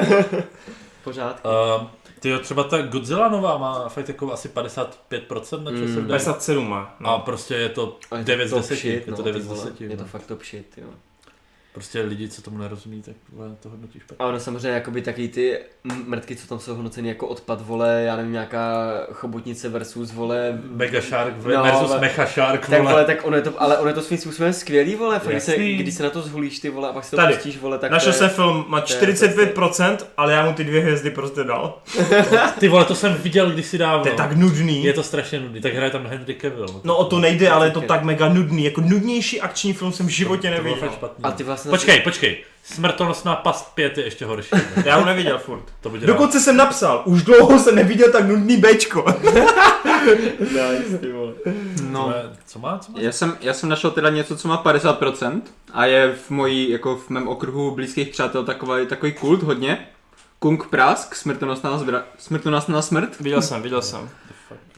S4: Pořád.
S5: Uh, ty třeba ta Godzilla nová má fakt jako asi 55% na
S4: Hmm,
S5: čase mm,
S2: 57 má. no.
S4: no.
S5: A prostě je to
S4: Ale je to
S5: 9 z
S4: top
S5: 10.
S4: shit,
S5: je to
S4: no,
S5: 9
S4: ty
S5: z
S4: vole,
S5: 10.
S4: Je to
S5: no.
S4: fakt top shit, jo.
S5: Prostě lidi, co tomu nerozumí, tak vole, to hodnotí špatně.
S4: A ono samozřejmě jakoby taky ty m- mrtky, co tam jsou hodnoceny jako odpad, vole, já nevím, nějaká chobotnice versus, vole,
S5: Mega Shark
S4: No,
S5: no, versus
S4: ale-
S5: Mecha Shark,
S4: tak vole,
S5: vole.
S4: tak ono je to, ale ono je to svým způsobem skvělý, vole, fakt, když se,
S5: Jasný.
S4: když se na to zhulíš, ty vole, a pak si to
S2: Tady.
S4: pustíš, vole, tak
S2: Našel
S4: to je-
S2: jsem film, má
S4: to je
S2: 45%, ale já mu ty dvě hvězdy prostě dal.
S5: Ty vole, to jsem viděl kdysi dávno.
S2: To
S1: No.
S2: je tak nudný.
S5: Je to strašně nudný, tak hraje tam Henry Cavill.
S2: No o to nejde, ale je to tak mega nudný. Jako nudnější akční film jsem v životě
S5: to bylo
S2: neviděl.
S5: fakt špatný.
S4: A ty vlastně...
S5: Počkej, počkej. Smrtonosná past 5 je ještě horší.
S2: Já ho neviděl furt.
S5: To bude
S2: Dokonce jsem napsal, už dlouho jsem neviděl tak nudný Bčko.
S4: Nice, ty vole.
S5: Co
S3: No.
S5: má, co má? Co má?
S3: Já jsem, já jsem našel teda něco, co má 50% a je v mojí, jako v mém okruhu blízkých přátel takový, takový kult hodně. Kung Prask, smrtonosná, zvra, smrtonosná smrt.
S2: Viděl jsem, viděl jsem.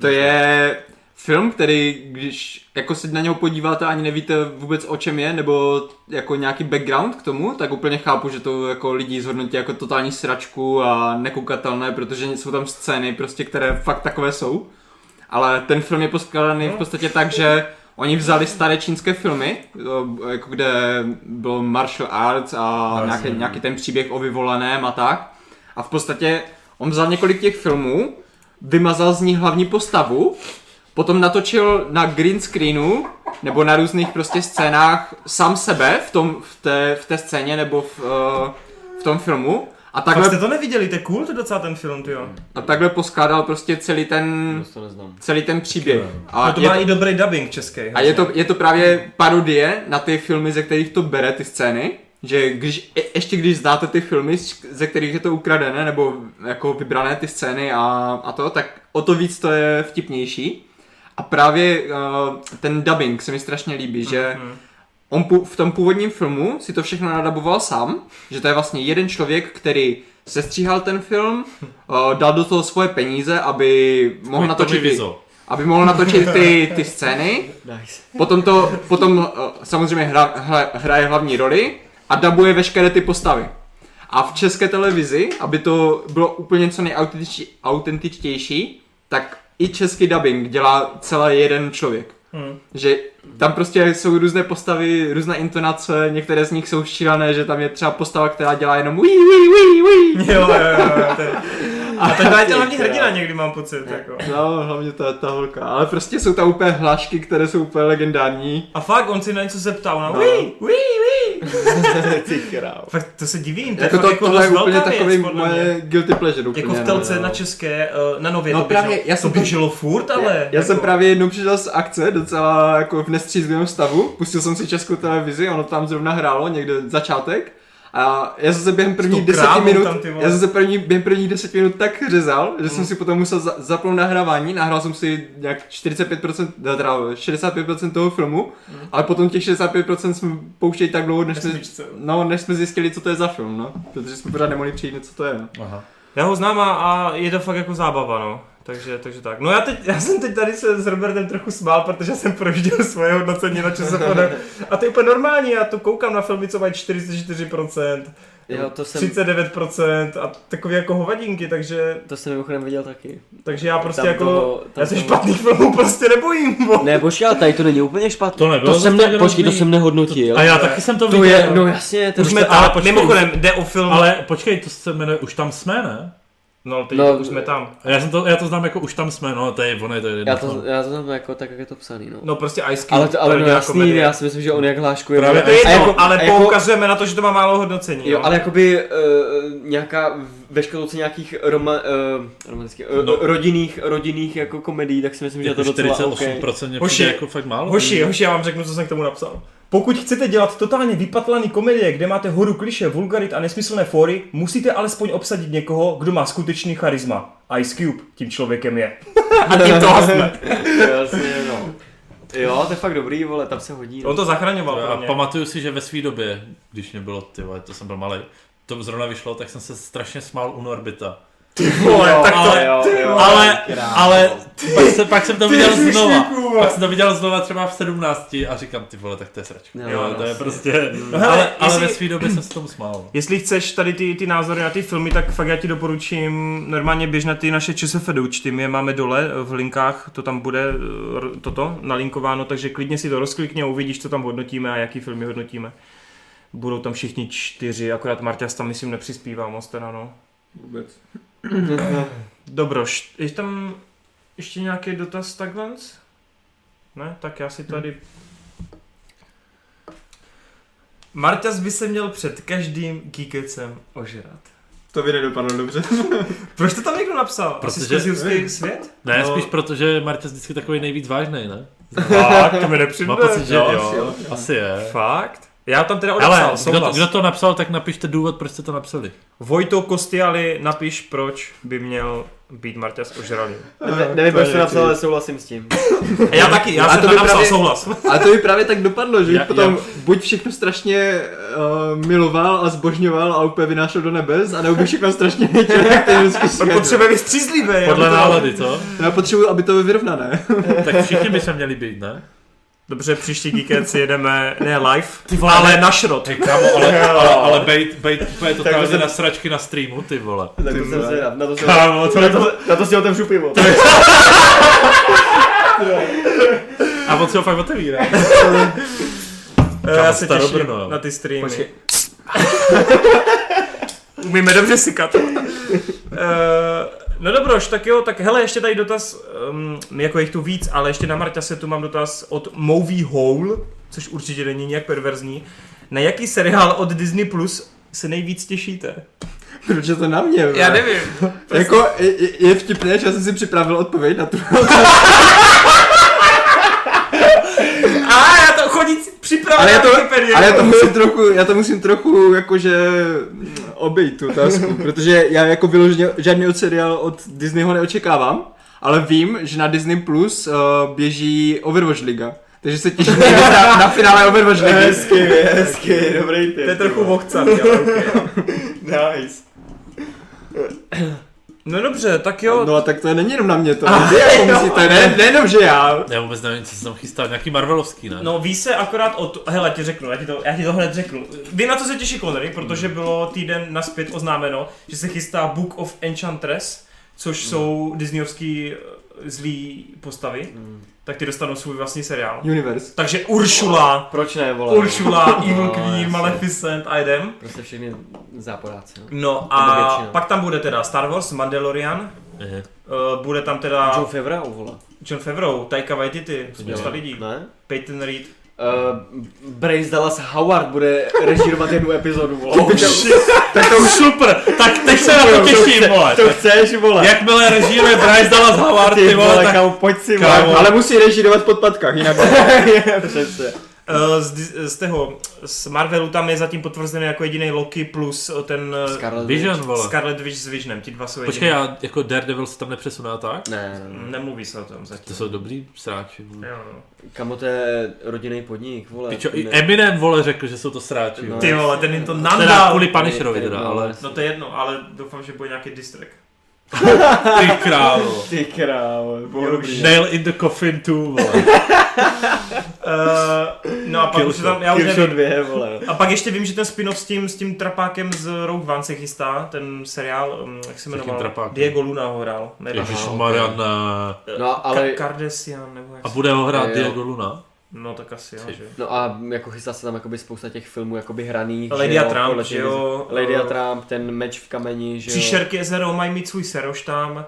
S3: To je film, který, když jako se na něho podíváte a ani nevíte vůbec o čem je, nebo jako nějaký background k tomu, tak úplně chápu, že to jako lidi zhodnotí jako totální sračku a nekoukatelné, protože jsou tam scény prostě, které fakt takové jsou. Ale ten film je poskládaný
S2: No.
S3: v podstatě tak, že oni vzali staré čínské filmy, eh, jako kde byl martial arts
S2: No,
S3: a nějaký, nějaký ten příběh o vyvoleném a tak. A v podstatě on vzal několik těch filmů, vymazal z ní hlavní postavu, potom natočil na green screenu nebo na různých prostě scénách sám sebe v, tom, v, té, v té scéně nebo v, eh, v tom filmu a
S2: Tak
S3: takhle,
S2: jste to neviděli, to je cool to docela ten film, ty jo.
S3: a takhle poskládal prostě celý ten,
S4: Moc to neznám.
S3: celý ten příběh.
S2: A
S3: A
S2: to
S3: je
S2: má i dobrý dubbing český.
S3: a je to, je to právě parodie na ty filmy, ze kterých to bere ty scény, že když, je, ještě když znáte ty filmy, z- ze kterých je to ukradené, nebo jako vybrané ty scény a, a to, tak o to víc to je vtipnější. A právě uh, ten dubbing se mi strašně líbí, že on pů- v tom původním filmu si to všechno nadaboval sám, že to je vlastně jeden člověk, který sestříhal ten film, uh, dal do toho svoje peníze, aby mohl
S5: Tommy
S3: natočit, ty,
S5: Wiseau.
S3: aby mohl natočit ty, ty scény.
S4: Nice.
S3: Potom to, potom eh, samozřejmě hra, hra, hraje hlavní roli a dabuje veškeré ty postavy. A v české televizi, aby to bylo úplně co nejautentičtější, tak i český dubbing dělá celý jeden člověk.
S2: Hmm.
S3: Že tam prostě jsou různé postavy, různé intonace, některé z nich jsou šílené, že tam je třeba postava, která dělá jenom uí, uí, uí, uí.
S2: Jo, jo, jo, to je... A to je no. ta hlavní hrdina někdy mám pocit, jako.
S3: No, hlavně ta, ta holka. Ale prostě jsou tam úplně hlášky, které jsou úplně legendární.
S2: A fakt, on si na něco zeptal, no. na wii, wii, wii.
S4: Ty král.
S2: Fakt, to se divím, to je
S3: Jako
S2: fakt
S3: to,
S2: jako
S3: tohle je
S2: dost
S3: úplně
S2: velká
S3: takový
S2: věc, podle mě.
S3: moje guilty pleasure. Úplně,
S2: Jako v
S3: no.
S2: telce na české, eh, na nově
S3: No
S2: to
S3: právě, já
S2: běželo. To
S3: jsem to-
S2: běželo furt, ale...
S3: Já jsem
S2: jako-
S3: právě jednou přišel z akce, docela jako v nestřízlivém stavu, pustil jsem si českou televizi, ono tam zrovna hrálo někde začátek. A já jsem se během prvních
S2: tou krávou
S3: deseti minut,
S2: tam, ty vole. Mm.
S3: já jsem se první, během prvních deseti minut tak řezal, že jsem si potom musel za, zapnout nahrávání, nahrál jsem si nějak 45%, ne, teda 65% toho filmu,
S2: Mm.
S3: ale potom těch 65% jsme pouštěli tak dlouho, než jsme,
S2: Nesmíš, co?
S3: no, než jsme zjistili, co to je za film, no. Protože jsme pořád nemohli přijít, co to je. No.
S5: Aha.
S2: Já ho znám a, a je to fakt jako zábava, no. Takže, takže tak. No já, teď, já jsem teď tady se s Robertem trochu smál, protože jsem projížděl svoje hodnocení na ČSFD. A to je úplně normální, já tu koukám na filmy, co mají 44%,
S4: Jo, to jsem,
S2: 39% a takové jako hovadinky, takže,
S4: to jsem mimochodem viděl taky.
S2: takže já prostě
S4: Tam
S2: jako...
S4: toho- tam
S2: já se
S4: toho-
S2: špatných filmů prostě nebojím, bo.
S4: Ne, počkej, ale tady to není úplně špatné.
S5: To nebylo
S4: To jsem
S5: zase
S4: ne, počkej, to
S5: hrozný.
S4: jsem nehodnotil.
S5: A já taky jsem to
S4: To
S5: viděl.
S4: je, no jasně, to
S2: Už jsme
S4: prostě-
S2: tam,
S5: ale
S2: počkej,
S5: počkej.
S2: mimochodem, jde o film...
S5: Ale počkej, to se jmenuje Už tam jsme, ne?
S2: No, teď
S4: No,
S2: už jsme tam.
S5: A Já, jsem to, já to znám jako Už tam jsme, no, to je ono, je to jedno.
S4: Já to, já to znám jako tak, jak je to psaný, no.
S2: No prostě Ice Cube,
S4: Ale, to, ale no
S2: parodie na
S4: jasný,
S2: komedie.
S4: já si myslím, že on jak hláškuje.
S5: Právě
S4: no.
S2: To je
S4: A
S2: jedno,
S4: jako-
S2: ale
S4: a jako-
S2: poukazujeme na to, že to má málo hodnocení. no.
S4: Jo, ale jakoby uh, nějaká ve školce nějakých roma, uh, romantických, uh,
S5: No.
S4: rodinných, rodinných jako komedií, tak si myslím, že je
S5: jako
S4: to docela
S5: 48%
S4: OK.
S5: mě
S2: Hoši.
S5: přijde jako fakt málo.
S2: Hoši, hoši, já vám řeknu, co jsem k tomu napsal. Pokud chcete dělat totálně vypatlaný komedie, kde máte horu kliše, vulgarit a nesmyslné fóry, musíte alespoň obsadit někoho, kdo má skutečný charisma. Ice Cube tím člověkem je. A tím to vlastně hasne.
S4: Jasně, no. Jo, to je fakt dobrý, vole, tam se hodí. No.
S2: On to zachraňoval pro
S5: A
S2: mě.
S5: pamatuju si, že ve své době, když mě bylo, ty vole, to jsem byl malý, to zrovna vyšlo, tak jsem se strašně smál u Norbita. Ty vole, tak to,
S4: ale jo, jo,
S5: ale,
S4: krásno.
S5: ale pak, jsem, pak jsem to
S3: ty
S5: viděl
S3: jsi
S5: znova.
S3: šípů,
S5: Pak jsem to viděl znova třeba v 17 a říkám, ty vole, tak to je sračka.
S4: No,
S5: Jo, to
S4: jasně.
S5: je prostě,
S2: No hele,
S5: ale, ale
S2: jestli-
S5: ve své době jsem se tomu smál.
S2: Jestli chceš tady ty, ty názory na ty filmy, tak fakt já ti doporučím normálně běž na ty naše ČSFD účty, my je máme dole eh, v linkách, to tam bude eh, r- toto nalinkováno, takže klidně si to rozklikni a uvidíš, co tam hodnotíme a jaký filmy hodnotíme. Budou tam všichni čtyři, akorát Marťas tam myslím nepřispívá moc teda, no.
S3: Vůbec.
S2: Dobroš, je tam ještě nějaký dotaz takhle? Ne, tak já si tady... Marťas by se měl před každým kýkecem ožrat.
S3: To by nedopadlo dobře.
S2: Proč to tam někdo napsal? Protože... Asi
S5: Protože-
S2: skrz Jurský svět?
S5: Ne,
S2: No.
S5: spíš proto, že Marta vždycky takový nejvíc vážný, ne?
S2: Tak, to mi nepřijde.
S5: Mám pocit, že
S2: Jo.
S3: asi jo.
S5: jo, asi je.
S2: Fakt? Já tam teda odepsal,
S5: Ale kdo to,
S2: souhlas.
S5: kdo to napsal, tak napište důvod, proč jste to napsali.
S2: Vojto Kostiali, napiš, proč by měl být Marťas ožralý.
S4: Ne, nevím, proč to napsal, ale souhlasím s tím.
S2: A já taky, já
S3: A
S2: jsem
S3: to
S2: tam
S3: by
S2: napsal
S3: právě-
S2: souhlas.
S3: A to by právě tak dopadlo, že
S5: Já-
S3: já, potom já. buď všechno strašně uh, miloval a zbožňoval a úplně vynášel do nebes, anebo by všechno strašně člověk ten lidský
S2: On
S3: svět.
S2: potřebuje být střízlivý.
S5: Podle
S2: aby to-
S5: nálady, co?
S3: Já potřebuju, aby to bylo vyrovnané.
S5: Tak všichni by se měli být, ne?
S2: Dobře, příští víkend si jedeme, ne live, ale na šrot.
S5: Kámo, ale, ale, ale bejt, bejt úplně totálně na sračky na streamu, ty vole.
S4: Tak to jsem se na to si,
S5: Kámo,
S4: na to, na to si otevřu pivo.
S5: A on se ho fakt otevírá.
S2: Eh, Já se těším
S5: Starobrno, jo.
S2: na ty streamy.
S3: Počkej.
S2: Umíme dobře sykat. uh, no dobroš, tak jo, tak hele, ještě tady dotaz, um, jako je jich tu víc, ale ještě na Marta se tu mám dotaz od Movie Hole, což určitě není nějak perverzní. Na jaký seriál od Disney Plus se nejvíc těšíte?
S3: Proč je to na mě? vole?
S2: nevím.
S3: Jako, je- je, je vtipné, že já jsem si připravil odpověď na tu.
S2: A já to chodí připravit
S3: Ale já to,
S2: Wikipedii.
S3: ale já to musím trochu, já to musím trochu jakože mm, obejít tu otázku, protože já jako vyloženě žádný od seriál od Disneyho neočekávám, ale vím, že na Disney Plus uh, běží Overwatch Liga. Takže se těším nejvíc na, na finále Overwatch Ligy.
S4: Hezky, hezky, dobrý ty.
S2: To je trochu vohcaný, ale no. okay.
S4: Nice.
S2: No dobře, tak jo.
S3: No a tak to není jenom na mě to. Vy jako musíte, ne, nejenom, že já.
S5: Já vůbec nevím, co se tam chystá, nějaký Marvelovský, ne?
S2: No ví se akorát o to, hele, ti řeknu, já ti to, já ti to hned řeknu. Vím, na co se těší Connery,
S4: Hmm.
S2: protože bylo týden naspět oznámeno, že se chystá Book of Enchantress, což
S4: Hmm.
S2: jsou disneyovský eh, zlý postavy,
S4: Hmm.
S2: tak ty dostanou svůj vlastní seriál.
S3: Universe.
S2: Takže Uršula,
S4: Proč ne, vole?
S2: Uršula, Evil
S4: No,
S2: Queen,
S4: jasně.
S2: Maleficent a jdem.
S4: Prostě všechny záporáci. No.
S2: No
S4: To je
S2: a
S4: většina.
S2: pak tam bude teda Star Wars, Mandalorian,
S5: Ehe.
S2: eh, bude tam teda
S4: Joe Fevra, vole.
S2: John Favreau, Taika Waititi, spousta lidí,
S4: Ne?
S2: Peyton Reed.
S4: Uh, Bryce Dallas Howard bude režírovat jednu epizodu, vole.
S3: Oh,
S5: Tak to už super, tak teď se na to těším, vole.
S4: To chceš, vole.
S5: Jakmile režíruje Bryce Dallas Howard,
S4: ty vole, kámo, pojď si, vole.
S5: Kámo.
S3: ale musí režírovat pod patkách, jinak
S4: Přece.
S2: Eh, z, Dis- z toho, z Marvelu tam je zatím potvrzený jako jediný Loki plus eh, ten eh,
S4: Scarlet
S5: Vision, vole.
S2: Scarlet Witch s Visionem, ti dva jsou jediný.
S5: Počkej, já jako Daredevil se tam nepřesuná tak?
S4: Ne, ne, ne.
S2: Nemluví se o tom zatím.
S5: To jsou dobrý sráči. vole.
S2: Jo, no.
S4: Kamo, to je rodinný podnik, vole.
S5: Pičo, i
S4: Ne.
S5: Eminem, vole, řekl, že jsou to sráči.
S4: No.
S5: No.
S2: Ty vole, ten jim to
S5: Teda
S2: nandal.
S5: kvůli Punisherovi teda,
S4: No,
S5: ale
S2: No to je jedno, ale doufám, že bude nějaký distrek.
S5: ty králo.
S4: Ty krávo, bylo dobrý.
S5: Nail in the coffin too, vole.
S2: Uh, no a pak už se tam, já už
S4: Killshot
S2: nevím.
S4: 2, vole.
S2: A pak ještě vím, že ten spin-off s tím, s tím trapákem z Rogue One se chystá, ten seriál, um, jak se jmenoval?
S5: trapákem?
S2: Diego Luna ho hrál. Nevím.
S5: Ježišmarja,
S4: ok.
S5: ne.
S4: No, ale...
S2: Ale... Kardesian, nebo jak
S5: A
S2: se-
S5: bude ho hrát
S4: Jo.
S5: Diego Luna?
S2: No tak asi jo, že?
S4: No a jako chystá se tam jakoby spousta těch filmů jakoby hraných.
S2: Lady
S4: že
S2: a
S4: jo,
S2: Trump,
S4: podle
S2: že
S4: těch-
S2: jo.
S4: jako Lady a
S2: Eh,
S4: Trump, ten meč v kameni, že jo.
S2: Příšerky Ezero mají mít svůj seroš tam.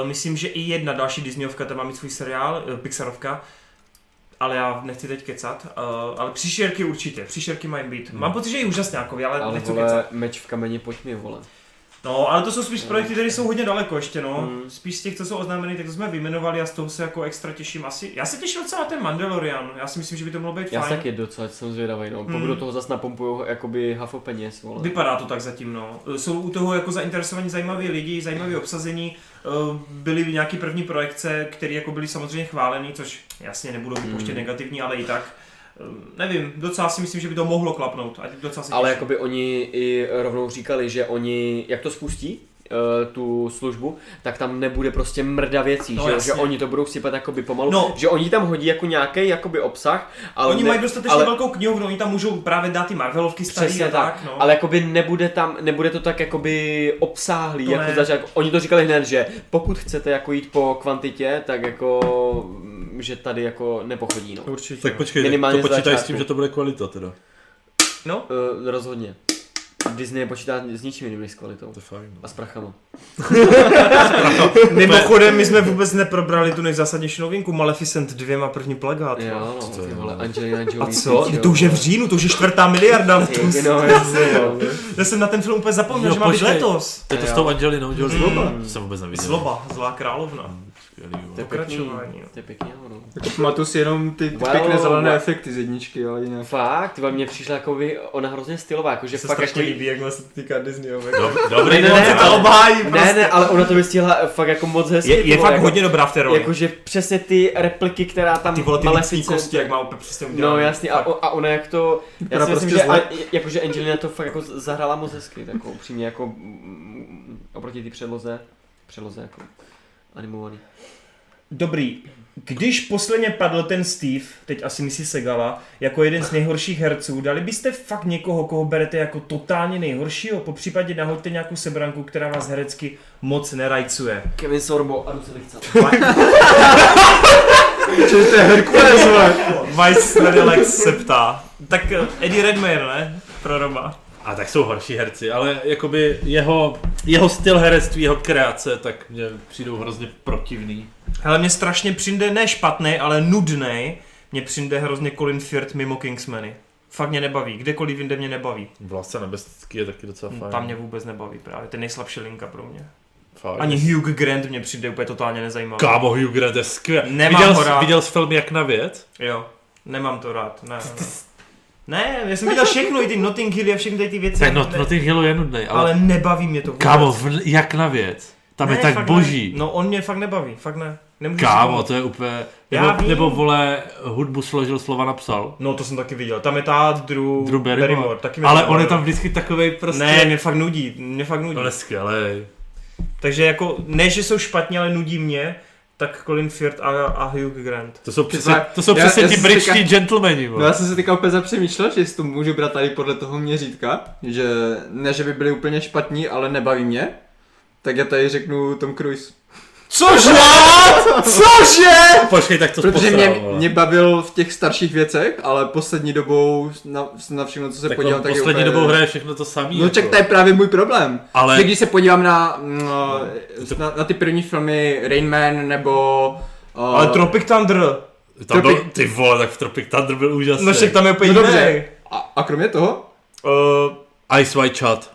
S2: Uh, myslím, že i jedna další Disneyovka tam má mít svůj seriál, uh, Pixarovka. Ale já nechci teď kecat, uh, ale příšerky určitě, příšerky mají být. Mám pocit, že i úžasňákovi, ale, ale
S4: Hmm. Ale
S2: nechci
S4: vole,
S2: kecat.
S4: meč v kameni, pojď mi, vole.
S2: No, ale to jsou
S4: Hmm.
S2: spíš projekty, které jsou hodně daleko ještě, no.
S4: Mm.
S2: Spíš z těch, co jsou oznámeny, tak to jsme vyjmenovali a z toho se jako extra těším asi. Já se těším docela na ten Mandalorian, já si myslím, že by to mohlo být
S4: Já se
S2: fajn.
S4: taky docela jsem zvědavý, no.
S2: Mm.
S4: Pokud do toho zas napumpujou jakoby hafo peněz, vole.
S2: Vypadá to tak zatím, no. Jsou u toho jako zainteresovaní zajímaví lidi, zajímavé obsazení. Eh, Byly nějaké první projekce, které jako byly samozřejmě chválené, což jasně
S4: Hmm.
S2: nebudou vypouštět negativní, ale i tak. eh, Nevím, docela si myslím, že by to mohlo klapnout. A docela se
S4: Ale jako-
S2: těším.
S4: jakoby oni i rovnou říkali, že oni, jak to spustí, eh, tu službu, tak tam nebude prostě mrda věcí,
S2: No,
S4: že, jo? že
S2: jasně.
S4: oni to budou sypat jakoby pomalu,
S2: No.
S4: že oni tam hodí jako nějaký jakoby obsah, ale
S2: Oni
S4: ne,
S2: mají dostatečně
S4: ale,
S2: velkou knihovnu, oni tam můžou právě dát ty Marvelovky starý
S4: Přesně
S2: a
S4: tak,
S2: tak, no.
S4: ale jakoby nebude tam, nebude to tak jakoby obsáhlý,
S2: To
S4: jako,
S2: ne.
S4: zač- jako oni to říkali hned, že pokud chcete jako jít po kvantitě, tak jako, mm, že tady jako nepochodí, no.
S2: Určitě.
S1: Tak počkej,
S4: Minimálně
S1: to
S4: ze
S1: počítaj s
S4: začátku.
S1: tím, že to bude kvalita teda.
S2: No,
S4: Uh, rozhodně. Disney počítá s ničím jiným než s kvalitou.
S1: To je fajn.
S4: A s prachama.
S2: mimochodem, my jsme vůbec neprobrali tu nejzásadnější novinku, Maleficent 2 má první plagát.
S4: Jo, no, ty vole, Angelina Jolie.
S2: A co?
S4: ty,
S2: To už je v říjnu, to už je čtvrtá miliarda letos.
S4: Ty, No, jasně, jo.
S2: Já jsem na ten film úplně zapomněl,
S1: Jo,
S2: že má být
S1: počkej.
S2: letos.
S1: To je to s tou Angelinou, že jo?
S2: Hmm.
S1: Zloba. To jsem vůbec neviděl.
S2: Zloba, zlá královna.
S1: Skvělý, jo.
S4: To je
S2: Pokračování,
S4: pěkný,
S2: jo.
S4: to je pěkný, no, ano.
S3: Matu si jenom ty, ty
S4: Wow.
S3: pěkné zelené efekty z jedničky, ale jinak.
S4: No, Fakt, ve mně přišla jako by, ona hrozně stylová, jakože
S2: Se
S4: fakt
S2: strašně
S4: jako
S2: líbí, jakmile se to týká jako- Disneyovek.
S1: Dob- Dobrý
S4: Ne,
S1: den.
S4: ne, ne, ale,
S2: obhájí
S4: ne, ne, ale ona to vystihla fakt jako moc hezky.
S2: Je, je
S4: vole,
S2: fakt
S4: jako,
S2: hodně dobrá v té roli.
S4: Jakože přesně ty repliky, která tam
S2: Ty vole, ty
S4: Maleficent-
S2: vnitřní kosti, jak má úplně přesně udělané.
S4: No jasně, a, o- a ona jak to, já
S3: Vypadá
S4: si myslím,
S3: prostě
S4: že,
S3: zle.
S4: a, jakože Angelina to fakt jako zahrála moc hezky, tak jako upřímně jako mm, oproti ty předloze, předloze jako animovaný.
S2: Dobrý. Když posledně padl ten Steve, teď asi myslí Segala, jako jeden z nejhorších herců, dali byste fakt někoho, koho berete jako totálně nejhoršího? Po případě nahoďte nějakou sebranku, která vás herecky moc nerajcuje.
S4: Kevin Sorbo a Rusev Chca.
S3: Čili to je Herkules, vole.
S2: Vice Redelex se ptá. Tak eh, Eddie Redmayne, ne? Pro Roma.
S1: A tak jsou horší herci, ale jakoby jeho, jeho styl herectví, jeho kreace, tak mě přijdou hrozně protivný.
S2: Hele, mě strašně přijde ne špatný, ale nudný. Mě přijde hrozně Colin Firth mimo Kingsmany. Fakt mě nebaví, kdekoliv jinde mě nebaví.
S1: Vlásce nebeský je taky docela fajn.
S2: Tam mě vůbec nebaví právě, to je nejslabší linka pro mě.
S1: Fakt.
S2: Ani Hugh Grant mě přijde úplně totálně nezajímavý.
S1: Kámo, Hugh Grant je skvělý.
S2: Nemám
S1: viděl,
S2: ho
S1: jsi-
S2: rád.
S1: viděl jsi film Jak na věc?
S2: Jo, nemám to rád, ne. ne. Ne, já jsem viděl všechno, i ty Notting Hill a všechny tady ty věci.
S1: Tak no,
S2: ne,
S1: no ty Hillu je nudnej, ale,
S2: ale nebaví mě to vůbec.
S1: kámo, v, Jak na věc? Tam je tak
S2: fakt
S1: boží.
S2: Ne. No on mě fakt nebaví, fakt ne. Nemůžu
S1: Kámo,
S2: říct-
S1: to je úplně...
S2: Já
S1: Nebo,
S2: vím.
S1: nebo vole, hudbu složil, slova napsal.
S2: No to jsem taky viděl, tam je ta Drew,
S1: Drew Barrymore.
S2: taky mě
S1: Ale
S2: to
S1: on je
S2: baví.
S1: tam vždycky takovej prostě...
S2: Ne, mě fakt nudí, mě fakt nudí.
S1: On je skvělej.
S2: Takže jako, ne, že jsou špatně, ale nudí mě, tak Colin Firth a, a Hugh Grant.
S1: To jsou
S3: vole,
S1: přesně, to jsou
S3: já-
S1: přesně
S3: já
S1: ti
S3: si
S1: britští
S3: říkám-
S1: gentlemani, vole.
S3: No já jsem se teďka úplně zapřemýšlel, že jestli to můžu brát tady podle toho měřítka, že ne, že by byli úplně špatní, ale nebaví mě, tak já tady řeknu Tom Cruise.
S2: Cože?
S3: Cože?
S1: No, Počkej, tak to
S3: Protože
S1: posral,
S3: mě,
S1: vole.
S3: mě bavil v těch starších věcech, ale poslední dobou na, na všechno, co se
S1: tak
S3: podívám,
S1: on
S3: tak je
S1: Jako poslední
S3: úplně-
S1: dobou hraje všechno to samý. jako.
S3: No ček, to je právě můj problém.
S1: Ale-
S3: Ale... Že když se podívám na, no,
S1: to-
S3: na, na ty první filmy Rain Man nebo... Uh,
S2: Ale Tropic Thunder,
S1: Tam byl,
S3: Tropic-
S1: ty vole, tak v Tropic Thunder byl úžasný.
S2: no však tam je úplně
S3: No
S2: jiný.
S3: dobře. a, a kromě toho,
S2: Uh,
S1: Ice White Chat.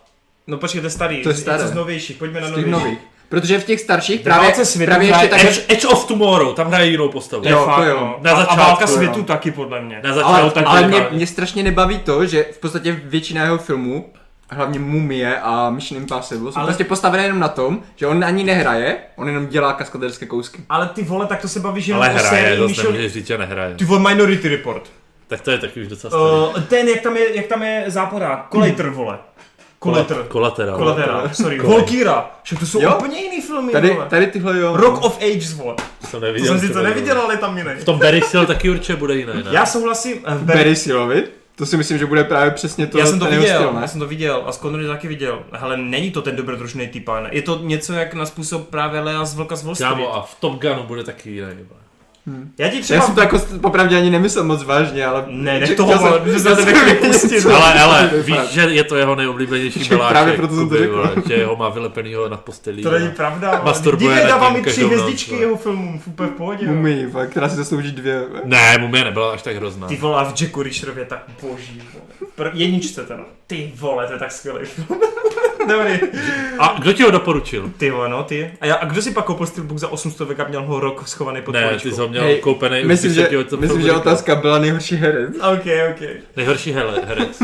S2: No počkej, to je starý.
S3: To je staré.
S2: Něco z novějších, pojďme na
S3: z těch
S2: novější.
S3: nových. Protože v těch starších
S2: Právě,
S3: právě,
S2: válce světu
S3: právě
S2: hraje
S3: ještě tak...
S1: Edge, Edge of Tomorrow, tam hraje jinou postavu.
S2: To je
S3: Jo, to
S2: fakt,
S3: jo.
S2: no.
S1: Na
S2: a, a
S1: začátku,
S2: válka
S1: jo.
S2: světu taky, podle mě.
S1: Na začátku
S3: Ale,
S1: tak
S3: ale
S1: to
S3: mě,
S1: vypadá.
S3: mě strašně nebaví to, že v podstatě většina jeho filmů, hlavně Mumie a Mission Impossible, jsou
S2: Ale-
S3: ale... prostě postavené jenom na tom, že on ani nehraje, on jenom dělá kaskaderské kousky.
S2: Ale ty vole, tak to se bavíš jenom
S1: Ale
S2: o
S1: hraje,
S2: sérii
S1: zase
S2: Michel...
S1: nemůžeš říct, že nehraje.
S2: Ty vole, Minority Report.
S1: Tak to je taky už
S3: Eh,
S1: docela starý.
S2: Uh, ten, jak tam je, jak tam je záporák. Kolater, vole. Kolater.
S1: Kolaterál.
S2: Kolatera, sorry. Volkýra. Však to jsou
S3: Jo?
S2: úplně jiný filmy,
S3: Tady,
S2: vole.
S3: tady tyhle jo.
S2: Rock of Ages, vole.
S1: To jsem
S2: To
S1: neviděl.
S2: jsem si to
S1: třeba,
S2: neviděl,
S1: jo.
S2: ale je tam jiný.
S1: V tom Barry Seal taky určitě bude jiný, ne?
S2: Já souhlasím, eh, v Barry
S3: Barry Silovi, to si myslím, že bude právě přesně to,
S2: já jsem to
S3: ten jeho
S2: viděl,
S3: styl, ne?
S2: já jsem to viděl a s Connery taky viděl. Hele, není to ten dobrodružný typán. Je to něco jak na způsob právě Lea z Vlka z Wall Street.
S1: Kámo, a v Top Gunu bude taky jiný. vole.
S2: Já ti
S3: Já
S2: třeba...
S3: jsem to jako s- popravdě ani nemyslel moc vážně, ale...
S2: Ne, nech
S3: že-
S2: toho,
S3: chtěl jsem-
S2: vole, že se
S3: chtěl
S2: tebe
S3: jsem
S2: chtěli
S3: vědět,
S2: pustit.
S3: co-
S1: Ale, ale,
S3: co to vypadá.
S1: víš, že je to jeho nejoblíbenější
S3: Čekaj,
S1: miláček.
S3: právě proto jsem to
S1: Kuby,
S3: řekl.
S1: vole, Že jeho má vylepenýho na postelí.
S2: To není
S1: vole.
S2: pravda.
S1: Masturbuje
S2: Dívej,
S1: nad
S2: dává
S1: tím
S2: mi tři
S1: každou noc,
S2: hvězdičky
S1: vole.
S2: jeho filmům, úplně v pohodě.
S3: Mumii, fakt, která si zaslouží dvě.
S1: Ne, mumie nebyla až tak hrozná.
S2: Ty vole, a v Jacku Richerově tak boží. vole. Pr- jedničce teda. Ty vole, to je tak skvělý film. Dobrý.
S1: A kdo ti ho doporučil?
S2: Ty vole, no ty. A, já, a kdo si pak koupil Steelbook za 800 a měl ho rok schovaný pod
S1: Ne,
S2: poličkou?
S1: ty jsi ho měl
S3: Hej,
S1: koupený už,
S3: Myslím,
S1: když jsem
S3: že,
S1: ti o tom
S3: myslím,
S1: filmu
S3: že
S1: říkal.
S3: otázka byla nejhorší herec.
S2: OK, OK.
S1: Nejhorší hele, herec.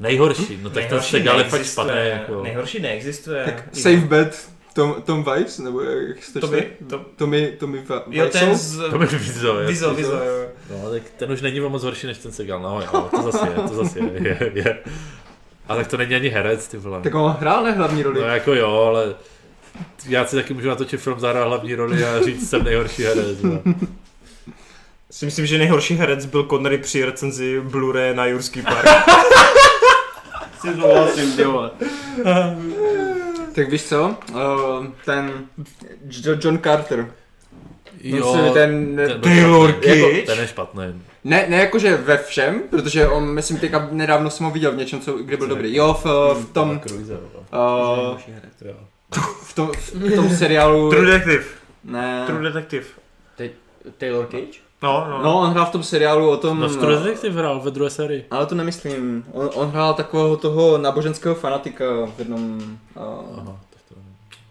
S1: Nejhorší, no tak ten
S2: Nejhorší
S1: se ale fakt
S2: neexistuje.
S1: špatný. Jako.
S2: Nejhorší neexistuje.
S3: Tak
S2: Ty-
S3: Safe Bet, Tom, Tom Vives, nebo jak se to
S2: To by,
S3: čte?
S2: to,
S3: Tommy, Tommy Va-
S2: jo, ten
S3: Wiseau?
S2: z...
S1: To mi vizo, je.
S2: Vizo, Vizo, jo.
S1: No, tak ten už není o moc horší než ten Segal, no jo, to zase je, to zase je, je, je. A tak to není ani herec, ty vole.
S3: Tak on hrál ne hlavní
S1: No
S3: roli.
S1: jako jo, ale já si taky můžu natočit film, zahrál hlavní roli a říct, jsem nejhorší herec. vole.
S2: Si myslím, že nejhorší herec byl Connery při recenzi Blu-ray na Jurský park.
S4: Si souhlasím, ty vole.
S3: Tak víš co? Eh, Ten Jo- John Carter. No,
S1: Jo,
S3: Myslím, ten-
S2: Taylor
S1: ten- jako-
S2: Kitsch?
S1: Ten je špatný.
S3: Ne, ne jakože ve všem, protože on, myslím, teďka nedávno jsem ho viděl v něčem, co, kde byl dobrý. Jo, v,
S1: Hmm,
S3: v tom,
S1: Cruise, jo. No,
S3: eh, v tom, v tom seriálu,
S2: True Detective.
S3: ne,
S2: True Detective.
S4: Taylor Cage?
S2: No, no.
S3: no on hrál v tom seriálu o tom,
S1: No v True Detective hrál ve druhé sérii.
S3: ale to nemyslím, on, on hrál takového toho náboženského fanatika v jednom, uh,
S1: Aha, tak to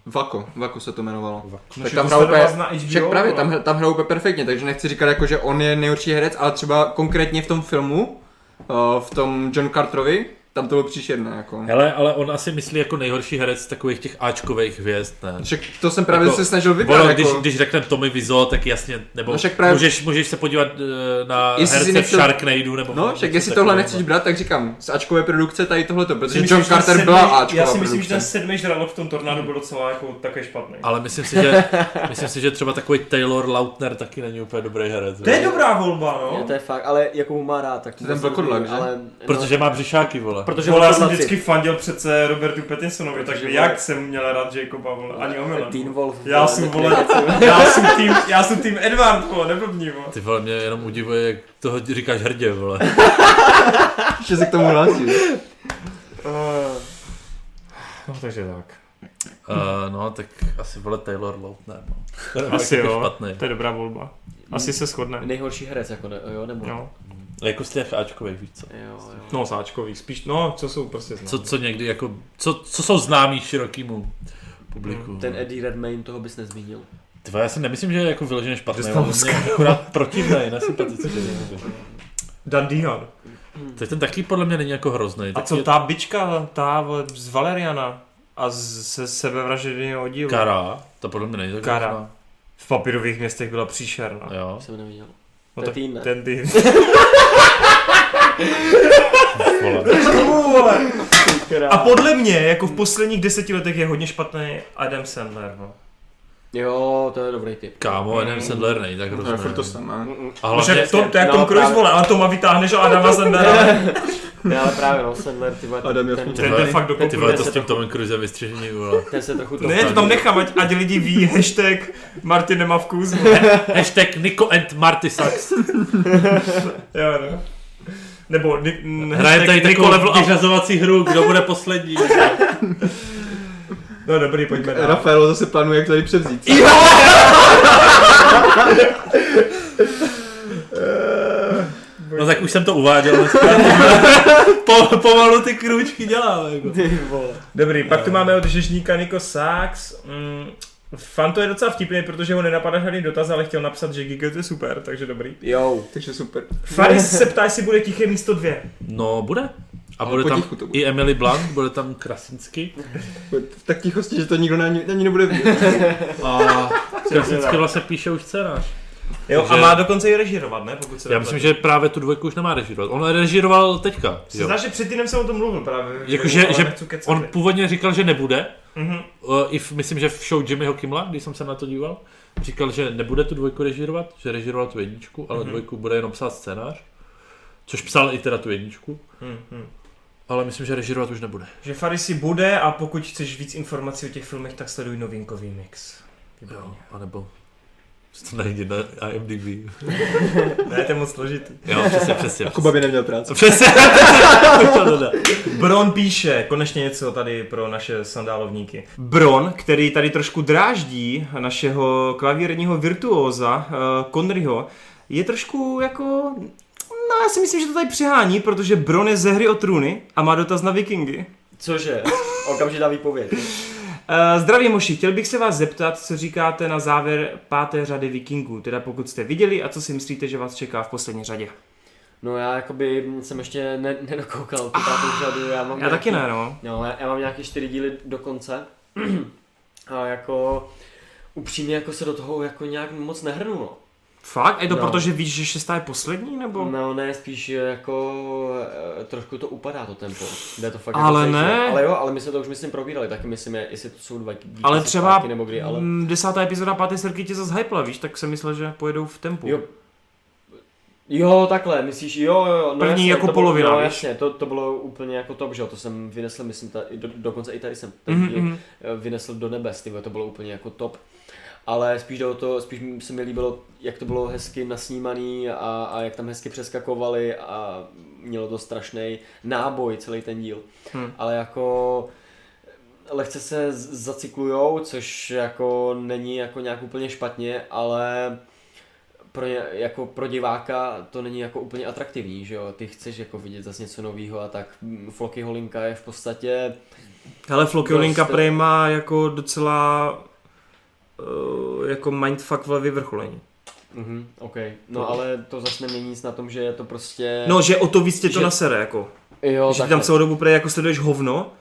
S3: Vako, Vako se to jmenovalo.
S2: no
S3: tak
S2: že
S3: tam
S2: to
S3: hrál
S2: sledoval
S3: úplně-
S2: na HBO,
S3: Však právě,
S2: vole.
S3: tam, hr- tam hrál úplně perfektně, takže nechci říkat jako, že on je nejhorší herec, ale třeba konkrétně v tom filmu, eh, v tom John Carterovi, tam to bylo příšerné, jako.
S1: Hele, ale on asi myslí jako nejhorší herec takových těch Ačkových hvězd, ne?
S3: Však to jsem právě
S1: Jako,
S3: se snažil vybrat,
S1: Ono,
S3: jako,
S1: když, když řekneme Tommy Wiseau, tak jasně, nebo
S3: No však právě-
S1: můžeš, můžeš se podívat eh, na
S3: Jestli si
S1: herce
S3: nechtěl-
S1: v Sharknadu, nebo...
S3: no,
S1: něco
S3: však jestli tohle
S1: takového.
S3: nechceš brát, tak říkám, z Ačkové produkce tady tohleto, protože
S2: Si myslím,
S3: John
S2: že ten
S3: Carter
S2: sedmý-
S3: byla Ačková
S2: Já si myslím, že
S3: produkce.
S2: ten sedmý žralok v tom tornádu byl docela jako také špatný.
S1: Ale myslím si, že, myslím si, že třeba takový Taylor Lautner taky není úplně dobrý herec.
S2: To je
S1: jo.
S2: dobrá volba, no.
S4: Jo, to je fakt, ale jakou má rád, tak to
S3: To je ten
S4: vůbec
S3: vlkodlak,
S4: nevím,
S3: že?
S4: Ale, no,
S1: Protože má břišáky, vole.
S4: protože
S2: Že vole, já jsem
S4: vlkodlaci.
S2: vždycky fandil přece Robertu Pattinsonovi,
S4: Protože,
S2: takže
S4: vole,
S2: jak jsem měl rád Jacoba, vole, ani omylem.
S4: Teen Wolf.
S2: Já
S4: vole,
S2: jsem,
S4: ne-
S2: vole, já jsem tým, já jsem tým Edward, vole, neblbní, vole.
S1: Ty vole, mě jenom udivuje, jak toho říkáš hrdě, vole.
S3: Ještě se k tomu hlásí.
S2: No takže tak.
S1: Uh, no, tak asi vole Taylor Lautner, no.
S2: Asi
S1: Jako
S2: jo,
S1: Špatný.
S2: to je dobrá volba. Asi se shodne.
S4: Nejhorší herec, jako ne, jo, nebo...
S2: Jo.
S1: Jako z těch Ačkových, víš co.
S4: Jo, jo.
S2: No, sáčkový, spíš, no, co jsou prostě známí.
S1: Co, co někdy, jako, co, co jsou známí širokýmu publiku.
S4: Ten
S3: Hmm.
S4: Eddie Redmayne, toho bys nezmínil.
S1: Hmm, Ty vole, já si nemyslím, že je jako vyloženě špatný.
S2: Dostal
S1: ale On je akorát protivnej, nesympatický. jakoby.
S2: Dan Dehan.
S1: Teď ten taky podle mě není jako hrozný.
S2: A
S1: tak
S2: co
S1: je
S2: ta bička, ta vole, z Valeriana a z, se sebevražedného dílu?
S1: Kara, to podle mě není tak
S2: Kara.
S1: hrozná.
S2: V papírových městech byla příšerná.
S1: Jo.
S4: Jsem neviděl.
S2: No
S4: to
S2: tak
S4: je Teen, ne?
S2: ten ty.
S1: Vole.
S2: A podle mě, jako v posledních deseti letech je hodně špatný Adam Sandler, no.
S4: Jo, to je dobrý tip.
S1: Kámo, Adam Sandler není tak
S3: To No, je furt to
S1: hrozný.
S3: samé.
S1: A
S2: Že
S1: hlavně,
S2: to, to je jak Tom
S4: no,
S2: Cruise,
S4: právě.
S2: vole, ale Toma vytáhneš a Adama Sandlera.
S4: Ne, ale právě no, Sandler, ty vole,
S3: Adam, já
S4: ten,
S3: jsem
S1: Ty
S2: Ten
S4: ten,
S1: vole,
S2: jde fakt do
S1: ty
S2: kopru.
S1: vole, to s tím Tomem Cruisem vystřižení, vole.
S4: ten se trochu
S2: Ne, to tam nechám, ať, ať lidi ví, hashtag Martin nemá vkus, vole.
S1: Hashtag Nico and Marty Sucks.
S2: Jo, no. Nebo ni, n-
S1: Hraje tady
S2: hashtag Niko
S1: takovou
S2: level up.
S1: vyřazovací hru, kdo bude poslední.
S2: No dobrý, pojďme dál.
S3: Rafael zase plánuje, jak to tady převzít.
S1: No tak už jsem to uváděl. dneska. po, pomalu ty krůčky dělám. Jako.
S2: Dobrý, pak tu máme od Žežníka Niko Sachs. Mm, Fanto je docela vtipný, protože ho nenapadá žádný dotaz, ale chtěl napsat, že Gigot je super, takže dobrý.
S4: Jo,
S3: Takže super.
S2: Faris se ptá, jestli bude tiché místo dvě.
S1: No, bude. A
S3: Ale
S1: bude tam
S3: potichu to bude.
S1: i Emily Blunt, bude tam Krasinsky.
S3: V tak tichosti, že to nikdo ani, ani nebude vidět.
S1: A Krasinsky vlastně píše už scénář.
S2: Jo, a
S1: Takže-
S2: má dokonce i režírovat, ne? Pokud se
S1: Já myslím, že právě tu dvojku už nemá režírovat. On režíroval teďka.
S2: Se zdá, že před týdnem jsem o tom mluvil právě.
S1: Jakože,
S2: ale
S1: Jako, že
S2: nechci kecat.
S1: on původně říkal, že nebude.
S2: Mhm.
S1: Uh, I v, myslím, že v show Jimmyho Kimla, když jsem se na to díval, říkal, že nebude tu dvojku režírovat, že režíroval tu jedničku, ale
S2: Mhm.
S1: dvojku bude jenom psát scénář. Což psal i teda tu jedničku,
S2: Mhm.
S1: ale myslím, že režírovat už nebude.
S2: Že Farisi bude a pokud chceš víc informací o těch filmech, tak sleduj novinkový mix.
S1: Jo, anebo to najdi na IMDb.
S2: Ne, to je moc složitý.
S1: Jo, přesně, přesně.
S3: Kuba by neměl práci.
S1: Přesně. to dodá.
S2: Bron píše, konečně něco tady pro naše sandálovníky. Bron, který tady trošku dráždí našeho klavírního virtuóza eh, Conryho, je trošku jako... No já si myslím, že to tady přehání, protože Bron je ze hry o trůny a má dotaz na vikingy.
S4: cože? Okamžitá výpověď.
S2: Eh, Zdravím moši, chtěl bych se vás zeptat, co říkáte na závěr páté řady vikingů, teda pokud jste viděli a co si myslíte, že vás čeká v poslední řadě.
S4: No já jakoby jsem ještě ne, nedokoukal tu pátou řadu, já mám
S2: Já
S4: nějaký-
S2: taky ne, no.
S4: No, já, já mám nějaké čtyři díly do konce. A jako upřímně jako se do toho jako nějak moc nehrnu, no.
S2: Fakt? A je to
S4: No.
S2: proto, že víš, že šestá je poslední, nebo?
S4: No ne, spíš jako eh, trošku to upadá to tempo. Jde to fakt
S2: Ale
S4: jako zajíce.
S2: ne.
S4: Ale jo, ale my jsme to už myslím probírali, taky myslím, je- jestli to jsou dva díky
S2: Ale třeba
S4: nebo kdy, ale
S2: mm, desátá epizoda páté serky tě zase hypla, víš, tak jsem myslel, že pojedou v tempu.
S4: jo. Jo, takhle, myslíš, jo, jo, jo, no
S2: První
S4: jasně,
S2: jako
S4: to
S2: polovina,
S4: bylo, no,
S2: víš?
S4: jasně, to, to bylo úplně jako top, že jo, to jsem vynesl, myslím, ta, i do, dokonce i tady jsem ten
S2: Mhm,
S4: díl
S2: mhm.
S4: eh, vynesl do nebes, ty vole, to bylo úplně jako top. Ale spíš, jde o to, spíš se mi líbilo, jak to bylo hezky nasnímaný a, a jak tam hezky přeskakovali a mělo to strašný náboj celý ten díl.
S2: Hmm.
S4: Hmm. Ale jako lehce se z- zacyklujou, což jako není jako nějak úplně špatně, ale pro, ně, jako pro diváka to není jako úplně atraktivní, že jo? Ty chceš jako vidět zase něco nového a tak mm, Floky Holinka je v podstatě
S2: Hele, Flokiolinka
S4: Prostě.
S2: Prej má jako docela eh, jako mindfuck ve vyvrcholení.
S4: Mhm, OK. No ale to zase nemění nic na tom, že je to prostě...
S2: No, že o to víc tě to
S4: Že-
S2: nasere, jako.
S4: jo,
S2: že ty tam celou dobu prej jako sleduješ hovno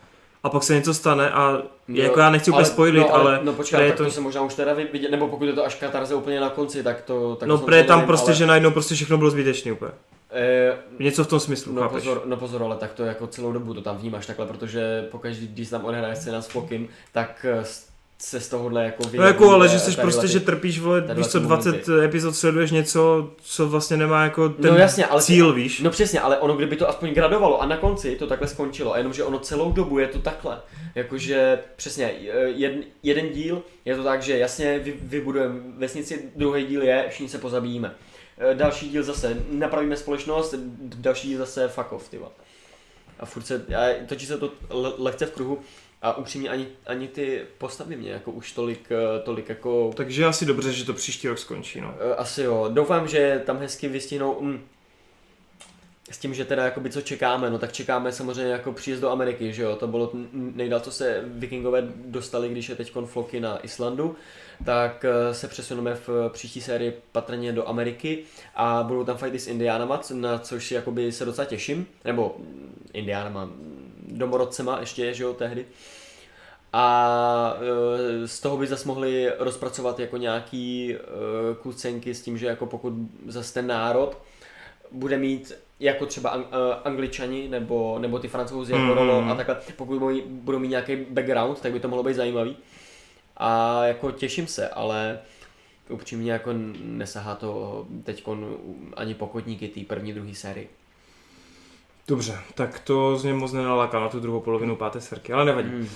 S2: a pak se něco stane a jako já nechci úplně spoilit,
S4: no,
S2: ale,
S4: No
S2: Prey
S4: počkej,
S2: je
S4: tak to... to se možná už teda vidět, nebo pokud je to až katarze úplně na konci, tak to... Tak
S2: no
S4: to
S2: prej
S4: samozřejmě
S2: tam
S4: nevím,
S2: prostě,
S4: ale,
S2: že najednou prostě všechno bylo zbytečné úplně.
S4: Eh,
S2: Něco v tom smyslu,
S4: No
S2: chápeš?
S4: pozor, no pozor, ale tak to jako celou dobu to tam vnímáš takhle, protože pokaždé, když se tam odehraje scéna s Flokim, tak eh, s- se z tohohle jako
S2: No jako, ale že jsi prostě, že trpíš, vole,
S4: vlastně tady
S2: víš co,
S4: ty
S2: 20
S4: momenty.
S2: epizod sleduješ něco, co vlastně nemá jako ten
S4: No jasně, ale-
S2: cíl, víš?
S4: No přesně, ale ono kdyby to aspoň gradovalo a na konci to takhle skončilo, a jenomže ono celou dobu je to takhle. Jakože přesně, jeden, jeden díl je to tak, že jasně vy, vybudujeme vesnici, druhý díl je, všichni se pozabíjíme. Eh, Další díl zase, napravíme společnost, d- další díl zase fuck off, ty vole. A furt se, a točí se to le, lehce v kruhu a upřímně ani, ani ty postavy mě jako už tolik, eh, tolik jako
S2: Takže asi dobře, že to příští rok skončí, no.
S4: Eh, Asi jo. Doufám, že tam hezky vystihnou mm, s tím, že teda jakoby co čekáme, no tak čekáme samozřejmě jako příjezd do Ameriky, že jo, to bylo n- nejdál, co se vikingové dostali, když je teď floky na Islandu, tak eh, se přesuneme v eh, příští sérii patrně do Ameriky a budou tam fighty s Indiánama, co- na což jakoby se docela těším, nebo mm, Indiánama, mm, domorodcema ještě, že jo, tehdy. A eh, z toho by zase mohli rozpracovat jako nějaký eh, kucenky s tím, že jako pokud zase ten národ bude mít jako třeba ang- eh, angličani nebo, nebo ty francouzi jako
S2: Mm.
S4: rolo a takhle, pokud mají- budou mít nějaký background, tak by to mohlo být zajímavý. A jako těším se, ale upřímně jako nesahá to teď ani pokotníky té první, druhé série.
S2: Dobře, tak to z něj moc nenalaká na tu druhou polovinu páté serky, ale nevadí.
S4: Mm.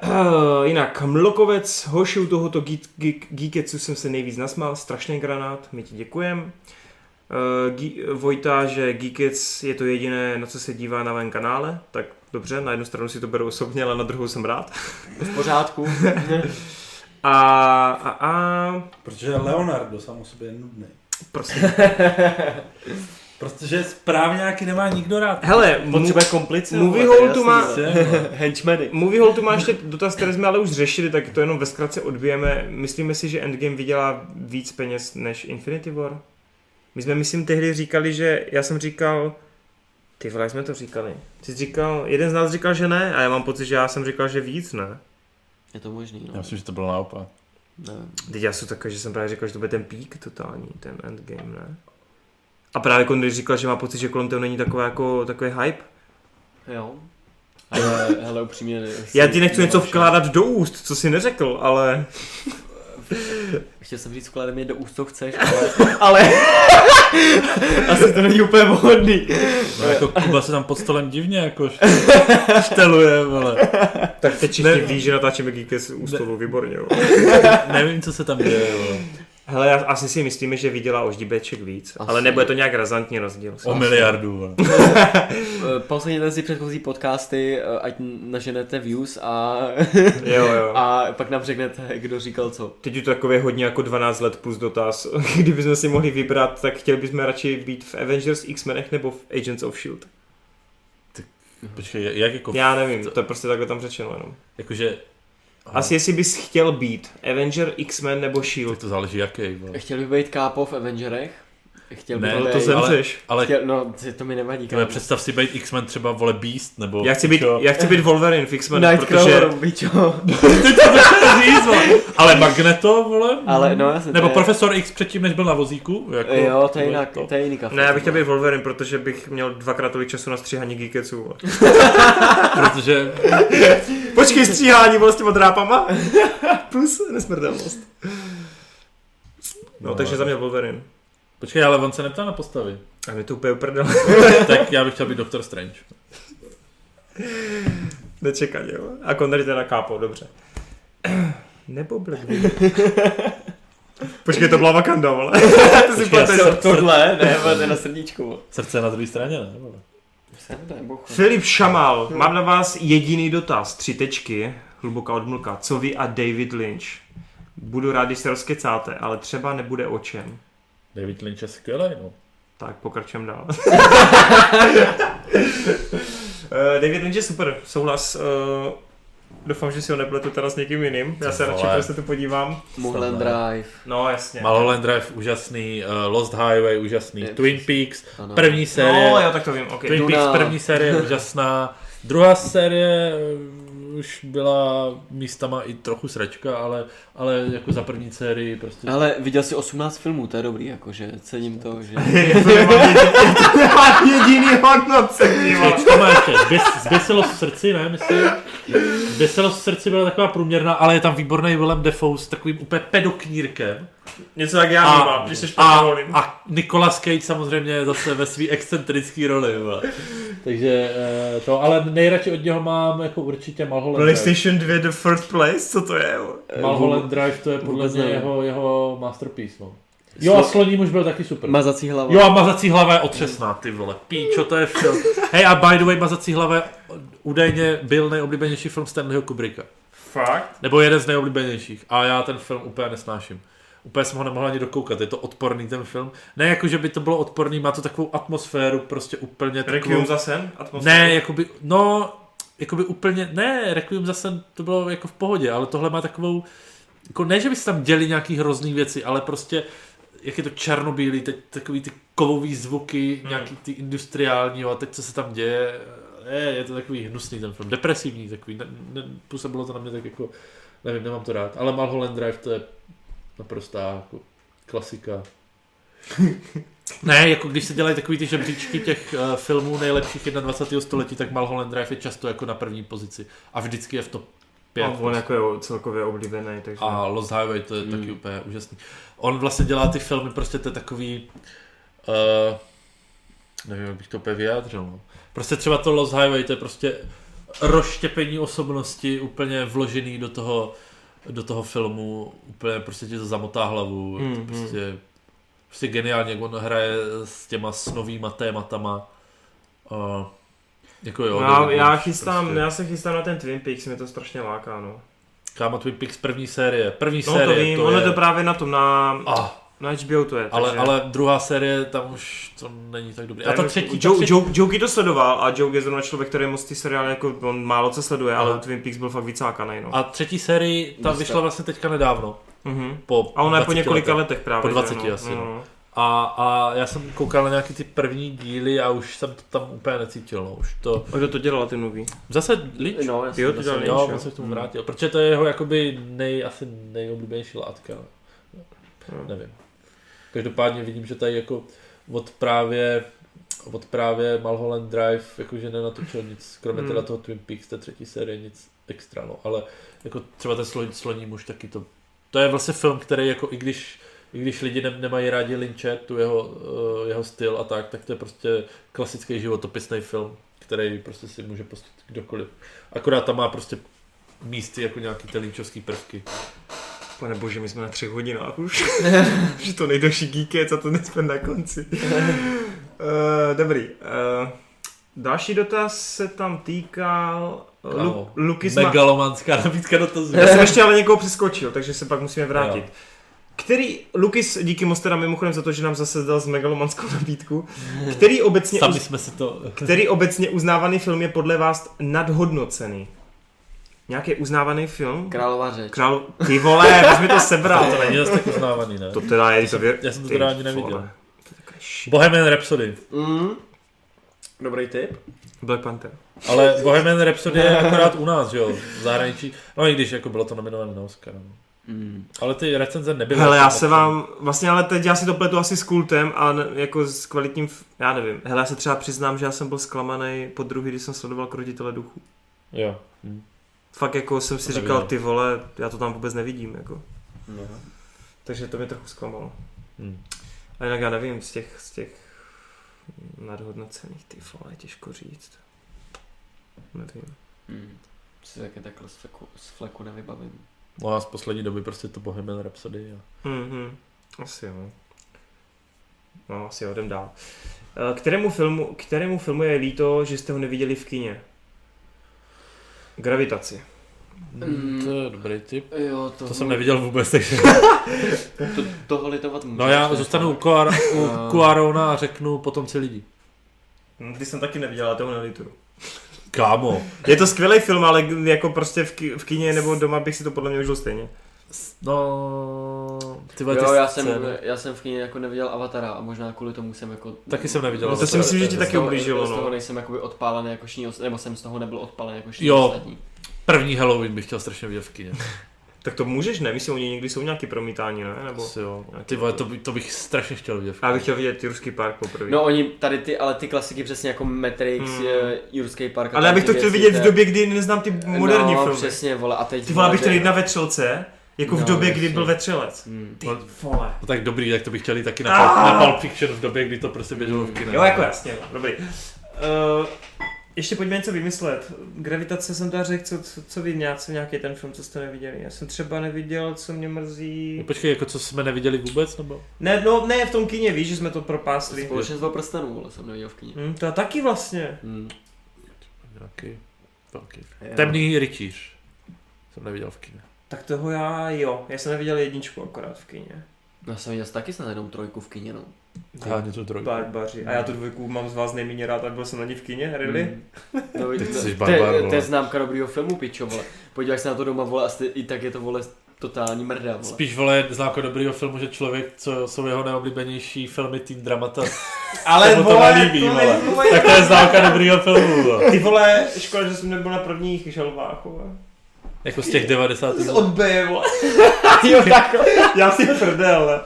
S2: Jinak, Mlokovec, hoši u tohoto geek, geek, Geeketsu jsem se nejvíc nasmál, strašný granát, my ti děkujem. Eh, Gí- Vojta, že Geekets je to jediné, na co se dívá na mém kanále, tak dobře, na jednu stranu si to beru osobně, ale na druhou jsem rád.
S4: V pořádku.
S2: A, a, a
S1: Protože Leonardo sám o sobě je nudný.
S2: prostě.
S1: Protože správňáky nemá nikdo rád.
S2: Hele, mu-
S4: Potřebuje komplice.
S2: Movie
S4: vole, to je
S2: Hall tu
S4: jasný,
S2: má-
S4: vole.
S1: Prostě, no.
S4: Henchmeny.
S2: Movie Hall tu má ještě dotaz, který jsme ale už řešili, tak to jenom ve zkratce odbijeme. Myslíme si, že Endgame vydělá víc peněz než Infinity War? My jsme, myslím, tehdy říkali, že já jsem říkal, ty vole, jak jsme to říkali. Ty jsi říkal, jeden z nás říkal, že ne, a já mám pocit, že já jsem říkal, že víc, ne?
S4: Je to možný,
S5: Já
S4: no.
S5: myslím, že to bylo naopak.
S4: Nevím.
S2: Teď já jsem takový, že jsem právě říkal, že to bude ten pík totální, ten Endgame, ne? A právě Kondy říkal, že má pocit, že kolem toho není taková jako, takový hype.
S4: Jo. Ale, hele, upřímně...
S2: Já ti nechci něco vkládat do úst, co si neřekl, ale...
S4: Chtěl jsem říct, vkládej mi do úst, co chceš, ale... ale... Asi to není úplně vhodný.
S5: No, jako Kuba se tam pod stolem divně jako šteluje, ale
S2: Tak teď všichni
S5: Ne-
S2: ví, že natáčíme Geeky z ústavu, výborně. Jo.
S5: nevím, co se tam děje. Vole.
S2: Hele, já, asi si myslíme, že vydělá o ždíbeček víc, asi.
S4: Asi.
S2: ale nebude to nějak razantní rozdíl.
S5: O miliardu. Vole.
S4: Posledně si Eh, předchozí podcasty, eh, ať naženete views a,
S2: Jo, jo. A
S4: a pak nám řeknete, kdo říkal co.
S2: teď je to takové hodně jako 12 let plus dotaz. Kdybychom si mohli vybrat, tak chtěli bychom radši být v Avengers, X-Menech nebo v Agents of S.H.I.E.L.D.
S5: Počkej, jak jako,
S2: E Já nevím, to je prostě takhle tam řečeno jenom.
S5: jakože...
S2: Asi jestli bys chtěl být Avenger, X-Men nebo
S5: Tak
S2: S.H.I.E.L.D.
S5: to záleží jaký. Vole.
S4: Chtěl bych být kápo v Avengerech Chtěl
S1: Ne,
S4: bych
S1: ale
S4: být-
S1: to jsem
S4: ale,
S1: ale, ale
S4: chtěl, no, ty- to mi nevadí.
S1: ale
S4: kámo.
S1: představ si být X-Men třeba vole Beast, nebo...
S2: Já chci být, já chci být Wolverine Fixman, protože...
S4: Nightcrawler, bičo.
S1: Říct, vole. ale Magneto, vole,
S4: Ale no, jasně. to
S1: nebo
S4: je-
S1: Profesor X předtím, než byl na vozíku, jako...
S4: Jo, to
S1: vole,
S4: je jinak, to je jiný kafe.
S2: Ne, já bych chtěl být Wolverine, protože bych měl dvakrát tolik času na stříhání Geeketsu. vole.
S1: Protože
S2: Počkej, stříhání bylo s těma drápama? Plus nesmrtelnost. No,
S1: No,
S2: takže za mě Wolverine.
S1: Počkej, ale on se neptá na postavy.
S2: A mi to úplně uprdel.
S1: tak já bych chtěl být Doktor Strange.
S2: Nečekaně, jo. A Connery teda kápo, dobře. Nebo Black Widow. Počkej, to byla Wakanda, vole. to si
S1: Počkej, já
S2: pleteš.
S1: jsem-
S4: Tohle, ne, vole, to je na srdíčku.
S1: Srdce na druhé straně, ne? vole?
S4: Sranda, bochu.
S2: Filip Šamal, mám na vás jediný dotaz. Tři tečky, hluboká odmlka. Co vy a David Lynch? Budu rád, když se rozkecáte, ale třeba nebude o čem.
S1: David Lynch je skvělý, no.
S2: Tak pokračujeme dál. Eh, David Lynch je super, souhlas. eh, Doufám, že si ho nepletu teda s někým jiným. Já se
S1: Ty
S2: radši
S1: vole.
S2: prostě tu podívám.
S4: Mulholland
S1: Sranda.
S4: Drive.
S2: No jasně.
S1: Mulholland Drive, úžasný, eh, Lost Highway, úžasný,
S4: Je,
S1: Twin Peaks,
S4: Ano.
S1: první série,
S2: No, jo, tak to vím, ok.
S1: Twin
S4: Duna.
S1: Peaks první série, úžasná, druhá série eh, už byla místama i trochu sračka, ale, ale jako za první sérii prostě.
S4: Ale viděl jsi 18 filmů, to je dobrý, jakože cením to, že...
S2: Já to nemám jediný, já mám jediný hodnocení, vole.
S1: Teď to má ještě, Zběs- zběsilo v srdci, ne, myslím. Zběsilo v srdci byla taková průměrná, ale je tam výborný Willem Defoe s takovým úplně pedoknírkem.
S2: Něco tak já
S1: A,
S2: mám, když jsi
S1: a,
S2: špatný
S1: a Nicolas Cage samozřejmě zase ve svý excentrický roli. vole. Takže eh, to, ale nejradši od něho mám jako určitě Mulholland Drive.
S2: PlayStation 2 The First Place, co to je? vole?
S1: Mulholland Drive to je podle
S4: Eh, vůbec
S1: mě
S4: nevím.
S1: jeho, jeho masterpiece. No. Jo a Sloní muž byl taky super.
S4: Mazací hlava.
S1: Jo a mazací hlava je otřesná, ty vole. Píčo, to je film. Hej a by the way, mazací hlava je údajně byl nejoblíbenější film Stanleyho Kubricka.
S2: Fakt?
S1: Nebo jeden z nejoblíbenějších. A já ten film úplně nesnáším. Úplně jsem ho nemohl ani dokoukat, je to odporný ten film. Ne jako, že by to bylo odporný, má to takovou atmosféru, prostě úplně takovou...
S2: Requiem za sen? Atmosféra?
S1: Ne, jakoby, no, jakoby úplně, ne, Requiem zase to bylo jako v pohodě, ale tohle má takovou, jako ne, že by se tam děli nějaký hrozný věci, ale prostě, jak je to černobílý, teď takový ty kovový zvuky,
S2: Hmm.
S1: nějaký ty industriální, jo, a teď co se tam děje, je, je to takový hnusný ten film, depresivní takový, ne, ne, působilo to na mě tak jako, nevím, nemám to rád, ale Mulholland Drive to je naprostá jako klasika. Ne, jako když se dělají takový ty žebříčky těch uh, filmů nejlepších 21. století, tak Mulholland Drive je často jako na první pozici. A vždycky je v top 5.
S2: A on jako je celkově oblíbený, takže...
S1: A Lost Highway, to je
S2: Hmm.
S1: mm. taky úplně úžasný. On vlastně dělá ty filmy, prostě to je takový... Uh, nevím, jak bych to úplně vyjádřil. No. Prostě třeba to Lost Highway, to je prostě rozštěpení osobnosti úplně vložený do toho, do toho filmu, úplně prostě ti to zamotá hlavu, mm, to
S2: Mm,
S1: prostě, prostě geniálně, jak on hraje s těma snovýma tématama. Uh, jako jo,
S2: No, já,
S1: David
S2: já,
S1: Lynch
S2: chystám,
S1: prostě.
S2: já se chystám na ten Twin Peaks, mě to strašně láká, no.
S1: Kámo, tvůj pix první série, první
S2: No
S1: série,
S2: to vím,
S1: to
S2: ono
S1: je...
S2: je to právě na tom, na,
S1: Ah,
S2: na HBO to je,
S1: Ale,
S2: takže...
S1: ale druhá série, tam už to není tak dobrý. A ta
S2: Ten-
S1: třetí, ta
S2: Joe,
S1: třetí,
S2: Joe, Joe to sledoval a Joe je zrovna člověk, který moc ty seriály, jako on málo co sleduje,
S1: Aha.
S2: ale Twin Peaks byl fakt vycákaný, no.
S1: a třetí série, ta
S4: Dostav.
S1: vyšla vlastně teďka nedávno.
S2: Mhm.
S1: Po
S2: A ona je po
S1: 20
S2: několika
S1: letech.
S2: letech právě.
S1: Po
S2: že
S1: 20
S2: no.
S1: asi,
S2: No,
S1: no.
S2: no.
S1: A, a já jsem koukal na nějaký ty první díly a už jsem to tam úplně necítil. No. Už to...
S2: A kdo to dělal, ty mluví?
S1: Zase Lynch.
S4: No, jasně,
S2: Jo, to
S4: zase
S2: dělali.
S4: jo.
S1: jo,
S2: Lynch,
S1: on
S2: jo.
S1: se k tomu
S2: Mm.
S1: vrátil. Protože to je jeho jakoby nej, asi nejoblíbenější látka. no.
S2: Jo.
S1: Nevím. Každopádně vidím, že tady jako od právě od právě Mulholland Drive jakože nenatočil nic, kromě
S2: Hmm.
S1: teda toho Twin Peaks, té třetí série, nic extra, no. Ale jako třeba ten sloní, sloní muž taky to, to je vlastně film, který jako i když i když lidi ne, nemají rádi Lynche, tu jeho, uh, jeho styl a tak, tak to je prostě klasický životopisný film, který prostě si může pustit kdokoliv. Akorát tam má prostě místy jako nějaký ty lynčovský prvky.
S2: Pane bože, my jsme na třech hodinách už. Že to nejdelší geekec a to nejsme na konci. uh, dobrý. Uh, další dotaz se tam týkal... eh, Lu-
S1: Kámo,
S2: Luky Zma-
S1: Megalomanská nabídka dotazů.
S2: Já jsem ještě ale někoho přeskočil, takže se pak musíme vrátit.
S1: Jo.
S2: Který, Lukis, díky moc teda mimochodem za to, že nám zase dal z megalomanskou nabídku, který obecně,
S1: Sami
S2: uz,
S1: jsme si to...
S2: který obecně uznávaný film je podle vás nadhodnocený? Nějaký uznávaný film?
S4: Králová řeč.
S2: Král, ty vole, už mi to sebral.
S1: To není zase tak uznávaný, ne?
S2: To teda je, to vě...
S1: Já jsem to
S2: ty
S1: teda ani neviděl.
S2: vole. To je takový
S1: Bohemian Rhapsody.
S4: Mm. Dobrý tip.
S2: Black Panther.
S1: Ale Bohemian Rhapsody je akorát u nás, že jo, v zahraničí. No i když jako bylo to nominované na Oscar. No.
S4: Mm,
S1: Ale ty recenze nebyly.
S2: Hele, já
S1: jako
S2: se
S1: moc-
S2: vám, vlastně ale teď já si to pletu asi s kultem a ne- jako s kvalitním, f- já nevím. Hele, já se třeba přiznám, že já jsem byl zklamaný po druhý, když jsem sledoval Krotitele duchů.
S1: Jo.
S2: Fakt jako jsem si
S1: To
S2: říkal,
S1: nevím.
S2: ty vole, já to tam vůbec nevidím, jako.
S4: No.
S2: Takže to mě trochu zklamalo.
S1: Hmm.
S2: A jinak já nevím, z těch, z těch nadhodnocených, ty vole, těžko říct. Nevím.
S4: Mm. Si taky takhle z fleku, z fleku nevybavím.
S1: No a z poslední doby prostě to Bohemian Rhapsody. A...
S2: Mhm, asi jo. No, asi jo, jdem dál. Eh, Kterému filmu, kterému filmu je líto, že jste ho neviděli v kině? Gravitaci.
S4: Mm.
S1: To je dobrý tip.
S4: Jo, to,
S1: To jsem neviděl vůbec, takže...
S4: To, toho litovat můžu.
S1: No já zůstanu u, Kuar, u
S4: No.
S1: Kuarona a řeknu potomci lidí.
S2: No, Ty jsem taky neviděl, ale toho nelituju.
S1: Kámo.
S2: Je to skvělý film, ale jako prostě v, ki- v kině nebo doma bych si to podle mě užil stejně.
S1: No... Ty vole, ty
S4: Jo, já jsem,
S1: scény.
S4: já jsem v kyně jako neviděl Avatara a možná kvůli tomu jsem jako...
S1: Taky jsem neviděl
S2: No to si
S1: Avatar,
S2: myslím, že
S1: to
S2: ti
S1: je
S2: taky
S1: z-
S4: toho-
S2: ublížilo,
S4: Z
S2: no.
S4: toho nejsem jakoby odpálen jako šní, os- nebo jsem z toho nebyl odpálen jako šní
S1: Jo.
S4: ostatní.
S1: První Halloween bych chtěl strašně vidět v kině.
S2: Tak to můžeš, ne? Myslím, oni někdy jsou nějaký promítání, ne? Nebo...
S1: Asi jo. Ty vole, to, by, to bych strašně chtěl vidět v
S2: Já
S1: kině.
S2: bych chtěl vidět Jurský park poprvé.
S4: No oni tady ty, ale ty klasiky přesně jako Matrix,
S2: Hmm.
S4: hmm. Jurský park. a
S2: ale já
S4: tady
S2: bych to
S4: ty
S2: chtěl
S4: věci,
S2: vidět
S4: je-
S2: v době, kdy neznám ty moderní
S4: no,
S2: filmy.
S4: přesně, vole, a teď...
S2: Ty vole, bych
S4: ty-
S2: chtěl jít na vetřelce, jako v
S4: No,
S2: době, kdy
S4: jasně.
S2: byl vetřelec.
S4: Hmm.
S2: Ty vole.
S1: No tak dobrý, tak to bych chtěl jít taky na, Pulp, na Pulp Fiction v době, kdy to prostě běželo v kine.
S2: Jo, jako jasně, no, dobrý. Uh, ještě pojďme něco vymyslet. Gravitace jsem tady řekl, co, co, co vy něco, nějaký ten film, co jste neviděli. Já jsem třeba neviděl, co mě
S1: No
S2: mrzí.
S1: Počkej, jako co jsme neviděli vůbec, nebo?
S2: Ne, no ne, v tom kině víš, že jsme to propásli.
S4: Společenstvo prstenů, vole, jsem neviděl v kyně.
S2: Hm, to já taky vlastně.
S4: Hmm.
S1: Nějaký velký. Temný rytíř. Jsem neviděl v kine.
S2: Tak toho já jo, já jsem neviděl jedničku akorát v kině.
S4: Já jsem viděl taky snad jenom trojku v kyně, no.
S1: Já ani tu trojku.
S2: Barbaři. A já tu dvojku mám z vás nejméně rád, a byl jsem na ní v kině, really?
S4: Hmm. No,
S1: Ty jsi
S4: to, to,
S1: barbar,
S4: je- to,
S1: vole.
S4: je známka dobrýho filmu, pičo, vole. Podíváš se na to doma, vole, a jste, i tak je to, vole, totální mrda, vole.
S1: Spíš vole známko dobrýho filmu, že člověk, co jsou jeho nejoblíbenější filmy Teen Dramata,
S2: Ale
S1: se mu to
S2: vole,
S1: nelíbí,
S2: to
S1: vole.
S2: není moje-
S1: Tak to je známka dobrýho filmu, vole.
S2: Ty vole, škoda, že jsem nebyl na prvních želvách, vole.
S1: Jako z těch 90.
S2: Odbeje, vole.
S4: jo, takhle.
S2: Já si prdel.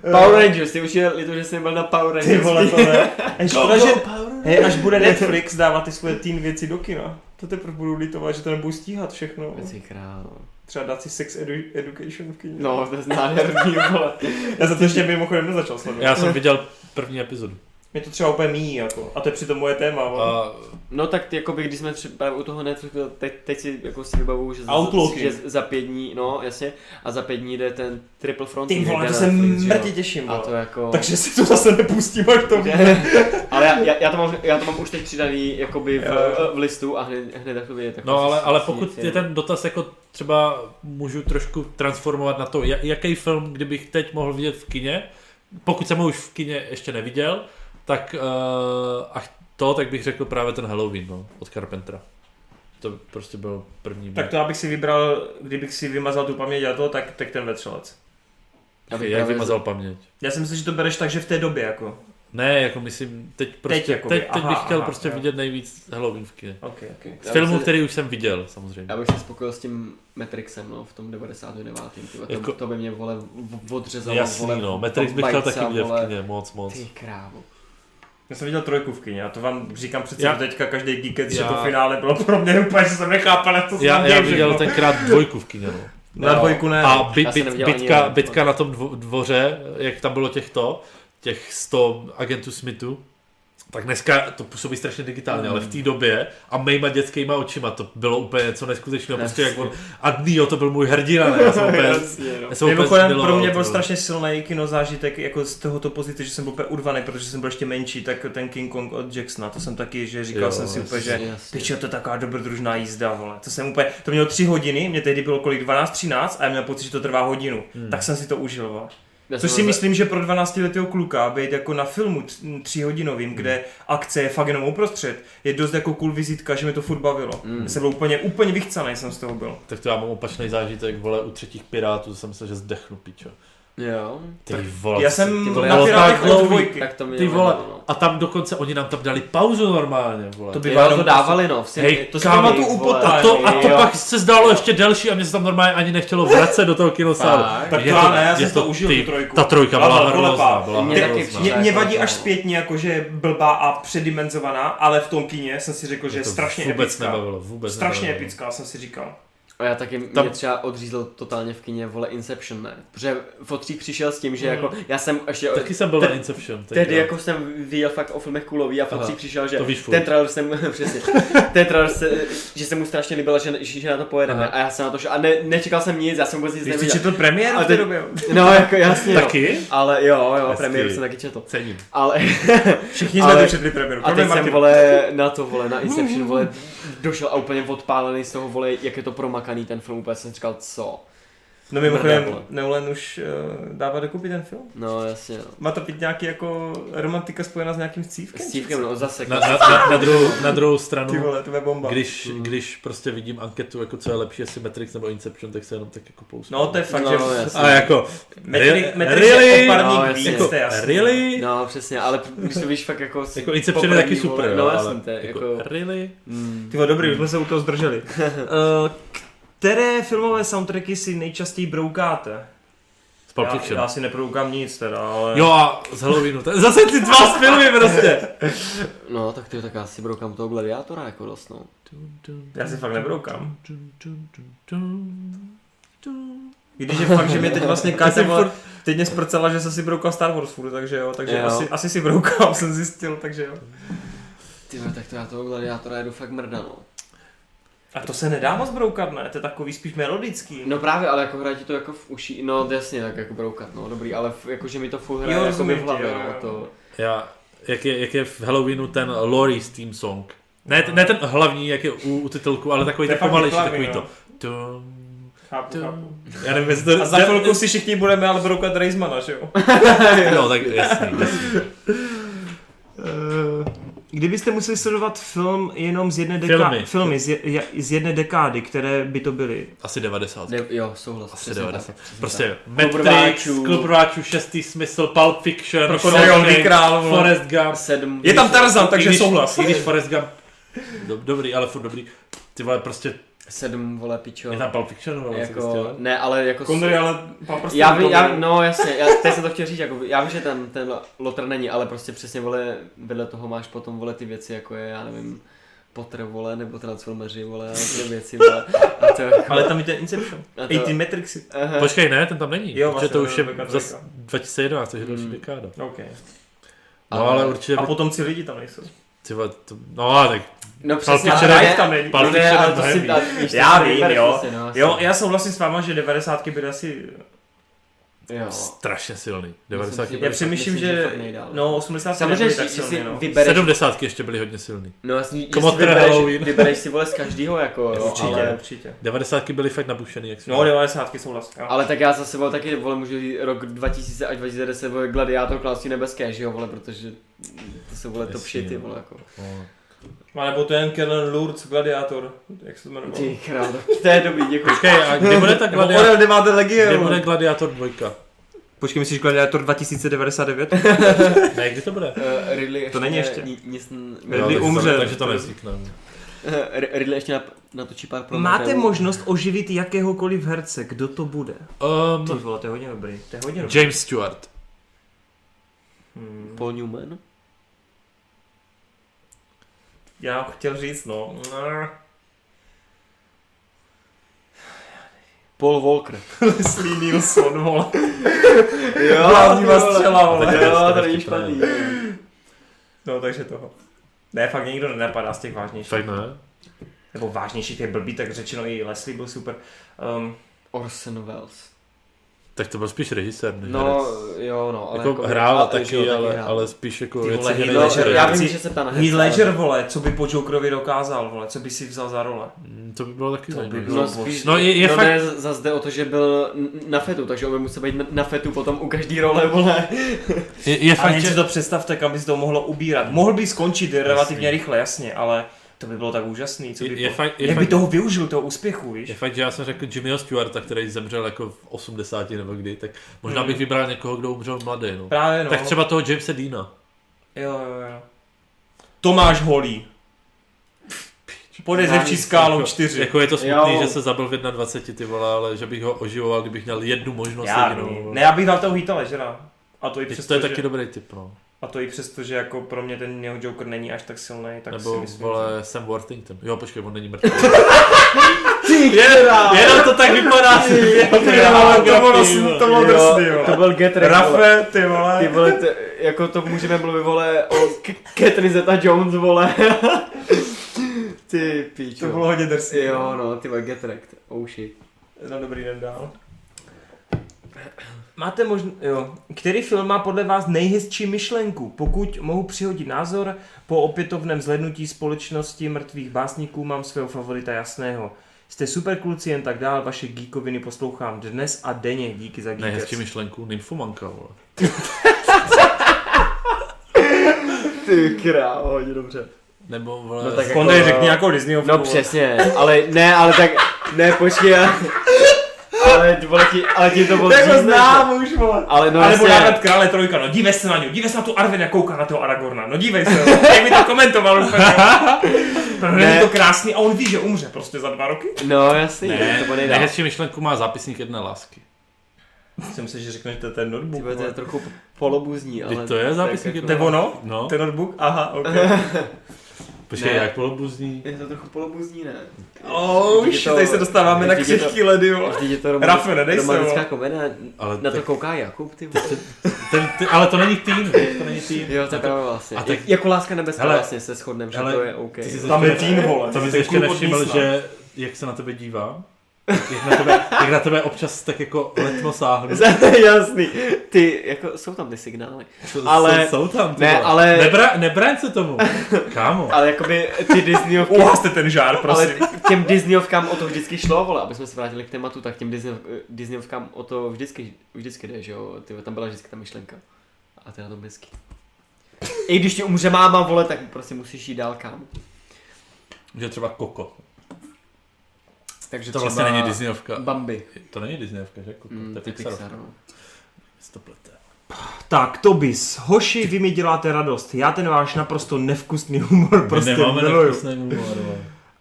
S4: Power Rangers, ty už je líto, že jsi nebyl na Power Rangers.
S2: Ty vole, to ne. Hej, škoda,
S4: No,
S2: že,
S4: Power Rangers.
S2: hej, až bude Netflix dávat ty svoje teen věci do kina, to teprve budu litovat, že to nebudu stíhat všechno.
S4: Ty král.
S2: Třeba dát si sex edu- education v kině.
S4: No, to je nádherný, vole.
S2: Já jsem to ještě mimochodem nezačal sledovat.
S1: Já jsem viděl první epizodu.
S2: Mě to třeba úplně míjí, jako. A to je přitom moje téma, vole.
S1: A
S4: No tak ty, jakoby, když jsme třeba právě u toho Netflixu, teď, teď si jako si vybavuju, že, za-
S2: Outlooky.
S4: že za pět dní, no jasně, a za pět dní jde ten Triple Frontier.
S2: Ty vole, to
S4: jde na
S2: se
S4: Netflix, že jo.
S2: mrtě těším,
S4: A
S2: vole.
S4: to jako...
S2: Takže si to zase nepustím, až to bude.
S4: ale já, já, já, to mám, já to mám už teď přidaný jakoby v,
S2: Jo.
S4: v listu a hned, hned tak to vidět. tak
S1: No
S4: to
S1: ale,
S4: si-
S1: ale
S4: si nic
S1: pokud je
S4: jiného.
S1: ten dotaz jako třeba můžu trošku transformovat na to, ja- jaký film, kdybych teď mohl vidět v kině, pokud jsem ho už v kině ještě neviděl, tak uh, a ch- to, tak bych řekl právě ten Halloween no, od Carpentera. To prostě byl první.
S2: Tak to já bych si vybral, kdybych si vymazal tu paměť a to, tak, tak ten vetřelec.
S4: Já bych
S1: Jak
S4: právě-
S1: vymazal paměť.
S2: Já si myslím, že to bereš tak, že v té době, jako.
S1: Ne, jako myslím, teď prostě, teď,
S2: jakoby,
S1: teď, teď
S2: aha,
S1: bych chtěl
S2: aha,
S1: prostě
S2: jo.
S1: vidět nejvíc Halloween v kině.
S2: Ok, ok.
S4: Já
S1: Z
S4: bych
S1: filmu,
S4: se-
S1: který už jsem viděl, samozřejmě.
S4: Já bych se spokojil s tím Matrixem, no, v tom 99. Tyvo, to,
S1: Jako-
S4: to, by mě, vole, v- v- odřezalo, vole,
S1: Jasný, no. Matrix
S4: Tom
S1: bych chtěl
S4: Bajca,
S1: taky vidět
S4: vole.
S1: v kině, moc, moc.
S4: Ty krávo.
S2: Já jsem viděl trojku v kině a to vám říkám přece
S1: Já-
S2: já, teďka každý geekec, že
S1: Já-
S2: to finále bylo pro mě úplně, že jsem nechápal, jak to se tam
S1: Já,
S2: děje
S1: já viděl
S4: no.
S2: všechno.
S1: tenkrát dvojku v kině, no.
S2: Na
S4: Jo.
S2: dvojku ne.
S1: A by,
S4: já jsem
S1: bit,
S4: neviděl ani
S1: bitka,
S4: jeden. no.
S1: bitka na tom dvo, dvoře, jak tam bylo těchto, těch 100 agentů Smithu, tak dneska to působí strašně digitálně, ale v
S4: Hmm.
S1: té době a mýma dětskýma očima to bylo úplně něco neskutečného, prostě jak on, a Neo to byl můj hrdina, ne? já jsem úplně,
S4: Jasně, no.
S1: já jsem úplně
S2: Mimochodem
S1: zbylo,
S2: pro mě
S1: to
S2: byl strašně silný kino zážitek jako z tohoto pozice, že jsem byl úplně urvaný, protože jsem byl ještě menší, tak ten King Kong od Jacksona, to jsem taky, že říkal
S1: Jo,
S2: jsem si úplně, že
S4: jasně.
S2: Pičo, to je taková dobrodružná jízda, vole. To jsem úplně, to mělo tři hodiny, mě tehdy bylo kolik 12, 13 a já měl pocit, že to trvá hodinu. Hmm. Tak jsem si to užil, vole.
S4: Já jsem
S2: Což si
S4: byl-
S2: myslím, že pro 12 letého kluka být jako na filmu tř- tříhodinovým,
S1: Hmm.
S2: kde akce je fakt jenom uprostřed, je dost jako cool vizitka, že mi to furt bavilo.
S1: Hmm.
S2: Mm. Jsem byl úplně, úplně vychcanej jsem z toho byl.
S1: Tak to já mám opačný zážitek, vole, u třetích pirátů jsem se, že zdechnu, pičo.
S4: Jo.
S1: Ty vole.
S2: Já jsem
S1: to
S2: na
S1: bylo
S2: Pirátech
S1: tak
S2: od
S1: dlouhý.
S2: dvojky.
S4: Tak to mi
S1: Ty
S4: nevadilo,
S1: vole,
S4: no.
S1: a tam dokonce oni nám tam dali pauzu normálně, vole.
S4: To
S1: To
S4: by
S1: by
S4: vám to dávali, no. V
S1: Hej,
S4: to
S1: kámo,
S4: pamatuju
S1: tu
S4: u Bota,
S1: a to, a to
S4: jo.
S1: pak se zdálo ještě delší a mě se tam normálně ani nechtělo vracet do toho kinosálu.
S4: Fakt?
S2: Tak
S1: Je
S2: to já ne, já jsem
S1: je
S2: si to užil,
S1: ty-
S2: tu trojku.
S1: Ta trojka
S2: Byla
S1: byla
S2: velkolepá.
S1: hrozná, byla
S4: Mě taky
S1: hrozná.
S4: přijde.
S2: Mě, mě vadí až
S4: No.
S2: zpětně, jakože blbá a předimenzovaná, ale v tom kíně jsem si řekl, že je
S1: To
S2: strašně
S1: vůbec
S2: epická.
S1: nebavilo, vůbec
S2: Strašně
S1: nebavilo.
S2: epická, jsem si říkal.
S4: A já taky
S1: Tam-
S4: mě třeba odřízl totálně v kině, vole, Inception, ne? Protože Fotřík přišel s tím, že jako, já jsem ještě...
S1: Mhm. Taky jsem byl na
S4: Te-
S1: Inception. tak
S4: Tehdy
S1: jo.
S4: jako jsem viděl fakt o filmech kulový a
S1: Aha,
S4: Fotřík přišel, že
S1: to víš furt.
S4: ten trailer jsem, přesně, ten trailer se, že se mu strašně líbilo, že, že na to pojedeme
S1: Aha.
S4: a já jsem na to šel a ne, nečekal jsem nic, já jsem vůbec nic
S2: Ty jsi
S4: neviděl.
S2: četl premiéru v
S4: A
S2: té
S4: teď-
S2: době?
S4: No, jako jasně, no.
S1: Taky?
S4: Ale jo, jo,
S1: Hezky.
S4: premiéru jsem taky četl.
S1: Cením.
S4: Ale,
S2: Všichni
S4: Ale-
S2: jsme to četli premiéru.
S4: a
S2: Kromě
S4: teď jsem,
S2: Martina.
S4: vole, na to, vole, na Inception, vole, došel a úplně odpálený z toho, vole, jak je to promakaný ten film, úplně jsem říkal, co?
S2: No mimochodem,
S4: Mrdá,
S2: Nolan už eh, dává dokupy ten film.
S4: No, jasně, no.
S2: Má to být nějaký jako romantika spojená s nějakým cívkem?
S4: S Cívkem, no, zase.
S1: Na, na, na, na, druhou, na druhou stranu,
S2: Ty vole, to je bomba.
S1: když, když prostě vidím anketu, jako co je lepší, jestli Matrix nebo Inception, tak se jenom tak jako pousnu.
S2: No to je fakt,
S4: No,
S2: že...
S4: jasně.
S1: A jako,
S2: Matrix,
S1: Re-
S2: Matrix
S1: really?
S2: je
S4: No,
S2: oparník
S4: jasně.
S2: víc, to je jasný.
S1: really?
S4: No, přesně, ale když to víš fakt jako... s-
S1: Jako Inception je taky
S4: poprvé,
S1: super,
S4: No,
S1: jo,
S4: jasně,
S1: ale
S4: to je jako...
S1: really?
S4: Mm.
S2: Ty vole, dobrý, už jsme se u toho zdrželi.
S1: Uh,
S2: Eh, Které filmové soundtracky si nejčastěji broukáte?
S1: Z Pulp
S2: Já, já
S1: Fiction.
S2: si nebroukám nic teda, ale...
S1: Jo a z Halloweenu, to je zase ty dva z filmy prostě.
S4: No, tak ty tak já si broukám toho gladiátora jako dost, no.
S2: Já si fakt nebroukám. I Když je fakt, že mě teď vlastně Káťa vole, teď mě sprcela, že jsem si broukal Star Wars furt, takže jo, takže
S4: Jo.
S2: Asi, asi si broukal, jsem zjistil, takže jo.
S4: Ty vole, tak to já toho gladiátora jedu fakt mrda, no.
S2: A to se nedá moc broukat, ne? To je takový spíš melodický.
S4: No právě, ale jako hraje ti to jako v uší, no jasně, tak jako broukat, no dobrý, ale f, jako že mi to furt hraje
S2: Jo,
S4: jako by
S2: rozumím
S4: v
S2: ti,
S4: hlavě,
S2: jo,
S4: no,
S2: jo.
S4: to...
S1: Já, jak je, jak je v Halloweenu ten Laurie's theme song. Ne, ne ten hlavní, jak je u, u titulku, ale takový
S2: To je
S1: ten
S2: fakt
S1: pomalejší,
S2: hlavní,
S1: takový
S2: no.
S1: to. Tum,
S2: Chápu, chápu.
S1: tum. Já nevím, jestli to...
S2: A za chvilku si všichni budeme ale broukat Raismana, že jo?
S1: No, tak jasný, jasný.
S2: Eh, Kdybyste museli sledovat film jenom z jedné
S1: deká- Filmy.
S2: filmy z, je, z jedné dekády, které by to byly?
S1: Asi 90.
S4: Ne, jo, souhlas,
S1: Asi
S4: přesně
S1: 90.
S4: tak, přesně
S1: Prostě Matrix,
S4: Prváčů.
S1: Klub rváčů, šestý smysl, Pulp Fiction,
S2: Trokonolný
S1: Shawshank,
S2: král, vole.
S1: Forrest Gump.
S4: tak. Sedm...
S2: Je tam Tarzan,
S1: I
S2: takže
S1: když-
S2: souhlas.
S1: I když Forrest Gump, do, dobrý, ale furt dobrý. Ty vole, prostě
S4: Sedm, vole, pičo.
S1: je tam Pulp Fiction, vole, vlastně prostě,
S4: Jako, ne, ale jako...
S2: Kondry, ale paprstný
S4: Já vím, já,
S2: Kondry.
S4: no jasně, já, teď jsem to chtěl říct, jako, já vím, že ten, ten Lotr není, ale prostě přesně, vole, vedle toho máš potom, vole, ty věci, jako je, já nevím, Potter, vole, nebo Transformeři, vole, a ty věci, vole, a to jako,
S2: Ale tam je ten Inception.
S4: a to,
S2: Ej, ty Matrixy.
S4: aha.
S1: Počkej, ne, ten tam není.
S2: Jo,
S1: Jo, protože
S2: vlastně,
S1: to už
S2: to
S1: je no.
S2: je velká
S1: zas
S2: trojka.
S1: 2011, takže další
S4: Hmm.
S1: dekáda.
S2: OK.
S1: No ale určitě,
S2: A
S1: by-
S2: potom si lidi tam nejsou.
S1: ty vole, to, no ale tak,
S4: No přesně,
S1: Fiction
S4: ale
S1: je-
S4: ne-
S2: tam není.
S1: Pulp
S4: No ne,
S1: Fiction
S4: ale
S1: je
S4: to si
S1: mnohem
S4: ta,
S1: víc.
S4: víš, to
S2: Já
S4: si
S2: vím,
S4: vybereš
S2: jo.
S4: prostě, no,
S2: Jo,
S4: jasně.
S2: já souhlasím s váma, že 90 byly asi...
S4: jo.
S1: strašně silný.
S4: si-
S1: 90.
S4: Já
S2: Já přemýšlím,
S4: myslím, že
S2: že...
S4: fakt nejdál.
S2: No, 80
S4: Samozřejmě,
S2: nebyly
S4: že
S2: tak
S4: si,
S2: silný,
S4: si
S2: no.
S4: vybereš,
S1: 70 ještě byly hodně silný.
S4: no jasně, že si
S1: Komotr
S4: vybereš,
S1: Halloween.
S4: vybereš si vole z každýho, jako, jo,
S2: Určitě,
S4: ale...
S2: určitě.
S1: 90 byly fakt nabušený, jak jsme.
S2: No, 90 souhlas. jo.
S4: Ale tak já za sebou taky, vole, můžu říct rok 2000 až 2010, vole, Gladiátor Království nebeské, že jo, vole, protože to jsou, vole, top
S1: Jasně,
S4: shity,
S1: no.
S4: vole, jako.
S1: No.
S2: A nebo ten Kellen Lourdes, Gladiátor. Jak se to jmenovalo?
S4: Ty král, to je dobrý, děkuji.
S1: Počkej, a kdy bude ta
S2: Nebo
S1: Gladiátor,
S2: Orel 9.
S1: kdy
S2: legion.
S1: bude Gladiátor 2?
S2: Počkej, myslíš Gladiátor 2099?
S1: Ne, kdy to bude?
S4: Uh, Ridley ještě,
S2: To není ještě.
S4: Ni, nic, n-
S2: Ridley
S1: takže to-
S2: umře.
S1: Takže to nevznikne.
S4: Eh, R- Ridley ještě nap, natočí pár promo.
S2: Máte
S4: filmů.
S2: možnost oživit jakéhokoliv herce, kdo to bude? Ty
S1: Um,
S2: vole, to je hodně dobrý. To je hodně dobrý.
S1: James Stewart.
S2: Hmm.
S4: Paul Newman?
S2: Já chtěl říct, no.
S4: Paul Walker.
S2: Leslie Nielsen, vole.
S4: Jo,
S2: Hlavní
S4: ty
S2: vás
S4: vole.
S2: střela, vole.
S4: Jo, to
S1: Taky
S4: není
S1: to je.
S4: špatný.
S2: No, takže toho. Ne, fakt mě nikdo nenapadá z těch vážnějších.
S1: Fakt ne?
S2: Nebo vážnější, ty blbý, tak řečeno i Leslie byl super. Um,
S4: Orson Welles.
S1: Tak to byl spíš režisér, než
S4: No,
S1: herec.
S4: jo, no, ale...
S1: jako,
S4: jakoby-
S1: hrál
S4: ale- že jo,
S1: taky,
S4: taky
S1: ale,
S4: hrál.
S1: ale spíš jako
S2: Ty
S1: je
S2: vole,
S1: ceněný
S2: Heath
S4: No,
S1: než
S2: Ledger,
S1: herec.
S4: já
S2: já
S4: vím,
S2: si-
S4: že se ptá na
S2: Heath
S4: herce,
S2: Ledger,
S4: ale-
S2: vole, co by po Jokerovi dokázal, vole, co by si vzal za role?
S1: Mm, To by bylo taky
S2: To by
S1: zajímavé.
S4: No, spíš,
S1: No, je- je
S4: no
S1: fakt-
S4: ne, zase jde o to, že byl n- na fetu, takže on by musel být na- na fetu potom u každý role, vole.
S1: Je, je
S2: A
S1: fakt,
S2: jen
S1: že
S2: si to představte, kam by se to mohlo ubírat. Mohl by skončit relativně rychle, jasně, ale To by bylo tak úžasný, co by
S1: Je- je
S2: po-
S1: fakt- je
S2: Jak by
S1: fakt-
S2: toho využil, toho úspěchu, víš?
S1: Je fakt, že já jsem řekl Jimmyho Stewarta, který zemřel jako v 80 nebo kdy, tak možná
S2: Hmm.
S1: bych vybral někoho, kdo umřel mladý. No.
S2: Právě no.
S1: Tak třeba toho Jamesa Deana.
S2: Jo, jo, jo. Tomáš Holý. Podezřevčí skálou 4.
S1: Jako je to smutný,
S4: Jo.
S1: že se zabil v 21, ty vole, ale že bych ho oživoval, kdybych měl jednu možnost
S2: Já,
S1: jedinou.
S2: no. ne, já bych dal toho Heatha Ledgera. A to i
S1: Teď
S2: přesto,
S1: to je
S2: že,
S1: taky dobrý tip, no.
S2: a to i přesto, že jako pro mě ten jeho Joker není až tak silný, tak si
S1: Nebo
S2: myslím, že...
S1: vole Sam Worthington. Jo, počkej, on není mrtvý.
S2: Jedna!
S1: Jenom to tak vypadá.
S2: To bylo drsný, to bylo drsný, jo.
S4: to byl get Rack, vole.
S2: Rafe, ty vole.
S4: Ty vole, t- jako to můžeme mluvit, vole, o K- Catherine Zeta-Jones, vole. ty
S2: To
S4: píčo.
S2: bylo hodně drsný.
S4: Jo, no, ty vole, get wrecked. Oh shit.
S2: No dobrý den dál. Máte možná, jo. Který film má podle vás nejhezčí myšlenku? Pokud mohu přihodit názor, po opětovném zhlednutí společnosti mrtvých básníků mám svého favorita jasného. Jste super kluci, jen tak dál, vaše geekoviny poslouchám dnes a denně, díky za
S1: Nejhezčí
S2: geekers.
S1: myšlenku, nymfomanka, vole.
S4: Ty krávo, hodně dobře.
S1: Nebo vole,
S4: No tak jako-
S2: Kondej, řekni nějakou Disneyovku.
S4: No přesně, ale ne, ale tak, ne, počkej, já- ale, vole, ti, ale ti to bylo
S2: Tak ho
S4: dřív,
S2: znám už, vole.
S4: Ale no
S2: No, a nebo
S4: jasně,
S2: návrat krále trojka, no dívej se na něj, dívej se na tu Arvena, kouká na toho Aragorna, no dívej se, no. jak mi to komentoval úplně. Protože
S4: Ne.
S2: je to krásný a on ví, že umře prostě za dva roky.
S4: no jasně, to
S1: ne,
S4: bude dál.
S1: nejhezčí myšlenku má zápisník jedné lásky.
S2: Jsem se, že řekneš, že to je ten
S4: Ty
S2: notebook.
S4: vole, to je
S2: vole.
S4: trochu polobuzní, ale...
S1: Vždyť to je zápisník
S4: tak jako-
S2: To
S1: jedné
S2: je
S1: lásky.
S2: ono?
S1: No,
S2: Ten notebook? Aha, ok.
S1: počkej,
S4: Ne.
S1: jak polobuzní.
S4: Je to trochu polobuzní, ne?
S2: Oh,
S4: Vždyť
S2: shit,
S4: je to-
S2: tady se dostáváme na
S4: vždyť je to-
S2: křivky ledy, jo.
S4: Vždyť je to roman-
S2: Rafe, nedej se,
S4: romantická
S2: vole.
S4: komedie,
S1: Ale,
S4: na to
S1: tak-
S4: kouká Jakub, ty vole.
S1: ten, ty, ale to není tým, to není tým.
S4: Jo, to je právě vlastně.
S1: a
S4: A
S1: tak-
S4: tak, jako láska nebeská
S1: Hele,
S4: vlastně se shodneme, že
S1: hele,
S4: to je OK.
S1: Ty jsi
S2: Tam
S1: ještě
S2: je teen, vole.
S1: To
S2: Jsi
S1: bys ještě
S2: kluk od
S1: nevšiml,
S2: Mísna.
S1: že jak se na tebe dívá, jak na tebe, jak na tebe občas tak jako letmo sáhnu.
S4: Jasný. Ty, jako, jsou tam ty signály.
S1: Co-
S4: ale-
S1: jsou, jsou tam, ty
S4: ne,
S1: vole.
S4: ale-
S1: Nebra, nebraň se tomu, kámo.
S4: Ale jakoby ty Disneyovky...
S2: Uhazte ten žár,
S4: Ale
S2: prosím.
S4: k těm Disneyovkám o to vždycky šlo, vole, aby jsme se vrátili k tématu, tak těm Disney, Disneyovkám o to vždycky, vždycky jde, že jo, ty, vole, tam byla vždycky ta myšlenka. A to je na tom hezký. I když ti umře máma, vole, tak prostě musíš jít dál kam.
S1: Že třeba Koko.
S4: Takže
S1: To
S4: třeba
S1: vlastně není Disneyovka.
S4: Bambi.
S1: To není Disneyovka, že? Koko,
S4: Mm,
S1: to je Pixar.
S4: no.
S1: Stopleté.
S2: Tak, Tobis, hoši, vy mi děláte radost. Já ten váš naprosto nevkusný humor
S1: Prostě
S2: prostě
S1: nemáme
S2: miluju.
S1: nevkusný humor. vole.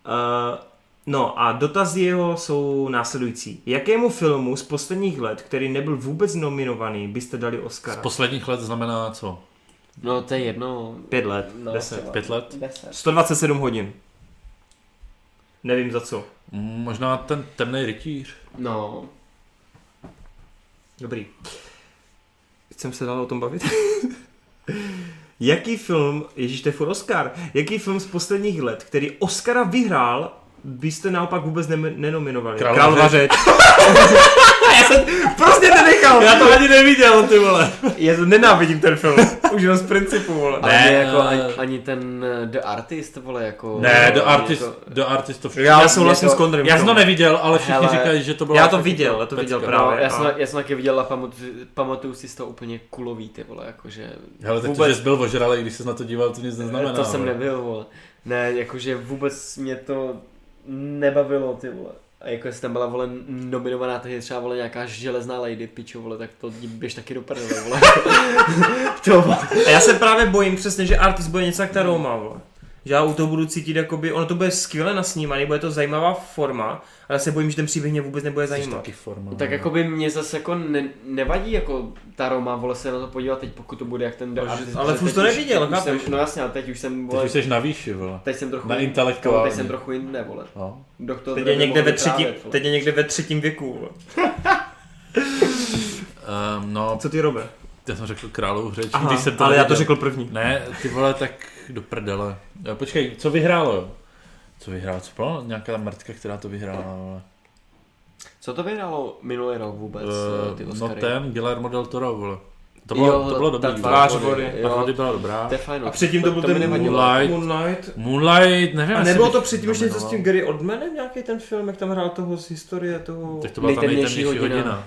S2: Eh, no a dotazy jeho jsou následující. Jakému filmu z posledních let, který nebyl vůbec nominovaný, byste dali
S1: Z
S2: Oscara?
S1: posledních let znamená co?
S4: no, to je jedno.
S2: Pět let.
S4: No,
S2: Deset.
S4: třeba.
S1: Pět let?
S4: Deset.
S2: 127 hodin. Nevím za co.
S1: Mm, Možná ten temný rytíř.
S4: No,
S2: Dobrý. Chcem se dál o tom bavit? Jaký film, ježíš, to je furt Oscar, jaký film z posledních let, který Oscara vyhrál, byste naopak vůbec ne- nenominovali?
S1: Králova
S2: řeč. Já jsem prostě nenechal. Já to ani neviděl, ty vole. Já to nenávidím ten film. Už jenom z principu, vole.
S4: Ale
S1: Ne,
S4: ne, jako ani,
S1: eh,
S4: ani ten eh, The Artist, vole, jako...
S1: Ne, The
S4: jako-
S1: Artist, The Artist to
S2: Já,
S1: všechno.
S2: souhlasím
S4: to-
S2: s Kondrym.
S1: Já jsem to neviděl, ale všichni
S4: Hele,
S1: říkají, že to bylo...
S2: Já to
S1: jako-
S2: viděl, já to viděl
S1: pecka.
S4: No,
S2: právě.
S4: já, jsem,
S2: a-
S4: já jsem taky viděl a pamatuju, pamatuju si z toho úplně kulový, ty vole, jakože...
S1: Hele, tak to,
S4: Vůbec.
S1: že jsi byl ožralý, když jsi na to díval, to nic neznamená.
S4: to jsem
S1: vole.
S4: nebyl, vole. Ne, jakože vůbec mě to nebavilo, ty vole. A jako jestli tam byla, vole, nominovaná tehdy třeba, vole, nějaká železná lady, pičo, vole, tak to běž taky do prdele, vole. to, vole.
S2: A já se právě bojím přesně, že artist bude něco jak ta Roma, vole. Že já u toho budu cítit, jakoby, ono to bude skvěle nasnímaný, bude to zajímavá forma, ale já se bojím, že ten příběh mě vůbec nebude
S1: Jsi
S2: zajímat.
S1: taky forma.
S4: Tak jako by mě zase jako ne, nevadí jako ta Roma, vole se na to podívat teď, pokud to bude jak ten The
S2: Ale
S4: Artist.
S2: furt
S4: protože
S2: to
S4: teď už-
S2: neviděl,
S4: teď už jsem,
S2: chápeš?
S4: No jasně, ale teď už jsem,
S1: Teď
S4: vole,
S1: už jsi na výši, vole.
S4: teď jsem trochu,
S1: Na
S4: kamo,
S1: intelektuální.
S4: teď jsem trochu jinde, vole.
S1: No.
S4: Doktor
S2: Teď je,
S4: Dre by
S2: někde ve
S4: mohl
S2: třetím,
S4: vyprávět, vole.
S2: teď je někde ve třetím věku, vole.
S1: Um, no,
S2: Co ty, Robe?
S1: já jsem řekl královou řeč,
S2: Aha,
S1: když jsem to
S2: ale já to
S1: neviděl.
S2: řekl první.
S1: Ne, ty vole, tak do prdele. Eh, Počkej, co vyhrálo, jo? Co vyhrálo, co bylo? Nějaká ta mrtka, která to vyhrála, vole.
S4: Co to vyhrálo minulý rok vůbec,
S1: Eh,
S4: eh, ty
S1: no
S4: Oscary?
S1: ten, Guillermo del Toro, vole. To bylo, to bylo
S4: ta
S1: dobrý.
S4: tvář
S1: vole.
S4: vody.
S1: Ta
S4: Jo,
S1: vody byla dobrá.
S4: No, to je fajn.
S2: A předtím to byl
S4: mi
S2: ten
S4: nevadilo.
S1: Moonlight.
S2: Moonlight.
S1: Moonlight, nevím,
S2: A
S1: jestli
S2: nebylo
S1: bych
S2: to předtím ještě něco s
S1: nominoval.
S2: tím Gary Oldmanem, nějaký ten film, jak tam hrál toho z historie, toho...
S1: Tak to byla ta
S4: Nejtemnější
S1: nejtemnější hodina.
S4: hodina.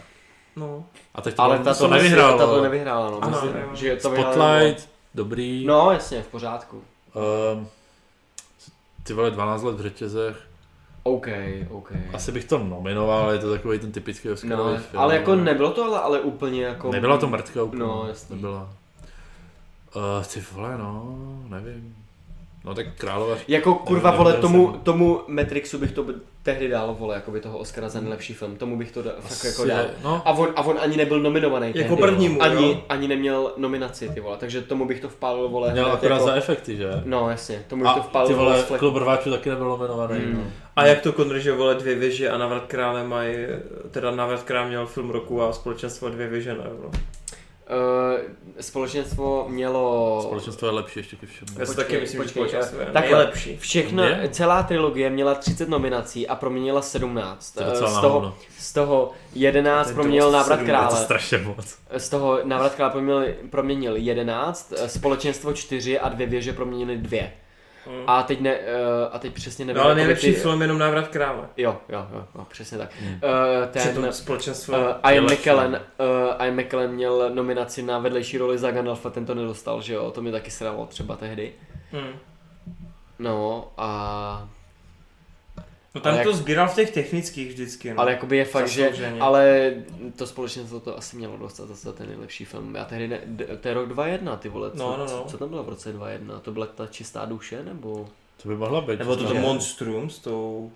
S2: No.
S1: A tak to,
S4: Ale
S1: bylo-
S4: ta
S1: to
S4: to nevyhrála. Ta to
S1: nevyhrálo.
S4: nevyhrála, no.
S2: Ano,
S4: myslím,
S2: jo.
S4: že to vyhrálo-
S1: Spotlight, dobrý.
S4: No, jasně, v pořádku.
S1: Ehm, ty vole 12 let v řetězech.
S4: OK, OK.
S1: Asi bych to nominoval, ale je to takový ten typický Oscarový
S4: No,
S1: film.
S4: ale jako nebylo to ale, ale úplně jako...
S1: Nebyla to mrtka úplně.
S4: No, jasný.
S1: Nebyla. Uh, ty vole, no, nevím. No tak králové.
S4: Jako kurva
S1: Ne,
S4: vole,
S1: nebyl
S4: tomu,
S1: jsem.
S4: tomu Matrixu bych to b- tehdy dal vole, jako by toho Oscara za nejlepší film, tomu bych to da, fakt jako dal.
S1: no,
S4: A on, a on ani nebyl nominovaný.
S2: Jako
S4: tehdy,
S2: prvnímu,
S4: vole. ani,
S2: jo?
S4: ani neměl nominaci, ty vole, takže tomu bych to vpálil, vole.
S1: měl
S4: hned jako-
S1: akorát
S2: jako
S1: za efekty, že?
S4: No jasně, tomu bych to
S1: A
S4: vpálil,
S1: ty
S4: vole,
S1: vole,
S4: z
S2: vlastně.
S4: fleku.
S1: klub rváčů taky nebyl nominovaný.
S2: Hmm.
S4: Mm.
S1: no.
S2: A jak to Konr, že vole dvě věže a Navrat krále mají, teda Navrat krále měl film roku a společenstvo dvě věže na euro.
S4: Eh, společenstvo mělo...
S1: Společenstvo je lepší ještě ke všemu.
S2: Já si
S4: Počkej,
S2: taky myslím, že
S4: počkej,
S2: společenstvo je
S4: takhle.
S2: nejlepší.
S4: Všechno,
S1: Ne.
S4: celá trilogie měla 30 nominací a proměnila 17.
S1: To je
S4: Eh,
S1: docela
S4: z,
S1: málo,
S4: toho,
S1: no.
S4: z toho 11
S2: To je
S4: proměnil
S2: dost
S4: návrat
S2: sedm,
S1: Je to
S4: krále. Eh,
S1: strašně moc.
S4: Z toho návrat krále proměnil, proměnil 11, eh, společenstvo 4 a dvě věže proměnili 2.
S2: Mm.
S4: A teď ne, eh, a teď přesně nevím.
S2: No ale
S4: jakoby
S2: nejlepší film jenom Návrat krále. eh,
S4: Jo, jo, jo, jo, přesně tak. Hmm. ten,
S2: Přitom společenstvo...
S4: Uh, Ian,
S1: Nejlepší.
S4: McKellen, uh, Ian McKellen měl nominaci na vedlejší roli za Gandalfa, ten to nedostal, že jo, to mě taky sralo třeba tehdy.
S2: Mm.
S4: No a...
S2: No tam
S4: Ale
S2: to
S4: jak-
S2: sbíral v těch technických vždycky. No.
S4: Ale jakoby je fakt, že...
S2: Zaslouženě.
S4: Ale to společenstvo to asi mělo dostat za ten nejlepší film. Já tehdy ne... d- To je rok 2.1, ty vole, co,
S2: No, no, no.
S4: co tam bylo v roce 2.1? To byla ta čistá duše, nebo...
S1: To by mohla být.
S2: Nebo to to
S4: že-
S2: Monstrum s tou...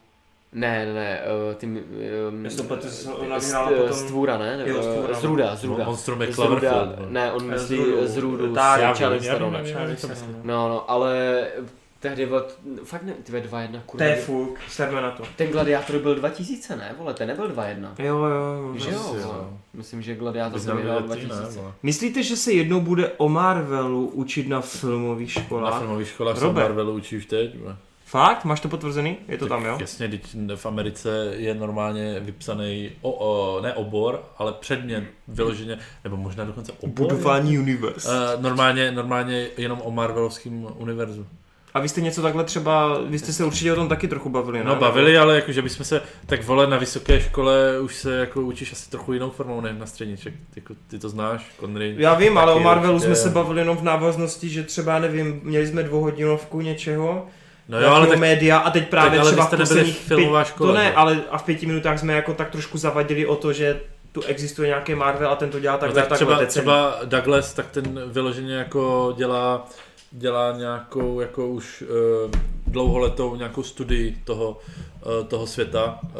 S4: Ne, ne, ne, eh, ty... Um,
S2: Já si to pletu, že se ona vyhrála potom-
S4: eh, Stvůra, ne?
S2: Jo, Stvůra,
S4: Eh,
S2: no.
S4: Zrůda, Zrůda.
S1: Monstrum je
S4: Zrůda,
S1: Cloverfield. no.
S4: ne, on myslí
S2: Zrůdu.
S4: Zrůdu s
S2: Tak,
S1: já
S4: Charlesem
S1: vím, já vím, já
S4: Theronem.
S1: vím.
S2: Já nevím, co
S1: to
S2: myslím, no.
S4: No, no, ale tehdy byl, fakt ne, ty ve 2-1,
S2: To
S4: kurva.
S2: je fuk, serme na to.
S4: Ten gladiátor byl 2000, ne, vole, ten nebyl 2-1.
S2: Jo, jo,
S4: Že jo,
S1: asi,
S4: vole.
S1: jo.
S4: Myslím, že gladiátor
S1: Bys
S4: se
S1: měl
S4: vyhrál
S1: vědět, ty, ne,
S4: 2000.
S1: vole.
S2: Myslíte, že se jednou bude o Marvelu učit na filmových
S1: Na
S2: školách?
S1: filmových školách se
S2: Robert.
S1: Marvelu učí už teď. vole.
S2: Fakt? Máš to potvrzený? Je to
S1: Tak
S2: tam, jo?
S1: Jasně, teď v Americe je normálně vypsaný, o, o, ne obor, ale předmět vyloženě, nebo možná dokonce obor.
S2: Budování univerz.
S1: Eh, normálně, normálně jenom o Marvelovském univerzu.
S2: A vy jste něco takhle třeba, vy jste se určitě o tom taky trochu bavili, ne?
S1: No bavili, ale jakože bychom se, tak vole, na vysoké škole už se jako učíš asi trochu jinou formou, než na středniček. Jako, ty to znáš, Konry.
S2: Já vím, ale o
S1: Taky
S2: Marvelu jsme
S1: určitě.
S2: se bavili jenom v návaznosti, že třeba, nevím, měli jsme dvouhodinovku něčeho, jako
S1: No jo, ale tak
S2: média a teď právě
S1: tak ale
S2: třeba
S1: vy jste
S2: v
S1: nebyli
S2: posledních
S1: filmová
S2: pět,
S1: škola,
S2: to ne,
S1: že?
S2: ale a v pěti minutách jsme jako tak trošku zavadili o to, že tu existuje nějaký Marvel a ten to dělá
S1: No
S2: takhle,
S1: tak
S2: takhle,
S1: třeba,
S2: teď se-
S1: třeba Douglas, tak ten vyloženě jako dělá, dělá nějakou jako už uh, dlouholetou nějakou studii toho, uh, toho světa, uh,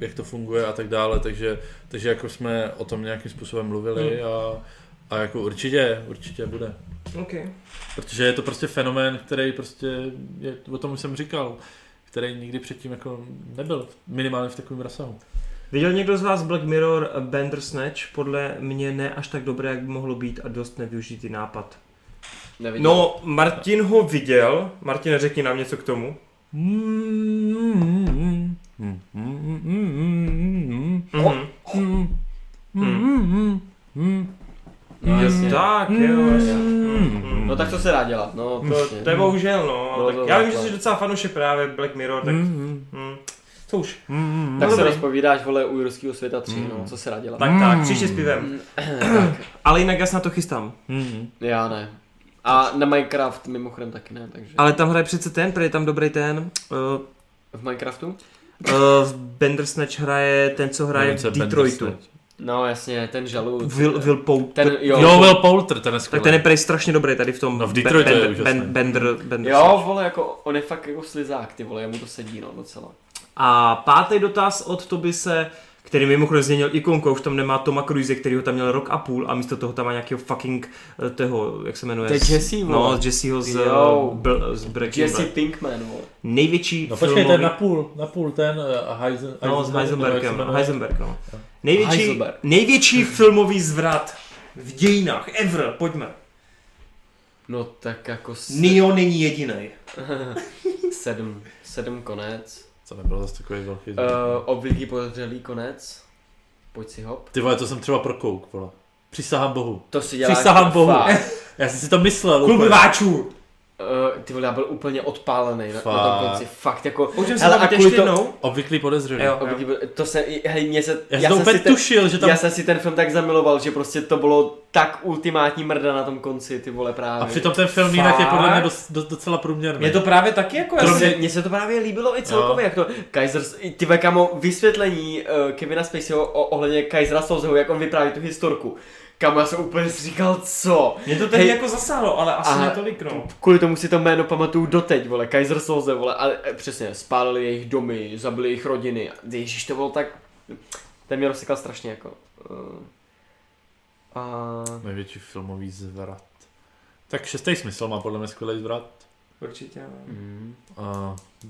S1: jak to funguje a tak dále, takže, takže jako jsme o tom nějakým způsobem mluvili a, a jako určitě, určitě bude.
S2: Okay.
S1: Protože je to prostě fenomén, který prostě, je, o tom už jsem říkal, který nikdy předtím jako nebyl, minimálně v takovém rozsahu.
S2: Viděl někdo z vás Black Mirror Bandersnatch? Podle mě ne až tak dobré, jak by mohlo být a dost nevyužitý nápad.
S4: Neviděl.
S2: No, Martin ho viděl. Martin, řekni nám něco k tomu. Mhm.
S4: no, jasně.
S2: mm, Tak, jo. jasně.
S4: no tak to se dá dělat, no. prostě.
S2: To je bohužel, no.
S4: No,
S2: tak,
S4: to
S2: já vím,
S4: tak,
S2: že
S4: no.
S2: jsi docela fanoušek právě Black Mirror, tak... Mm. Co už?
S4: tak se
S2: No, dobrý.
S4: rozpovídáš, vole, u Jurského světa 3, no, co se dá dělat.
S2: Tak, tak,
S1: Mm.
S2: příště s
S4: Mm.
S2: pivem. Ale jinak já se na to chystám.
S4: Já ne. A na Minecraft mimochodem taky ne, takže.
S2: Ale tam hraje přece ten, prý je tam dobrý ten. Uh,
S4: V Minecraftu?
S2: uh, Bandersnatch hraje ten, co hraje
S1: Nevím, co
S2: v
S1: je
S2: Detroitu.
S1: Bandersnatch.
S4: No jasně, ten žalud.
S2: Will, Will Pou,
S4: Ten, jo,
S1: Jo, Will Poulter, ten je
S2: Tak
S1: skvělý.
S2: ten je prej strašně dobrý tady v tom.
S1: No, v Detroitu je
S2: Bender,
S1: úžasný.
S2: ben, Bender, Bender.
S4: Jo, vole, jako, on je fakt jako slizák, ty vole, jemu to sedí, no, docela.
S2: A pátý dotaz od Tobise, který mimochodem změnil ikonku, už tam nemá Toma Cruise, který ho tam měl rok a půl a místo toho tam má nějakého fucking eh, toho, jak se jmenuje?
S4: To je
S2: z-
S4: Jesse, vole.
S2: No, z Jesseho z, eh,
S4: Jo.
S2: bl, z Breaking
S4: Jesse
S2: Bad.
S4: Pinkman, vole.
S2: Největší
S1: No počkej,
S2: filmový...
S1: to je napůl, napůl ten uh, Heisen,
S2: No, s Heisenbergem.
S1: nebo jak se jmenuje.
S2: Heisenberg, no. Největší,
S4: Heisenberg.
S2: největší filmový zvrat v dějinách, ever, pojďme.
S4: No tak jako s...
S2: Neo není jediný.
S4: sedm, sedm konec.
S1: To nebyl zase takový velký. Uh,
S4: Uh, obvyklý podřelý konec. Pojď si hop.
S1: Ty vole, to jsem třeba prokouk, vole. Přísahám bohu.
S4: To si děláš.
S1: Přísahám bohu.
S4: fakt.
S1: Já jsem si to myslel.
S2: Klub
S1: úplně.
S2: rváčů.
S4: Eh, Uh, ty vole, já byl úplně odpálený na, na tom
S1: Fakt.
S4: konci, fakt jako...
S2: O čem se
S4: Hele,
S2: tam
S4: a
S2: ještě
S4: kvůli to-
S2: jednou?
S1: Obvyklý podezřelý.
S2: Jo.
S4: Obytí, to se, hej, mě se,
S1: Já, jsem to úplně tušil, že tam...
S4: já jsem si ten film tak zamiloval, že prostě to bylo tak ultimátní mrda na tom konci, ty vole právě.
S1: A přitom ten film jinak je podle mě
S2: Fakt?
S1: dost, dost, docela průměrný.
S2: Mě to právě taky jako... já
S4: Mně
S2: jsem-
S4: se, Prostě mně se to právě líbilo i celkově,
S1: Jo.
S4: jak to Kaiser, ty ve kamo, vysvětlení uh, Kevina Spaceyho o, ohledně Kaisera Souzeho, jak on vypráví tu historku. Kamo, já jsem úplně si říkal, co?
S2: Mě to tehdy
S4: Hej.
S2: jako zasáhlo, ale asi
S4: Aha.
S2: netolik, no.
S4: Kvůli tomu si to jméno pamatuju doteď, vole, Kaiser Souze, vole, a e, přesně, spálili jejich domy, zabili jejich rodiny, ježíš, to bylo tak, ten mě rozsekal strašně, jako. Uh, a...
S1: Největší filmový zvrat. Tak šestý smysl má podle mě skvělý zvrat.
S2: Určitě, no.
S4: Mm.
S1: Uh,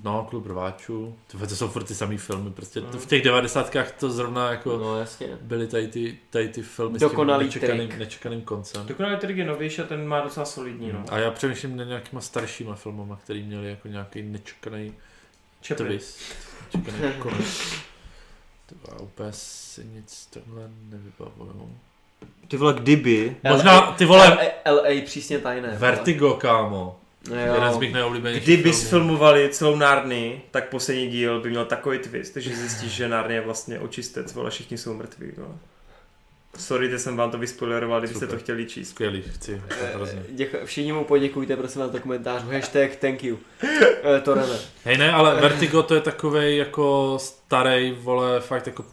S1: no, klub rváčů. Tyhle, To jsou furt ty samý filmy. Prostě t- v těch devadesátkách to zrovna jako
S4: No jasně.
S1: byly tady ty, tady ty filmy
S4: Dokonalý
S1: s tím nečekaným,
S4: trik.
S1: nečekaným koncem.
S2: Dokonalý trik je novější a ten má docela solidní, no.
S1: A já přemýšlím nad nějakýma staršíma filmama, který měli jako nějaký nečekaný
S2: Čepy.
S1: twist. Nečekaný konec. To já úplně si nic tohle nevybavuju.
S2: Ty vole, kdyby...
S1: Možná, ty vole,
S4: LA, LA přísně tajné. vole.
S1: Vertigo, kámo.
S4: Jo.
S1: Jeden z mých nejoblíbenějších
S2: Kdyby
S1: filmů.
S2: sfilmovali celou Narny, tak poslední díl by měl takový twist, že zjistíš, že Narny je vlastně očistec, vole, všichni jsou mrtví, vole. Sorry, že jsem vám to vyspoileroval, kdybyste
S1: Super.
S2: to chtěli číst.
S1: Skvělý, chci. Hrozně.
S4: Děku, všichni mu poděkujte, prosím vás, do komentářů. Hashtag thank you. Eh, To rene.
S1: Hej ne, ale Vertigo to je takovej jako starý vole, fakt jako,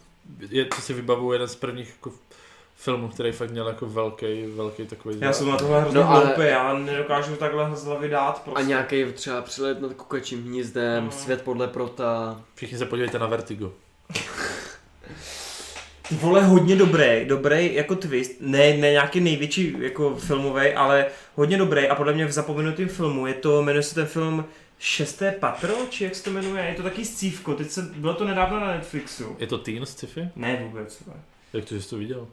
S1: je, co si vybavuju, jeden z prvních jako filmů, který fakt měl jako velký, velký takový
S2: Já jsem na tohle hrozně
S4: No,
S2: no,
S4: ale-
S2: hloupý, já nedokážu takhle z hlavy dát,
S4: A
S2: prostě.
S4: nějaký třeba přilet nad kukačím
S2: Mm.
S4: hnízdem, svět podle prota.
S1: Všichni se podívejte na Vertigo.
S2: Ty vole, hodně dobrý, dobrý jako twist, ne, ne nějaký největší jako filmový, ale hodně dobrý a podle mě v zapomenutém filmu je to, jmenuje se ten film Šesté patro, či jak se to jmenuje, je to taky scívko, teď se, bylo to nedávno na Netflixu.
S1: Je to teen sci-fi?
S2: Ne vůbec, vole.
S1: Jak to, že jsi to viděl?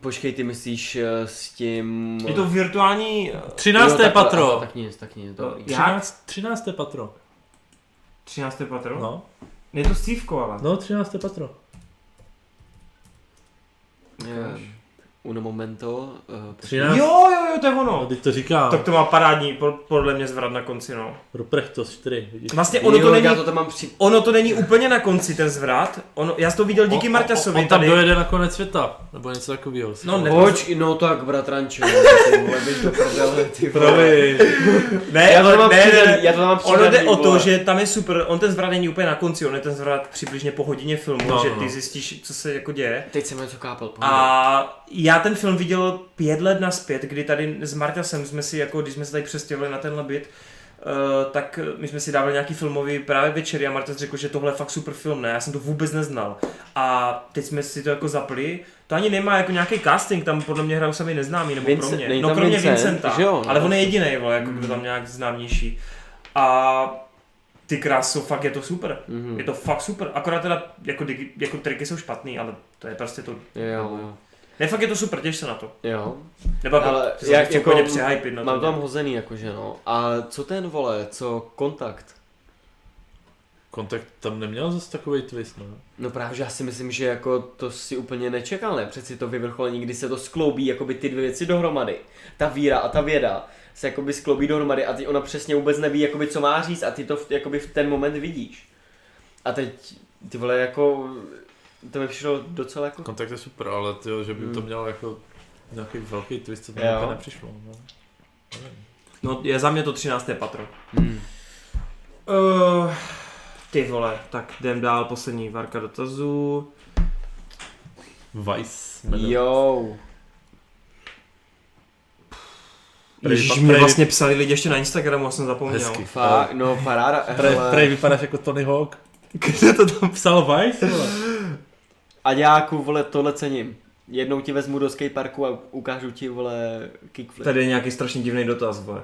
S4: Počkej, ty myslíš eh, s tím...
S2: Je to virtuální, eh,
S1: 13.
S4: takhle,
S1: patro!
S4: aha, Tak nic, tak nic, dobrý.
S2: Já-
S1: 13, 13. patro.
S2: 13. patro? No.
S1: No,
S2: Je to scívko, ale.
S1: no 13. patro.
S4: Eh, Uno momento. eh,
S1: 13.
S2: Jo, jo, jo, to je ono.
S1: No, teď to říkám.
S2: Tak to má parádní, po- podle mě zvrat na konci, no.
S1: Ruprechtos 4, vidíš?
S2: Vlastně
S4: jo,
S2: ono to není,
S4: já to tam mám při...
S2: ono to není úplně na konci ten zvrat, ono, já jsem to viděl No, díky
S1: On-
S2: Marťasovi
S1: on, on tam
S2: tady.
S1: dojede na konec světa, nebo něco takového.
S2: No, ne-
S4: Hoč, no tak bratranče, ty vole, běž do prdele, ty vole.
S1: Pravý.
S2: Ne,
S4: Já to
S2: ale-
S4: mám
S2: ne,
S4: přidaný,
S2: ne,
S4: já to mám
S2: Ono jde
S4: přidaný,
S2: o to,
S4: vole.
S2: že tam je super, on ten zvrat není úplně na konci, on je ten zvrat přibližně po hodině filmu,
S1: No,
S2: že
S1: no,
S2: ty
S1: no.
S2: zjistíš, co se jako děje.
S4: Teď jsem něco kápal, pohoda.
S2: A já ten film viděl pět let naspět, kdy tady s Marťasem jsme si, jako když jsme se tady přestěhovali na tenhle byt, Uh, tak my jsme si dávali nějaký filmový právě večery a Martas řekl, že tohle je fakt super film, ne, já jsem to vůbec neznal. A teď jsme si to jako zapli, to ani nemá jako nějaký casting, tam podle mě hrajou sami neznámí, nebo
S4: Vincent-
S2: kromě,
S4: není
S2: no
S4: tam
S2: kromě
S4: Vincent,
S2: Vincenta,
S4: že jo, Mm. no.
S2: ale on je jediný, vole, jako kdo tam nějak známější. A ty krásy, fakt je to super,
S4: Mhm.
S2: je to fakt super, akorát teda jako, digi- jako triky jsou špatný, ale to je prostě to
S4: Jo, jo.
S2: ne, fakt je to super, těš se na to.
S4: Jo.
S2: Nebo
S4: Ale
S2: ale
S4: jak
S2: jak
S4: jako-
S2: jako úplně přehypit na
S4: Mám
S2: to.
S4: to tam hozený jakože no. A co ten vole, co kontakt?
S1: Kontakt tam neměl zase takový twist, no.
S4: No právě, že já si myslím, že jako to si úplně nečekal, ne? Přeci to vyvrcholení, kdy se to skloubí, jakoby ty dvě věci dohromady. Ta víra a ta věda se jakoby skloubí dohromady a ty ona přesně vůbec neví, jakoby co má říct a ty to v, jakoby v ten moment vidíš. A teď ty vole jako, to mi přišlo docela jako...
S1: Kontakt je super, ale tyjo, že by to mělo jako nějaký velký twist, to mi
S4: Jo.
S1: úplně nepřišlo. No.
S2: No, je za mě to 13. patro.
S4: Hmm.
S2: Uh, ty vole, tak jdem dál, poslední várka dotazů.
S1: Vice.
S4: Jo.
S1: Prej-
S2: Ježíš,
S1: prej-
S2: mě
S1: prej-
S2: vlastně psali lidi ještě na Instagramu, já jsem zapomněl.
S1: Hezky.
S4: Fakt, no paráda,
S1: Prej
S4: hele.
S1: vypadáš jako Tony Hawk.
S2: Kde to tam?
S1: Psal Vice, vole.
S4: A děláku, vole, tohle cením. Jednou ti vezmu do skateparku a ukážu ti, vole, kickflip.
S2: Tady je nějaký strašně divný dotaz, vole.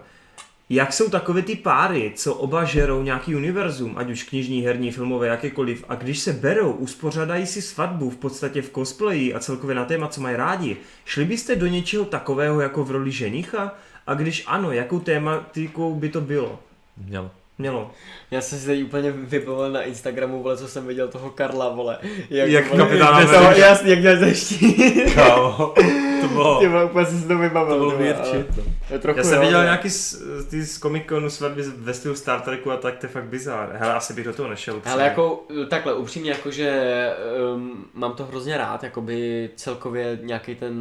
S2: Jak jsou takové ty páry, co oba žerou nějaký univerzum, ať už knižní, herní, filmové, jakékoliv, a když se berou, uspořádají si svatbu v podstatě v cosplayi a celkově na téma, co mají rádi, šli byste do něčeho takového jako v roli ženicha? A když ano, jakou tématikou by to bylo?
S1: Měl.
S2: Mělo.
S4: Já jsem si tady úplně vybavil na Instagramu, vole, co jsem viděl toho Karla, vole. Jak,
S2: Jak
S4: vole,
S2: kapitán
S4: jak
S2: Amerika.
S4: to, jasný, jak dělal zeští.
S2: Kámo, to bylo.
S1: No.
S4: Ty vole, úplně jsem si to vybavil.
S7: To byl
S4: ty vole,
S7: weird
S4: ale-
S7: shit, no.
S4: to je trochu,
S2: Já jsem
S4: jo,
S2: viděl
S4: ale-
S2: nějaký z, ty z Comic Conu svatby ve stylu Star Treku a tak, to je fakt bizár. Hele, asi bych do toho nešel.
S4: Ale
S2: upřímně.
S4: jako takhle, upřímně, jakože um, mám to hrozně rád, jakoby celkově nějaký ten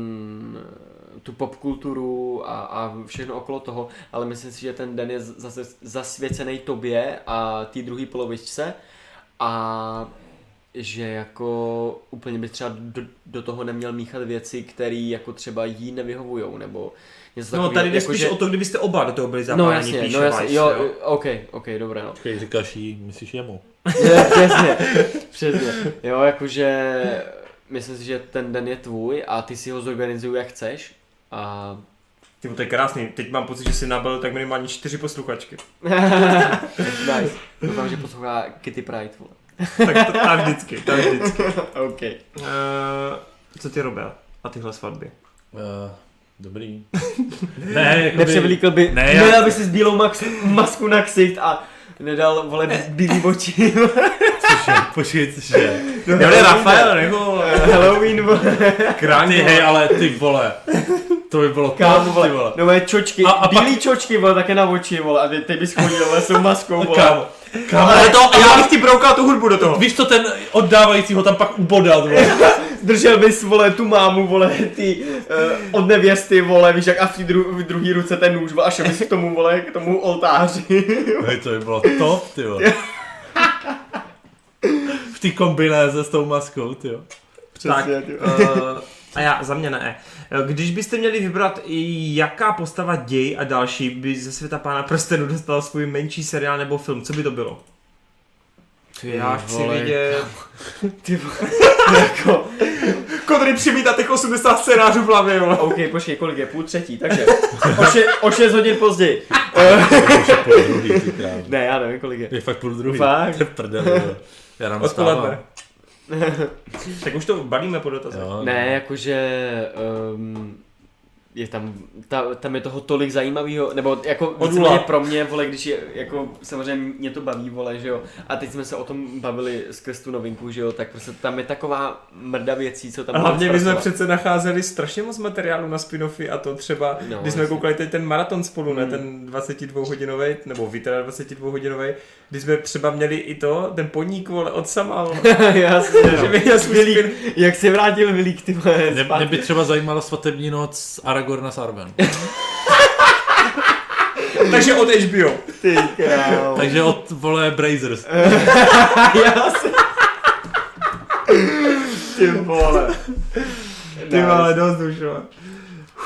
S4: eh, tu popkulturu a, a všechno okolo toho, ale myslím si, že ten den je zase zasvěcený tobě a té druhé polovičce a že jako úplně bych třeba do, do toho neměl míchat věci, které jako třeba jí nevyhovujou, nebo něco
S2: No
S4: takového.
S2: tady jde
S4: jako,
S2: spíš
S4: že-
S2: o to, kdybyste oba do toho byli
S4: No
S2: zapálení,
S4: jasně,
S2: píše
S4: no jasně,
S2: Vice,
S4: jo, jo, ok, ok, dobré no.
S1: Když říkáš jí, myslíš jemu.
S4: Je, přesně, přesně. Jo, jakože myslím si, že ten den je tvůj a ty si ho zorganizuj jak chceš. A...
S2: Ty, vole, to je krásný, teď mám pocit, že si nabil tak minimálně čtyři posluchačky.
S4: nice. Doufám, že poslouchá Kitty Pride, vole.
S2: tak to, tam vždycky, tam vždycky.
S4: OK.
S2: Uh, co ty, Robel? A tyhle svatby.
S1: Uh, dobrý. ne, jakoby...
S4: Nepřevlíkl by,
S1: Ne,
S4: ne,
S1: já-
S4: já... nedal by si s bílou max, masku na ksicht a nedal, vole, bílý oči.
S1: Počkej, cože?
S2: Jo, ne, Rafael, nebo...
S4: Halloween, vole.
S1: Kránky, ty, hej, ale ty vole. To by bylo
S4: Kámo,
S1: top,
S4: vole,
S1: ty vole.
S4: no mé čočky,
S1: A-
S4: a,
S1: a
S4: a
S1: pak-
S4: bílý čočky, vole, také na oči, vole, a ty, ty bys chodil, vole, s tou maskou, vole.
S1: Kámo. Kámo,
S2: Ale to, já bych ti broukal tu hudbu do toho.
S1: Víš, co ten oddávající ho tam pak ubodal, vole.
S4: Držel bys, vole, tu mámu, vole, ty uh, od nevěsty, vole, víš, jak a v, té dru- v druhé ruce ten nůž, vole, a šel bys k tomu, vole, k tomu oltáři.
S1: Hej, to by bylo top, ty vole. V té kombinéze s tou maskou, ty jo.
S4: Přesně, ty.
S2: Uh, a já, za mě ne. Eh, Když byste měli vybrat, jaká postava děj a další by ze světa pána prstenů dostal svůj menší seriál nebo film, co by to bylo?
S4: ty
S2: Já chci vidět...
S4: Ty vole, jako,
S2: Kodry přivítá těch 80 scénářů v hlavě, vole.
S4: OK, počkej, kolik je, půl třetí, takže, o, še- o šest hodin později.
S1: Půl druhý, ty krávo.
S4: Ne, já nevím, kolik je.
S1: Je fakt půl druhý.
S4: Fakt?
S1: To je prdel, jo. Já nám
S2: Odpoledne.
S1: stávám.
S2: Tak už to balíme po dotazech.
S1: Jo.
S4: Ne, jakože, um, je tam, ta, tam je toho tolik zajímavého, nebo jako
S2: nula.
S4: víceméně pro mě, vole, když je, jako samozřejmě mě to baví, vole, že jo, a teď jsme se o tom bavili skrz tu novinku, že jo, tak prostě tam je taková mrda věcí, co tam
S2: A hlavně
S4: budou
S2: my jsme
S4: zpracovat.
S2: přece nacházeli strašně moc materiálu na spin-offy a to třeba, no, Hmm.
S4: No,
S2: když jsme
S4: jasně.
S2: koukali teď ten maraton spolu, ne, ten 22-hodinový, nebo vy teda 22-hodinový, když jsme třeba měli i to, ten podnik, vole, od sama, vole,
S4: Jasně,
S2: že
S4: no.
S2: viděl svůj
S4: Milík,
S2: spin
S4: jak se vrátil Milík, ty vole,
S1: Mě,
S4: zpátky.
S1: mě by třeba zajímala svatební noc Aragorna s Arwen.
S2: takže od HBO.
S4: ty krávo.
S1: Takže od, vole, Brazers.
S4: Jasně. Ty vole.
S2: Ty vole, dost už, vole.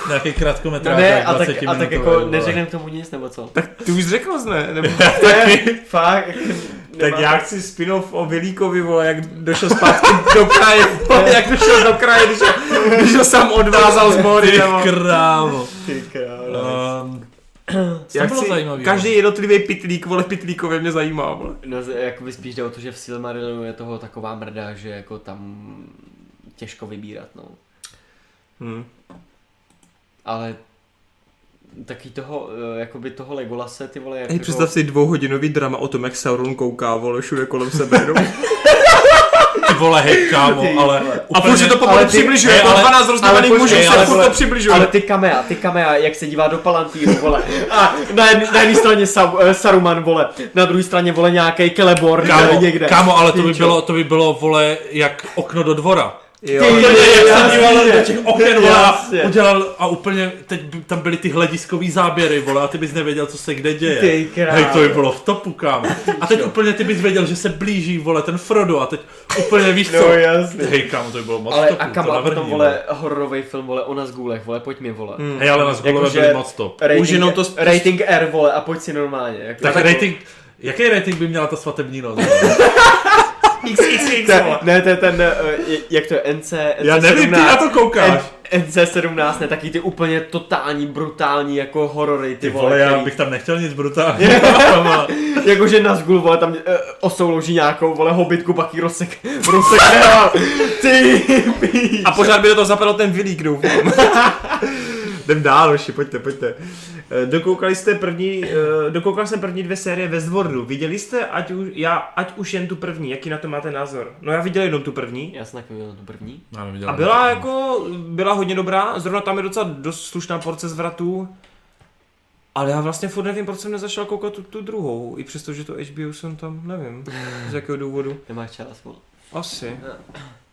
S1: Nějaký
S4: No
S1: krátkometráž,
S4: ne, a
S1: 20
S4: tak, a tak jako neřekneme k tomu nic, nebo co? Tak
S2: Ty už řekl jsi, ne? Nebo...
S4: je, fakt.
S2: tak
S4: nemám-
S2: já chci spin-off o Vilíkovi, vole, jak došel zpátky do kraje, vole, jak došel do kraje, když ho, když ho sám odvázal z
S1: Ty
S2: mory, nebo...
S1: krávo.
S4: Ty krávo.
S1: Um, co
S2: Já
S1: tam bylo
S2: chci,
S1: zajímavý?
S2: každý jednotlivý pitlík, vole, pitlíkově mě zajímá, vole.
S4: No, z- jakoby spíš jde o to, že v Silmarillionu je toho taková mrda, že jako tam těžko vybírat, no. Hm.
S2: Hmm.
S4: Ale taky toho, eh, jakoby toho Legolase, ty vole, jak
S2: Hej,
S4: jako-
S2: představ si dvouhodinový drama o tom, jak Sauron kouká, vole, všude kolem sebe jenom.
S1: Ty vole, hej, kámo, ale...
S2: A furt se to pomalu
S4: ale ty-
S2: přibližuje,
S1: hej,
S2: jako
S1: ale-
S2: 12 rozdávaných
S4: ale
S2: mužů
S4: počkej,
S2: se
S4: ale
S2: furt to
S4: vole,
S2: přibližuje.
S4: Ale ty kamea, ty kamea, jak se dívá do Palantíru, vole. A na, jedn, na jedné straně Sa, eh, Saruman, vole. Na druhé straně, vole, nějaký Kelebor,
S1: Kámo,
S4: kámo, někde.
S1: kámo, ale to by
S4: Pičo.
S1: bylo, to by bylo, vole, jak okno do dvora.
S4: Ty,
S2: Jo,
S1: Já
S4: jasně.
S1: díval do těch oken, vole, a
S4: Jasně.
S1: udělal a úplně, teď by- tam byly ty hlediskový záběry, vole, a ty bys nevěděl, co se kde děje.
S4: Ty krávo.
S1: Hej, to by bylo v topu, kámo. A teď úplně ty bys věděl, že se blíží, vole, ten Frodo, a teď úplně víš co.
S4: No jasně.
S1: Hej, kámo, to by bylo moc
S4: Ale
S1: topu,
S4: a kam
S1: to
S4: a
S1: navrhni, no.
S4: potom, vole, hororový film, vole, o nás gůlech, vole, pď mi, vole.
S1: vole. Hej, ale na zgulové
S4: Jakože-
S1: byly moc top.
S4: Rating,
S2: Už jenom to sp-
S4: rating R, vole, a pojď si normálně. Jako,
S1: Tak
S4: jako,
S1: rating, jaký rating by měla ta svatební noc?
S2: XXX,
S4: Ne,
S2: vole.
S4: ne, to je ten, eh, je- jak to je, NC, NC
S1: Já nevím, ty na to koukáš.
S4: NC17, ne, taky ty úplně totální, brutální, jako horory, ty,
S1: Ty vole, já
S4: který-
S1: bych tam nechtěl nic brutálního.
S4: Jakože na zgul, vole, tam e, osouloží nějakou, vole, hobitku, pak jí rozsek, rozsekne a ty, píš.
S2: A pořád by do toho zapadl ten Vilík, doufám. Jdem dál, hoši, pojďte, pojďte. Eh, Dokoukali jste první, eh, dokoukal jsem první dvě série Westworldu. Viděli jste, ať už, já, ať už jen tu první, jaký na to máte názor? No já viděl jenom tu první.
S4: Já jsem taky viděl tu první.
S5: Já neviděl.
S2: A byla jako, byla hodně dobrá, zrovna tam je docela dost slušná porce zvratů. Ale já vlastně furt nevím, proč jsem nezašel koukat tu, tu druhou, i přesto, že to HBO jsem tam, nevím, z jakého důvodu.
S4: Nemáš čas, vole.
S2: Asi.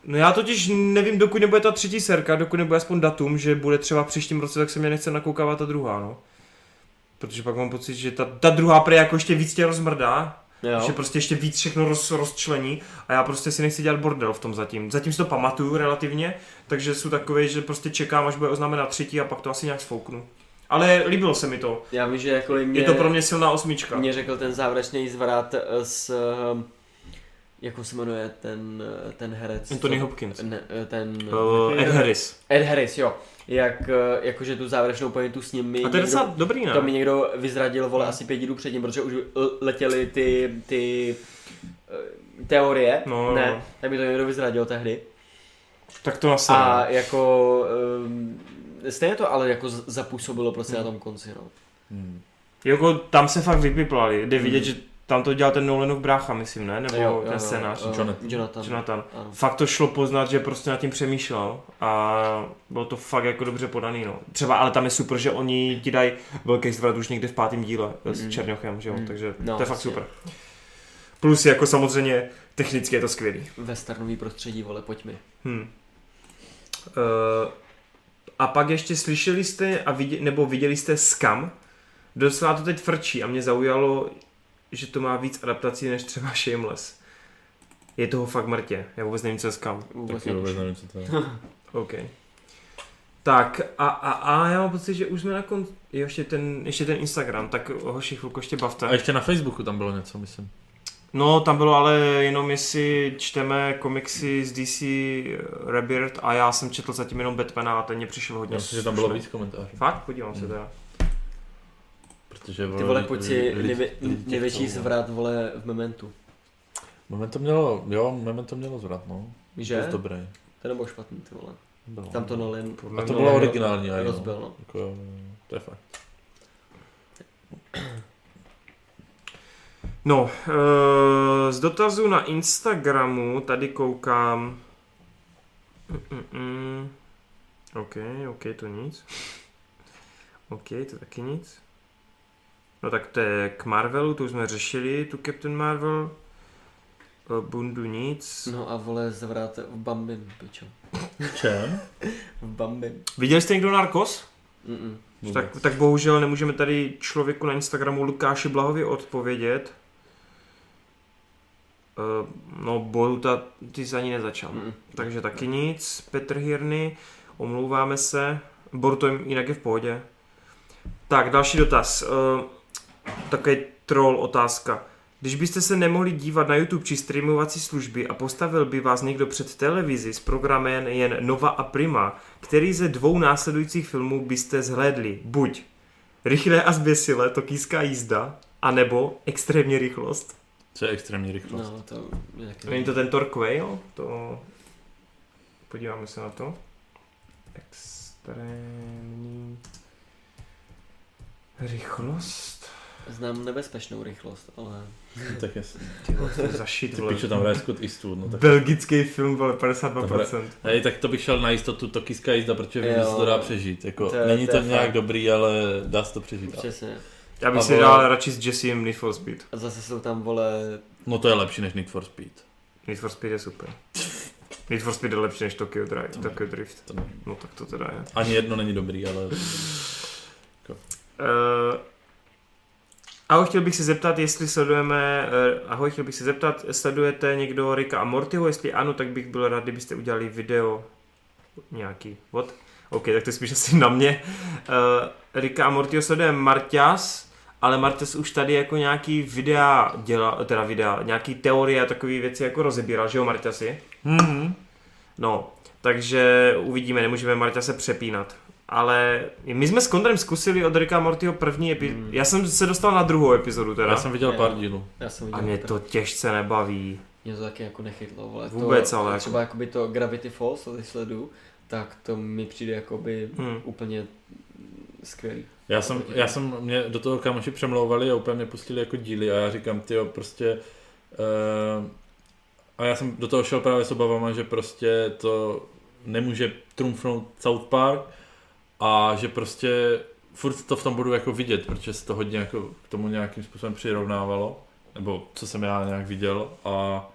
S2: No já totiž nevím, dokud nebude ta třetí serka, dokud nebude aspoň datum, že bude třeba v příštím roce, tak se mě nechce nakoukávat ta druhá, no. Protože pak mám pocit, že ta, ta druhá prý jako ještě víc tě rozmrdá, jo. že
S4: Jo.
S2: prostě ještě víc všechno roz, rozčlení a já prostě si nechci dělat bordel v tom zatím. Zatím si to pamatuju relativně, takže jsou takové, že prostě čekám, až bude oznámena třetí a pak to asi nějak sfouknu. Ale líbilo se mi to.
S4: Já vím, že jako mě,
S2: Je to pro mě silná osmička.
S4: mě řekl ten závěrečný zvrat eh, s... eh, Jako se jmenuje ten, eh, ten herec?
S2: Anthony
S4: co-
S2: Hopkins.
S4: Ne, eh, ten...
S2: Uh, Ed Harris.
S4: Ed Harris, jo. Jak, eh, jakože tu závěrečnou pointu s ním mi
S2: A to je
S4: někdo-
S2: docela dobrý, ne?
S4: To mi někdo vyzradil, vole, asi pět dílů předtím, protože už l- letěly ty, ty eh, teorie,
S2: No, no, no.
S4: ne, tak mi to někdo vyzradil tehdy.
S2: Tak to asi.
S4: A jako, um, stejně to ale jako z- zapůsobilo prostě na tom konci, no.
S2: Jako tam se fakt vypiplali, jde vidět, že tam to dělal ten Nolanův brácha, myslím, ne? Nebo
S4: Hmm. Jo,
S2: jo, ten
S4: jo,
S2: scénář.
S4: jo,
S5: Jonathan.
S4: Jonathan.
S2: Jonathan.
S4: Ano.
S2: Fakt to šlo poznat, že prostě nad tím přemýšlel a bylo to fakt jako dobře podaný, no. Třeba, ale tam je super, že oni ti dají velký zvrat už někde v pátém díle s
S4: Mm.
S2: Černochem, že jo,
S4: Mm.
S2: takže
S4: No,
S2: to je fakt
S4: jasně.
S2: super. Plus jako samozřejmě technicky je to skvělý.
S4: Westernový prostředí, vole, pojď mi.
S2: Hmm. Eh, a pak ještě slyšeli jste a vidě, nebo viděli jste Skam? Doslova to teď frčí a mě zaujalo, že to má víc adaptací než třeba Shameless. Je toho fakt mrtě. Já vůbec nevím, co je Skam.
S4: Vůbec
S5: Taky vůbec
S4: netuším.
S5: nevím, co to je.
S2: OK. Tak a, a, a já mám pocit, že už jsme na konci. Ještě ten, ještě ten Instagram, tak hoši chvilku ještě
S5: A
S2: bavte.
S5: ještě na Facebooku tam bylo něco, myslím.
S2: No, tam bylo ale jenom, jestli čteme komiksy z DC Rebirth a já jsem četl zatím jenom Batmana a ten mě přišel hodně.
S5: Já myslím, že tam bylo
S2: slušný.
S5: víc komentářů.
S2: Fakt? Podívám se
S5: Hmm.
S2: teda.
S5: Protože
S4: Ty vole, pojď si
S5: lidi-
S4: nejvě-
S5: lidi těch
S4: největší
S5: jsou-
S4: zvrat, vole, v Momentu.
S5: Moment to mělo, jo, moment to mělo zvrat, no.
S4: Že?
S5: Dost dobrý.
S4: To nebylo špatný, ty vole.
S5: Bylo.
S4: Tam to Nolan
S5: A to
S2: No,
S5: bylo
S2: jo.
S5: originální, a jo.
S4: rozbil, no.
S5: Jako, jo, jo, to je fakt.
S2: No, eh, z dotazů na Instagramu tady koukám. Mm-mm. OK, OK, to nic. OK, to taky nic. No tak to je k Marvelu, to už jsme řešili, tu Captain Marvel. Eh, Bundu nic.
S4: No a vole, zvrat v Bambin, pičo.
S5: Čem?
S4: V Bambin.
S2: Viděl jste někdo Narcos?
S4: Mm-mm.
S2: Tak, tak bohužel nemůžeme tady člověku na Instagramu Lukáši Blahovi odpovědět. Eh, No, Bojuta, ty jsi ani nezačal.
S4: Mm.
S2: Takže taky nic. Petr Hirny, omlouváme se. Boruto jim- jinak je v pohodě. Tak, další dotaz. Eh, Takový troll otázka. Když byste se nemohli dívat na YouTube či streamovací služby a postavil by vás někdo před televizi s programem jen Nova a Prima, který ze dvou následujících filmů byste zhlédli? Buď Rychlé a zběsile, tokijská jízda, anebo Extrémní rychlost.
S5: Co je extrémní rychlost?
S4: No, to je taky...
S2: Není to ten Torquail? To... Podíváme se na to. Extrémní... Rychlost?
S4: Znám nebezpečnou rychlost, ale...
S5: Tak jasně.
S2: Ty vole, to je zašit,
S5: Ty
S2: vole.
S5: pičo, tam hraje Scott Eastwood, no tak.
S2: Belgický film, vole, 52%.
S5: Hej, tak to bych šel na jistotu tokijská jízda, protože vím, že
S4: Jo.
S5: se to dá přežít. Jako,
S4: To je-
S5: není
S4: to je
S5: to nějak
S4: fakt.
S5: dobrý, ale dá se to přežít.
S4: Přesně.
S2: Já bych
S5: A
S2: si
S5: vole-
S2: dal radši s Jessem Need for Speed.
S4: A zase jsou tam, vole...
S5: No to je lepší než Need for Speed.
S2: Need for Speed je super. Need for Speed je lepší než Tokyo Drive,
S5: To ne.
S2: Tokyo Drift.
S5: To ne-
S2: No tak to teda je.
S5: ani jedno není dobrý, ale...
S2: Uh, ahoj, chtěl bych se zeptat, jestli sledujeme, uh, ahoj, chtěl bych se zeptat, sledujete někdo Rika a Mortyho? Jestli ano, tak bych byl rád, kdybyste udělali video nějaký. What? OK, tak to je spíš asi na mě. Uh, Rika a Mortyho sleduje Marťas, ale Marťas už tady jako nějaký videa dělal, teda videa, nějaký teorie a takové věci jako rozebíral, že jo Marťasi?
S5: Mm-hmm.
S2: No, takže uvidíme, nemůžeme Marta se přepínat. Ale my jsme s Kondrem zkusili od Ricka a Mortyho první epizodu.
S4: Hmm.
S2: Já jsem se dostal na druhou epizodu teda.
S5: Já jsem viděl pár dílů.
S4: Já jsem
S2: A
S4: viděl...
S2: mě to těžce nebaví.
S4: Mě to taky jako nechytlo, vole.
S2: Vůbec,
S4: to,
S2: ale jako-
S4: Třeba jako... jakoby to Gravity Falls, co teď sledu, tak to mi přijde jakoby
S2: Hmm.
S4: úplně skvělý.
S1: Já jsem, já jsem, mě do toho kamoši přemlouvali a úplně mě pustili jako díly a já říkám, ty prostě... Uh, a já jsem do toho šel právě s obavama, že prostě to nemůže trumfnout South Park a že prostě furt to v tom budu jako vidět, protože se to hodně jako k tomu nějakým způsobem přirovnávalo, nebo co jsem já nějak viděl a,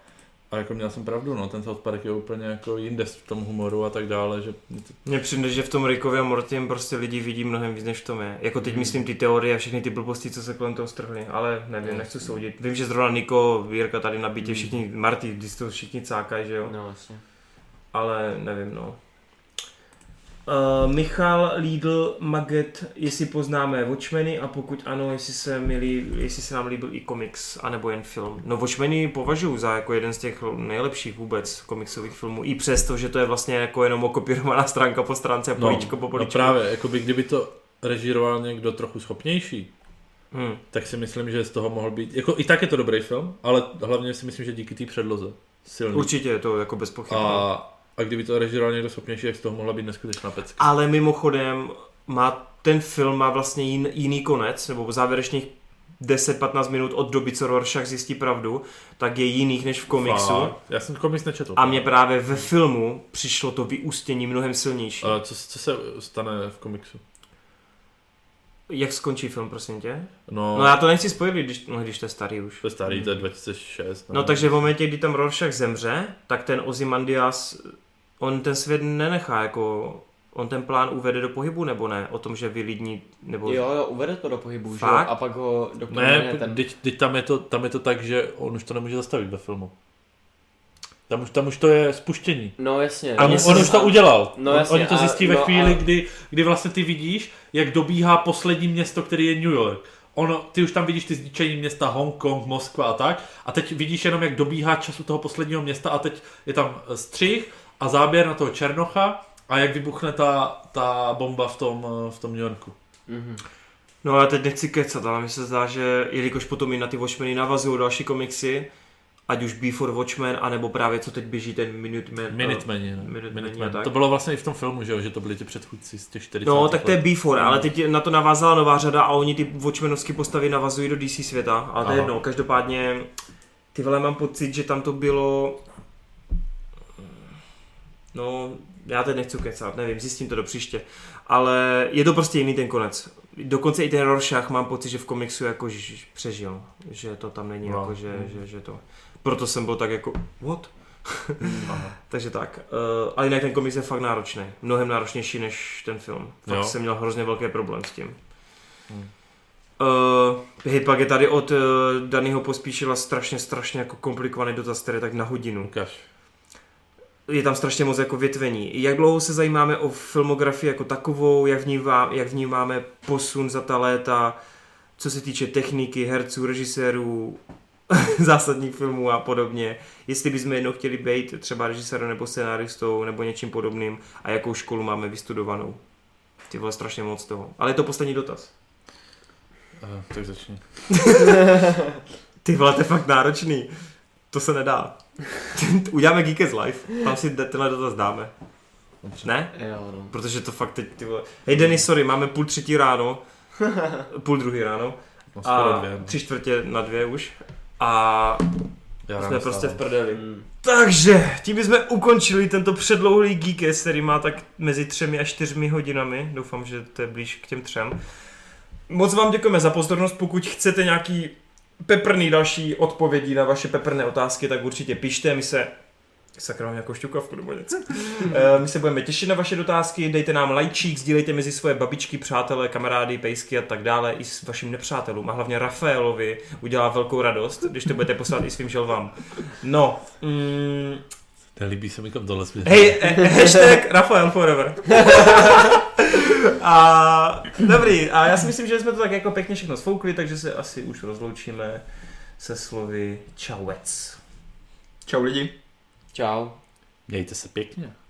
S1: a jako měl jsem pravdu, no, ten South Park je úplně jako jinde v tom humoru a tak dále, že mě to
S2: Mně přijde, že v tom Rickovi a Mortym prostě lidi vidí mnohem víc, než v tom je. Jako teď hmm. myslím ty teorie a všechny ty blbosti, co se kolem toho strhly, ale nevím, nechci soudit. Vím, že zrovna Niko, Jirka tady na bytě, všichni, Marty, když to všichni cákají, že jo?
S4: No vlastně.
S2: ale nevím, no. Uh, Michal Lidl Maget, jestli poznáme Watchmeny a pokud ano, jestli se, milí, jestli se nám líbil i komiks, anebo jen film. No Watchmeny považuji za jako jeden z těch nejlepších vůbec komiksových filmů, i přesto, že to je vlastně jako jenom okopírovaná stránka po stránce, no, políčko po
S1: no
S2: políčku.
S1: právě, jako by kdyby to režíroval někdo trochu schopnější,
S2: Hmm.
S1: tak si myslím, že z toho mohl být, jako i tak je to dobrý film, ale hlavně si myslím, že díky té předloze. Silný.
S2: Určitě je to jako bez pochyby.
S1: A, a kdyby to režíroval někdo schopnější, jak z toho mohla být neskutečná pecka.
S2: Ale mimochodem, má, ten film má vlastně jin, jiný konec, nebo závěrečných 10-15 minut od doby, co Rorschach zjistí pravdu, tak je jiných než v komiksu.
S1: Fakt. Já jsem komiks nečetl.
S2: A mně právě ve filmu přišlo to vyústění mnohem silnější.
S1: A co, co se stane v komiksu?
S2: Jak skončí film, prosím tě?
S1: No,
S2: No já to nechci spojit, když, no, když to je starý už.
S1: to je starý, to je 2006.
S2: No takže v momentě, kdy tam Rorschach zemře, tak ten Ozymandias, on ten svět nenechá jako... On ten plán uvede do pohybu nebo ne? O tom, že vylidní nebo...
S4: Jo, jo, uvede to do pohybu, že jo?
S2: Fakt?
S4: A pak ho doktor
S1: Ne,
S4: ne, ten...
S1: teď, teď tam, je to, tam je to tak, že on už to nemůže zastavit ve filmu. Tam už, tam už to je spuštění.
S4: No jasně.
S1: Tam
S4: no,
S1: on, on už to udělal.
S4: No
S1: No, on,
S4: jasně,
S1: oni to
S4: a-
S1: zjistí ve
S4: no a-
S1: chvíli, kdy, kdy vlastně ty vidíš, jak dobíhá poslední město, který je New York. Ono, ty už tam vidíš ty zničení města Hongkong, Moskva a tak. A teď vidíš jenom, jak dobíhá času toho posledního města a teď je tam eh, střih a záběr na toho Černocha a jak vybuchne ta, ta bomba v tom, eh, v tom New Yorku.
S2: No já teď nechci kecat, ale mi se zdá, že jelikož potom i na ty Watchmeny navazují další komiksy, ať už Before Watchmen, anebo právě co teď běží ten Minuteman.
S1: Minutemeni. no.
S2: Minutemeni,
S1: Minutemen.
S2: tak.
S1: To bylo vlastně i v tom filmu, že, jo? že to byli ti předchůdci z těch 40.
S2: No, tak to je
S1: let.
S2: Before, ale teď na to navázala nová řada a oni ty Watchmenovské postavy navazují do DC světa, ale to je
S1: Aha.
S2: jedno. Každopádně, ty vole, mám pocit, že tam to bylo... No, já teď nechci kecat, nevím, zjistím to do příště. Ale je to prostě jiný ten konec. Dokonce i ten Rorschach mám pocit, že v komiksu jako ž- přežil. Že to tam není,
S1: No.
S2: no. jako že, že, že to... Proto jsem byl tak jako, what? Takže tak. Uh, ale jinak ten komiks je fakt náročný. Mnohem náročnější než ten film. Fakt
S1: Jo.
S2: jsem měl hrozně velký problém s tím.
S1: Hmm.
S2: Uh, hej, pak je tady od uh, Daného pospíšila strašně, strašně jako komplikovaný dotaz, který je tak na hodinu.
S1: Lukáš.
S2: Je tam strašně moc jako větvení. Jak dlouho se zajímáme o filmografii jako takovou, jak vnímá, jak vnímáme posun za ta léta, co se týče techniky, herců, režisérů, zásadních filmů a podobně. Jestli bychom jednou chtěli být třeba režisérem nebo scenáristou nebo něčím podobným a jakou školu máme vystudovanou. Ty vole, strašně moc toho. Ale je to poslední dotaz.
S1: Aha, eh, tak začni.
S2: Ty vole, to je fakt náročný. To se nedá. Uděláme Geekes Live, tam si tenhle dotaz dáme. Ne?
S4: Jo, no.
S2: Protože to fakt teď, ty vole. Hej Denny, sorry, máme půl třetí ráno, půl druhý ráno
S1: No, skoro
S2: a
S1: dvě. no.
S2: tři čtvrtě na dvě už. A
S1: Já
S2: jsme
S1: ráno
S2: prostě v
S1: vstávám.
S2: prdeli.
S4: Mm.
S2: Takže, tím bychom ukončili tento předlouhý Geekes, který má tak mezi třemi a čtyřmi hodinami. Doufám, že to je blíž k těm třem. Moc vám děkujeme za pozornost. Pokud chcete nějaký peprný další odpovědi na vaše peprné otázky, tak určitě pište. My se Sakra, mám nějakou šťukavku nebo něco. Eh, My se budeme těšit na vaše dotázky, dejte nám lajčík, sdílejte mezi svoje babičky, přátelé, kamarády, pejsky a tak dále, i s vašim nepřátelům. A hlavně Rafaelovi udělá velkou radost, když to budete poslat i svým želvám. No, mm,
S1: Nelíbí se mi, kam tohle směřuje.
S2: Hej, eh, hashtag Rafael Forever. a dobrý, a já si myslím, že jsme to tak jako pěkně všechno sfoukli, takže se asi už rozloučíme se slovy čauec.
S3: Čau lidi.
S4: Čau.
S1: Mějte se pěkně.